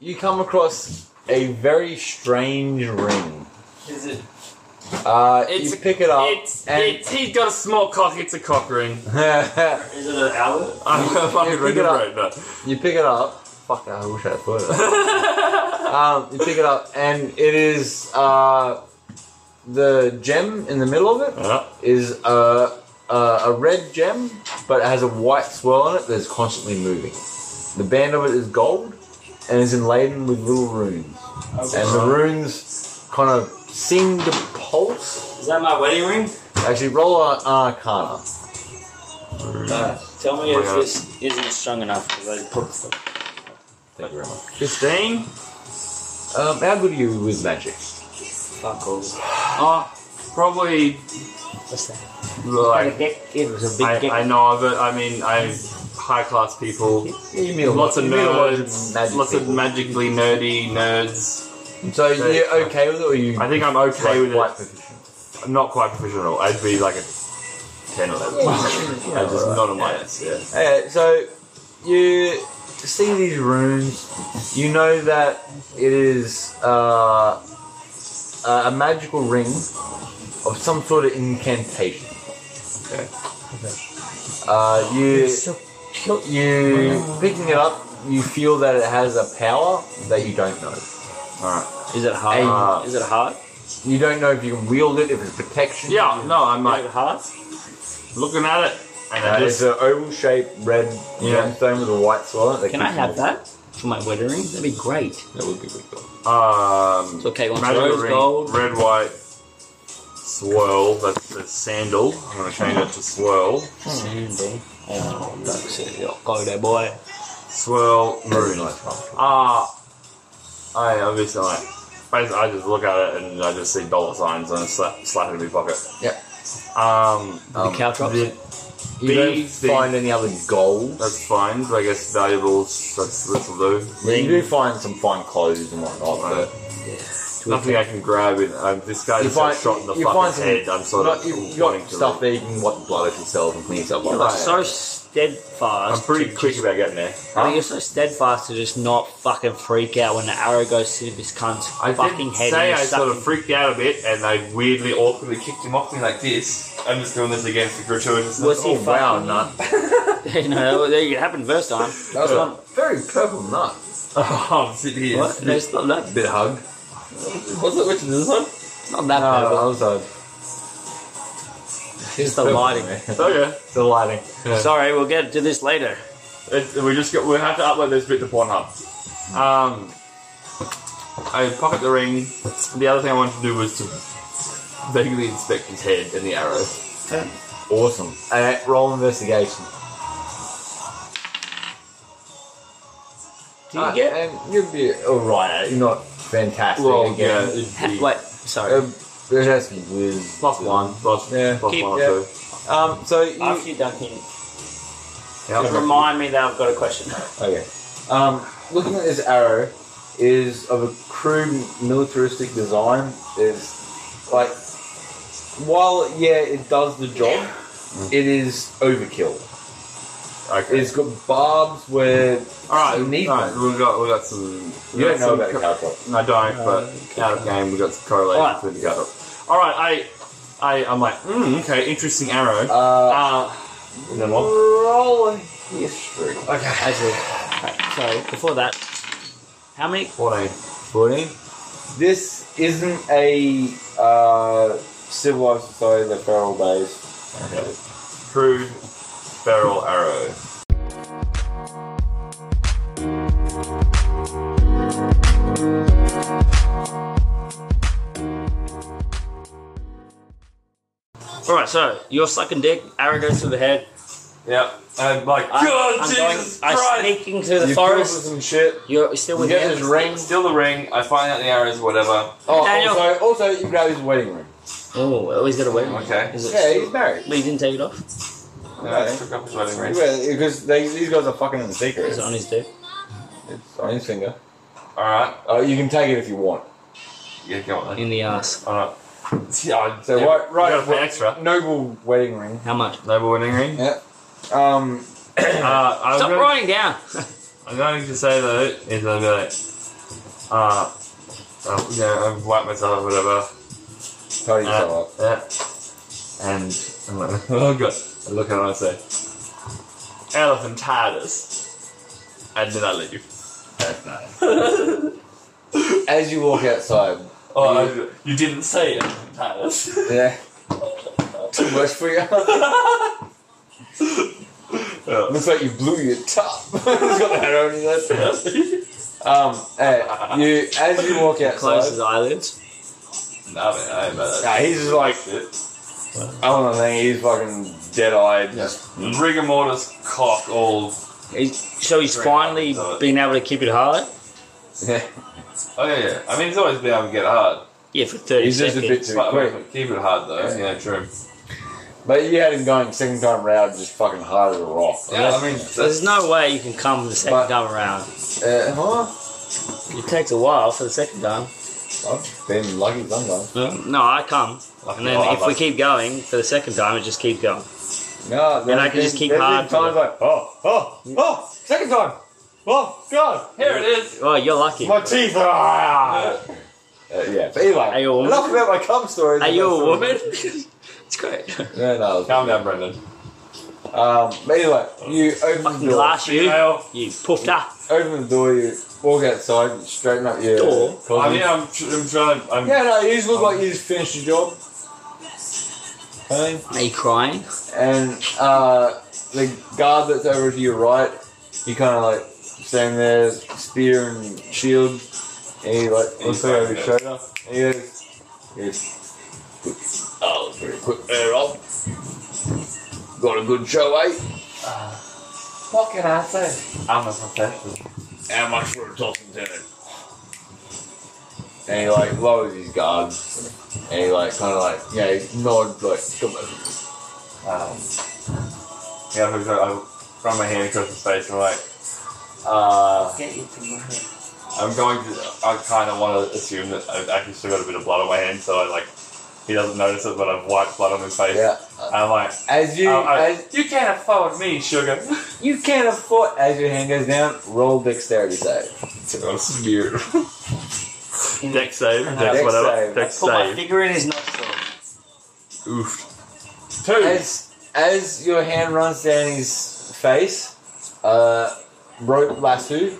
[SPEAKER 1] You come across a very strange ring.
[SPEAKER 5] Is it?
[SPEAKER 1] Uh,
[SPEAKER 3] It's
[SPEAKER 1] you pick it up
[SPEAKER 3] It's,
[SPEAKER 1] and
[SPEAKER 3] it's he's got a small cock. It's a cock ring.
[SPEAKER 2] Is it an hour?
[SPEAKER 3] [LAUGHS] I'm a fucking
[SPEAKER 1] pick
[SPEAKER 3] ring
[SPEAKER 1] it up.
[SPEAKER 3] right now.
[SPEAKER 1] [LAUGHS] you pick it up. Fuck! I wish I had thought of that. um, you pick it up and it is uh, the gem in the middle of it
[SPEAKER 3] Yeah.
[SPEAKER 1] is a, a, a red gem, but it has a white swirl on it that is constantly moving. The band of it is gold and is inladen with little runes, and the runes kind of seem to pulse
[SPEAKER 2] Is that my wedding ring?
[SPEAKER 1] Actually, roll an Arcana.
[SPEAKER 2] Uh, Tell me if
[SPEAKER 3] Oh my God.
[SPEAKER 2] this isn't strong enough. 'cause I put-
[SPEAKER 1] Thank you very much.
[SPEAKER 3] Fifteen.
[SPEAKER 1] Um, how good are you with magic?
[SPEAKER 2] Fuck all.
[SPEAKER 3] Uh, probably
[SPEAKER 2] What's that?
[SPEAKER 3] like
[SPEAKER 2] It was a big
[SPEAKER 3] I, I know of it. I mean, I'm high class people.
[SPEAKER 1] You mean
[SPEAKER 3] Lots of
[SPEAKER 1] you meet a lot of
[SPEAKER 3] nerds.
[SPEAKER 1] magic
[SPEAKER 3] Lots of
[SPEAKER 1] people.
[SPEAKER 3] magically nerdy nerds.
[SPEAKER 1] So you're okay with it, or you?
[SPEAKER 3] I think I'm okay
[SPEAKER 1] like,
[SPEAKER 3] with
[SPEAKER 1] quite
[SPEAKER 3] it.
[SPEAKER 1] proficient?
[SPEAKER 3] I'm not quite professional. I'd be like a ten or eleven.
[SPEAKER 1] Yeah,
[SPEAKER 3] [LAUGHS] I just
[SPEAKER 1] alright.
[SPEAKER 3] not a minus. Yeah.
[SPEAKER 1] Uh, so you see these runes. You know that it is uh, a magical ring of some sort of incantation.
[SPEAKER 3] Okay.
[SPEAKER 1] Uh, you you picking it up. You feel that it has a power that you don't know.
[SPEAKER 3] All right.
[SPEAKER 2] Is it hard?
[SPEAKER 1] Hey.
[SPEAKER 2] is it hard?
[SPEAKER 1] You don't know if you can wield it, if it's protection.
[SPEAKER 3] Yeah. No, I'm
[SPEAKER 2] Is it
[SPEAKER 3] like
[SPEAKER 2] hard?
[SPEAKER 3] looking at it, and
[SPEAKER 1] Uh,
[SPEAKER 3] I
[SPEAKER 1] it's
[SPEAKER 3] just
[SPEAKER 1] an oval shaped red
[SPEAKER 3] Yeah.
[SPEAKER 1] gemstone with a white swirl. on it
[SPEAKER 2] Can I have that for my wedding ring? That'd be great.
[SPEAKER 1] That would be good.
[SPEAKER 3] um.
[SPEAKER 2] It's okay. One
[SPEAKER 3] Magical
[SPEAKER 2] rose
[SPEAKER 3] ring,
[SPEAKER 2] gold.
[SPEAKER 3] red, white, swirl. That's the sandal. I'm going to change that to swirl.
[SPEAKER 2] Sandy. Oh, that's it. Oh, Go there, boy.
[SPEAKER 3] Swirl,
[SPEAKER 1] Very
[SPEAKER 3] maroon.
[SPEAKER 1] nice one.
[SPEAKER 3] Ah, I obviously like. basically, I just look at it and I just see dollar signs and I slap, slap it in my pocket.
[SPEAKER 1] Yep.
[SPEAKER 3] Um,
[SPEAKER 1] Um,
[SPEAKER 2] the cow drops.
[SPEAKER 3] the-
[SPEAKER 1] You don't
[SPEAKER 3] Bees, bees.
[SPEAKER 1] find any other gold.
[SPEAKER 3] that's fine. I guess valuables. That's that's will do.
[SPEAKER 1] You do find some fine clothes and whatnot,
[SPEAKER 3] Right.
[SPEAKER 1] but
[SPEAKER 3] Nothing I can grab. In, um, this guy
[SPEAKER 1] You
[SPEAKER 3] just
[SPEAKER 1] find-
[SPEAKER 3] got shot in the
[SPEAKER 1] you
[SPEAKER 3] fucking
[SPEAKER 1] find some-
[SPEAKER 3] head. I'm sort
[SPEAKER 1] Not,
[SPEAKER 3] of
[SPEAKER 1] you've got
[SPEAKER 3] wanting to.
[SPEAKER 1] stuff that you can wipe blood off yourself and clean yourself
[SPEAKER 2] You're
[SPEAKER 1] up.
[SPEAKER 2] so
[SPEAKER 3] I'm
[SPEAKER 2] steadfast.
[SPEAKER 3] pretty
[SPEAKER 2] to
[SPEAKER 3] quick
[SPEAKER 2] just-
[SPEAKER 3] about getting there.
[SPEAKER 2] I mean, you're so steadfast to just not fucking freak out when the arrow goes through this cunt's
[SPEAKER 3] I
[SPEAKER 2] fucking
[SPEAKER 3] did
[SPEAKER 2] head. and
[SPEAKER 3] say I
[SPEAKER 2] you're
[SPEAKER 3] sort
[SPEAKER 2] sucking-
[SPEAKER 3] of freaked out a bit, and I weirdly awkwardly kicked him off me like this.
[SPEAKER 5] I'm just doing this again for gratuitous.
[SPEAKER 2] Was he
[SPEAKER 3] oh wow,
[SPEAKER 2] fucking-
[SPEAKER 3] nut!
[SPEAKER 2] [LAUGHS] you know, that- it happened first time.
[SPEAKER 1] That was one very purple nut.
[SPEAKER 3] Oh, I'm sitting here.
[SPEAKER 2] No, it's not that.
[SPEAKER 1] Bit hugged.
[SPEAKER 5] What's it? Which is this one?
[SPEAKER 2] It's not that
[SPEAKER 1] No,
[SPEAKER 2] bad.
[SPEAKER 1] that was uh, a.
[SPEAKER 2] It's the lighting.
[SPEAKER 3] Okay,
[SPEAKER 1] the lighting.
[SPEAKER 2] Sorry, we'll get to this later.
[SPEAKER 3] It- we just got, we have to upload this bit to Pornhub. Um, I pocket the ring. The other thing I wanted to do was to vaguely inspect his head and the arrow.
[SPEAKER 1] Awesome. Uh, roll investigation.
[SPEAKER 2] Do you get?
[SPEAKER 1] Um, you'd be alright. You're not fantastic.
[SPEAKER 3] Well, yeah,
[SPEAKER 1] again.
[SPEAKER 3] it'd be
[SPEAKER 2] Wait, sorry.
[SPEAKER 1] Um, it has to be weird.
[SPEAKER 3] plus one, plus,
[SPEAKER 1] Yeah.
[SPEAKER 3] plus
[SPEAKER 2] Keep-
[SPEAKER 3] one or
[SPEAKER 1] yeah.
[SPEAKER 3] two.
[SPEAKER 1] Um, so you.
[SPEAKER 2] After you dunk in,
[SPEAKER 3] Yeah.
[SPEAKER 2] remind me that I've got a question.
[SPEAKER 1] Okay. Um, looking at this arrow is of a crude militaristic design. Is like while yeah, it does the job, it is overkill.
[SPEAKER 3] Okay.
[SPEAKER 1] It's got barbs where
[SPEAKER 3] all right,
[SPEAKER 1] you need
[SPEAKER 3] all right.
[SPEAKER 1] them.
[SPEAKER 3] We got we got some. We
[SPEAKER 1] You
[SPEAKER 3] got
[SPEAKER 1] don't know
[SPEAKER 3] some
[SPEAKER 1] about a
[SPEAKER 3] co-
[SPEAKER 1] cowboy.
[SPEAKER 3] No, I don't. but out of game, we got some correlation
[SPEAKER 2] Alright.
[SPEAKER 3] between the other. All right, I, I, I'm like, mm, okay, interesting arrow.
[SPEAKER 1] Uh,
[SPEAKER 3] Uh, then what?
[SPEAKER 1] roll a history.
[SPEAKER 2] Okay. So before that, how many?
[SPEAKER 3] Fourteen.
[SPEAKER 1] 14. This isn't a uh, civilized society that feral based.
[SPEAKER 3] Crude barrel arrow.
[SPEAKER 2] All right. So you're sucking dick. Arrow goes through the head.
[SPEAKER 5] Yeah. I'm like,
[SPEAKER 2] I,
[SPEAKER 5] God,
[SPEAKER 2] I'm
[SPEAKER 5] Jesus
[SPEAKER 2] going, I
[SPEAKER 5] Christ!
[SPEAKER 2] sneak into the
[SPEAKER 1] You
[SPEAKER 2] forest.
[SPEAKER 1] killed some shit.
[SPEAKER 2] You're still
[SPEAKER 1] You
[SPEAKER 2] with
[SPEAKER 1] get
[SPEAKER 2] him.
[SPEAKER 1] his ring.
[SPEAKER 5] Steal the ring. I find out the arrows, whatever. Uh,
[SPEAKER 1] Oh,
[SPEAKER 2] Daniel.
[SPEAKER 1] also, also, you grab his wedding ring.
[SPEAKER 2] Oh, well, he's got a wedding.
[SPEAKER 5] Okay.
[SPEAKER 2] Is it?
[SPEAKER 1] Yeah, he's married.
[SPEAKER 2] But he didn't take it off.
[SPEAKER 5] Yeah, I took up his wedding ring.
[SPEAKER 1] Yeah, because they, these guys are fucking in the secret.
[SPEAKER 2] It's on his dick.
[SPEAKER 1] It's on his finger.
[SPEAKER 5] All right.
[SPEAKER 1] Uh, you can take it if you want.
[SPEAKER 5] Yeah, go on. Then.
[SPEAKER 2] In the ass.
[SPEAKER 5] All right. Yeah, I-
[SPEAKER 1] So
[SPEAKER 5] yeah.
[SPEAKER 1] right,
[SPEAKER 3] You
[SPEAKER 1] right,
[SPEAKER 3] gotta pay extra.
[SPEAKER 1] noble wedding ring.
[SPEAKER 2] How much?
[SPEAKER 3] Noble winning ring.
[SPEAKER 1] Yeah. Um,
[SPEAKER 3] Uh, I'm,
[SPEAKER 2] Stop
[SPEAKER 3] going,
[SPEAKER 2] writing down.
[SPEAKER 3] I'm going to say though, is I'm going to, uh, uh, you know, I wipe myself or whatever.
[SPEAKER 1] tidy yourself up.
[SPEAKER 3] Yeah. And I'm like, [LAUGHS] oh god. I look at him and I say, Elephantitis. And then I leave.
[SPEAKER 1] As you walk outside,
[SPEAKER 5] Oh, I- you didn't say elephantitis.
[SPEAKER 1] yeah. Too much for you. Looks like you blew your top. [LAUGHS] He's got the hair on his head. Um, eh, you as you walk
[SPEAKER 2] Close
[SPEAKER 1] outside,
[SPEAKER 2] his eyelids.
[SPEAKER 5] [LAUGHS] nah, man, I ain't about
[SPEAKER 1] nah,
[SPEAKER 5] that.
[SPEAKER 1] he's just like I don't know, man, he's fucking dead eyed.
[SPEAKER 5] Rigor mortis, cock, all.
[SPEAKER 2] He's, so he's
[SPEAKER 5] Great.
[SPEAKER 2] finally
[SPEAKER 5] Uh,
[SPEAKER 2] been able to keep it hard.
[SPEAKER 1] Yeah.
[SPEAKER 5] Oh yeah, yeah. I mean, he's always been able to get hard.
[SPEAKER 2] Yeah, for thirty
[SPEAKER 1] He's just a
[SPEAKER 2] seconds.
[SPEAKER 1] bit too
[SPEAKER 5] But
[SPEAKER 1] quick.
[SPEAKER 5] keep it hard though. Yeah, true.
[SPEAKER 1] But you had him going second time round, just fucking hard as a rock.
[SPEAKER 5] Yeah, I mean, that's,
[SPEAKER 2] There's no way you can come the second
[SPEAKER 1] But-
[SPEAKER 2] time around.
[SPEAKER 1] Uh, huh?
[SPEAKER 2] It takes a while for the second time.
[SPEAKER 1] I've been lucky sometimes.
[SPEAKER 2] No, I come, and then
[SPEAKER 5] Oh,
[SPEAKER 2] if
[SPEAKER 5] I-
[SPEAKER 2] we keep going for the second time, it just keeps going.
[SPEAKER 1] No,
[SPEAKER 2] And I can
[SPEAKER 1] there's
[SPEAKER 2] just keep
[SPEAKER 1] been-
[SPEAKER 2] hard
[SPEAKER 1] there's been times like, oh, oh,
[SPEAKER 6] Mm.
[SPEAKER 1] oh, second time. Oh, God,
[SPEAKER 5] here it is.
[SPEAKER 2] Well, Oh, you're lucky.
[SPEAKER 1] my teeth are. Uh, yeah, but anyway,
[SPEAKER 2] Are you a woman?
[SPEAKER 1] enough about my cum stories.
[SPEAKER 2] Are
[SPEAKER 1] That's
[SPEAKER 2] you a
[SPEAKER 1] all. [LAUGHS]
[SPEAKER 2] woman? it's great.
[SPEAKER 1] No, no. it's-
[SPEAKER 5] Calm down, Brendan.
[SPEAKER 1] Um, but anyway, you open the
[SPEAKER 2] Fucking
[SPEAKER 1] door.
[SPEAKER 2] glass you,
[SPEAKER 5] Female.
[SPEAKER 2] you poofter.
[SPEAKER 1] Open the door, you walk outside, straighten up your.
[SPEAKER 2] Door?
[SPEAKER 5] I
[SPEAKER 1] clothes.
[SPEAKER 5] mean, I'm, tr- I'm trying. I'm,
[SPEAKER 1] Yeah, no, you just look like you just finished your job. Okay.
[SPEAKER 2] Are you crying?
[SPEAKER 1] and uh, the guard that's over to your right, he kind of like standing there, spear and shield, and he like
[SPEAKER 5] And he's
[SPEAKER 1] looks over
[SPEAKER 5] like,
[SPEAKER 1] his shoulder. And he goes, yes. Good. Oh, that was pretty quick there, Rob. Got a good show, eh? what can I say?
[SPEAKER 5] I'm a professional.
[SPEAKER 1] How much for a toss and turn? And he like lowers his guard, and he like kind of like yeah, he nods like come over.
[SPEAKER 5] Um, yeah, I run my hand across his face and I'm like, uh, I'm going to. I kind of want to assume that I've actually still got a bit of blood on my hand, so I like. He doesn't notice it, but I've wiped blood on his face.
[SPEAKER 6] Yeah.
[SPEAKER 5] And I'm like,
[SPEAKER 6] As you
[SPEAKER 5] oh, oh,
[SPEAKER 6] as
[SPEAKER 5] you can't afford me, sugar.
[SPEAKER 6] you can't afford as your hand goes down, roll dexterity save.
[SPEAKER 5] so I'm smeared.
[SPEAKER 3] Dex save. Dex,
[SPEAKER 6] Dex
[SPEAKER 3] whatever.
[SPEAKER 6] save.
[SPEAKER 3] Dex
[SPEAKER 2] Put my
[SPEAKER 3] save.
[SPEAKER 2] finger in his nostril.
[SPEAKER 3] Oof.
[SPEAKER 5] Two.
[SPEAKER 6] As as your hand runs down his face, uh, rope lasso,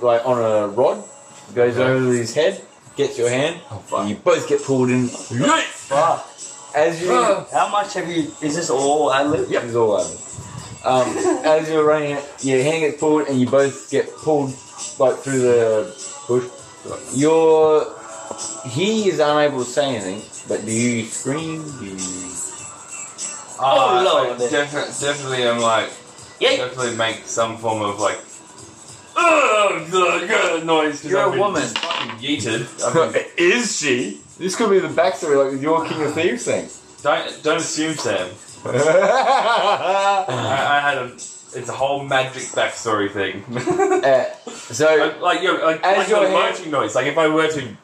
[SPEAKER 6] like on a rod, goes over his head, gets your hand. and you both get pulled in.
[SPEAKER 3] Yeet!
[SPEAKER 2] Fuck.
[SPEAKER 6] As you,
[SPEAKER 2] How much have you? Is this all ad lib?
[SPEAKER 6] It's all over. Um, as you're running, it, your hand gets pulled, and you both get pulled like through the bush. You're he is unable to say anything, but do you scream? Do you...
[SPEAKER 2] Oh, lord.
[SPEAKER 5] I defi- Uh, definitely, I'm like,
[SPEAKER 2] Yeah.
[SPEAKER 5] definitely make some form of like, oh, God, God, noise. 'cause
[SPEAKER 2] You're
[SPEAKER 5] I've
[SPEAKER 2] a
[SPEAKER 5] been
[SPEAKER 2] woman.
[SPEAKER 5] Fucking yeeted. I mean,
[SPEAKER 3] Is she?
[SPEAKER 6] This could be the backstory, like with your King of Thieves [LAUGHS] thing.
[SPEAKER 5] don't don't assume, Sam.
[SPEAKER 2] [SIGHS]
[SPEAKER 6] uh,
[SPEAKER 5] I, I had a. It's a whole magic backstory thing. [LAUGHS]
[SPEAKER 6] so,
[SPEAKER 5] like, like, yo, like,
[SPEAKER 6] As
[SPEAKER 5] like
[SPEAKER 6] your
[SPEAKER 5] the
[SPEAKER 6] hand-
[SPEAKER 5] marching noise. Like if I were to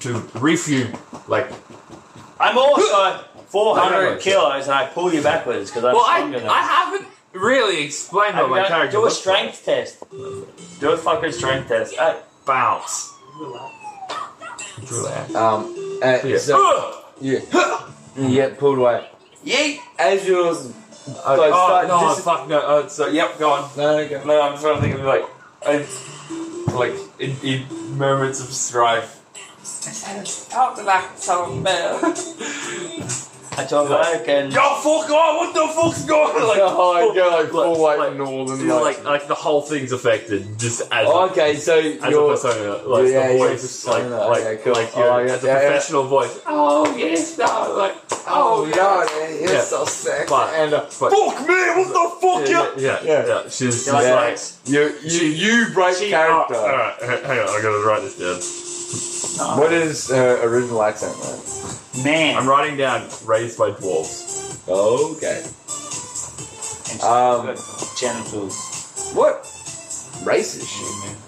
[SPEAKER 5] to reef you, like I'm also.
[SPEAKER 2] 400 kilos and I pull you backwards because I'm
[SPEAKER 5] Well, I,
[SPEAKER 2] stronger than
[SPEAKER 5] I haven't really explained what
[SPEAKER 2] you.
[SPEAKER 5] my
[SPEAKER 2] Have you done-
[SPEAKER 5] character
[SPEAKER 2] Do a
[SPEAKER 5] looks
[SPEAKER 2] strength test. Do a fucking strength test. Uh, Hey,
[SPEAKER 5] like. bounce.
[SPEAKER 6] um, uh,
[SPEAKER 3] Yeah.
[SPEAKER 6] so you, you get pulled away.
[SPEAKER 5] Yeet!
[SPEAKER 6] As you're,
[SPEAKER 5] Oh,
[SPEAKER 6] Like, start-
[SPEAKER 5] no,
[SPEAKER 6] just-
[SPEAKER 5] fuck no.
[SPEAKER 3] uh,
[SPEAKER 5] Oh, so, yep, go on.
[SPEAKER 6] no, no, go.
[SPEAKER 5] No, I'm trying to think of like, I, like in, in moments of strife. Talk like some [LAUGHS] man.
[SPEAKER 2] I told you I can.
[SPEAKER 5] Yo, fuck on! What the fuck's going on? Like,
[SPEAKER 6] oh, I go like full white
[SPEAKER 3] like-
[SPEAKER 6] northern.
[SPEAKER 3] Feel like
[SPEAKER 6] Like,
[SPEAKER 3] like the whole thing's affected just as a,
[SPEAKER 6] okay, so
[SPEAKER 3] as a
[SPEAKER 6] you're.
[SPEAKER 3] persona, like
[SPEAKER 6] yeah,
[SPEAKER 3] the
[SPEAKER 6] you're
[SPEAKER 3] voice, like
[SPEAKER 6] persona,
[SPEAKER 3] like,
[SPEAKER 6] okay, cool.
[SPEAKER 3] like you're,
[SPEAKER 6] Oh, yeah,
[SPEAKER 3] as a
[SPEAKER 6] yeah, yeah.
[SPEAKER 3] professional voice.
[SPEAKER 5] oh yes, no, like,
[SPEAKER 6] Oh,
[SPEAKER 5] oh yeah.
[SPEAKER 6] yeah, man, you're
[SPEAKER 3] Yeah.
[SPEAKER 6] so sexy.
[SPEAKER 3] But-
[SPEAKER 6] and uh,
[SPEAKER 3] but-
[SPEAKER 5] Fuck me! What the fuck,
[SPEAKER 3] Yeah,
[SPEAKER 5] yeah?
[SPEAKER 3] yeah,
[SPEAKER 6] Yeah.
[SPEAKER 3] yeah. She's, she's
[SPEAKER 2] like,
[SPEAKER 6] yeah,
[SPEAKER 3] like,
[SPEAKER 6] you, you, you break
[SPEAKER 3] she-
[SPEAKER 6] character.
[SPEAKER 3] all right, hang hang on, I gotta write this down.
[SPEAKER 6] What is her original accent? Like?
[SPEAKER 2] Man.
[SPEAKER 3] I'm writing down raised by dwarves.
[SPEAKER 6] Okay. Um,
[SPEAKER 2] genitals.
[SPEAKER 6] what race is she?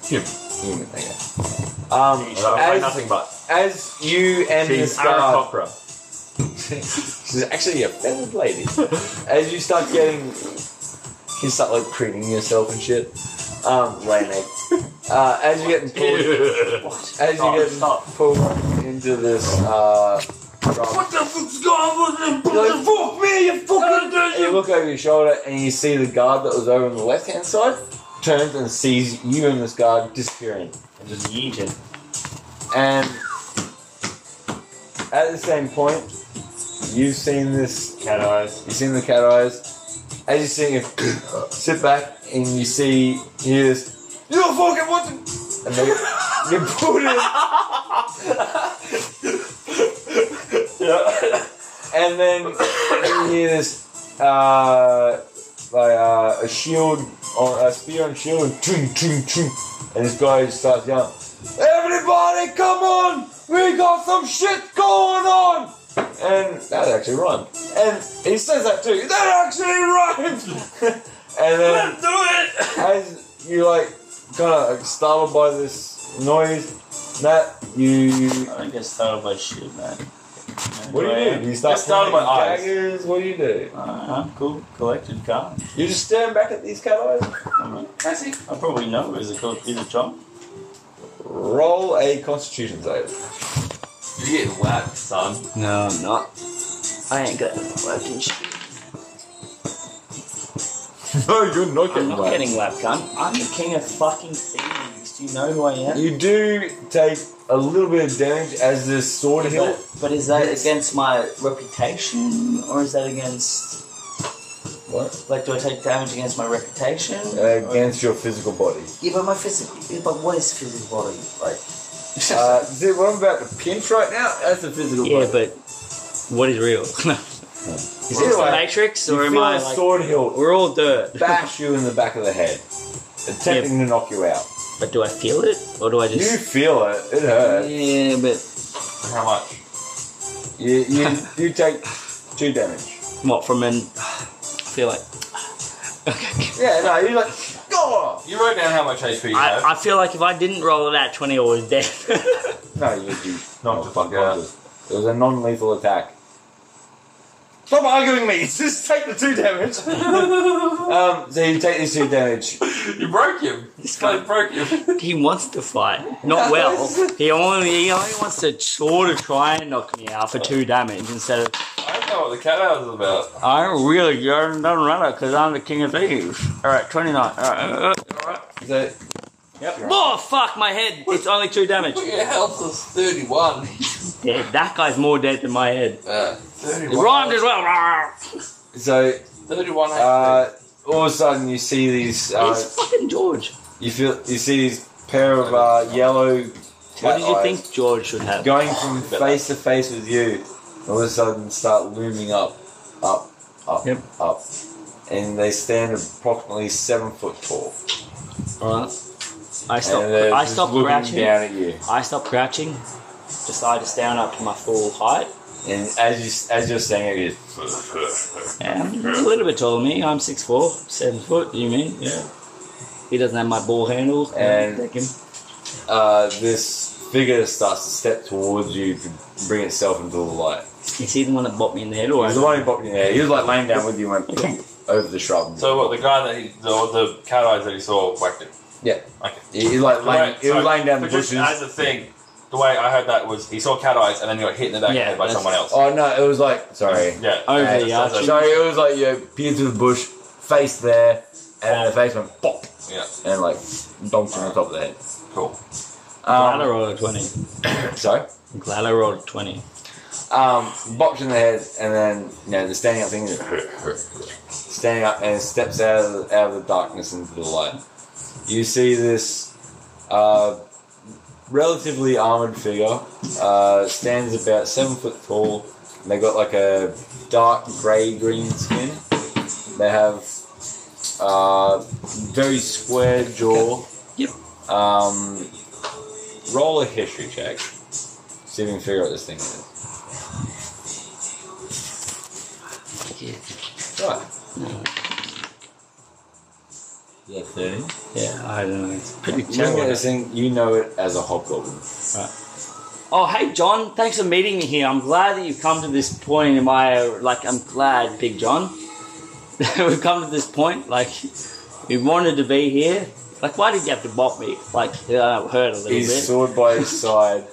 [SPEAKER 3] Human.
[SPEAKER 6] Human. Okay. Um,
[SPEAKER 3] And I write
[SPEAKER 6] As-
[SPEAKER 3] nothing but
[SPEAKER 6] as you and
[SPEAKER 3] she's
[SPEAKER 6] this guard
[SPEAKER 3] Aarakocra.
[SPEAKER 6] [LAUGHS] She's actually a feathered lady. As you start getting, you start like preening yourself and shit. Um, laying egg. Uh, as you're getting
[SPEAKER 2] [LAUGHS]
[SPEAKER 6] pulled,
[SPEAKER 3] Ew.
[SPEAKER 6] as
[SPEAKER 2] Stop,
[SPEAKER 6] you're getting
[SPEAKER 2] stop.
[SPEAKER 6] pulled into this, uh, drama,
[SPEAKER 5] What the fuck's going on? What the
[SPEAKER 6] Like-
[SPEAKER 5] fuck me? You fucking
[SPEAKER 6] you look over your shoulder and you see the guard that was over on the left hand side turns and sees you and this guard disappearing.
[SPEAKER 2] And just yeet it.
[SPEAKER 6] And at the same point, you've seen this
[SPEAKER 2] Cat eyes.
[SPEAKER 6] You see the cat eyes. As you see him [COUGHS] sit back and you see he is You don't fucking want to And they [LAUGHS] you pulled him And then you hear this uh like uh, a shield or a spear and shield and chung chung chung and this guy starts yelling Everybody come on! We got some shit going on! And that actually rhymed. And he says that too. That actually rhymed! [LAUGHS] and then
[SPEAKER 5] do it!
[SPEAKER 6] as you like kind of like, startled by this noise, that you
[SPEAKER 2] I don't get startled by shit, man.
[SPEAKER 6] what do you do? Do you start
[SPEAKER 5] Just startled
[SPEAKER 6] pointing
[SPEAKER 5] my
[SPEAKER 6] at
[SPEAKER 5] eyes.
[SPEAKER 6] daggers? What do you do?
[SPEAKER 2] Uh, I'm cool. Collected car.
[SPEAKER 6] You just staring back at these cat eyes?
[SPEAKER 2] I probably know. Is it called? Is it John?
[SPEAKER 6] Roll a Constitution save.
[SPEAKER 5] [LAUGHS] You're getting whacked, son.
[SPEAKER 2] No, I'm not. I ain't got working shit.
[SPEAKER 6] No, you're not
[SPEAKER 2] I'm
[SPEAKER 6] getting
[SPEAKER 2] not
[SPEAKER 6] whacked.
[SPEAKER 2] getting lap gun. I'm the king of fucking thieves. Do you know who I am?
[SPEAKER 6] You do take a little bit of damage as this sword
[SPEAKER 2] Is
[SPEAKER 6] hilt.
[SPEAKER 2] that- but is that against my reputation, or is that against
[SPEAKER 6] What?
[SPEAKER 2] like do I take damage against my reputation?
[SPEAKER 6] Against your physical body.
[SPEAKER 2] Uh, yeah, but my physical. Yeah, but what is physical body like?
[SPEAKER 6] Uh, dude, what I'm about to pinch right now, that's a physical body.
[SPEAKER 2] but what is real? [LAUGHS]
[SPEAKER 6] Is it like-
[SPEAKER 2] Matrix,
[SPEAKER 6] You feel a sword hilt
[SPEAKER 2] we're all dirt?
[SPEAKER 6] bash you in the back of the head, attempting to knock you out.
[SPEAKER 2] But do I feel it, or do I
[SPEAKER 6] You feel it. It hurts.
[SPEAKER 2] Yeah, but
[SPEAKER 5] How much?
[SPEAKER 6] You, you, you take two damage.
[SPEAKER 2] what from an? I feel like. Okay.
[SPEAKER 6] Yeah, no, you're like, go power!
[SPEAKER 5] You wrote down how much HP you have.
[SPEAKER 2] I, I feel like if I didn't roll that 20, I was dead. [LAUGHS]
[SPEAKER 6] No, you, you knocked the fuck
[SPEAKER 5] Yeah.
[SPEAKER 6] out. It was a non lethal attack. Stop arguing me! [LAUGHS] Just take the two damage! [LAUGHS] um, so you take this two damage.
[SPEAKER 5] [LAUGHS] you broke him.
[SPEAKER 2] This
[SPEAKER 5] I
[SPEAKER 2] guy,
[SPEAKER 5] broke him. [LAUGHS]
[SPEAKER 2] he wants to fight. Not well. He only, he only wants to sort of try and knock me out for two damage instead of.
[SPEAKER 5] I don't know what the cat house is about.
[SPEAKER 2] I really don't, don't run it because I'm the king of thieves. Alright, Uh, 29. Alright.
[SPEAKER 6] So, yep, you're right.
[SPEAKER 2] Oh, fuck my head. It's only two damage.
[SPEAKER 5] Look at health is 31.
[SPEAKER 2] Dead. That guy's more dead than my head.
[SPEAKER 5] Uh,
[SPEAKER 2] It
[SPEAKER 5] 31.
[SPEAKER 2] rhymed as well.
[SPEAKER 6] So,
[SPEAKER 5] 31 HP.
[SPEAKER 6] uh, all of a sudden you see these. Uh,
[SPEAKER 2] It's fucking George.
[SPEAKER 6] You feel you see these pair of uh, yellow.
[SPEAKER 2] What
[SPEAKER 6] cat
[SPEAKER 2] did you
[SPEAKER 6] eyes
[SPEAKER 2] think George should have?
[SPEAKER 6] Going from
[SPEAKER 5] Oh,
[SPEAKER 6] face to face with you, all of a sudden start looming up, up, up,
[SPEAKER 2] Yep.
[SPEAKER 6] up, and they stand approximately seven foot tall.
[SPEAKER 2] Alright. I stopped.
[SPEAKER 6] and they're
[SPEAKER 2] I
[SPEAKER 6] just
[SPEAKER 2] stopped
[SPEAKER 6] looking
[SPEAKER 2] crouching.
[SPEAKER 6] down at you,
[SPEAKER 2] I stopped crouching. Decided to stand up to my full height.
[SPEAKER 6] and as you as you're standing there, you
[SPEAKER 2] And Mm, he's a little bit taller than me. I'm 6'4", 7 foot. You mean? Yeah. He doesn't have my ball handle.
[SPEAKER 6] And-
[SPEAKER 2] Take him.
[SPEAKER 6] uh, this figure starts to step towards you to bring itself into the light.
[SPEAKER 2] is he the one that bopped me in the head? Or
[SPEAKER 6] There's the one who popped in there. He was like laying down with you and went over the shrub.
[SPEAKER 5] so what, the guy that he, the, the cat eyes that he saw whacked him.
[SPEAKER 6] yeah,
[SPEAKER 5] Okay.
[SPEAKER 6] he, he like laying,
[SPEAKER 5] Right,
[SPEAKER 6] he was
[SPEAKER 5] so-
[SPEAKER 6] laying down the
[SPEAKER 5] but just
[SPEAKER 6] bushes.
[SPEAKER 5] As a thing, the way I heard that was he saw cat eyes and then he got hit in the back of the
[SPEAKER 2] Yeah,
[SPEAKER 5] head by
[SPEAKER 2] that's- Oh,
[SPEAKER 5] someone else.
[SPEAKER 6] Oh no, it was like sorry.
[SPEAKER 5] Yeah.
[SPEAKER 2] over
[SPEAKER 6] Yeah,
[SPEAKER 2] the
[SPEAKER 5] that's-
[SPEAKER 2] arch.
[SPEAKER 5] that's-
[SPEAKER 6] Sorry, it was like you peered through the bush, face there, and the face went pop,
[SPEAKER 5] Yeah.
[SPEAKER 6] and like donked on the top of the head.
[SPEAKER 5] Cool.
[SPEAKER 2] Glad I
[SPEAKER 6] Um,
[SPEAKER 2] rolled a 20.
[SPEAKER 6] sorry,
[SPEAKER 2] Glad I rolled a 20.
[SPEAKER 6] um, bopped in the head, and then you know the standing up thing, standing up and steps out of the, out of the darkness into the light. You see this uh, relatively armored figure uh, stands about seven foot tall. And they got like a dark grey green skin. They have uh, very square jaw.
[SPEAKER 2] Yep.
[SPEAKER 6] Um, roll a history check. See if you can figure out what this thing is.
[SPEAKER 2] Yeah.
[SPEAKER 6] Right. Yeah, 30.
[SPEAKER 2] Yeah, I don't know. It's pretty
[SPEAKER 6] Looking at
[SPEAKER 2] terrible.
[SPEAKER 6] this thing, you know it as a hobgoblin.
[SPEAKER 2] Oh, hey, John. Thanks for meeting me here. I'm glad that you've come to this point in my like. I'm glad, Big John. [LAUGHS] we've come to this point. Like, we wanted to be here. Like, why did you have to bop me? Like, uh, hurt a little
[SPEAKER 6] His
[SPEAKER 2] bit.
[SPEAKER 6] sword by his side.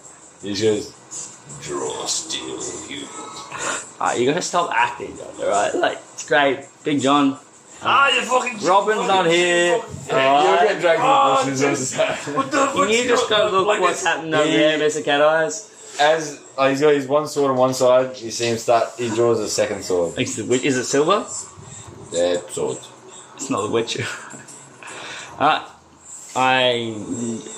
[SPEAKER 6] He's just
[SPEAKER 5] Draw steel, you.
[SPEAKER 2] Alright, you gotta stop acting, John. All right, like it's great, Big John.
[SPEAKER 5] Ah, you fucking.
[SPEAKER 2] Robin's not here. All
[SPEAKER 6] You'll
[SPEAKER 2] right. Oh,
[SPEAKER 6] get dragged
[SPEAKER 5] Ah,
[SPEAKER 6] in the
[SPEAKER 2] [LAUGHS]
[SPEAKER 6] bushes. also.
[SPEAKER 5] What the
[SPEAKER 2] Can you just go look what's happening over
[SPEAKER 6] Yeah.
[SPEAKER 2] there, Mr. Cat Eyes?
[SPEAKER 6] as uh, he's got his one sword on one side, you see him start. He draws a second sword.
[SPEAKER 2] Is it- Is it silver?
[SPEAKER 6] Yeah, sword.
[SPEAKER 2] It's not the [LAUGHS] Witcher. Alright, I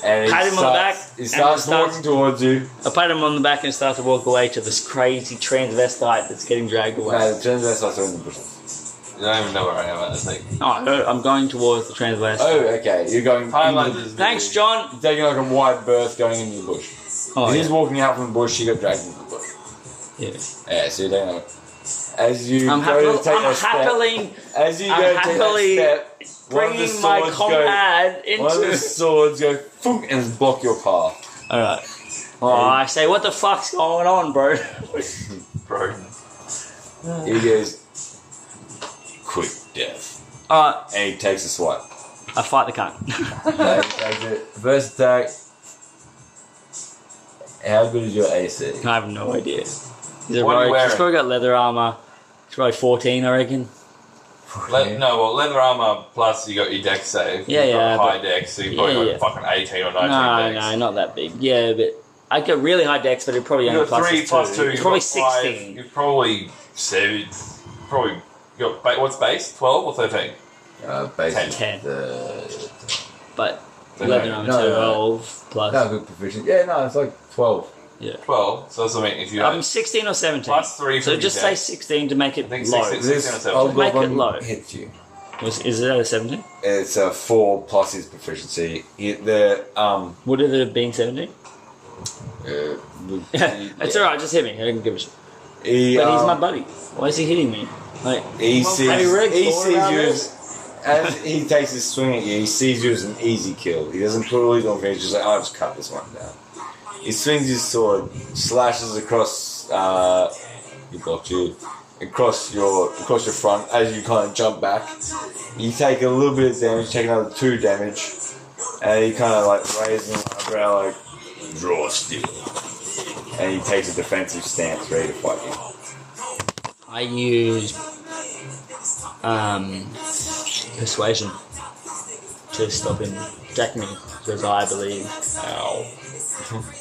[SPEAKER 6] And he
[SPEAKER 2] Pat him on the
[SPEAKER 6] starts-
[SPEAKER 2] back,
[SPEAKER 6] He
[SPEAKER 2] and
[SPEAKER 6] starts
[SPEAKER 2] he starts-
[SPEAKER 6] walking towards you.
[SPEAKER 2] I pat him on the back and start to walk away to this crazy transvestite that's getting dragged away.
[SPEAKER 6] No, the Uh, turns out starts in the bushes.
[SPEAKER 5] You don't even know where I am at this thing.
[SPEAKER 2] No, Oh, I don't- I'm going towards the transvestite.
[SPEAKER 6] Oh, okay. You're going.
[SPEAKER 5] Highlanders.
[SPEAKER 6] into-
[SPEAKER 5] is
[SPEAKER 2] Thanks,
[SPEAKER 5] really-
[SPEAKER 2] John.
[SPEAKER 6] You're taking like a wide berth going into the bush.
[SPEAKER 2] Oh,
[SPEAKER 6] As he's
[SPEAKER 2] yeah.
[SPEAKER 6] walking out from the bush, you got dragged into the bush.
[SPEAKER 2] yeah.
[SPEAKER 6] Yeah, so you don't know. As you
[SPEAKER 2] I'm,
[SPEAKER 6] go to
[SPEAKER 2] happily,
[SPEAKER 6] take
[SPEAKER 2] I'm
[SPEAKER 6] that step,
[SPEAKER 2] happily
[SPEAKER 6] as you go
[SPEAKER 2] I'm
[SPEAKER 6] to take
[SPEAKER 2] happily
[SPEAKER 6] that step, one of the
[SPEAKER 2] bringing my
[SPEAKER 6] swords go-
[SPEAKER 2] comrade
[SPEAKER 6] One of the
[SPEAKER 2] into.
[SPEAKER 6] swords go boom, and block your path.
[SPEAKER 2] Alright. Oh, I say, what the fuck's going on, bro?
[SPEAKER 5] Bro.
[SPEAKER 6] He goes, quick death.
[SPEAKER 2] Alright,
[SPEAKER 6] And he takes a swipe.
[SPEAKER 2] I fight the cunt. [LAUGHS]
[SPEAKER 6] Uh, he takes it. First attack. How good is your AC?
[SPEAKER 2] I have no idea. He's a
[SPEAKER 5] What
[SPEAKER 2] rogue.
[SPEAKER 5] are you
[SPEAKER 2] He's
[SPEAKER 5] wearing?
[SPEAKER 2] probably got leather armor. It's probably 14, I reckon.
[SPEAKER 5] Le- no, well, leather armor plus you got your deck save.
[SPEAKER 2] Yeah,
[SPEAKER 5] You've got
[SPEAKER 2] yeah,
[SPEAKER 5] High deck, so you probably
[SPEAKER 2] Yeah,
[SPEAKER 5] got fucking 18 or 19
[SPEAKER 2] No,
[SPEAKER 5] decks.
[SPEAKER 2] no, not that big. Yeah, but I got really high decks, but it probably only
[SPEAKER 5] You've got
[SPEAKER 2] plus
[SPEAKER 5] three
[SPEAKER 2] is
[SPEAKER 5] plus two.
[SPEAKER 2] It's
[SPEAKER 5] you've
[SPEAKER 2] probably
[SPEAKER 5] got five,
[SPEAKER 2] sixteen.
[SPEAKER 5] You've probably seven. Probably you got ba- what's base? Twelve or thirteen?
[SPEAKER 6] Uh, basically,
[SPEAKER 2] Ten.
[SPEAKER 6] The,
[SPEAKER 2] But
[SPEAKER 5] No,
[SPEAKER 2] eleven on
[SPEAKER 6] no, no, no.
[SPEAKER 2] twelve plus.
[SPEAKER 6] no, good proficient. Yeah, no, it's like 12.
[SPEAKER 5] Twelve. So that's what I mean. If you
[SPEAKER 2] I'm
[SPEAKER 5] had
[SPEAKER 2] sixteen or seventeen.
[SPEAKER 5] plus three,
[SPEAKER 2] so
[SPEAKER 5] from
[SPEAKER 2] just
[SPEAKER 5] your
[SPEAKER 2] say
[SPEAKER 5] deck,
[SPEAKER 2] sixteen to make it
[SPEAKER 5] I think
[SPEAKER 2] low.
[SPEAKER 5] 16 Sixteen or
[SPEAKER 6] This
[SPEAKER 5] seventeen.
[SPEAKER 6] old
[SPEAKER 2] Make it
[SPEAKER 6] goblin
[SPEAKER 2] low.
[SPEAKER 6] hits you.
[SPEAKER 2] Was, is it a seventeen?
[SPEAKER 6] It's a 4 plus his proficiency. He, the,
[SPEAKER 2] [LAUGHS]
[SPEAKER 6] um,
[SPEAKER 2] Would it have been seventeen? [LAUGHS]
[SPEAKER 6] uh,
[SPEAKER 2] it's alright. Just hit me. I don't give a shit.
[SPEAKER 6] He,
[SPEAKER 2] But he's
[SPEAKER 6] um,
[SPEAKER 2] my buddy. Why is he hitting me? Like
[SPEAKER 6] He
[SPEAKER 2] Hey,
[SPEAKER 6] sees,
[SPEAKER 2] Rick,
[SPEAKER 6] he
[SPEAKER 2] thought
[SPEAKER 6] sees
[SPEAKER 2] about
[SPEAKER 6] you
[SPEAKER 2] it?
[SPEAKER 6] as, as he takes his swing at you, he sees you as an easy kill. He doesn't put all his on finish. He's like, "Oh, I'll just cut this one down. He swings his sword, slashes across. Uh, he got you across your across your front as you kind of jump back. You take a little bit of damage, take another two damage, and he kind of like raises an eyebrow, like draw still, and he takes a defensive stance, ready to fight you.
[SPEAKER 2] I use um, persuasion to stop him attacking me because I believe.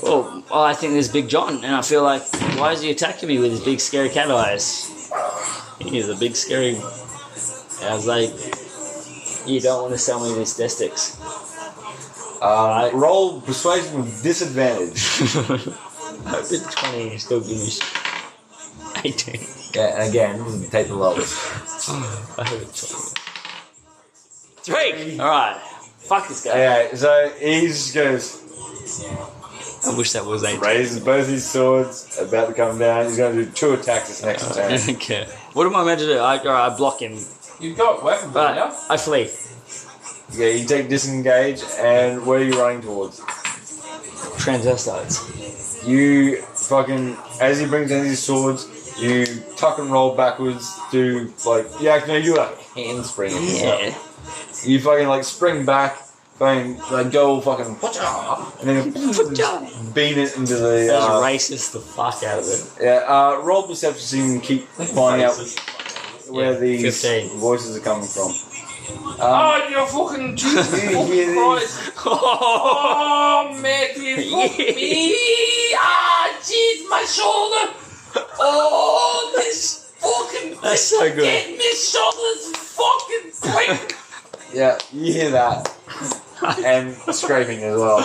[SPEAKER 2] Well, well, I think there's Big John, and I feel like, why is he attacking me with his big scary cat eyes? He's a big scary. I was like, you don't want to sell me these [LAUGHS] destics.
[SPEAKER 6] Um, roll persuasion with disadvantage.
[SPEAKER 2] I've been 20 and still give me sh- 18.
[SPEAKER 6] Yeah, and again, take the lowest.
[SPEAKER 2] I haven't told Three! Alright. Fuck this guy.
[SPEAKER 6] Okay, so he just goes,
[SPEAKER 2] I wish that was 18.
[SPEAKER 6] raises both his swords, about to come down. He's going to do two attacks this next
[SPEAKER 2] [LAUGHS]
[SPEAKER 6] turn.
[SPEAKER 2] [LAUGHS] okay. What am I meant to do? I, alright, I block him.
[SPEAKER 5] You've got weapons
[SPEAKER 2] But
[SPEAKER 5] now.
[SPEAKER 2] I flee.
[SPEAKER 6] Yeah, you take disengage, and where are you running towards?
[SPEAKER 2] Transvestites.
[SPEAKER 6] You fucking, as he brings down his swords, you tuck and roll backwards, do like, yeah, no, you like handspring. and stuff.
[SPEAKER 2] Yeah.
[SPEAKER 6] You fucking like spring back, fucking like go all fucking, and then beam it into the.
[SPEAKER 2] That
[SPEAKER 6] Uh,
[SPEAKER 2] was racist the fuck out of it.
[SPEAKER 6] Yeah, uh, roll perception so you can keep finding out where
[SPEAKER 2] Yeah,
[SPEAKER 6] these
[SPEAKER 2] 15.
[SPEAKER 6] voices are coming from. Um,
[SPEAKER 5] Oh, you're fucking Jesus
[SPEAKER 6] You
[SPEAKER 5] fucking
[SPEAKER 6] hear these?
[SPEAKER 5] Christ. Oh,
[SPEAKER 2] [LAUGHS]
[SPEAKER 5] Maggie, fuck me. Ah, jeez, my shoulder. Oh, this fucking.
[SPEAKER 2] [LAUGHS] That's so good.
[SPEAKER 5] Get me shoulders fucking quick.
[SPEAKER 6] yeah, you
[SPEAKER 5] [LAUGHS]
[SPEAKER 6] hear that. and scraping as well.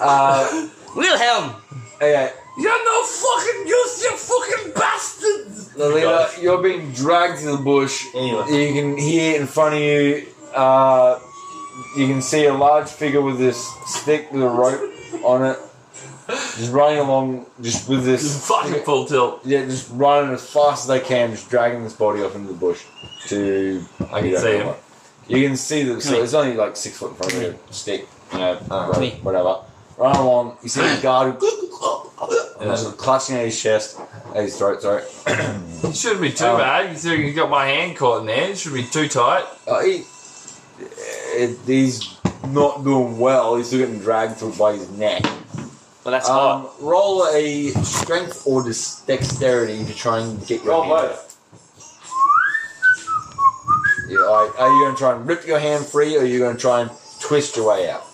[SPEAKER 6] Uh,
[SPEAKER 2] Wilhelm!
[SPEAKER 6] okay,
[SPEAKER 5] You're no fucking use, you fucking bastards.
[SPEAKER 6] Lolita, you're being dragged to the bush. You can hear in front of you, uh, you can see a large figure with this stick with a rope on it. Just running along, just with this
[SPEAKER 5] Fucking full tilt.
[SPEAKER 6] Yeah, just running as fast as they can, just dragging this body off into the bush to. I
[SPEAKER 5] can see him.
[SPEAKER 6] You can see that so
[SPEAKER 2] here.
[SPEAKER 6] it's only like six foot in front of you. Stick, you know, rope,
[SPEAKER 2] here.
[SPEAKER 6] whatever. Run along. You see the guard who- [LAUGHS] and that's sort of clutching at his chest, at his throat. Sorry.
[SPEAKER 5] It shouldn't be too
[SPEAKER 2] Oh.
[SPEAKER 6] Um,
[SPEAKER 5] bad considering you got my hand caught in there. It should be too tight.
[SPEAKER 6] Uh, he, it, he's not doing well. He's still getting dragged through by his neck.
[SPEAKER 2] Well, that's hot.
[SPEAKER 6] Um, roll a strength or dis- dexterity to try and get your hand. Yeah, like, are you going to try and rip your hand free, or are you going to try and twist your way out?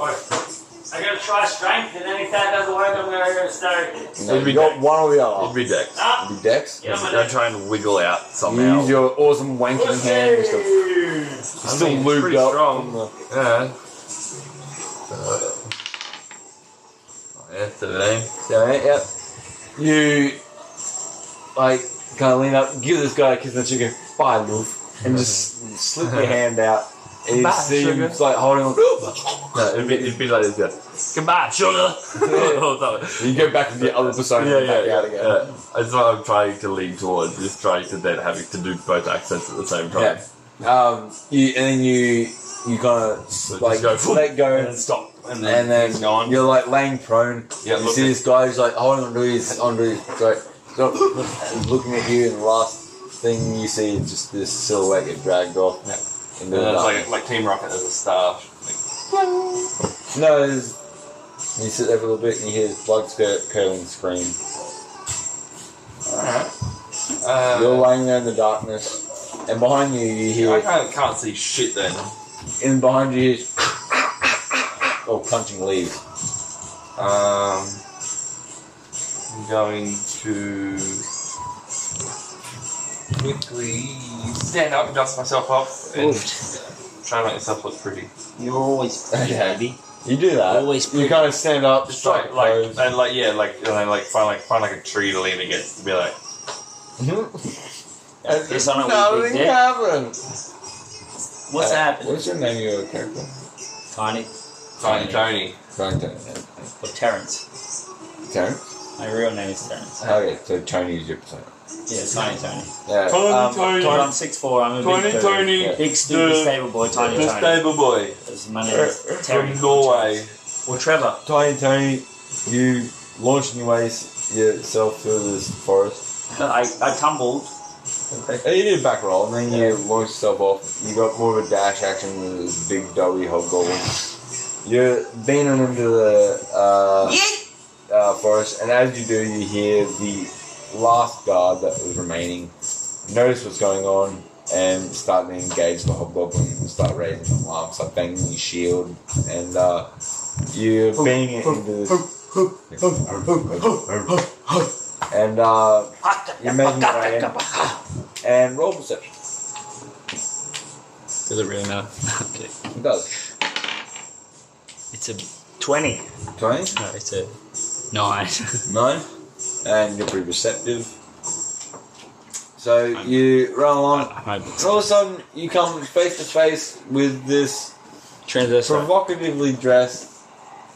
[SPEAKER 3] I'm gonna try strength, and then if that doesn't work, I'm gonna start.
[SPEAKER 6] You,
[SPEAKER 1] It'd be
[SPEAKER 6] you got
[SPEAKER 1] dex.
[SPEAKER 6] one or the other.
[SPEAKER 1] It'd be Dex.
[SPEAKER 3] Ah,
[SPEAKER 6] It'd be dex.
[SPEAKER 3] yeah, I'm
[SPEAKER 1] Don't
[SPEAKER 3] gonna
[SPEAKER 1] try and wiggle out
[SPEAKER 6] You
[SPEAKER 1] somehow.
[SPEAKER 6] use your awesome wanking hand. Which the,
[SPEAKER 3] Pussy!
[SPEAKER 6] still
[SPEAKER 1] mean, it's
[SPEAKER 6] lubed
[SPEAKER 1] pretty
[SPEAKER 6] up.
[SPEAKER 1] strong. Yeah. Yeah, today.
[SPEAKER 6] so, yeah, yep. You like kind of lean up, give this guy a kiss on the cheek, and bye, love, and
[SPEAKER 1] [LAUGHS]
[SPEAKER 6] just slip your hand out. And you
[SPEAKER 5] Bye,
[SPEAKER 6] see him
[SPEAKER 5] sugar.
[SPEAKER 6] just, like holding on.
[SPEAKER 1] No, it'd be, it'd be like this, yeah. Goodbye,
[SPEAKER 6] [LAUGHS]
[SPEAKER 1] sugar! [LAUGHS] Oh, that one.
[SPEAKER 6] You go back to the other persona
[SPEAKER 1] yeah,
[SPEAKER 6] and
[SPEAKER 1] yeah,
[SPEAKER 6] back
[SPEAKER 1] yeah,
[SPEAKER 6] out again.
[SPEAKER 1] yeah. That's what I'm trying to lean towards, is trying to then have it to do both accents at the same time.
[SPEAKER 6] Yeah. Um, you, and then you you kind of like
[SPEAKER 1] go,
[SPEAKER 6] let
[SPEAKER 1] [LAUGHS]
[SPEAKER 6] go
[SPEAKER 1] And stop. And
[SPEAKER 6] and then
[SPEAKER 1] he's gone.
[SPEAKER 6] you're like laying prone.
[SPEAKER 1] Yeah,
[SPEAKER 6] you
[SPEAKER 1] look
[SPEAKER 6] see
[SPEAKER 1] at-
[SPEAKER 6] this guy who's like holding onto his onto his throat, sort of looking at you, and the last thing you see is just this silhouette get dragged off. Into the
[SPEAKER 2] [LAUGHS]
[SPEAKER 6] darkness.
[SPEAKER 5] Uh, like Team Rocket as a star.
[SPEAKER 6] no, there's, you sit there for a little bit and you hear this blood cur- curdling scream. You're laying there in the darkness, and behind you you hear
[SPEAKER 5] I can't, can't see shit then.
[SPEAKER 6] in behind you is oh punching leaves.
[SPEAKER 5] Um, I'm going to quickly stand up, dust myself off, and
[SPEAKER 2] Oofed.
[SPEAKER 5] try and make myself look pretty.
[SPEAKER 2] You're always pretty,
[SPEAKER 6] Okay.
[SPEAKER 2] baby.
[SPEAKER 6] You do that.
[SPEAKER 2] Always
[SPEAKER 6] you kind of stand up,
[SPEAKER 5] Just
[SPEAKER 6] strike
[SPEAKER 5] try like
[SPEAKER 6] pose.
[SPEAKER 5] and like yeah, like and then like find like find like a tree to lean against to be like.
[SPEAKER 2] It's on a wee big dick.
[SPEAKER 6] happened.
[SPEAKER 2] What's
[SPEAKER 6] Uh,
[SPEAKER 2] happening?
[SPEAKER 6] What's your name, of your character?
[SPEAKER 2] Tiny.
[SPEAKER 5] Tiny Tony.
[SPEAKER 6] Sorry, Tony.
[SPEAKER 2] Or Terrence.
[SPEAKER 6] Tony?
[SPEAKER 2] My real name is Terrence.
[SPEAKER 6] Oh, Okay, so Tony is your persona.
[SPEAKER 7] Yeah, Tiny Tony.
[SPEAKER 6] Yeah.
[SPEAKER 5] Tony,
[SPEAKER 7] Um,
[SPEAKER 5] Tony.
[SPEAKER 7] Tony. I'm six four. I'm a
[SPEAKER 5] Tony,
[SPEAKER 7] big dude.
[SPEAKER 5] Tony.
[SPEAKER 6] Yeah.
[SPEAKER 7] Big, stupid,
[SPEAKER 5] The-
[SPEAKER 7] stable boy, Tiny
[SPEAKER 5] The
[SPEAKER 7] Tony.
[SPEAKER 5] stable boy
[SPEAKER 7] His my name is Terry.
[SPEAKER 5] from Norway.
[SPEAKER 7] Or Trevor.
[SPEAKER 6] Tiny Tony, you launched your ways yourself through this forest.
[SPEAKER 7] I, I tumbled.
[SPEAKER 6] And Uh, you did a back roll, and then you launched yourself off. You got more of a dash action than this big doughy hobgoblin. You're beaming into the uh, uh, forest, and as you do, you hear the last guard that was remaining notice what's going on and start to engage the hobgoblin and start raising an alarm, start banging your shield, and uh, you're being it into this. And uh, you're making your way in. And roll perception.
[SPEAKER 2] Does it really matter? [LAUGHS] okay.
[SPEAKER 6] It does.
[SPEAKER 2] It's a 20.
[SPEAKER 6] 20,
[SPEAKER 2] No, it's a 9.
[SPEAKER 6] 9, and you're pretty receptive. So you run along, and all of a sudden you come face to face with this
[SPEAKER 2] [LAUGHS] Transversal.
[SPEAKER 6] provocatively dressed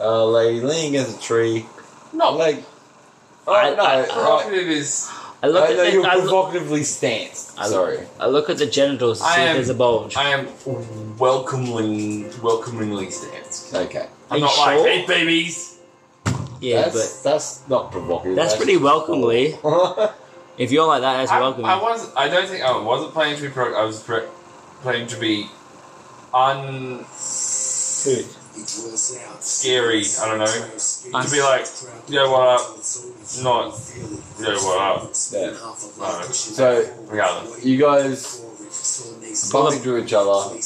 [SPEAKER 6] uh, lady leaning against a tree.
[SPEAKER 3] No.
[SPEAKER 6] like oh,
[SPEAKER 2] I-
[SPEAKER 6] no,
[SPEAKER 2] I-
[SPEAKER 6] right.
[SPEAKER 3] It is.
[SPEAKER 2] I look
[SPEAKER 6] I
[SPEAKER 2] at
[SPEAKER 6] know
[SPEAKER 2] the,
[SPEAKER 6] you're
[SPEAKER 2] I, look,
[SPEAKER 6] provocatively stanced.
[SPEAKER 2] I-
[SPEAKER 6] Sorry,
[SPEAKER 2] I look at the genitals to
[SPEAKER 3] I
[SPEAKER 2] see if
[SPEAKER 3] am-
[SPEAKER 2] there's a bulge.
[SPEAKER 3] I am welcoming, welcomingly stanced.
[SPEAKER 6] okay,
[SPEAKER 3] I'm
[SPEAKER 2] you
[SPEAKER 3] not
[SPEAKER 2] sure?
[SPEAKER 3] like hey babies.
[SPEAKER 2] yeah,
[SPEAKER 6] that's that's not
[SPEAKER 2] but
[SPEAKER 6] provocative.
[SPEAKER 2] that's pretty
[SPEAKER 6] [LAUGHS]
[SPEAKER 2] welcomely. If you're like that, that's
[SPEAKER 3] I,
[SPEAKER 2] welcoming.
[SPEAKER 3] I was. I don't think I wasn't planning to be. Pro- I was pre- planning to be un
[SPEAKER 6] Dude,
[SPEAKER 3] scary. I don't know.
[SPEAKER 2] Un-
[SPEAKER 3] to be like, yo, what up? Not, yo, what up?
[SPEAKER 6] yeah.
[SPEAKER 3] No.
[SPEAKER 6] So
[SPEAKER 3] Regardless.
[SPEAKER 6] you guys bump into each other.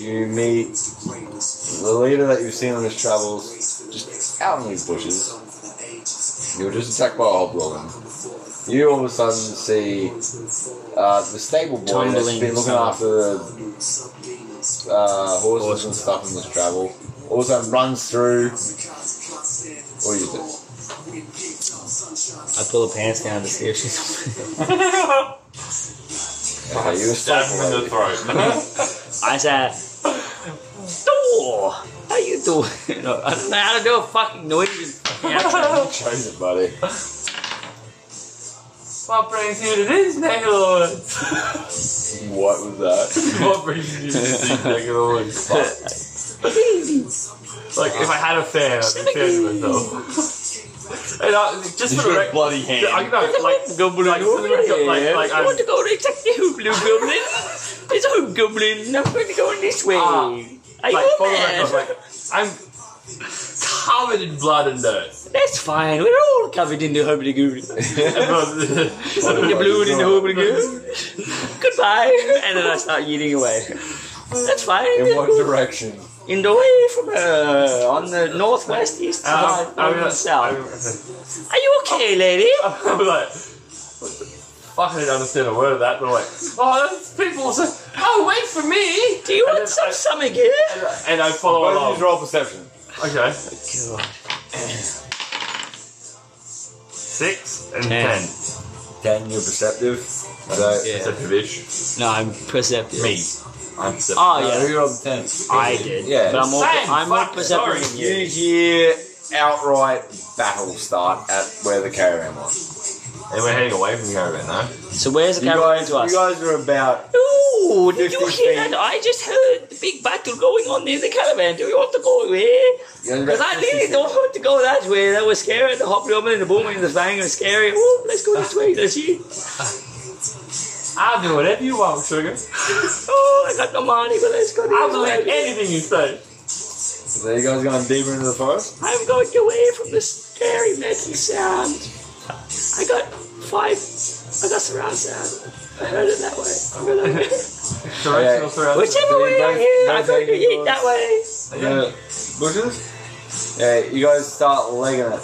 [SPEAKER 6] You meet the leader that you've seen on his travels, just out in these bushes. You were just attacked by a hobgoblin. You all of a sudden see uh, the stable boy that's been looking after the uh, horses and stuff in this travel. All of a sudden runs through. What do you do?
[SPEAKER 2] I pull her pants down to see if she's.
[SPEAKER 6] Okay, you
[SPEAKER 3] Stab him in the
[SPEAKER 6] assault
[SPEAKER 2] [LAUGHS]
[SPEAKER 3] throat.
[SPEAKER 2] I said, "Door, how you doing?" [LAUGHS] No, I don't know how to do a fucking noise.
[SPEAKER 6] the Chosen buddy.
[SPEAKER 3] what brings you to these naked lords?
[SPEAKER 6] What was
[SPEAKER 2] [LAUGHS]
[SPEAKER 6] that?
[SPEAKER 3] What brings you to these naked [LAUGHS] lords? like if I had a fan, I'd be fair to myself. And I, uh, just for the record,
[SPEAKER 6] [LAUGHS] bloody hand.
[SPEAKER 3] I know, [LAUGHS] like, goblin, like, for the record, like, like,
[SPEAKER 2] I
[SPEAKER 3] I'm,
[SPEAKER 2] want to go to attack the Hooblo Goblin. It's Hobgoblin. I'm going to go in this way.
[SPEAKER 3] Ah,
[SPEAKER 2] Are you
[SPEAKER 3] like,
[SPEAKER 2] a
[SPEAKER 3] for the
[SPEAKER 2] man?
[SPEAKER 3] record, like, I'm covered in blood and dirt.
[SPEAKER 2] [LAUGHS] That's fine. We're all covered in the Hooblo [LAUGHS] Goblin.
[SPEAKER 3] [LAUGHS] Blood-
[SPEAKER 2] the blue and in the Hooblo [LAUGHS] Goblin. Goodbye. And then I start eating away. That's fine.
[SPEAKER 6] In what direction?
[SPEAKER 2] In the way from her, on the northwest, east,
[SPEAKER 3] I'm-
[SPEAKER 2] side,
[SPEAKER 3] I'm-
[SPEAKER 2] north, and south.
[SPEAKER 3] I'm-
[SPEAKER 2] Are you okay, lady?
[SPEAKER 3] I was like, fuck, I didn't understand a word of that, but I'm like, oh, those people are so, oh, wait for me!
[SPEAKER 2] Do you
[SPEAKER 3] And
[SPEAKER 2] want
[SPEAKER 3] then
[SPEAKER 2] some
[SPEAKER 3] I-
[SPEAKER 2] summer gear?
[SPEAKER 3] And I follow
[SPEAKER 6] Both of
[SPEAKER 3] along.
[SPEAKER 6] you roll perception.
[SPEAKER 3] Okay. Six and
[SPEAKER 2] Ten.
[SPEAKER 3] ten.
[SPEAKER 6] Ten, you're perceptive. So,
[SPEAKER 2] Yeah.
[SPEAKER 3] Except for bitch.
[SPEAKER 2] No, I'm perceptive.
[SPEAKER 3] Me.
[SPEAKER 6] I'm perceptive.
[SPEAKER 2] Oh,
[SPEAKER 6] No,
[SPEAKER 2] yeah.
[SPEAKER 6] who rolled the ten?
[SPEAKER 2] I did.
[SPEAKER 6] Yeah.
[SPEAKER 2] But I'm more,
[SPEAKER 3] Same,
[SPEAKER 2] I'm more
[SPEAKER 3] fuck,
[SPEAKER 2] perceptive
[SPEAKER 3] sorry.
[SPEAKER 2] than
[SPEAKER 6] You
[SPEAKER 2] you.
[SPEAKER 6] hear outright battle start at where the caravan was.
[SPEAKER 5] And we're heading away from the caravan, though.
[SPEAKER 2] So where's the
[SPEAKER 6] You
[SPEAKER 2] camera going
[SPEAKER 6] guys,
[SPEAKER 2] to
[SPEAKER 6] you
[SPEAKER 2] us?
[SPEAKER 6] guys are about
[SPEAKER 2] Ooh, did you
[SPEAKER 6] 50
[SPEAKER 2] hear that? I just heard the big battle going on in the caravan. Do you want to go there?
[SPEAKER 6] you guys are about
[SPEAKER 2] Because I
[SPEAKER 6] 50
[SPEAKER 2] really don't want to go that way. That was scary. The hobgoblin and the booming and the bang was scary. Ooh, let's go this way. Let's see.
[SPEAKER 3] I'll do whatever you want, sugar.
[SPEAKER 2] Oh, I got no money, but let's go this
[SPEAKER 3] I believe
[SPEAKER 2] way.
[SPEAKER 3] anything you say.
[SPEAKER 6] So you guys going deeper into the forest?
[SPEAKER 2] I'm going away from the scary making sound. I got five. I got surround sound. I heard it that way. I'm going [LAUGHS] that way.
[SPEAKER 3] Directional throughout.
[SPEAKER 2] Whichever
[SPEAKER 6] So you
[SPEAKER 2] way I
[SPEAKER 6] don't-
[SPEAKER 2] hear,
[SPEAKER 6] don't
[SPEAKER 2] I'm going to
[SPEAKER 6] take
[SPEAKER 2] eat
[SPEAKER 6] yours.
[SPEAKER 2] that way.
[SPEAKER 6] Yeah. Bushes? Yeah, you guys start legging it.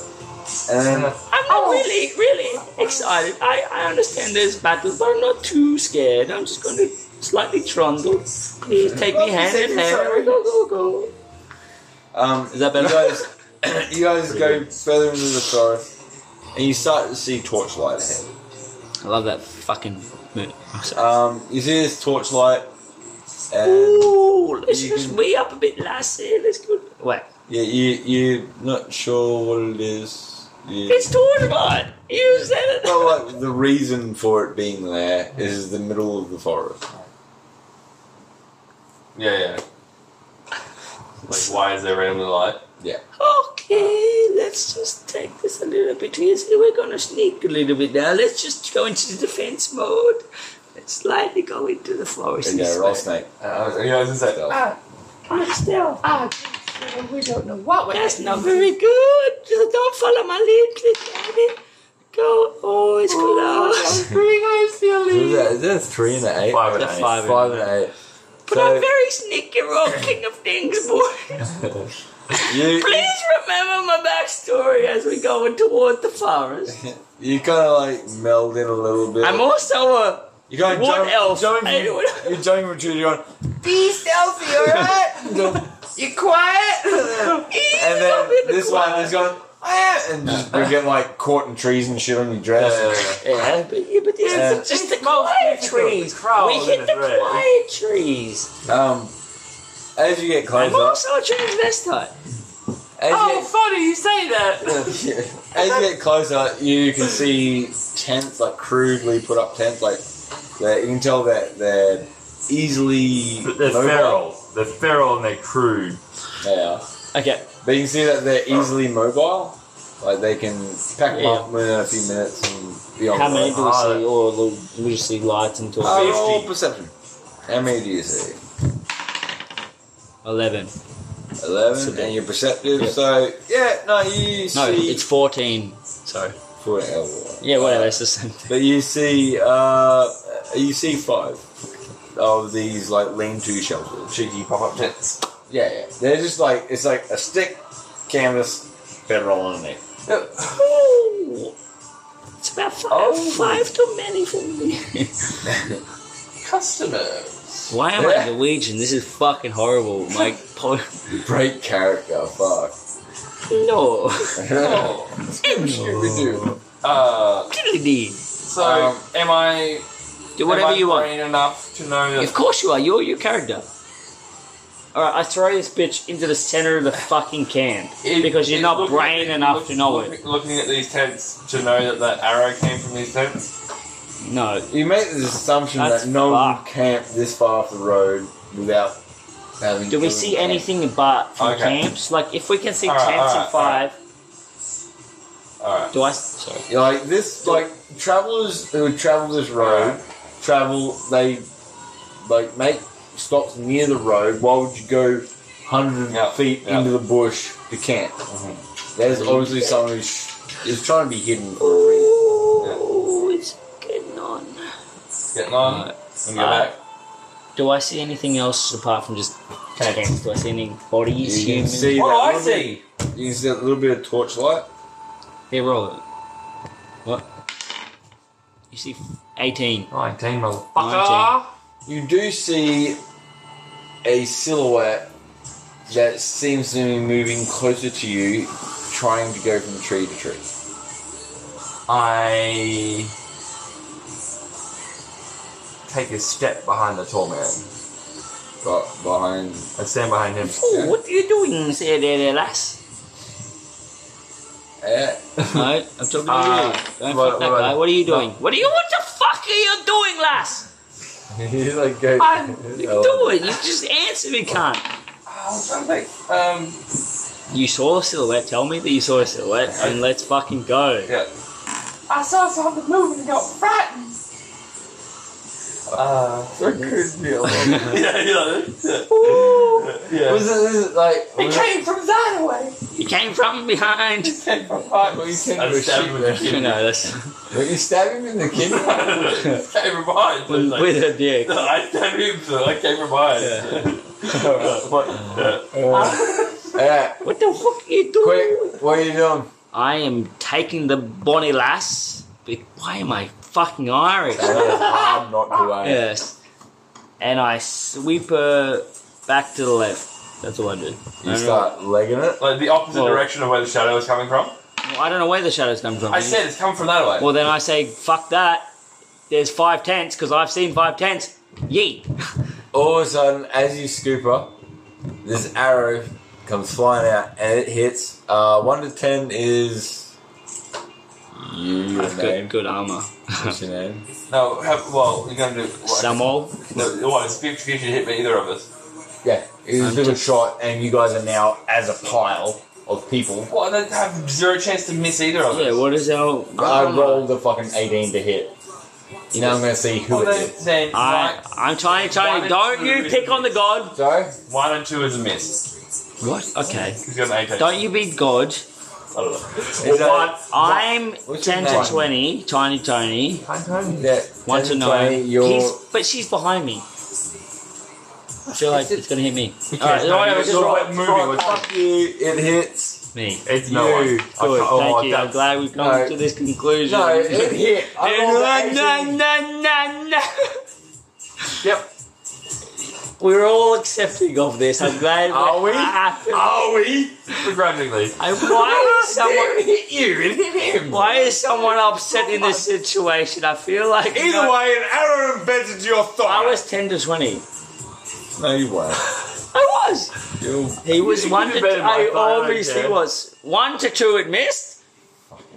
[SPEAKER 6] And then
[SPEAKER 2] I'm not really, really excited. I, I understand there's battles, but I'm not too scared. I'm just going to slightly trundle. Please take me hand in hand. Go, go, go.
[SPEAKER 6] um
[SPEAKER 2] Is that
[SPEAKER 6] you
[SPEAKER 2] better?
[SPEAKER 6] guys [COUGHS] you guys go further into the forest and you start to see torchlight ahead.
[SPEAKER 2] I love that fucking move.
[SPEAKER 6] Um you see this torchlight and
[SPEAKER 2] Ooh, let's
[SPEAKER 6] You
[SPEAKER 2] just
[SPEAKER 6] can-
[SPEAKER 2] way up a bit, lassie. Let's go. Wait.
[SPEAKER 6] yeah, you you're not sure what it is.
[SPEAKER 2] It's torn apart. You said it.
[SPEAKER 6] Well, like, the reason for it being there is the middle of the forest.
[SPEAKER 5] Yeah, yeah. Like, why is there randomly light?
[SPEAKER 2] Okay, let's just take this a little bit easy. We're gonna sneak a little bit now. Let's just go into the defense mode. Let's slightly go into the forest.
[SPEAKER 6] Yeah,
[SPEAKER 2] this
[SPEAKER 6] roll
[SPEAKER 2] way.
[SPEAKER 6] snake.
[SPEAKER 5] Uh, yeah, I was gonna say,
[SPEAKER 6] Stealth.
[SPEAKER 2] Let's go.
[SPEAKER 8] Ah, we don't know what we're
[SPEAKER 2] That's not very good. Don't follow my lead, please, Daddy. Go. Oh, it's close.
[SPEAKER 6] Is that, is that a three and an eight?
[SPEAKER 5] Five and
[SPEAKER 6] It's a
[SPEAKER 5] eight.
[SPEAKER 6] Five, five and an eight.
[SPEAKER 2] But I'm very sneaky, roll king of things, boy.
[SPEAKER 6] You
[SPEAKER 2] Please remember my backstory as we go toward the forest.
[SPEAKER 6] you kind of like meld in a little bit.
[SPEAKER 2] I'm also a
[SPEAKER 6] you going
[SPEAKER 2] what else?
[SPEAKER 6] Jumping,
[SPEAKER 2] I don't know.
[SPEAKER 6] you're jumping from tree to one,
[SPEAKER 8] Be stealthy, alright? you quiet?
[SPEAKER 6] and then this one is going. "Ah," And just, we're getting like caught in trees and shit on your dress.
[SPEAKER 2] Yeah, but, yeah, but these
[SPEAKER 6] Yeah.
[SPEAKER 2] are just the quiet trees. We hit the quiet trees.
[SPEAKER 6] Um, as you get
[SPEAKER 2] I'm
[SPEAKER 6] closer,
[SPEAKER 2] also oh, a transvestite.
[SPEAKER 6] as, Oh, you
[SPEAKER 2] funny you say that.
[SPEAKER 6] get, [LAUGHS] as you get closer, you can see tents like crudely put up tents. Like that. you can tell that they're easily
[SPEAKER 5] they're
[SPEAKER 6] mobile.
[SPEAKER 5] feral. They're feral and they're crude.
[SPEAKER 6] They are.
[SPEAKER 2] Okay,
[SPEAKER 6] But you can see that they're easily mobile. Like they can pack them
[SPEAKER 2] Yeah.
[SPEAKER 6] up within a few minutes and be on
[SPEAKER 2] how
[SPEAKER 6] their
[SPEAKER 2] many
[SPEAKER 6] way.
[SPEAKER 2] do we see? Or oh, look, we just see lights and
[SPEAKER 6] Uh,
[SPEAKER 2] torches.
[SPEAKER 6] roll perception. How many do you see?
[SPEAKER 2] Eleven.
[SPEAKER 6] Eleven,
[SPEAKER 2] So
[SPEAKER 6] and you're perceptive.
[SPEAKER 2] Yeah.
[SPEAKER 6] So yeah, no, you
[SPEAKER 2] No,
[SPEAKER 6] see
[SPEAKER 2] it's fourteen. Sorry.
[SPEAKER 6] for an hour.
[SPEAKER 2] Yeah, whatever. It's the same thing.
[SPEAKER 6] But you see, uh, you see five of these like lean-to shelters.
[SPEAKER 5] Cheeky pop-up tits.
[SPEAKER 6] Yeah, yeah. They're just like it's like a stick, canvas, bedroll underneath.
[SPEAKER 2] Oh, it's about five.
[SPEAKER 6] Oh.
[SPEAKER 2] Five too many for me.
[SPEAKER 5] Customers.
[SPEAKER 2] Why am
[SPEAKER 6] Yeah.
[SPEAKER 2] I Norwegian? This is fucking horrible. Like, po- [LAUGHS]
[SPEAKER 6] Great character, fuck.
[SPEAKER 2] no.
[SPEAKER 6] Shit, we do.
[SPEAKER 5] Uh,
[SPEAKER 2] Kidding.
[SPEAKER 5] so,
[SPEAKER 6] Um,
[SPEAKER 5] am I
[SPEAKER 2] Do
[SPEAKER 5] am
[SPEAKER 2] whatever
[SPEAKER 5] I
[SPEAKER 2] you want.
[SPEAKER 5] brain enough to know that
[SPEAKER 2] Of course you are. You're your character. All right, I throw this bitch into the center of the fucking can
[SPEAKER 5] It-
[SPEAKER 2] because you're
[SPEAKER 5] it-
[SPEAKER 2] not
[SPEAKER 5] look-
[SPEAKER 2] brain
[SPEAKER 5] it-
[SPEAKER 2] enough
[SPEAKER 5] look-
[SPEAKER 2] to know
[SPEAKER 5] look-
[SPEAKER 2] it.
[SPEAKER 5] Looking at these tents to know that that arrow came from these tents.
[SPEAKER 2] No,
[SPEAKER 6] You make this assumption
[SPEAKER 2] That's
[SPEAKER 6] that no one
[SPEAKER 2] fucked.
[SPEAKER 6] camped this far off the road without having.
[SPEAKER 2] do we
[SPEAKER 6] to
[SPEAKER 2] see
[SPEAKER 6] camp.
[SPEAKER 2] anything apart from
[SPEAKER 5] Okay.
[SPEAKER 2] camps? Like, if we can see
[SPEAKER 5] All right,
[SPEAKER 2] tents
[SPEAKER 5] all
[SPEAKER 2] and
[SPEAKER 5] right, all right.
[SPEAKER 2] five,
[SPEAKER 5] All right.
[SPEAKER 2] do I? Sorry,
[SPEAKER 6] Yeah, Like this, like travelers who travel this road, travel they like make stops near the road. Why would you go hundred
[SPEAKER 5] Yeah,
[SPEAKER 6] feet
[SPEAKER 5] yeah. Mm-hmm.
[SPEAKER 6] into the bush to camp? There's obviously someone who's is trying to be hidden for a reason.
[SPEAKER 2] oh, it's getting on.
[SPEAKER 5] Getting on.
[SPEAKER 2] Alright.
[SPEAKER 5] Let me go back.
[SPEAKER 2] Do I see anything else apart from just tents? Do I see any bodies,
[SPEAKER 6] You can
[SPEAKER 2] humans?
[SPEAKER 6] see
[SPEAKER 5] What
[SPEAKER 6] that
[SPEAKER 5] do Oh, I
[SPEAKER 6] little bit-
[SPEAKER 5] see?
[SPEAKER 6] You can see that little bit of torchlight.
[SPEAKER 2] Yeah, roll it. What? You see, eighteen.
[SPEAKER 5] 19, motherfucker.
[SPEAKER 2] 19.
[SPEAKER 6] You do see a silhouette that seems to be moving closer to you, trying to go from tree to tree.
[SPEAKER 5] I take a step behind the tall man.
[SPEAKER 6] But behind
[SPEAKER 5] I stand behind him.
[SPEAKER 2] Oh, what are you doing, say there, there, lass?
[SPEAKER 5] [LAUGHS]
[SPEAKER 6] Eh,
[SPEAKER 2] [LAUGHS] No, I'm talking to
[SPEAKER 5] Uh,
[SPEAKER 2] you. Don't
[SPEAKER 5] what-
[SPEAKER 2] fuck that
[SPEAKER 5] what-
[SPEAKER 2] guy. Ah, What are you doing? What are you? What the fuck are you doing, [LAUGHS] lass?
[SPEAKER 6] He's like, go.
[SPEAKER 2] I'm doing. You just answer me, cunt.
[SPEAKER 5] Ah, I'm trying to think. Um,
[SPEAKER 2] You saw a silhouette. Tell me that you saw a silhouette, and let's fucking go.
[SPEAKER 5] yeah.
[SPEAKER 8] I saw something moving and got frightened.
[SPEAKER 2] Ah.
[SPEAKER 5] [LAUGHS] Uh,
[SPEAKER 2] [LAUGHS]
[SPEAKER 5] yeah, yeah. yeah.
[SPEAKER 6] Was it, was it like?
[SPEAKER 8] It
[SPEAKER 6] Was it,
[SPEAKER 8] came from that way.
[SPEAKER 2] You came from behind.
[SPEAKER 6] were you
[SPEAKER 5] I
[SPEAKER 6] stabbing
[SPEAKER 5] just stabbed him
[SPEAKER 6] him in
[SPEAKER 5] with
[SPEAKER 2] [LAUGHS]
[SPEAKER 5] a
[SPEAKER 6] the
[SPEAKER 2] You
[SPEAKER 5] kid.
[SPEAKER 2] know, [LAUGHS] that's
[SPEAKER 6] Were you stabbing him in the kidney?
[SPEAKER 5] [LAUGHS]
[SPEAKER 6] [LAUGHS]
[SPEAKER 5] came from behind. Like,
[SPEAKER 2] with a dick.
[SPEAKER 5] [LAUGHS] I stabbed him, so I came from behind. Yeah.
[SPEAKER 6] Eh,
[SPEAKER 2] What the fuck are you doing?
[SPEAKER 6] quick! What are you doing?
[SPEAKER 2] I am taking the bonny lass. But why am I fucking Irish?
[SPEAKER 6] I'm not [LAUGHS] doing. Yeah.
[SPEAKER 2] Yes. And I sweep her back to the left. That's all I do.
[SPEAKER 6] You start legging it.
[SPEAKER 5] Like the opposite
[SPEAKER 2] Well-
[SPEAKER 5] direction of where the shadow is coming from.
[SPEAKER 2] Well, I don't know where the shadows come from.
[SPEAKER 5] I said it's coming from that way.
[SPEAKER 2] Well, then I say, fuck that. There's five tents because I've seen five tents. Yeet.
[SPEAKER 6] All of a sudden, as you scoop her, this arrow comes flying out and it hits. Uh, one to ten is You,
[SPEAKER 2] I've got good armor.
[SPEAKER 6] What's your name?
[SPEAKER 5] No, have, well, you're gonna do.
[SPEAKER 2] [LAUGHS]
[SPEAKER 5] What,
[SPEAKER 2] Samuel,
[SPEAKER 5] No, what? It's 50 50 to hit me, either of us.
[SPEAKER 6] Yeah, it was
[SPEAKER 2] I'm
[SPEAKER 6] a little
[SPEAKER 2] just-
[SPEAKER 6] shot, and you guys are now as a pile of people.
[SPEAKER 5] What? I have zero chance to miss either of us.
[SPEAKER 2] yeah, what is our
[SPEAKER 6] I
[SPEAKER 2] armor?
[SPEAKER 6] rolled a fucking 18 to hit. You know, I'm going to see who
[SPEAKER 5] Well,
[SPEAKER 6] it
[SPEAKER 5] then,
[SPEAKER 6] is.
[SPEAKER 5] then
[SPEAKER 2] I, I'm trying,
[SPEAKER 5] Why
[SPEAKER 2] trying.
[SPEAKER 5] did
[SPEAKER 2] Don't
[SPEAKER 5] you
[SPEAKER 2] you pick on the god.
[SPEAKER 6] So,
[SPEAKER 5] one, one and two is a miss.
[SPEAKER 2] What? Okay.
[SPEAKER 5] He's got an 18.
[SPEAKER 2] Don't you be god.
[SPEAKER 5] I don't know.
[SPEAKER 6] is that,
[SPEAKER 2] I'm
[SPEAKER 6] What's your
[SPEAKER 2] ten to
[SPEAKER 6] name?
[SPEAKER 2] twenty. Tiny Tony.
[SPEAKER 6] yeah,
[SPEAKER 2] One to
[SPEAKER 6] 10
[SPEAKER 2] nine.
[SPEAKER 6] you're,
[SPEAKER 2] He's, but she's behind me. I feel like it's gonna hit
[SPEAKER 6] [LAUGHS]
[SPEAKER 2] me. Alright,
[SPEAKER 5] no,
[SPEAKER 2] alright,
[SPEAKER 5] you're
[SPEAKER 2] just
[SPEAKER 5] just
[SPEAKER 2] roll
[SPEAKER 5] right, moving with
[SPEAKER 6] fuck you, it hits.
[SPEAKER 2] me.
[SPEAKER 5] It's
[SPEAKER 6] You.
[SPEAKER 5] no one. I
[SPEAKER 6] Good,
[SPEAKER 5] can't- oh,
[SPEAKER 2] Thank you. I'm
[SPEAKER 5] that's-
[SPEAKER 2] glad we've come
[SPEAKER 6] no.
[SPEAKER 2] to this conclusion. [LAUGHS]
[SPEAKER 6] No, it hit. I rolled an 18. [LAUGHS]
[SPEAKER 5] Yep.
[SPEAKER 2] We're all accepting of this. I'm glad.
[SPEAKER 6] Are we?
[SPEAKER 2] Are we?
[SPEAKER 5] Begrudgingly.
[SPEAKER 2] why
[SPEAKER 6] [LAUGHS]
[SPEAKER 2] is someone?
[SPEAKER 6] hit you, it hit him.
[SPEAKER 2] Why is someone upset in this situation? I feel like
[SPEAKER 6] Either way, an arrow embedded into
[SPEAKER 2] I
[SPEAKER 6] your thigh.
[SPEAKER 2] was ten to twenty.
[SPEAKER 6] No, you weren't.
[SPEAKER 2] I was.
[SPEAKER 6] You-
[SPEAKER 2] He was
[SPEAKER 5] you
[SPEAKER 2] one
[SPEAKER 5] did
[SPEAKER 2] to.
[SPEAKER 5] better
[SPEAKER 2] Two.
[SPEAKER 5] than my
[SPEAKER 2] I
[SPEAKER 5] five, I don't
[SPEAKER 2] obviously
[SPEAKER 5] care.
[SPEAKER 2] was one to two. It missed.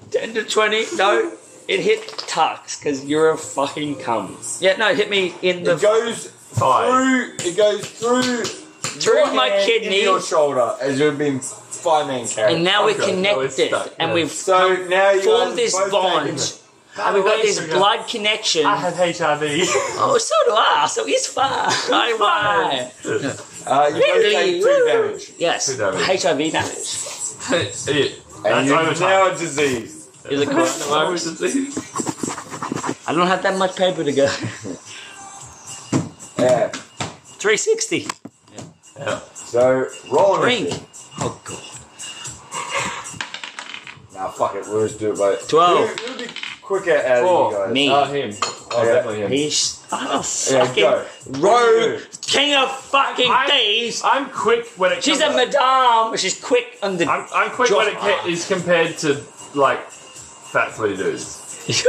[SPEAKER 2] Ten to twenty. No, it hit Tux because you're a fucking cum. Yeah, no, it hit me in the
[SPEAKER 6] It goes
[SPEAKER 5] Five.
[SPEAKER 6] through. It goes through
[SPEAKER 2] through my
[SPEAKER 6] hand into
[SPEAKER 2] kidney,
[SPEAKER 6] your shoulder, as you've been five man carried.
[SPEAKER 2] and now we're
[SPEAKER 5] Okay, now it's
[SPEAKER 2] connected,
[SPEAKER 5] stuck,
[SPEAKER 2] and
[SPEAKER 5] yeah.
[SPEAKER 2] we've
[SPEAKER 6] so now you
[SPEAKER 2] formed
[SPEAKER 6] guys
[SPEAKER 2] this
[SPEAKER 6] both
[SPEAKER 2] bond,
[SPEAKER 6] taken it.
[SPEAKER 2] and we've got this blood connection.
[SPEAKER 5] have HIV.
[SPEAKER 2] Oh, so do I. So it's fine. [LAUGHS] I why?
[SPEAKER 6] Uh, you both take two damage,
[SPEAKER 2] Yes.
[SPEAKER 5] Two damage.
[SPEAKER 2] HIV damage.
[SPEAKER 5] yeah. [LAUGHS]
[SPEAKER 6] and
[SPEAKER 5] That's
[SPEAKER 6] you're
[SPEAKER 5] overtime.
[SPEAKER 6] now a disease.
[SPEAKER 2] Is it correct? I don't have that much paper to go. [LAUGHS]
[SPEAKER 6] Yeah.
[SPEAKER 2] 360.
[SPEAKER 6] So roll an
[SPEAKER 2] Ring.
[SPEAKER 6] initiative.
[SPEAKER 2] Oh, God.
[SPEAKER 6] Nah, fuck it. We'll just do it both.
[SPEAKER 2] 12.
[SPEAKER 6] Who- Who'd be quicker out of
[SPEAKER 5] Four.
[SPEAKER 6] you guys?
[SPEAKER 2] Me.
[SPEAKER 5] [LAUGHS] Oh, him. Oh,
[SPEAKER 6] Yeah.
[SPEAKER 5] definitely him.
[SPEAKER 2] He's a
[SPEAKER 6] Yeah,
[SPEAKER 2] fucking
[SPEAKER 6] go.
[SPEAKER 2] rogue king of fucking
[SPEAKER 5] I-
[SPEAKER 2] thieves.
[SPEAKER 5] I'm quick when it
[SPEAKER 2] She's a
[SPEAKER 5] comes
[SPEAKER 2] madame. She's quick on [LAUGHS] the.
[SPEAKER 5] I'm, I'm quick when it ca- is compared to, like, fat flea dudes.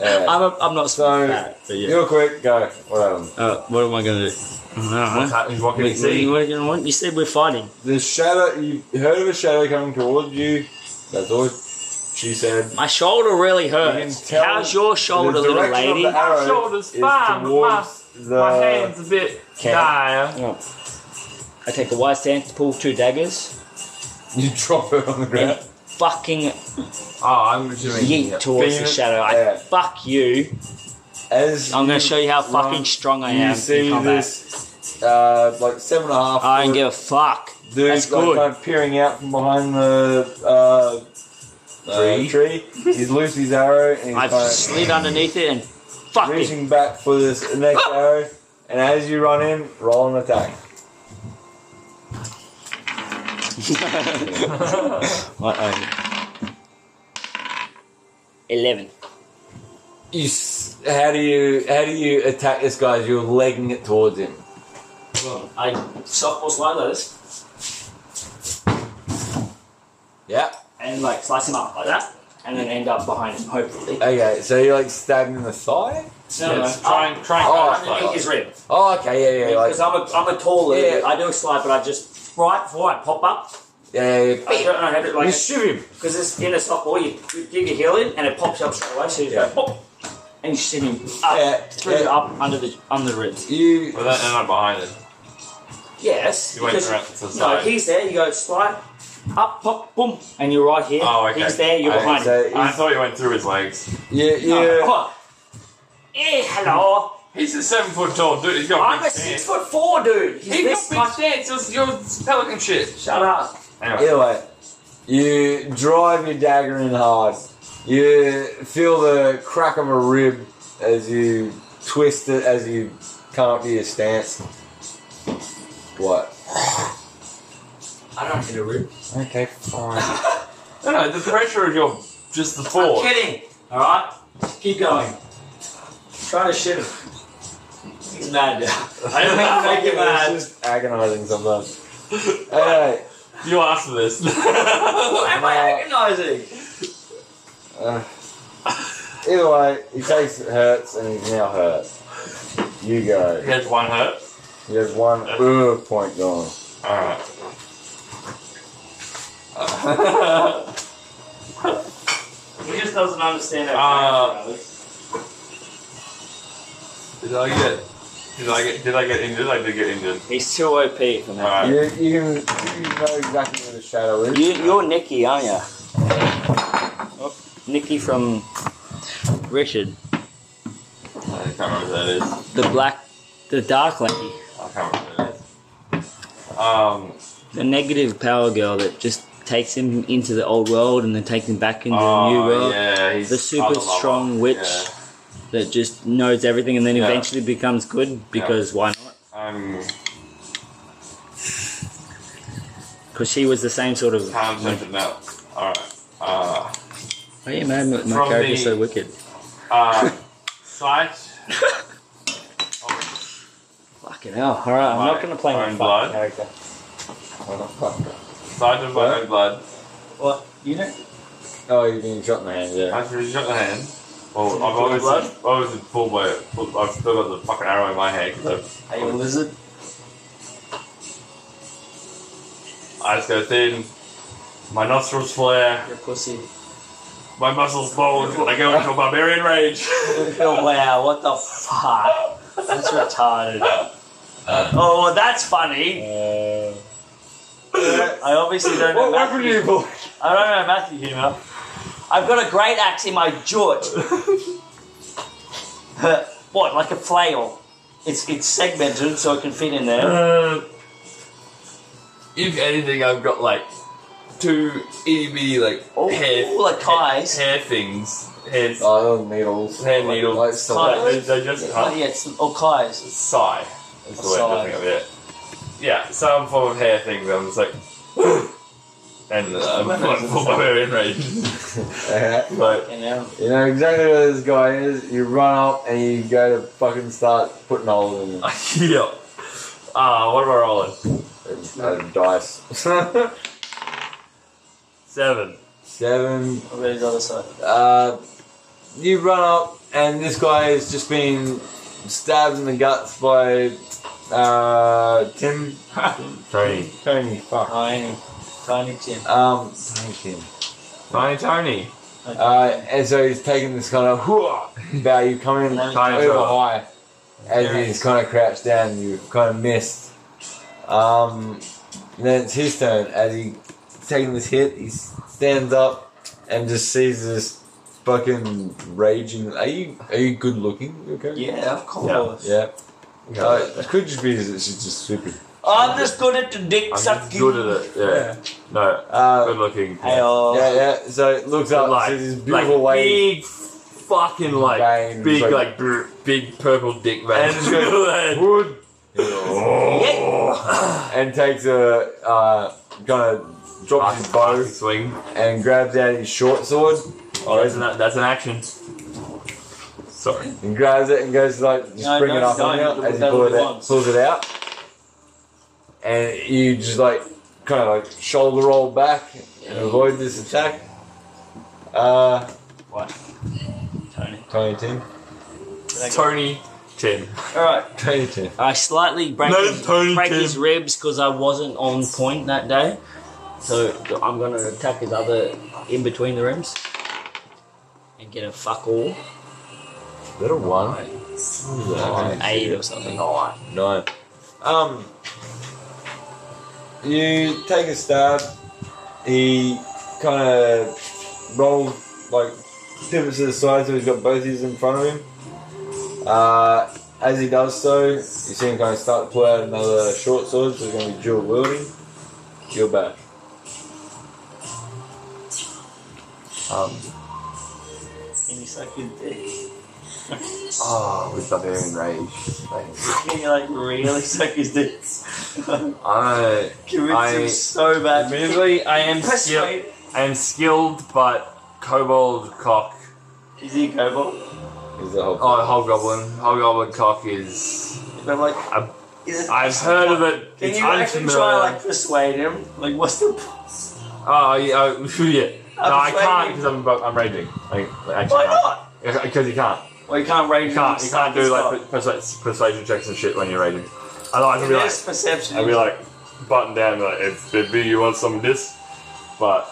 [SPEAKER 6] Yeah.
[SPEAKER 2] I'm, a, I'm not
[SPEAKER 6] So-
[SPEAKER 2] so. Bad, but yeah.
[SPEAKER 6] You're quick. Go. um, Whatever.
[SPEAKER 2] Uh, what am I going to do? I don't know.
[SPEAKER 5] Cat- What can
[SPEAKER 2] What,
[SPEAKER 5] you see?
[SPEAKER 2] what do you want? You said we're fighting.
[SPEAKER 6] The shadow. You heard of a shadow coming towards you. That's all she said.
[SPEAKER 2] My shoulder really hurts.
[SPEAKER 6] You can tell
[SPEAKER 2] How's your shoulder,
[SPEAKER 6] the
[SPEAKER 2] little
[SPEAKER 6] direction of
[SPEAKER 2] lady?
[SPEAKER 6] the arrow
[SPEAKER 5] shoulder's
[SPEAKER 6] is
[SPEAKER 5] fine, but
[SPEAKER 6] towards the
[SPEAKER 5] My hand's a bit
[SPEAKER 6] Cat.
[SPEAKER 5] dire.
[SPEAKER 2] Oh. I take a wide stance to pull two daggers
[SPEAKER 6] [LAUGHS] You drop it on the
[SPEAKER 2] and
[SPEAKER 6] ground.
[SPEAKER 2] fucking
[SPEAKER 5] Oh, I'm doing.
[SPEAKER 2] yeet towards the
[SPEAKER 6] Being-
[SPEAKER 2] shadow. I
[SPEAKER 6] yeah.
[SPEAKER 2] fuck you.
[SPEAKER 6] As
[SPEAKER 2] I'm
[SPEAKER 6] you
[SPEAKER 2] gonna show you how
[SPEAKER 6] run,
[SPEAKER 2] fucking strong I
[SPEAKER 6] You
[SPEAKER 2] am.
[SPEAKER 6] see
[SPEAKER 2] in combat.
[SPEAKER 6] this, uh, like seven and a half.
[SPEAKER 2] I don't
[SPEAKER 6] foot
[SPEAKER 2] give a fuck.
[SPEAKER 6] dude,
[SPEAKER 2] That's
[SPEAKER 6] like,
[SPEAKER 2] good.
[SPEAKER 6] kind of peering out from behind the uh,
[SPEAKER 2] Tree.
[SPEAKER 6] Uh, tree. He's loosed his arrow and he's
[SPEAKER 2] I've
[SPEAKER 6] kind of
[SPEAKER 2] slid underneath it and fuck it.
[SPEAKER 6] reaching back for this next arrow. And as you run in, roll an attack.
[SPEAKER 2] What own? Eleven.
[SPEAKER 6] You, s- how do you how do you attack this guy? as You're legging it towards him.
[SPEAKER 2] I softball slide those
[SPEAKER 6] Yeah.
[SPEAKER 2] and like slice him up like that, and then end up behind him. Hopefully,
[SPEAKER 6] Okay. So you like stab him in the thigh.
[SPEAKER 2] no,
[SPEAKER 5] Yes, try and- try and-
[SPEAKER 6] Oh,
[SPEAKER 2] underneath his rib.
[SPEAKER 6] Oh, okay. Yeah, yeah. Like,
[SPEAKER 2] Because I'm a I'm a taller.
[SPEAKER 6] Yeah.
[SPEAKER 2] I do a slide, but I just right before I pop up,
[SPEAKER 6] yeah, yeah, yeah.
[SPEAKER 2] [LAUGHS] I don't know how to
[SPEAKER 6] You
[SPEAKER 2] like
[SPEAKER 6] shoot him.
[SPEAKER 2] because it's in a softball. You, you dig your heel in and it pops up straight away. So you
[SPEAKER 6] Yeah.
[SPEAKER 2] go pop, and you send him up
[SPEAKER 6] Yeah,
[SPEAKER 2] through
[SPEAKER 6] yeah.
[SPEAKER 2] up under the under the ribs.
[SPEAKER 6] You
[SPEAKER 5] Well, that, and I'm behind it.
[SPEAKER 2] Yes,
[SPEAKER 5] You went
[SPEAKER 2] because-
[SPEAKER 5] around to the
[SPEAKER 2] no,
[SPEAKER 5] side.
[SPEAKER 2] he's there. You go slide up, pop, boom, and you're right here.
[SPEAKER 5] Oh, okay.
[SPEAKER 2] He's there. You're
[SPEAKER 5] I
[SPEAKER 2] behind him.
[SPEAKER 6] so
[SPEAKER 5] I thought you went through his legs.
[SPEAKER 6] you, you,
[SPEAKER 2] No,
[SPEAKER 6] you
[SPEAKER 2] oh. Eh, hello.
[SPEAKER 5] He's a seven foot tall dude. He's got
[SPEAKER 2] I'm
[SPEAKER 5] big
[SPEAKER 2] a six foot four dude. He's this much.
[SPEAKER 5] He's got big stance. It's your pelican shit.
[SPEAKER 2] Shut up.
[SPEAKER 5] Anyway.
[SPEAKER 6] Either way, you drive your dagger in hard. You feel the crack of a rib as you twist it, as you come up to your stance. What?
[SPEAKER 2] I don't hit a rib.
[SPEAKER 6] Okay, fine. [LAUGHS]
[SPEAKER 5] No, no, the pressure of your just the
[SPEAKER 2] I'm
[SPEAKER 5] force.
[SPEAKER 2] kidding. All right, keep going. Try to shit him. He's mad [LAUGHS] now. I don't mean to make him mad.
[SPEAKER 6] It's just agonizing sometimes. Alright.
[SPEAKER 5] [LAUGHS] You asked for this. [LAUGHS]
[SPEAKER 2] What am I agonising?
[SPEAKER 6] Uh, either way, he takes hurts and he's now hurt. You
[SPEAKER 5] he
[SPEAKER 6] go.
[SPEAKER 5] has one hurt.
[SPEAKER 6] He has one uh, point gone.
[SPEAKER 5] Alright.
[SPEAKER 9] He just doesn't understand
[SPEAKER 3] Uh,
[SPEAKER 9] our uh,
[SPEAKER 3] Did I get? Did I get? Did I get injured? I did get injured.
[SPEAKER 2] He's too OP for now.
[SPEAKER 3] Alright.
[SPEAKER 6] You, you, can, you know exactly where the shadow is.
[SPEAKER 5] You, you're Nikki, aren't you? Nikki Oh. from Richard,
[SPEAKER 3] I can't remember who that is.
[SPEAKER 5] the black, the dark lady,
[SPEAKER 3] I can't remember who that is. Um.
[SPEAKER 5] the negative power girl that just takes him into the old world and then takes him back into
[SPEAKER 3] oh,
[SPEAKER 5] the new world.
[SPEAKER 3] Yeah, he's
[SPEAKER 5] The super
[SPEAKER 3] other lover.
[SPEAKER 5] strong witch
[SPEAKER 3] Yeah.
[SPEAKER 5] that just knows everything and then
[SPEAKER 3] Yeah.
[SPEAKER 5] eventually becomes good because why not?
[SPEAKER 3] Um.
[SPEAKER 5] Because she was the same sort of.
[SPEAKER 3] Time tempted now. All right. Uh.
[SPEAKER 5] Oh yeah, man, my, my
[SPEAKER 3] From
[SPEAKER 5] character's
[SPEAKER 3] the-
[SPEAKER 5] so wicked.
[SPEAKER 3] Uh. sight.
[SPEAKER 5] Fucking hell! All right, I'm
[SPEAKER 3] My
[SPEAKER 5] not gonna play my
[SPEAKER 3] own
[SPEAKER 5] fucking
[SPEAKER 3] blood?
[SPEAKER 5] character.
[SPEAKER 3] Sight of my own blood.
[SPEAKER 6] You know? Oh, you've been shot in the hand, yeah.
[SPEAKER 3] I've really shot the hand. Well, I've always, I've always been pulled by it. I've still got the fucking arrow in my hand because
[SPEAKER 2] Are you a lizard?
[SPEAKER 3] I just go thin. My nostrils flare.
[SPEAKER 2] You're a pussy.
[SPEAKER 3] My muscles bulge. I go into a barbarian rage.
[SPEAKER 2] Oh, wow, what the fuck? That's retarded. oh, well, that's funny. I obviously don't know. Matthew.
[SPEAKER 6] pull?
[SPEAKER 2] I don't know Matthew humor. I've got a great axe in my jut. what, like a flail? It's it's segmented so it can fit in there.
[SPEAKER 3] Uh, if anything, I've got like two itty bitty like
[SPEAKER 2] Oh,
[SPEAKER 3] hair,
[SPEAKER 2] like ties.
[SPEAKER 3] hair, hair things, hair,
[SPEAKER 6] Oh, needles.
[SPEAKER 3] hair
[SPEAKER 6] Like-
[SPEAKER 3] needles.
[SPEAKER 6] Like, so
[SPEAKER 2] Ties.
[SPEAKER 3] they, they just
[SPEAKER 2] Oh,
[SPEAKER 3] cut.
[SPEAKER 2] yeah, it's or ties.
[SPEAKER 3] Sigh. That's the way I'm thinking of it. Yeah, some form of hair thing. that I'm just like, [GASPS] and uh, I'm [LAUGHS] like full barbarian rage.
[SPEAKER 6] [LAUGHS]
[SPEAKER 3] Like,
[SPEAKER 2] You know,
[SPEAKER 6] you know exactly where this guy is. You run up and you go to fucking start putting holes in him.
[SPEAKER 3] yeah. Ah, what am I rolling?
[SPEAKER 6] Uh, dice. [LAUGHS]
[SPEAKER 3] Seven.
[SPEAKER 6] Seven.
[SPEAKER 2] over his other side.
[SPEAKER 6] Uh, you run up, and this guy has just been stabbed in the guts by uh, Tim.
[SPEAKER 3] Tony.
[SPEAKER 6] Tony, fuck.
[SPEAKER 2] Tiny, tiny Tim.
[SPEAKER 6] Um, Tony Tim.
[SPEAKER 3] Tiny Tony.
[SPEAKER 6] Uh, and so he's taking this kind of [LAUGHS] hooah bow. You come in over
[SPEAKER 3] Tiny Tony.
[SPEAKER 6] high as he's kind of crouched down. You kind of missed. Um, then it's his turn as he taking this hit. He stands up and just sees this fucking raging. Are you are you good looking? You okay?
[SPEAKER 2] Yeah, of course.
[SPEAKER 6] Yeah. Uh, it could just be that she's just stupid.
[SPEAKER 2] I'm just good at the dick
[SPEAKER 3] I'm
[SPEAKER 2] sucking.
[SPEAKER 3] good at it. Yeah. No. Good
[SPEAKER 6] Uh,
[SPEAKER 3] looking.
[SPEAKER 2] Ayo.
[SPEAKER 6] yeah, yeah. So it looks up,
[SPEAKER 3] like,
[SPEAKER 6] sees this
[SPEAKER 3] like
[SPEAKER 6] beautiful lady.
[SPEAKER 3] big fucking like
[SPEAKER 6] Veins,
[SPEAKER 3] big
[SPEAKER 6] like-
[SPEAKER 3] like, br- big purple dick
[SPEAKER 6] And
[SPEAKER 3] veins.
[SPEAKER 6] just
[SPEAKER 3] [LAUGHS]
[SPEAKER 6] goes, wood. and takes a uh, kind of drops his bow
[SPEAKER 3] swing.
[SPEAKER 6] and grabs out his short sword
[SPEAKER 3] Oh, that's an, that's an action. Sorry.
[SPEAKER 6] and grabs it and goes like just
[SPEAKER 2] No,
[SPEAKER 6] bring
[SPEAKER 2] no,
[SPEAKER 6] it up
[SPEAKER 2] don't.
[SPEAKER 6] on you
[SPEAKER 2] Look
[SPEAKER 6] as he
[SPEAKER 2] at
[SPEAKER 6] pulls it,
[SPEAKER 2] that
[SPEAKER 6] out,
[SPEAKER 2] one.
[SPEAKER 6] pulls it out and you just like kind of like shoulder roll back and avoid this attack. Uh,
[SPEAKER 2] What? Tony.
[SPEAKER 6] Tony Tim.
[SPEAKER 3] Tony Tim.
[SPEAKER 2] Alright.
[SPEAKER 6] Tony Tim.
[SPEAKER 5] I slightly break,
[SPEAKER 3] No,
[SPEAKER 5] his,
[SPEAKER 3] Tony
[SPEAKER 5] break
[SPEAKER 3] Tim.
[SPEAKER 5] his ribs because I wasn't on point that day. So I'm going to attack his other in between the rims and get a fuck all.
[SPEAKER 6] Little one.
[SPEAKER 5] An eight or something.
[SPEAKER 6] Nine. Um, you take a stab. He kind of rolls like pivots to the side, so he's got both his in front of him. Uh, as he does so, you see him kind of start to pull out another short sword, so it's going to be dual wielding. You're back.
[SPEAKER 2] Can you suck your dick?
[SPEAKER 3] [LAUGHS] Oh, with barbarian rage.
[SPEAKER 2] Can you like really suck his dick?
[SPEAKER 3] I
[SPEAKER 2] Convince
[SPEAKER 3] I-
[SPEAKER 2] him so bad.
[SPEAKER 3] admittedly I am
[SPEAKER 2] Persuade.
[SPEAKER 3] skilled. I am skilled, but kobold cock.
[SPEAKER 2] Is he a kobold?
[SPEAKER 6] Is the whole
[SPEAKER 3] Oh, hobgoblin. Hobgoblin cock is.
[SPEAKER 2] But I'm like,
[SPEAKER 3] I'm-
[SPEAKER 2] is it
[SPEAKER 3] I've heard of it.
[SPEAKER 2] Can
[SPEAKER 3] it's
[SPEAKER 2] you actually
[SPEAKER 3] unfamiliar.
[SPEAKER 2] try to like persuade him? Like, what's the point?
[SPEAKER 3] Oh, yeah. oh, [LAUGHS] yeah. No, I
[SPEAKER 2] persuading
[SPEAKER 3] can't
[SPEAKER 2] you.
[SPEAKER 3] because I'm, I'm raging. Like, like,
[SPEAKER 2] Why not?
[SPEAKER 3] Because you can't.
[SPEAKER 2] Well, you can't rage.
[SPEAKER 3] You can't. You can't do like
[SPEAKER 2] It
[SPEAKER 3] persu- persuasion checks and shit when you're raging. I like to be like,
[SPEAKER 2] is perception.
[SPEAKER 3] I'd be like, button down, like, if it be you want some of this, but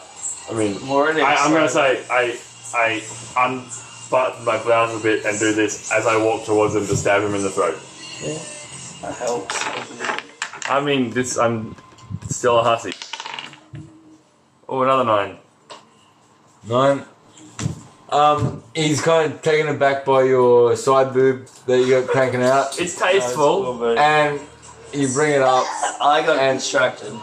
[SPEAKER 3] I mean,
[SPEAKER 2] More it is.
[SPEAKER 3] I, I'm gonna say I I unbutton my blouse a bit and do this as I walk towards him to stab him in the throat.
[SPEAKER 2] That helps.
[SPEAKER 3] I mean, this I'm still a hussy. Oh, another nine.
[SPEAKER 6] Nine. Um, he's kind of taken aback by your side boob that you got cranking out,
[SPEAKER 3] It's [LAUGHS] tasteful.
[SPEAKER 6] and you bring it up,
[SPEAKER 2] I got
[SPEAKER 6] And-
[SPEAKER 2] distracted.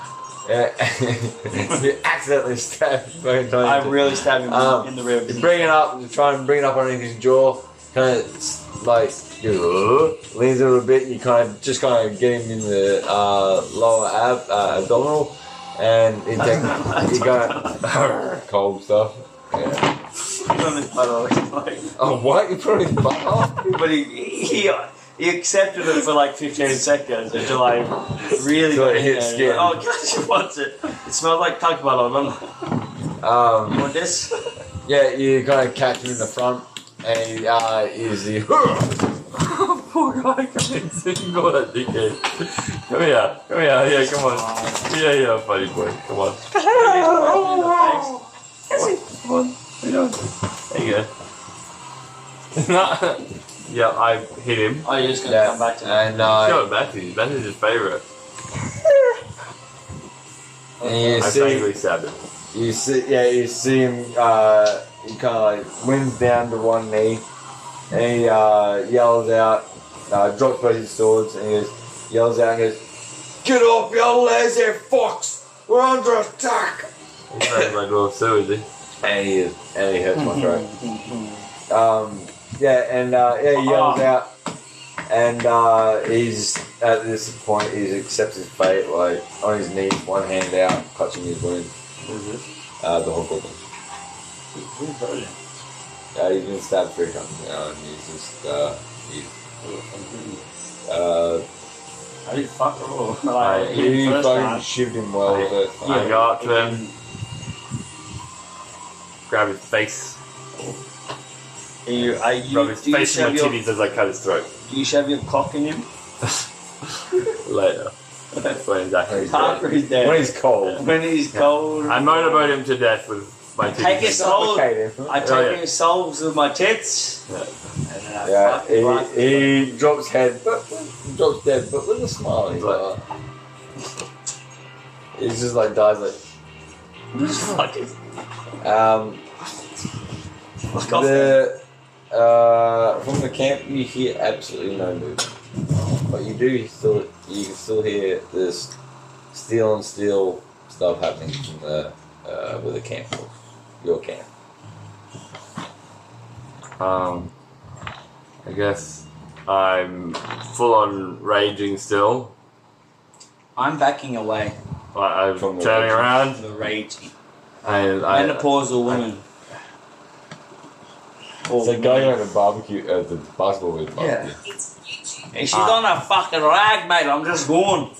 [SPEAKER 6] yeah, [LAUGHS] you accidentally stab him.
[SPEAKER 2] I really stabbed him
[SPEAKER 6] Um,
[SPEAKER 2] in the rib.
[SPEAKER 6] You bring it up, you try and bring it up underneath his jaw, kind of like you leans a little bit. You kind of just kind of get him in the uh, lower ab uh, abdominal, and he takes you go [LAUGHS] cold stuff. Yeah. Oh what? You put him in his butthole?
[SPEAKER 2] But he, he, he accepted it for like 15 seconds until I really
[SPEAKER 6] Till
[SPEAKER 2] got
[SPEAKER 6] it
[SPEAKER 2] in
[SPEAKER 6] hit
[SPEAKER 2] there.
[SPEAKER 6] skin.
[SPEAKER 2] Oh, God, [LAUGHS] you want it? It smelled like tug butter. remember?
[SPEAKER 6] Um,
[SPEAKER 2] You want this?
[SPEAKER 6] yeah, you kind of catch him in the front, and he uh, is the [LAUGHS]
[SPEAKER 3] Poor guy, come here. Go that dickhead. Come here. Come here. Yeah, come on. Yeah, yeah, buddy boy. Come on. There you go. [LAUGHS] yeah, I hit him.
[SPEAKER 2] Oh, you're just going to come back to that.
[SPEAKER 6] and uh,
[SPEAKER 3] Show it back to you. That is his favourite.
[SPEAKER 6] and you
[SPEAKER 3] I
[SPEAKER 6] see
[SPEAKER 3] vaguely stabbed him.
[SPEAKER 6] You see, yeah, you see him. Uh, he kind of like wins down to one knee, and he uh, yells out, uh, drops both his swords, and he goes, yells out and goes, "Get off, you lazy fox! We're under attack!"
[SPEAKER 3] He's not my dwarf, so is he?
[SPEAKER 6] And he is, and he hurts my throat. um, yeah, and uh, yeah, he yells out, and uh, he's at this point he's accepts his fate, like on his knees, one hand out, clutching his wound. Uh, the whole goblin. Uh, he's been stabbed three times now, and he's just uh, he's uh,
[SPEAKER 2] I didn't fuck at [LAUGHS] all.
[SPEAKER 6] I,
[SPEAKER 2] Like,
[SPEAKER 6] he
[SPEAKER 2] first
[SPEAKER 6] fucking
[SPEAKER 2] time.
[SPEAKER 6] shivved him well.
[SPEAKER 3] I-
[SPEAKER 6] but,
[SPEAKER 3] I go up to him, grab his face,
[SPEAKER 2] Are you, are you,
[SPEAKER 3] rub his
[SPEAKER 2] do, you
[SPEAKER 3] face in my
[SPEAKER 2] shove your,
[SPEAKER 3] titties as I cut his throat.
[SPEAKER 2] do you shove your cock in him? [LAUGHS]
[SPEAKER 3] Later. when exactly.
[SPEAKER 6] He's dead.
[SPEAKER 2] After he's dead.
[SPEAKER 6] when he's cold,
[SPEAKER 2] When he's cold.
[SPEAKER 3] I motorboat him to death with my titties.
[SPEAKER 2] Take his soul.
[SPEAKER 6] suffocate him.
[SPEAKER 2] I take
[SPEAKER 3] Oh, yeah.
[SPEAKER 2] his souls with my tits.
[SPEAKER 3] Yeah.
[SPEAKER 2] And then I
[SPEAKER 6] Yeah,
[SPEAKER 2] fucking run.
[SPEAKER 6] he, he drops head, but drops dead, but with a smile. He's like, [LAUGHS] he's just like dies like.
[SPEAKER 2] Fucking
[SPEAKER 6] Um,
[SPEAKER 2] fuck off.
[SPEAKER 6] the uh, from the camp, you hear absolutely no movement, but you do still you can still hear this steel and steel stuff happening from the uh, with the camp, your camp.
[SPEAKER 3] Um, I guess I'm full on raging still.
[SPEAKER 2] I'm backing away.
[SPEAKER 3] Like, I'm
[SPEAKER 6] From the
[SPEAKER 3] turning
[SPEAKER 6] raging.
[SPEAKER 3] around
[SPEAKER 2] The raging.
[SPEAKER 3] and I,
[SPEAKER 2] Menopausal woman. Oh, Or
[SPEAKER 6] It's like going on a barbecue at the basketball with
[SPEAKER 2] Yeah.
[SPEAKER 6] barbecue.
[SPEAKER 2] Hey, she's on a fucking rag, mate. I'm just gone.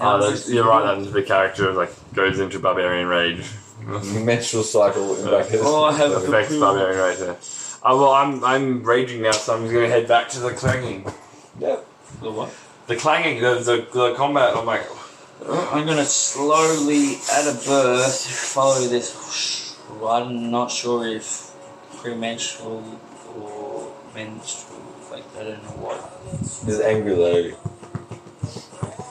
[SPEAKER 3] Oh, that's, you're right. That's the character like goes into barbarian rage.
[SPEAKER 6] Menstrual cycle in back of
[SPEAKER 2] Oh, I have
[SPEAKER 3] It affects barbarian rage. There. Oh, well, I'm I'm raging now, so I'm just gonna head back to the clanging.
[SPEAKER 6] Yeah.
[SPEAKER 2] The what?
[SPEAKER 3] The clanging, the the, the combat. oh I'm like,
[SPEAKER 2] Oh, I'm gonna slowly, at a birth, follow this. whoosh. I'm not sure if premenstrual or menstrual. Like I don't know what.
[SPEAKER 6] This angry lady.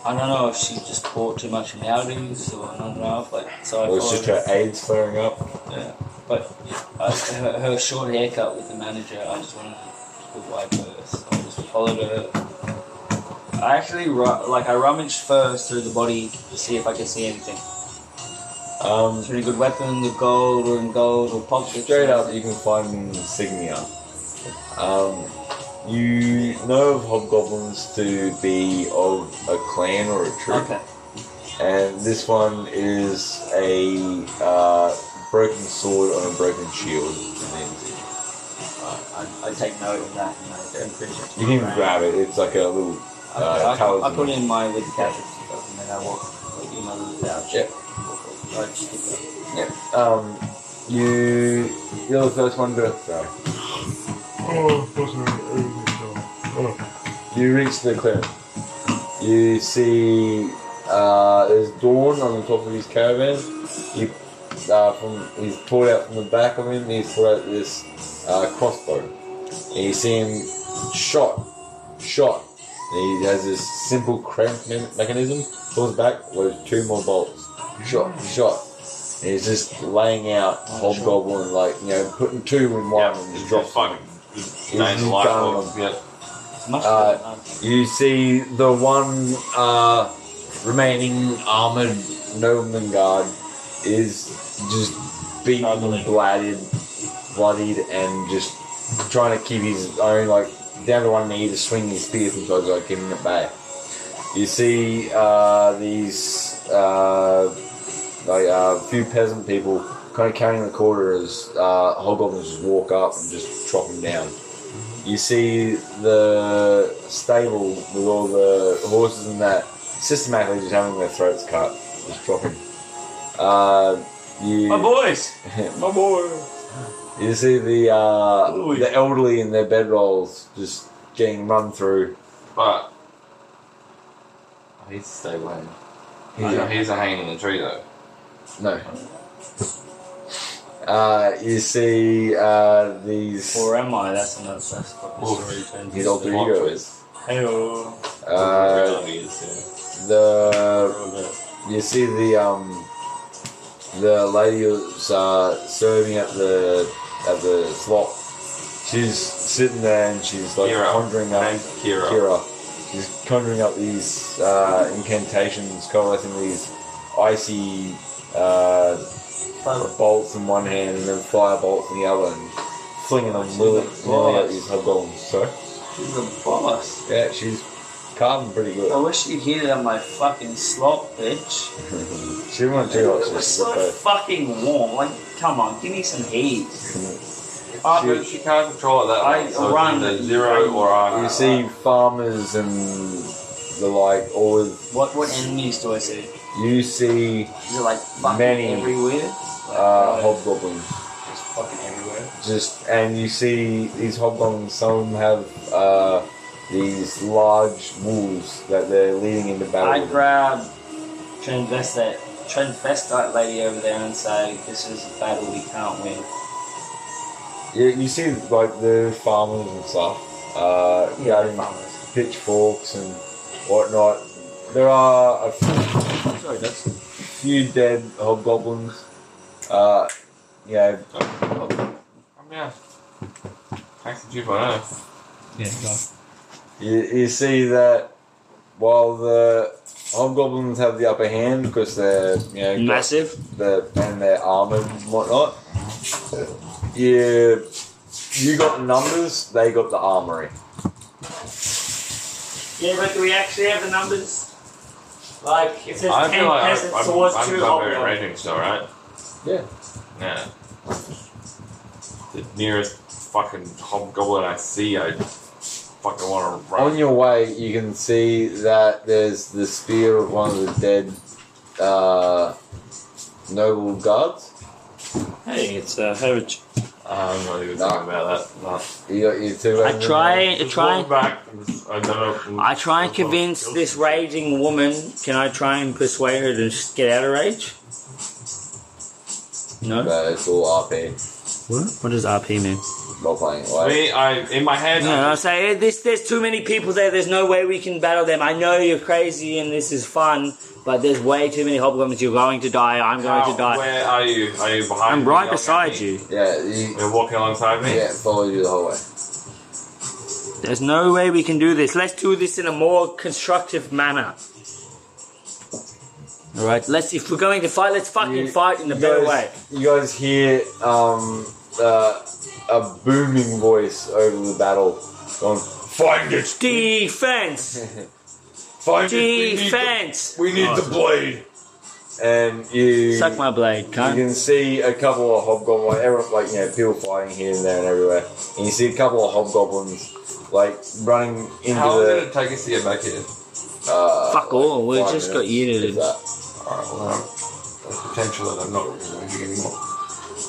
[SPEAKER 2] I don't know if she just poured too much meowdies or I don't know if like. So I
[SPEAKER 6] Or it's
[SPEAKER 2] follow
[SPEAKER 6] just her AIDS flaring up.
[SPEAKER 2] But uh, her, her short haircut with the manager, I just wanted to wipe her, so I just followed her. I actually ru- like I rummaged first through the body to see if I could see anything.
[SPEAKER 6] Um,
[SPEAKER 2] Is there any good weapons of gold or in gold or pockets?
[SPEAKER 6] Straight up, you can find insignia. Um, you know of hobgoblins to be of a clan or a troop,
[SPEAKER 2] Okay.
[SPEAKER 6] and this one is a uh, broken sword on a broken shield.
[SPEAKER 2] I, I take note of that. You, know, I'm pretty sure.
[SPEAKER 6] You can even grab it. It's like a little.
[SPEAKER 2] Okay,
[SPEAKER 6] uh,
[SPEAKER 2] I, I
[SPEAKER 6] talisman.
[SPEAKER 2] put it in my with the pouch and then I walk like, in my little pouch.
[SPEAKER 6] Yep.
[SPEAKER 2] I just keep that.
[SPEAKER 6] Yeah. Um, you you're the first one to sorry. You reach the clearing. You see uh, there's Dawn on the top of his caravan. You uh, from he's pulled out from the back of him. and He's pulled out this uh, crossbow. And you see him shot, shot. And he has this simple crank me- mechanism. Pulls back with two more bolts. Shot, shot. And he's just laying out hobgoblin like you know, putting two in one and just drops one. He's
[SPEAKER 10] Name's
[SPEAKER 6] just
[SPEAKER 10] Life
[SPEAKER 6] gunning
[SPEAKER 10] Orb.
[SPEAKER 6] them.
[SPEAKER 10] Yeah.
[SPEAKER 1] Much
[SPEAKER 6] Uh,
[SPEAKER 1] better than
[SPEAKER 6] You see the one uh, remaining armored nobleman guard is just beaten, bloodied, bloodied, and just trying to keep his own like down to one knee to swing his spear from side to side, keeping it back. You see uh, these uh, like uh, few peasant people kind of carrying the quarter as uh, hobgoblins just walk up and just chop them down. You see the stable with all the horses and that systematically just having their throats cut, just dropping. Uh, you,
[SPEAKER 5] My
[SPEAKER 6] [LAUGHS]
[SPEAKER 5] boys!
[SPEAKER 6] my boy. You see the uh,
[SPEAKER 5] Louis.
[SPEAKER 6] the elderly in their bedrolls just getting run through.
[SPEAKER 5] But. I need to stay lame. He's, a, he's a hanging in the tree though.
[SPEAKER 6] No. Uh, you see uh, these
[SPEAKER 1] Or am I? That's another that's fucking story. turns
[SPEAKER 6] these
[SPEAKER 1] into-
[SPEAKER 6] alter
[SPEAKER 5] Plot
[SPEAKER 6] egos.
[SPEAKER 1] Hey-oh.
[SPEAKER 6] Uh, the you see the um the lady who's uh, serving at the at the slot. She's sitting there and she's like
[SPEAKER 5] Kira.
[SPEAKER 6] conjuring
[SPEAKER 5] Her
[SPEAKER 6] up
[SPEAKER 5] name's Kira.
[SPEAKER 6] Kira. She's conjuring up these uh, incantations, coalescing these icy uh, bolts in one hand and then fire bolts in the other, and flinging them lily, lily at these hobgoblins. So
[SPEAKER 1] She's a boss.
[SPEAKER 6] yeah, she's carving pretty
[SPEAKER 1] I
[SPEAKER 6] good.
[SPEAKER 1] wish you'd hear that my fucking slop, bitch.
[SPEAKER 6] she won't do
[SPEAKER 1] It was so
[SPEAKER 6] it.
[SPEAKER 1] fucking warm. Like, come on, give me some heat.
[SPEAKER 5] Ah, but she can't control it that
[SPEAKER 1] I
[SPEAKER 5] way. So
[SPEAKER 1] run.
[SPEAKER 5] run the zero or I.
[SPEAKER 6] You see farmers and the like, all of-
[SPEAKER 1] What what enemies do I see?
[SPEAKER 6] you see
[SPEAKER 1] Is it like fucking
[SPEAKER 6] Many.
[SPEAKER 1] everywhere? Like, uh,
[SPEAKER 6] uh, hobgoblins.
[SPEAKER 1] Just fucking everywhere.
[SPEAKER 6] just and you see these hobgoblins. Some of them have uh, these large wolves that they're leading into battle.
[SPEAKER 1] I
[SPEAKER 6] with.
[SPEAKER 1] grab transvestite, transvestite lady over there and say, this is a battle we can't win.
[SPEAKER 6] you, you see like the farmers and stuff, uh, guarding
[SPEAKER 1] farmers.
[SPEAKER 6] pitchforks and whatnot. There are a few, sorry, that's a few dead hobgoblins. Uh, you know,
[SPEAKER 5] Calm down. Thanks to Jupiter, I know.
[SPEAKER 6] You, you see that while the hobgoblins have the upper hand because they're you know got
[SPEAKER 2] Massive.
[SPEAKER 6] the and their armor and whatnot. You you got the numbers, they got the armory.
[SPEAKER 11] Yeah, but do we actually have the numbers? Like, if there's
[SPEAKER 5] I
[SPEAKER 11] ten
[SPEAKER 5] feel like
[SPEAKER 11] peasants
[SPEAKER 5] I, I'm,
[SPEAKER 11] towards
[SPEAKER 5] I'm
[SPEAKER 11] two
[SPEAKER 5] covering
[SPEAKER 11] hobgoblins.
[SPEAKER 5] raging still, right?
[SPEAKER 6] Yeah.
[SPEAKER 5] Yeah. The nearest fucking hobgoblin I see, I fucking want to run.
[SPEAKER 6] On your way, you can see that there's the spear of one of the dead uh, noble guards.
[SPEAKER 2] Hey, it's uh, Herbage.
[SPEAKER 5] Uh, I'm not even talking about that. No.
[SPEAKER 6] You got your two.
[SPEAKER 2] I
[SPEAKER 6] over there.
[SPEAKER 2] try, I
[SPEAKER 5] Just
[SPEAKER 2] try,
[SPEAKER 5] walk back. I don't know.
[SPEAKER 2] I try and convince this raging woman. Can I try and persuade her to just get out of rage? No.
[SPEAKER 6] But it's all RP.
[SPEAKER 2] What? What does RP mean?
[SPEAKER 6] Role playing. Like,
[SPEAKER 5] Me, I in my head.
[SPEAKER 2] No, no, I say eh, this. There's too many people there. There's no way we can battle them. I know you're crazy and this is fun, but there's way too many hobgoblins. You're going to die. I'm going
[SPEAKER 5] How-
[SPEAKER 2] to die.
[SPEAKER 5] Where are you? Are you behind?
[SPEAKER 2] I'm
[SPEAKER 5] me,
[SPEAKER 2] right
[SPEAKER 5] yelling at
[SPEAKER 2] beside
[SPEAKER 5] me?
[SPEAKER 2] you.
[SPEAKER 6] yeah, you,
[SPEAKER 5] You're walking alongside me.
[SPEAKER 6] yeah, follow you the whole way.
[SPEAKER 2] There's no way we can do this. Let's do this in a more constructive manner. All right. Let's. If we're going to fight, let's fucking
[SPEAKER 6] You-
[SPEAKER 2] fight in a
[SPEAKER 6] you
[SPEAKER 2] better
[SPEAKER 6] guys-
[SPEAKER 2] way.
[SPEAKER 6] You guys hear um, uh, a booming voice over the battle going, Find it!
[SPEAKER 2] Defense. [LAUGHS]
[SPEAKER 6] Find it!
[SPEAKER 2] Defense.
[SPEAKER 6] We need, the, we need the blade! And you,
[SPEAKER 2] Suck my blade,
[SPEAKER 6] you
[SPEAKER 2] cunt.
[SPEAKER 6] can see a couple of hobgoblins, everyone, like, you know, people fighting here and there and everywhere. And you see a couple of hobgoblins, like, running into
[SPEAKER 5] How long did
[SPEAKER 6] the.
[SPEAKER 5] it take us to get back here?
[SPEAKER 6] Uh,
[SPEAKER 2] Fuck all. We
[SPEAKER 6] five
[SPEAKER 2] just got
[SPEAKER 6] minutes,
[SPEAKER 2] yeeted.
[SPEAKER 6] if that.
[SPEAKER 5] Alright, well, um, that's potential that I'm not raging anymore.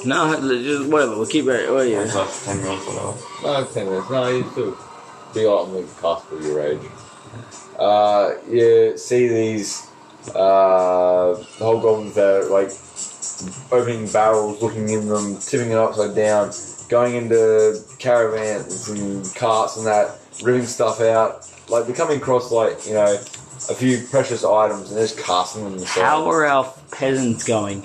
[SPEAKER 2] No, just whatever. We'll keep it. Oh yeah.
[SPEAKER 5] It's like 10 minutes or whatever.
[SPEAKER 6] No, it's 10 minutes. No, you do. Be like on the cusp of your age. Uh, you see these uh, hobgoblins that are like
[SPEAKER 1] opening barrels, looking in them, tipping it upside down, going into caravans and carts and that, ripping stuff out, like they're coming across like you know a few precious items and just casting them. aside.
[SPEAKER 2] How are our peasants going?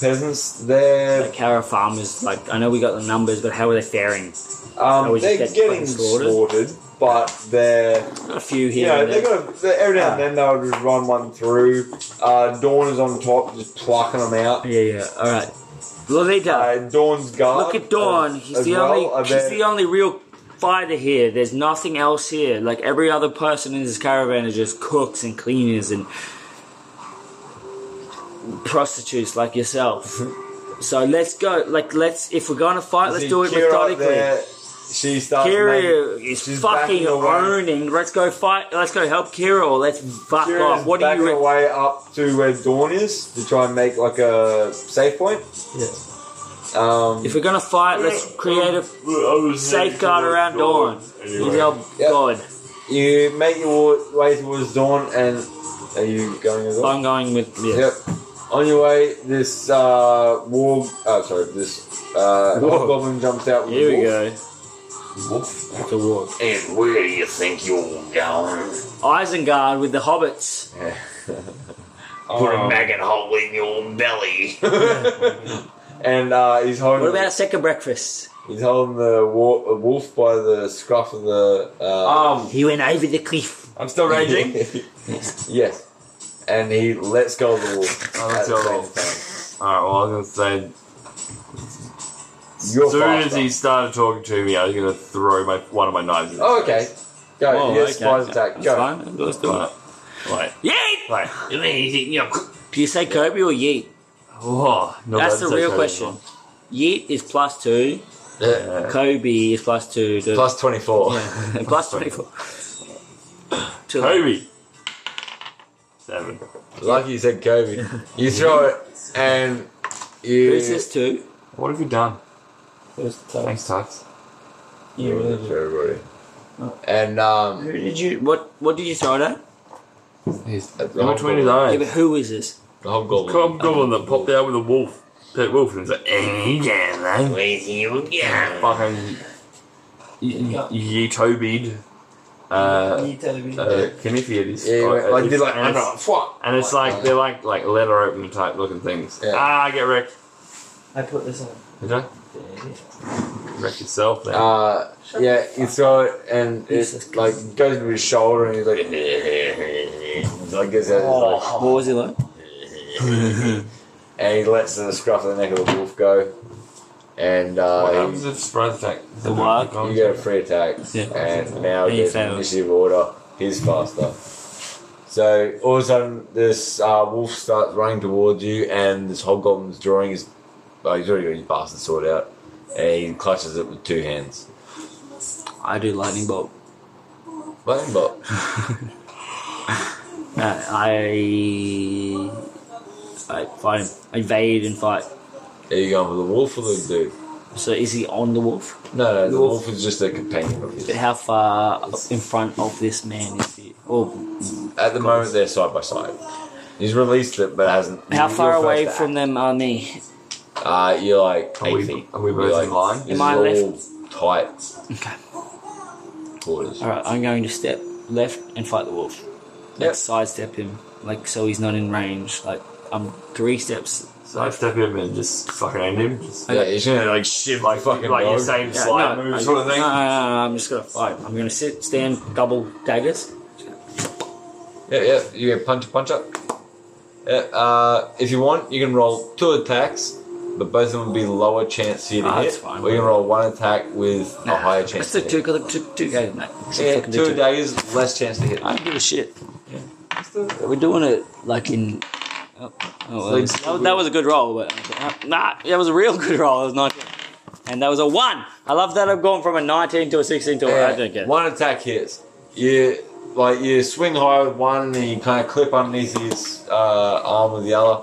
[SPEAKER 1] peasants? They're
[SPEAKER 2] Like, how are farmers? Like, I know we got the numbers, but how are they faring? Are
[SPEAKER 1] um,
[SPEAKER 2] we just
[SPEAKER 1] they're
[SPEAKER 2] get
[SPEAKER 1] getting
[SPEAKER 2] fucking slaughtered?
[SPEAKER 1] slaughtered, but they're
[SPEAKER 2] Got a few here.
[SPEAKER 1] Yeah,
[SPEAKER 2] and
[SPEAKER 1] they
[SPEAKER 2] there.
[SPEAKER 1] got to, every
[SPEAKER 2] Ah.
[SPEAKER 1] now and then they'll just run one through. Uh, Dawn is on top, just plucking them out.
[SPEAKER 2] yeah, yeah. All right, Lolita,
[SPEAKER 1] Uh, Dawn's guard.
[SPEAKER 2] look at Dawn.
[SPEAKER 1] as-
[SPEAKER 2] He's
[SPEAKER 1] as
[SPEAKER 2] the
[SPEAKER 1] well, are
[SPEAKER 2] only. She's
[SPEAKER 1] there-
[SPEAKER 2] the only real fighter here. There's nothing else here. Like every other person in this caravan is just cooks and cleaners and prostitutes
[SPEAKER 1] [LAUGHS]
[SPEAKER 2] like yourself. So let's go. Like let's. If we're gonna fight, let's
[SPEAKER 1] see
[SPEAKER 2] do it
[SPEAKER 1] Kira up
[SPEAKER 2] methodically.
[SPEAKER 1] there. She starts.
[SPEAKER 2] Kira
[SPEAKER 1] making-
[SPEAKER 2] is
[SPEAKER 1] she's
[SPEAKER 2] fucking
[SPEAKER 1] backing away.
[SPEAKER 2] owning. Let's go fight. Let's go help Kira or let's fuck
[SPEAKER 1] Kira
[SPEAKER 2] off.
[SPEAKER 1] is
[SPEAKER 2] Oh, What do
[SPEAKER 1] backing
[SPEAKER 2] you reckon?
[SPEAKER 1] way up to where Dawn is to try and make like a safe point.
[SPEAKER 2] Yeah.
[SPEAKER 1] Um,
[SPEAKER 2] If we're gonna fight, let's create a safeguard around Dawn. He's our
[SPEAKER 1] Yep.
[SPEAKER 2] god.
[SPEAKER 1] you make your wa- way towards Dawn, and are you going as well?
[SPEAKER 2] I'm going with yeah.
[SPEAKER 1] Yep. On your way, this uh, war. Oh, sorry, this uh, goblin jumps out. With
[SPEAKER 2] Here
[SPEAKER 1] a
[SPEAKER 2] we
[SPEAKER 1] wolf.
[SPEAKER 2] go. It's a wolf. And where do you think you're going? Isengard with the hobbits.
[SPEAKER 5] Put a mag
[SPEAKER 1] [LAUGHS] and uh, he's holding
[SPEAKER 2] What about a second breakfast?
[SPEAKER 1] he's holding the war, wolf by the scruff of the uh,
[SPEAKER 5] Um,
[SPEAKER 2] He went over the cliff.
[SPEAKER 5] I'm still [LAUGHS] raging.
[SPEAKER 1] [LAUGHS] yes, and he lets go of the wolf.
[SPEAKER 3] Oh, let's
[SPEAKER 1] at the
[SPEAKER 3] go.
[SPEAKER 1] same time.
[SPEAKER 3] Alright, well, I was going to say,
[SPEAKER 1] You're
[SPEAKER 3] as soon as
[SPEAKER 1] faster.
[SPEAKER 3] he started talking to me, I was going to throw my one of my knives in his
[SPEAKER 1] Oh, okay, go.
[SPEAKER 2] Whoa,
[SPEAKER 1] yes,
[SPEAKER 2] okay.
[SPEAKER 1] surprise attack.
[SPEAKER 2] That's
[SPEAKER 1] Go.
[SPEAKER 2] fine. Let's do it.
[SPEAKER 3] Like,
[SPEAKER 2] Yeet!
[SPEAKER 3] like,
[SPEAKER 2] Do you say Kobe or Yeet?
[SPEAKER 3] whoa. No,
[SPEAKER 2] That's
[SPEAKER 3] I
[SPEAKER 2] the
[SPEAKER 3] didn't say
[SPEAKER 2] real
[SPEAKER 3] Kobe.
[SPEAKER 2] question. Yeet is plus two.
[SPEAKER 1] Yeah.
[SPEAKER 2] Kobe is plus two. The-
[SPEAKER 1] Plus twenty four.
[SPEAKER 2] yeah. [LAUGHS] plus twenty-four. To-
[SPEAKER 3] Kobe! Seven.
[SPEAKER 1] Lucky you said Kobe. You throw it and you.
[SPEAKER 2] Who's this to?
[SPEAKER 3] What have you done? Thanks, Tux.
[SPEAKER 1] Everybody. And um,
[SPEAKER 2] Who did you? What? What did you throw it at?
[SPEAKER 3] He's
[SPEAKER 1] That's
[SPEAKER 3] in between his
[SPEAKER 1] awful.
[SPEAKER 2] Yeah,
[SPEAKER 3] eyes.
[SPEAKER 2] but who is this?
[SPEAKER 1] the hobgoblin.
[SPEAKER 3] Hobgoblin that popped out with a wolf, pet wolf, and he's like, "Eh, yeah, man." Fucking ye- ye tobied. Uh, uh, Kniffy it is.
[SPEAKER 1] Yeah,
[SPEAKER 3] Oh,
[SPEAKER 1] like,
[SPEAKER 3] uh,
[SPEAKER 1] like did like
[SPEAKER 3] and it's, and it's like they're like like leather opener type looking things.
[SPEAKER 1] Yeah.
[SPEAKER 3] Ah, get wrecked.
[SPEAKER 6] I put this on.
[SPEAKER 3] Did I? Wreck yourself then.
[SPEAKER 1] Uh, yeah, you throw it and
[SPEAKER 2] Jesus
[SPEAKER 1] it like goes into his shoulder and he's like, [LAUGHS] like gets out his leg.
[SPEAKER 2] What was he like?
[SPEAKER 3] [LAUGHS]
[SPEAKER 1] and he lets the scruff of the neck of the wolf go, and
[SPEAKER 3] what
[SPEAKER 1] uh,
[SPEAKER 3] happens if surprise attack? The
[SPEAKER 2] what?
[SPEAKER 1] you, you get a free attack,
[SPEAKER 2] Yeah.
[SPEAKER 1] and now
[SPEAKER 2] And he
[SPEAKER 1] gets
[SPEAKER 2] fails.
[SPEAKER 1] initiative order. He's faster. So all of a sudden, this uh, wolf starts running towards you, and this hobgoblin's drawing his, oh, he's already got his bastard sword out, and he clutches it with two hands.
[SPEAKER 2] I do lightning bolt.
[SPEAKER 1] Lightning bolt.
[SPEAKER 2] Uh, I I fight him. I evade and fight.
[SPEAKER 1] Are you going for the wolf or the dude?
[SPEAKER 2] So is he on the wolf?
[SPEAKER 1] No, no, the
[SPEAKER 2] Wolf.
[SPEAKER 1] wolf is just a companion of his.
[SPEAKER 2] How far in front of this man is he? Or
[SPEAKER 1] At the moment, they're side by side. He's released it, but hasn't.
[SPEAKER 2] how
[SPEAKER 1] you're
[SPEAKER 2] far
[SPEAKER 1] first
[SPEAKER 2] away
[SPEAKER 1] to act.
[SPEAKER 2] from them are me?
[SPEAKER 1] Uh, you're like
[SPEAKER 3] Are
[SPEAKER 1] eight
[SPEAKER 3] we,
[SPEAKER 1] feet.
[SPEAKER 3] are we
[SPEAKER 1] You're
[SPEAKER 3] both
[SPEAKER 1] like,
[SPEAKER 3] in line?
[SPEAKER 1] This is
[SPEAKER 2] I
[SPEAKER 1] all
[SPEAKER 2] left?
[SPEAKER 1] tight
[SPEAKER 2] Okay.
[SPEAKER 1] quarters.
[SPEAKER 2] All right. I'm going to step left and fight the wolf. Like
[SPEAKER 1] Yep.
[SPEAKER 2] sidestep him, like so he's not in range. Like I'm three steps.
[SPEAKER 3] So I step in and just fucking end him. Just
[SPEAKER 1] Yeah, he's gonna like shiv like fucking
[SPEAKER 3] like your
[SPEAKER 1] dog.
[SPEAKER 3] same slide
[SPEAKER 2] no,
[SPEAKER 3] move
[SPEAKER 2] I-
[SPEAKER 3] sort of thing.
[SPEAKER 2] No, no, no, no, I'm just gonna fight. I'm gonna sit, stand, double daggers.
[SPEAKER 1] Yeah, yeah. You get punch, punch up. Yeah, uh, if you want, you can roll two attacks, but both of them will be lower chance for you to
[SPEAKER 2] Ah,
[SPEAKER 1] hit.
[SPEAKER 2] that's fine.
[SPEAKER 1] or you can roll one attack with a higher
[SPEAKER 2] It's
[SPEAKER 1] chance.
[SPEAKER 2] the
[SPEAKER 1] to
[SPEAKER 2] two,
[SPEAKER 1] hit.
[SPEAKER 2] two, two guys, mate.
[SPEAKER 1] Yeah,
[SPEAKER 2] Fucking the
[SPEAKER 1] two daggers, less chance to hit.
[SPEAKER 2] I don't give a shit. We're doing it like in. Oh, oh, well, that, was, that was- that was a good roll, but uh, nah, that was a real good roll. It was not, and that was a one. I love that I've gone from a nineteen to a sixteen to a.
[SPEAKER 1] Yeah,
[SPEAKER 2] I don't care.
[SPEAKER 1] One attack hits. You like you swing high with one, and you kind of clip underneath his uh, arm with the other.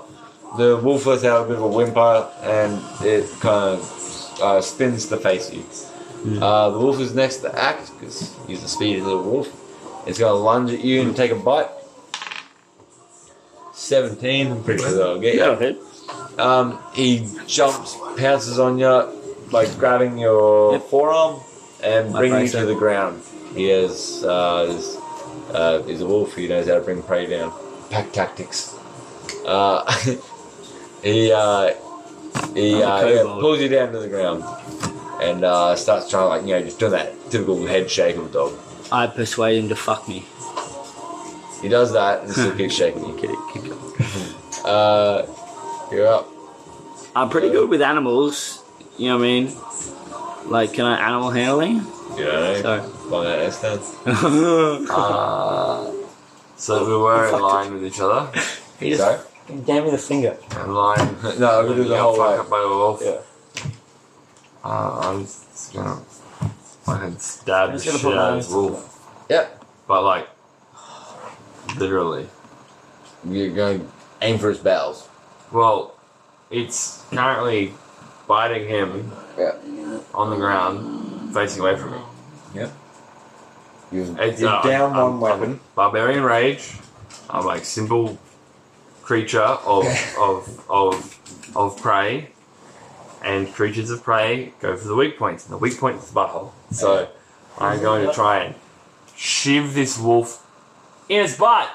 [SPEAKER 1] The wolf lets out a bit of a whimper, and it kind of uh, spins to face you. Uh, the wolf is next to act because he's a speedy little wolf. It's going to lunge at you and take a bite. Seventeen, I'm pretty sure that'll get you.
[SPEAKER 2] That'll hit.
[SPEAKER 6] Um, he jumps, pounces on you, like grabbing your
[SPEAKER 2] Yep.
[SPEAKER 6] forearm and
[SPEAKER 2] My
[SPEAKER 6] bringing you
[SPEAKER 2] bracer.
[SPEAKER 6] to the ground. He is, uh, is, uh, is a wolf. He knows how to bring prey down. Pack tactics. Uh, [LAUGHS] he uh, he uh, yeah, pulls you down to the ground and uh, starts trying like you know just doing that typical head shake of a dog.
[SPEAKER 2] I persuade him to fuck me.
[SPEAKER 6] He does that and [LAUGHS] still keeps shaking you.
[SPEAKER 2] Get it, keep going.
[SPEAKER 6] Uh, you're up.
[SPEAKER 2] I'm pretty good with animals. You know what I mean? Like, can I animal handling?
[SPEAKER 6] Yeah.
[SPEAKER 2] Sorry. [LAUGHS]
[SPEAKER 6] Find out S then.
[SPEAKER 3] Uh, so
[SPEAKER 1] [LAUGHS]
[SPEAKER 3] we were in line with each other.
[SPEAKER 2] he just
[SPEAKER 6] Sorry?
[SPEAKER 2] gave me the finger.
[SPEAKER 1] [LAUGHS]
[SPEAKER 3] In line.
[SPEAKER 6] No, I'm gonna do the
[SPEAKER 3] Got
[SPEAKER 6] whole
[SPEAKER 3] fucked
[SPEAKER 6] way.
[SPEAKER 3] up by the wolf.
[SPEAKER 6] Yeah.
[SPEAKER 3] Uh, I'm just gonna fucking stab the
[SPEAKER 2] Just gonna
[SPEAKER 3] shit
[SPEAKER 2] put my
[SPEAKER 3] out of this wolf.
[SPEAKER 6] Yep.
[SPEAKER 3] But like, literally.
[SPEAKER 6] You're going aim for his bells.
[SPEAKER 3] Well, it's currently biting him
[SPEAKER 6] Yeah.
[SPEAKER 3] on the ground, facing away from me.
[SPEAKER 6] You're,
[SPEAKER 3] It's,
[SPEAKER 6] you're
[SPEAKER 3] uh,
[SPEAKER 6] down
[SPEAKER 3] I'm-
[SPEAKER 6] one
[SPEAKER 3] I'm-
[SPEAKER 6] weapon.
[SPEAKER 3] Barbarian Rage. I'm like simple creature of [LAUGHS] of of of prey, and creatures of prey go for the weak points, and the weak point is the butthole. So I'm going to try and shiv this wolf in its butt.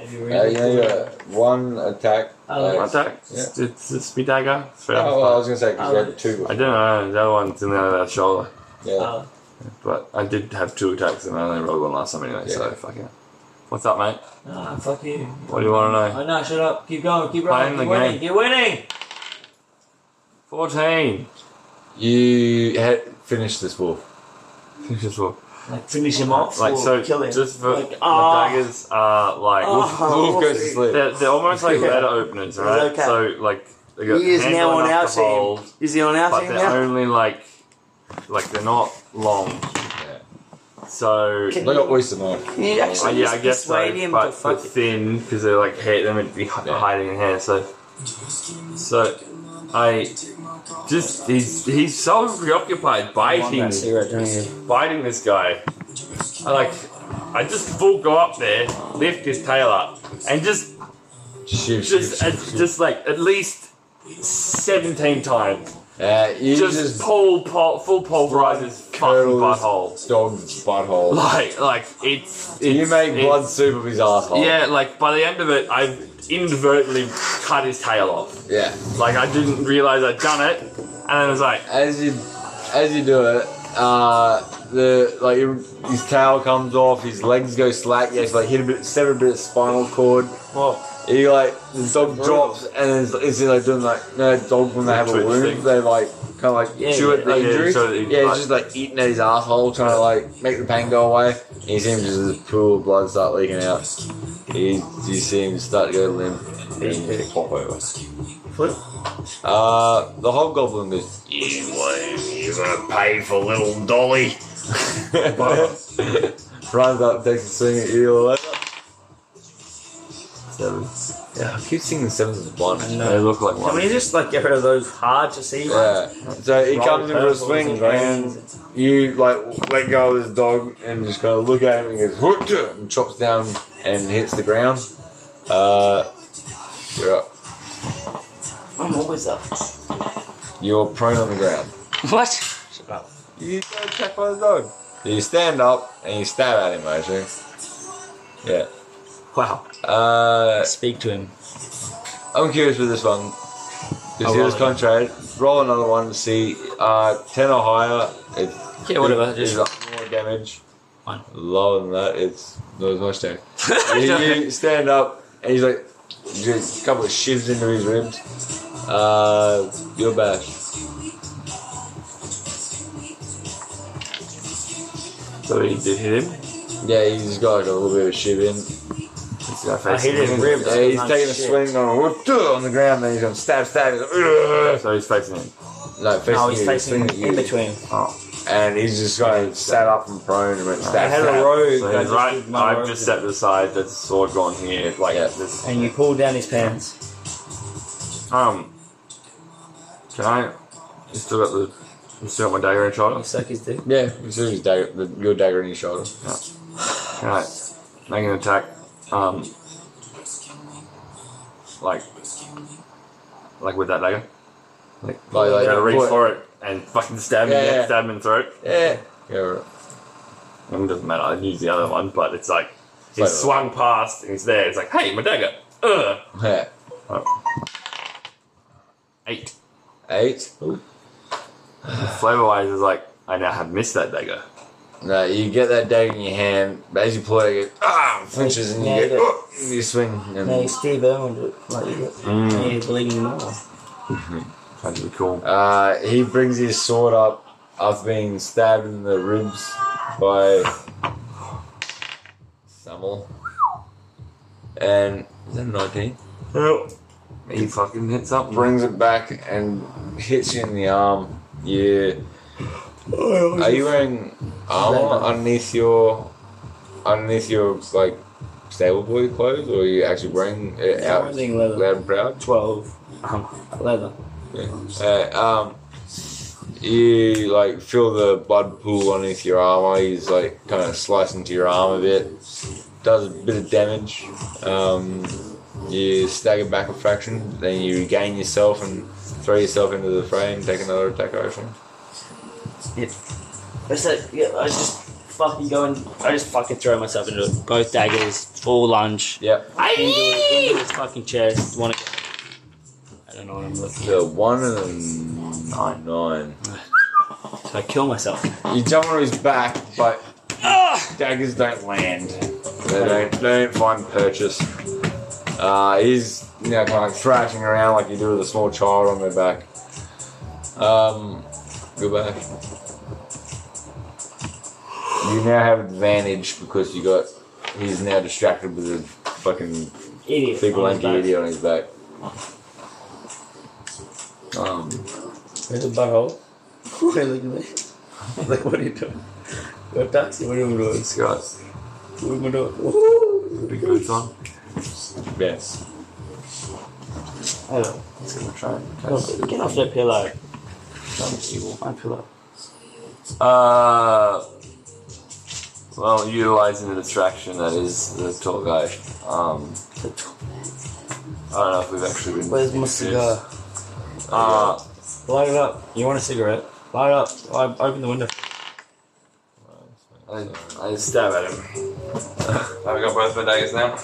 [SPEAKER 6] Uh, yeah, yeah. One attack.
[SPEAKER 3] My
[SPEAKER 6] uh,
[SPEAKER 3] attack.
[SPEAKER 6] Yeah.
[SPEAKER 3] It's, it's, it's my dagger. Straight
[SPEAKER 1] Uh,
[SPEAKER 6] Oh, well, I
[SPEAKER 3] off
[SPEAKER 6] was gonna say because you had two.
[SPEAKER 3] the butt. I don't know. The other one's in the other shoulder.
[SPEAKER 6] Yeah.
[SPEAKER 1] Oh.
[SPEAKER 3] But I did have two attacks and I only rolled one last time anyway, so
[SPEAKER 6] Yeah.
[SPEAKER 3] fuck it. What's up, mate?
[SPEAKER 1] Nah, fuck you.
[SPEAKER 3] What do you want to know?
[SPEAKER 1] Oh no, shut up. Keep going. Keep running.
[SPEAKER 3] Playing the
[SPEAKER 1] Keep winning.
[SPEAKER 3] game.
[SPEAKER 1] Keep winning.
[SPEAKER 3] [LAUGHS] 14!
[SPEAKER 6] You had finished this wolf.
[SPEAKER 3] Finish this wolf.
[SPEAKER 1] Like finish him off.
[SPEAKER 3] Like,
[SPEAKER 1] or
[SPEAKER 3] so,
[SPEAKER 1] kill him.
[SPEAKER 3] just for the
[SPEAKER 1] ah.
[SPEAKER 3] daggers are like.
[SPEAKER 6] The
[SPEAKER 1] Oh,
[SPEAKER 6] wolf goes to sleep.
[SPEAKER 3] [LAUGHS] They're, they're almost like
[SPEAKER 1] [LAUGHS] Yeah.
[SPEAKER 3] letter openers, right?
[SPEAKER 1] okay.
[SPEAKER 3] So, like, they got
[SPEAKER 1] He is
[SPEAKER 3] handle
[SPEAKER 1] now on
[SPEAKER 3] enough
[SPEAKER 1] our
[SPEAKER 3] to
[SPEAKER 1] team.
[SPEAKER 3] hold,
[SPEAKER 1] is he on our
[SPEAKER 3] but
[SPEAKER 1] team
[SPEAKER 3] they're
[SPEAKER 1] now?
[SPEAKER 3] only like. Like, they're not long. So.
[SPEAKER 6] Look at oyster mine.
[SPEAKER 1] Can you
[SPEAKER 3] Uh,
[SPEAKER 1] actually
[SPEAKER 3] yeah,
[SPEAKER 1] just
[SPEAKER 3] I guess
[SPEAKER 1] persuade
[SPEAKER 3] so,
[SPEAKER 1] him
[SPEAKER 3] but
[SPEAKER 1] to fuck
[SPEAKER 3] but
[SPEAKER 1] it?
[SPEAKER 3] thin because they're like hair, they're meant to be hi-
[SPEAKER 6] Yeah.
[SPEAKER 3] hiding in hair. So, so I just he's he's so preoccupied biting biting this guy. I like I just full go up there, lift his tail up, and just
[SPEAKER 6] Shoot, shoot,
[SPEAKER 3] just uh,
[SPEAKER 6] shoot, shoot.
[SPEAKER 3] just like at least seventeen times.
[SPEAKER 6] Uh, you
[SPEAKER 3] Just,
[SPEAKER 6] just
[SPEAKER 3] pull, pull full pulverizes fucking
[SPEAKER 6] Curls.
[SPEAKER 3] butthole. [LAUGHS]
[SPEAKER 6] dog's butthole.
[SPEAKER 3] Like like it's, it's
[SPEAKER 6] You make
[SPEAKER 3] it's-
[SPEAKER 6] blood soup of his asshole.
[SPEAKER 3] Yeah, like by the end of it, I've inadvertently cut his tail off.
[SPEAKER 6] Yeah.
[SPEAKER 3] Like I didn't realize I'd done it, and then it was like,
[SPEAKER 6] as you as you do it, uh, the like your- his tail comes off, his legs go slack. You actually like hit a bit, sever a bit of spinal cord.
[SPEAKER 3] well,
[SPEAKER 6] He like the dog drops, and it's, it's like doing like no dog when they have a
[SPEAKER 3] Twitch
[SPEAKER 6] wound,
[SPEAKER 3] thing.
[SPEAKER 6] they like kind of like chew it.
[SPEAKER 3] yeah,
[SPEAKER 6] they
[SPEAKER 3] yeah,
[SPEAKER 6] injury.
[SPEAKER 3] so that he-
[SPEAKER 6] yeah,
[SPEAKER 3] like-
[SPEAKER 6] it's just like eating at his asshole, trying to like make the pain go away. And you see him just this pool of blood start leaking out. He, you see him start to go limp. And pop over. Uh, the hobgoblin goes
[SPEAKER 12] You're gonna pay for little
[SPEAKER 6] [LAUGHS]
[SPEAKER 12] dolly.
[SPEAKER 6] Runs up, takes a swing at you. all over. Yeah, I keep seeing the sevens as one.
[SPEAKER 3] they look like
[SPEAKER 2] Can
[SPEAKER 3] one.
[SPEAKER 2] we just like get rid of those hard to see ones?
[SPEAKER 6] Yeah. So he comes in for a swing, and you like let go of his dog and just kind of look at him and goes "Hoot!" and chops down and hits the ground. Uh, you're up.
[SPEAKER 1] I'm always up.
[SPEAKER 6] You're prone on the ground.
[SPEAKER 2] What?
[SPEAKER 6] You got attacked by the dog. You stand up and you stab at him, actually. Yeah.
[SPEAKER 2] Wow.
[SPEAKER 6] Uh,
[SPEAKER 2] Speak to him.
[SPEAKER 6] I'm curious with this one. Because
[SPEAKER 1] Oh,
[SPEAKER 2] I'll
[SPEAKER 6] he was
[SPEAKER 2] roll
[SPEAKER 6] contrary. Roll another one to see. Uh, 10 or higher. It's,
[SPEAKER 2] Yeah, whatever.
[SPEAKER 6] It's
[SPEAKER 2] Just
[SPEAKER 6] up more damage.
[SPEAKER 2] Fine.
[SPEAKER 6] Lower than that, it's not as much
[SPEAKER 2] [LAUGHS]
[SPEAKER 6] damage. you, you stand up and he's like, just a couple of shivs into his ribs. Uh, you're back.
[SPEAKER 3] So he did hit him.
[SPEAKER 6] Yeah, he's just got like a little bit of shiv in.
[SPEAKER 3] This guy
[SPEAKER 2] I
[SPEAKER 3] facing
[SPEAKER 2] hit his
[SPEAKER 3] him.
[SPEAKER 2] ribs.
[SPEAKER 6] Yeah, he's
[SPEAKER 2] Nice
[SPEAKER 6] taking a
[SPEAKER 2] shit.
[SPEAKER 6] swing on, on the ground, then he's going to stab, stab. He's like, "Ugh."
[SPEAKER 3] So he's facing him.
[SPEAKER 6] no, facing
[SPEAKER 2] No, he's
[SPEAKER 6] you,
[SPEAKER 2] facing
[SPEAKER 6] swinging at
[SPEAKER 2] in
[SPEAKER 6] you.
[SPEAKER 2] between.
[SPEAKER 6] And he's just going to sat up and prone and went
[SPEAKER 2] I
[SPEAKER 6] stab,
[SPEAKER 2] had
[SPEAKER 6] stab.
[SPEAKER 2] a rogue.
[SPEAKER 3] So
[SPEAKER 2] I
[SPEAKER 3] he's
[SPEAKER 2] just
[SPEAKER 3] right.
[SPEAKER 2] did my
[SPEAKER 3] I've
[SPEAKER 2] rogue.
[SPEAKER 3] just stepped aside. There's a sword gone here. Like
[SPEAKER 6] Yeah.
[SPEAKER 3] this.
[SPEAKER 2] And you pulled down his pants.
[SPEAKER 3] Um. Can I? You still got the. You still got my dagger in
[SPEAKER 2] You
[SPEAKER 3] shoulder.
[SPEAKER 2] suck his dick.
[SPEAKER 6] Yeah, as soon as dagger, the, your dagger in your shoulder.
[SPEAKER 3] Can I make an attack? Um. Like.
[SPEAKER 5] like with that dagger. Like,
[SPEAKER 1] Like- like-
[SPEAKER 5] gotta reach
[SPEAKER 1] what-
[SPEAKER 5] for it and fucking stab him, in the
[SPEAKER 1] Yeah,
[SPEAKER 5] neck,
[SPEAKER 1] yeah.
[SPEAKER 5] stab him in the throat.
[SPEAKER 1] Yeah. Yeah, right.
[SPEAKER 5] It doesn't matter. I use the other one, but it's like he
[SPEAKER 1] Wait, wait.
[SPEAKER 5] swung past and he's there. It's like, hey, my dagger. Ugh.
[SPEAKER 1] Yeah.
[SPEAKER 5] Eight.
[SPEAKER 1] Eight.
[SPEAKER 5] Flavor wise is like, I now have missed that dagger.
[SPEAKER 1] No, you get that dagger in your hand, but as you pull it, it goes, ah, flinches, and you
[SPEAKER 2] Yeah,
[SPEAKER 1] get,
[SPEAKER 2] you
[SPEAKER 1] oh, you swing.
[SPEAKER 2] No,
[SPEAKER 1] And,
[SPEAKER 2] Steve Irwin did it. Like, you got,
[SPEAKER 5] Mm.
[SPEAKER 2] yeah, bleeding more.
[SPEAKER 5] Trying to be cool.
[SPEAKER 1] uh, he brings his sword up after being stabbed in the ribs by Samuel. And is that 19?
[SPEAKER 5] He fucking hits up.
[SPEAKER 1] Brings it back and hits you in the arm. Yeah. Are you wearing armor underneath your underneath your like stable boy clothes, or are you actually wearing it
[SPEAKER 2] Yeah, I'm
[SPEAKER 1] out
[SPEAKER 2] wearing leather.
[SPEAKER 1] loud and proud?
[SPEAKER 2] 12. Um, leather.
[SPEAKER 1] Uh, um, you like feel the blood pool underneath your armor. He's like kind of slicing into your arm a bit. Does a bit of damage. Um, you stagger back a fraction, then you regain yourself and throw yourself into the fray and take another attack action.
[SPEAKER 2] I said, yeah, I just fucking go and I just fucking throw myself into it. Both daggers, full lunge.
[SPEAKER 1] Yep.
[SPEAKER 2] Into, it, into his fucking chest. Wanna go. I don't know what I'm looking
[SPEAKER 1] The one and nine nine.
[SPEAKER 2] for. So I kill myself.
[SPEAKER 1] You jump on his back, but
[SPEAKER 2] Ah!
[SPEAKER 1] daggers don't land. They don't, they don't find purchase. Uh, he's you know, kind of thrashing around like you do with a small child on their back. Um, go back. You now have advantage because you got. He's now distracted with his fucking
[SPEAKER 2] Idiot.
[SPEAKER 1] big
[SPEAKER 2] on
[SPEAKER 1] lanky
[SPEAKER 2] his back.
[SPEAKER 1] idiot on his back. Um,
[SPEAKER 2] There's a butthole. Wait, look at me. [LAUGHS] like, what are you doing? You're dancing. What are you doing?
[SPEAKER 5] He's got
[SPEAKER 2] What am I doing? Woo!
[SPEAKER 5] big boots on.
[SPEAKER 1] yes.
[SPEAKER 2] Hold on.
[SPEAKER 5] He's gonna try. and catch
[SPEAKER 2] Get off that pillow. That's evil. My pillow.
[SPEAKER 5] Uh, well, utilizing the distraction that is the tall guy. Um, I don't know if we've actually been.
[SPEAKER 2] Where's my cigar?
[SPEAKER 5] Uh,
[SPEAKER 2] Light it up. You want a cigarette? Light it up. I open the window.
[SPEAKER 5] I, I stab at him. I've uh, got both my daggers now.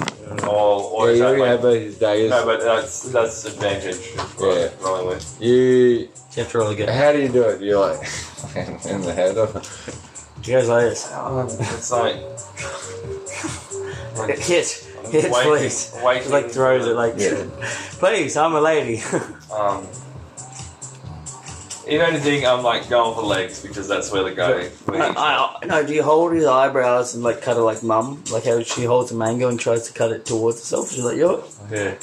[SPEAKER 1] Yeah,
[SPEAKER 5] All, or
[SPEAKER 1] you
[SPEAKER 5] is that
[SPEAKER 1] already
[SPEAKER 5] like-
[SPEAKER 1] have both his daggers.
[SPEAKER 5] no, but that's that's advantage.
[SPEAKER 1] Yeah.
[SPEAKER 5] Rolling with.
[SPEAKER 1] You,
[SPEAKER 2] You have to roll again.
[SPEAKER 1] how do you do it? You're like [LAUGHS] in the head. of-
[SPEAKER 2] You guys like this?
[SPEAKER 5] Um, it's like
[SPEAKER 2] Hit. Hit, please. She
[SPEAKER 5] Waiting,
[SPEAKER 2] like throws it like,
[SPEAKER 1] Yeah.
[SPEAKER 2] please, I'm a lady. [LAUGHS]
[SPEAKER 5] Um, if anything, I'm like going for legs because that's where the guy.
[SPEAKER 2] no, I, I- no, do you hold his eyebrows and like cut it like mum? Like how she holds a mango and tries to cut it towards herself? She's like, yo,
[SPEAKER 5] Yeah.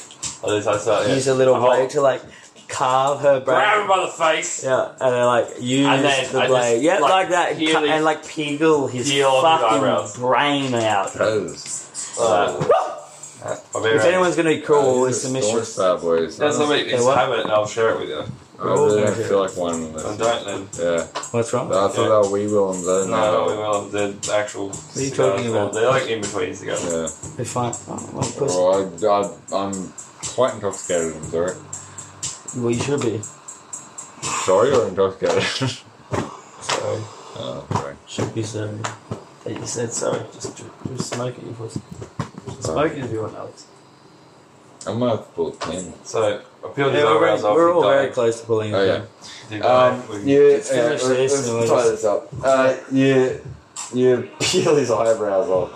[SPEAKER 5] At least I start. Yeah.
[SPEAKER 2] use a little
[SPEAKER 5] I hold-
[SPEAKER 2] blade to like carve her
[SPEAKER 5] Grab
[SPEAKER 2] brow.
[SPEAKER 5] him by the face.
[SPEAKER 2] Yeah, and then like use
[SPEAKER 5] And then I
[SPEAKER 2] the
[SPEAKER 5] just,
[SPEAKER 2] blade. Yeah,
[SPEAKER 5] like,
[SPEAKER 2] like, that.
[SPEAKER 5] peel
[SPEAKER 2] Cut,
[SPEAKER 5] his-
[SPEAKER 2] and like peel his
[SPEAKER 5] peel his eyebrows.
[SPEAKER 2] fucking brain out.
[SPEAKER 5] Uh, I'll be
[SPEAKER 2] If
[SPEAKER 5] right.
[SPEAKER 2] anyone's gonna be cruel, it's the
[SPEAKER 1] Storm
[SPEAKER 2] mistress.
[SPEAKER 1] Star Boys.
[SPEAKER 5] That's the
[SPEAKER 1] I
[SPEAKER 5] way. It's
[SPEAKER 2] They what?
[SPEAKER 5] have it, and I'll share it with you.
[SPEAKER 1] really don't feel like one of
[SPEAKER 5] And
[SPEAKER 1] them.
[SPEAKER 5] don't then.
[SPEAKER 1] Yeah,
[SPEAKER 2] What's
[SPEAKER 1] but
[SPEAKER 2] wrong?
[SPEAKER 1] I thought they were wee ones. I
[SPEAKER 5] No,
[SPEAKER 1] didn't
[SPEAKER 5] no,
[SPEAKER 1] know.
[SPEAKER 5] we will. The actual. What
[SPEAKER 2] are you talking about?
[SPEAKER 5] They're like in between cigars.
[SPEAKER 1] Yeah,
[SPEAKER 2] It's fine. Oh, well, of course.
[SPEAKER 1] well, I, I, I'm quite intoxicated. I'm sorry.
[SPEAKER 2] Well, you should be.
[SPEAKER 1] Sorry or intoxicated?
[SPEAKER 2] Sorry.
[SPEAKER 1] [LAUGHS] oh, sorry.
[SPEAKER 2] Should be sorry. That you said sorry. Just, just smoke it, you pussy. Smoke it if you want, Alex.
[SPEAKER 1] I'm gonna have to pull ten.
[SPEAKER 5] So I peeled his
[SPEAKER 2] Yeah, we're,
[SPEAKER 5] eyebrows
[SPEAKER 2] very-
[SPEAKER 5] off.
[SPEAKER 2] we're
[SPEAKER 5] he
[SPEAKER 2] all very
[SPEAKER 5] died.
[SPEAKER 2] close to pulling it.
[SPEAKER 1] Oh yeah.
[SPEAKER 2] down.
[SPEAKER 5] He died.
[SPEAKER 1] Um,
[SPEAKER 5] We-
[SPEAKER 1] yeah,
[SPEAKER 2] Let's finish
[SPEAKER 1] yeah,
[SPEAKER 2] this
[SPEAKER 1] let's
[SPEAKER 2] and we'll
[SPEAKER 1] tie
[SPEAKER 2] just-
[SPEAKER 1] this up. Uh, you, you peel his eyebrows off,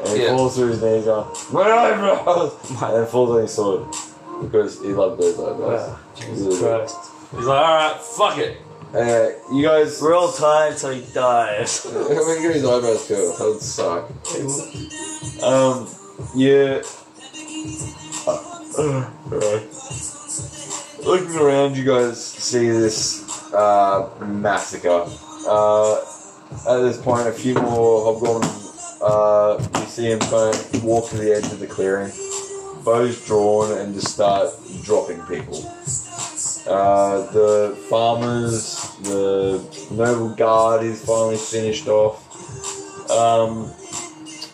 [SPEAKER 1] and he
[SPEAKER 5] Yeah.
[SPEAKER 1] falls through his knees going, "My eyebrows!" and then falls on his sword because he loved those eyebrows.
[SPEAKER 2] Jesus Christ.
[SPEAKER 5] He's like, all right, fuck it.
[SPEAKER 1] Uh, you guys,
[SPEAKER 2] We're all tired, so he dies.
[SPEAKER 1] I'm gonna get his eyebrows peeled. That would suck. Um, yeah. Uh, alright. Looking around, you guys see this uh, massacre. Uh, at this point, a few more hobgoblins. Uh, you see him kind of walk to the edge of the clearing, bows drawn, and just start dropping people. Uh, the farmers, the noble guard is finally finished off. Um,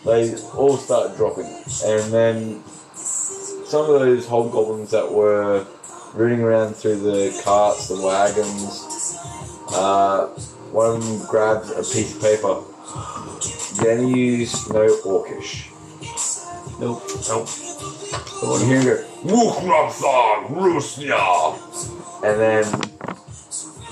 [SPEAKER 1] they all start dropping, and then some of those hobgoblins that were
[SPEAKER 6] rooting around through the carts, the wagons. Uh, one of them grabs a piece of paper. Then you use no orcish.
[SPEAKER 13] Nope.
[SPEAKER 6] Nope. You hear him go,
[SPEAKER 5] Wuknapthar Rusnia!
[SPEAKER 6] and then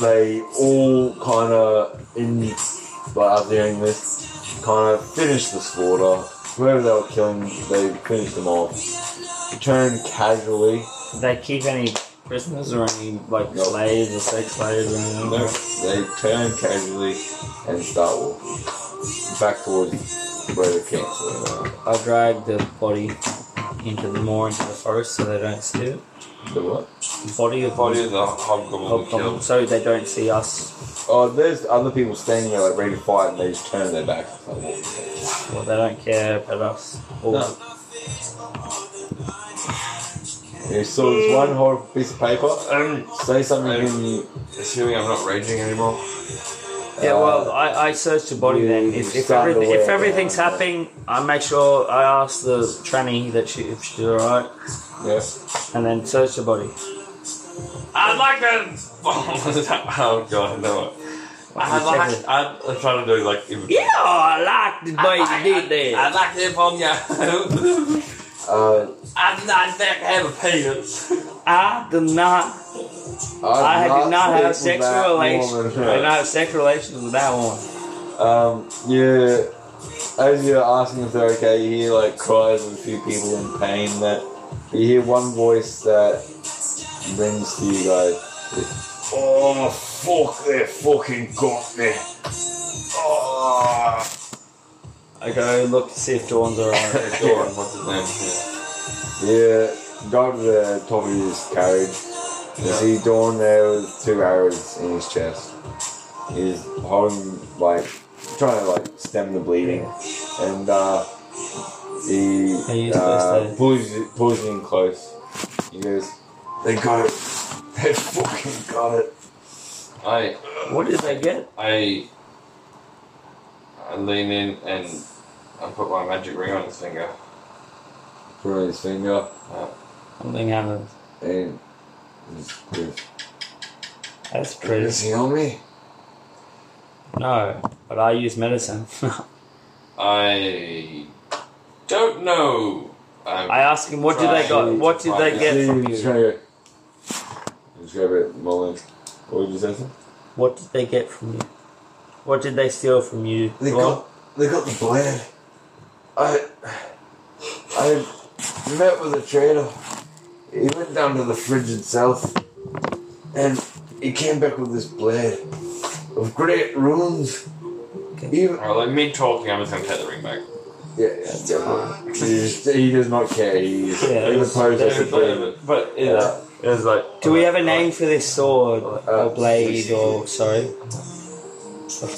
[SPEAKER 6] they all kind of in like after hearing this kind of finish the slaughter whoever they were killing they finished them off turn casually
[SPEAKER 2] Did they keep any prisoners or any like
[SPEAKER 6] Nope.
[SPEAKER 2] slaves or sex slaves or anything? like that?
[SPEAKER 6] they turn casually and start walking back towards where the council are
[SPEAKER 2] I'll drag the body into the more into the forest so they don't see it.
[SPEAKER 6] the what
[SPEAKER 2] The body of
[SPEAKER 5] Body of the hobgoblin
[SPEAKER 2] of
[SPEAKER 5] killed.
[SPEAKER 2] so they don't see us.
[SPEAKER 6] oh there's other people standing there like ready to fight and they just turn their back and start walking.
[SPEAKER 2] Well, they don't care about us. Or
[SPEAKER 6] No. you saw this one whole piece of paper
[SPEAKER 5] Um,
[SPEAKER 6] say something and you
[SPEAKER 5] assuming I'm not raging anymore.
[SPEAKER 2] Yeah, well, I, I search the body
[SPEAKER 6] you
[SPEAKER 2] then. If, if,
[SPEAKER 6] stand
[SPEAKER 2] everything,
[SPEAKER 6] away
[SPEAKER 2] if everything's
[SPEAKER 6] from it.
[SPEAKER 2] happening, I make sure I ask the tranny that she, if she's alright,
[SPEAKER 6] yeah
[SPEAKER 2] and then search the body.
[SPEAKER 5] I'd like to. [LAUGHS] oh god, no. I'd
[SPEAKER 2] Like,
[SPEAKER 5] like. I'd, I'm trying to do like.
[SPEAKER 2] Yeah, I like the way you did
[SPEAKER 5] I'd
[SPEAKER 2] that.
[SPEAKER 5] like to inform you.
[SPEAKER 6] uh,
[SPEAKER 5] I'd not think I have a penis.
[SPEAKER 2] I do not. I did not have sexual relations. I did not have sexual relations with that one.
[SPEAKER 6] Um, yeah, as you're asking if they're okay, you hear like cries of a few people in pain. That you hear one voice that rings to you guys.
[SPEAKER 5] Oh fuck! They fucking got me. Oh.
[SPEAKER 2] I go look to see if Dawn's alright.
[SPEAKER 5] Doran,
[SPEAKER 6] [LAUGHS]
[SPEAKER 5] what's his name?
[SPEAKER 6] Yeah, go to the top of his carriage. You see Dawn there with two arrows in his chest. He's holding, like, trying to like stem the bleeding, and uh, he
[SPEAKER 2] He is
[SPEAKER 6] uh,
[SPEAKER 2] supposed to-
[SPEAKER 6] pulls you- pulls you in close. He goes, "They got it. They fucking got it."
[SPEAKER 5] I
[SPEAKER 2] what did they get?
[SPEAKER 5] I I lean in and I put my magic ring on his finger.
[SPEAKER 6] From his finger,
[SPEAKER 2] Something happened.
[SPEAKER 6] and he goes,
[SPEAKER 2] That's
[SPEAKER 6] "Does
[SPEAKER 2] pretty.
[SPEAKER 6] he on me?"
[SPEAKER 2] No, but I use medicine. [LAUGHS]
[SPEAKER 5] I don't know. Um, I'm,
[SPEAKER 2] I ask him, what did they got? What did they get from
[SPEAKER 6] He's
[SPEAKER 2] you?
[SPEAKER 6] trying to go. He's going to go, Mullen. What did you say?
[SPEAKER 2] What did they get from you? What did they steal from you?
[SPEAKER 6] They
[SPEAKER 2] Dawn?
[SPEAKER 6] got they got the blade. I I met with a trader. He went down to the frigid south, and he came back with this blade of great runes. Even
[SPEAKER 5] Alright, let me talking. I'm just gonna take the ring back.
[SPEAKER 6] yeah, yeah, definitely. He, just- he does not care. He's
[SPEAKER 2] Yeah,
[SPEAKER 6] in the
[SPEAKER 2] it's-
[SPEAKER 6] process of doing it.
[SPEAKER 5] But, but yeah,
[SPEAKER 6] Yeah.
[SPEAKER 5] it's like
[SPEAKER 2] Do we have a name for this sword
[SPEAKER 6] uh,
[SPEAKER 2] or blade or sorry?
[SPEAKER 6] [LAUGHS] He's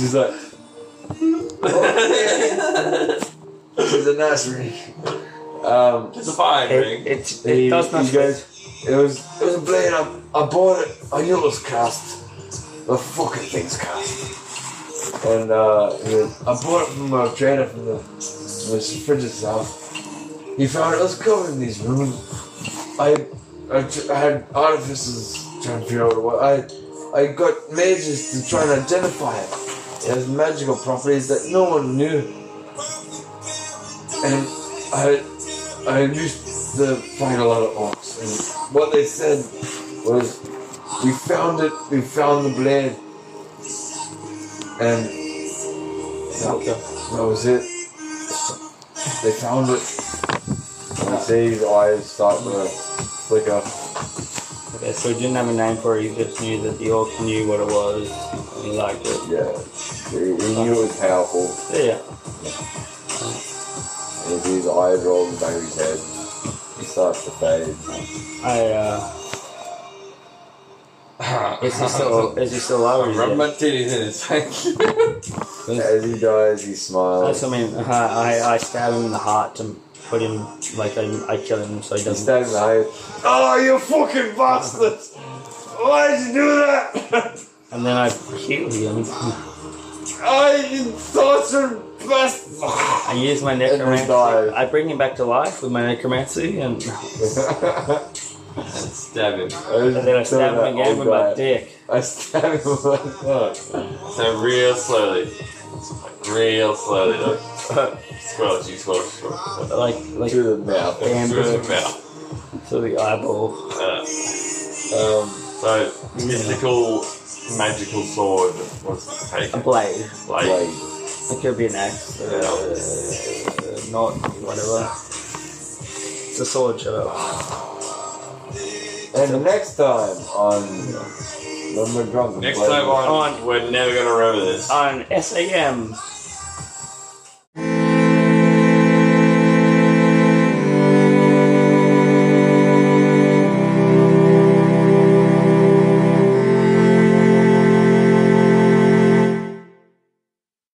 [SPEAKER 6] just like. [LAUGHS] "Oh, It's a nice ring. Um,
[SPEAKER 5] it's a fine
[SPEAKER 2] It,
[SPEAKER 5] [LAUGHS] ring.
[SPEAKER 2] it,
[SPEAKER 6] He-
[SPEAKER 2] it does not
[SPEAKER 6] he goes, it was it was a blade. I, I bought it. I knew it was cast. The fucking thing's cast. And uh, he goes, I bought it from a trader from the from the frigid south. He found it was covered in these runes. I I, tr- I had artificers trying to figure out what I I got mages to try and identify it. It has magical properties that no one knew. And I I used to find a lot of orcs, and what they said was, "We found it. We found the blade." And that, that was it. They found it. You see his eyes start to flicker.
[SPEAKER 2] Okay, so he didn't have a name for it. He just knew that the orc knew what it was. and He liked it.
[SPEAKER 6] Yeah, he, he knew it was powerful.
[SPEAKER 2] So, yeah.
[SPEAKER 6] And you see his eyes roll in the back of his head. He starts to fade.
[SPEAKER 2] I uh, is he still is he still alive? or is he
[SPEAKER 5] Rub my
[SPEAKER 2] dead?
[SPEAKER 5] titties in his face.
[SPEAKER 6] As he dies, he
[SPEAKER 2] That's
[SPEAKER 6] smiles.
[SPEAKER 2] what I mean. I, I I stab him in the heart to put him like I, I kill him so he
[SPEAKER 6] He
[SPEAKER 2] doesn't.
[SPEAKER 6] stands in the hole. Oh, you fucking bastards! Why did you do that? [LAUGHS]
[SPEAKER 2] And then I heal him.
[SPEAKER 6] Oh, I tortured [LAUGHS]
[SPEAKER 2] I use my necromancy.
[SPEAKER 6] dies.
[SPEAKER 2] I bring him back to life with my necromancy, and,
[SPEAKER 5] [LAUGHS] Stab him.
[SPEAKER 2] and then I stab him again with my dick.
[SPEAKER 6] I stab him [LAUGHS] like that.
[SPEAKER 5] So real slowly. Real slowly though. Squelch, you squelch, squelch.
[SPEAKER 2] Like, like
[SPEAKER 6] Through the mouth.
[SPEAKER 5] Through
[SPEAKER 2] amber
[SPEAKER 5] the mouth.
[SPEAKER 2] to the eyeball.
[SPEAKER 5] Uh,
[SPEAKER 6] Um,
[SPEAKER 5] so, mystical, magical sword was
[SPEAKER 2] A
[SPEAKER 5] taken.
[SPEAKER 2] blade.
[SPEAKER 5] Like,
[SPEAKER 6] like,
[SPEAKER 2] It could be an axe. Uh, uh, not whatever. It's a sword, shut up.
[SPEAKER 6] and next time on Lumber Drunken
[SPEAKER 5] next
[SPEAKER 6] Blade-
[SPEAKER 5] time on, we're never gonna remember this.
[SPEAKER 2] On SAM.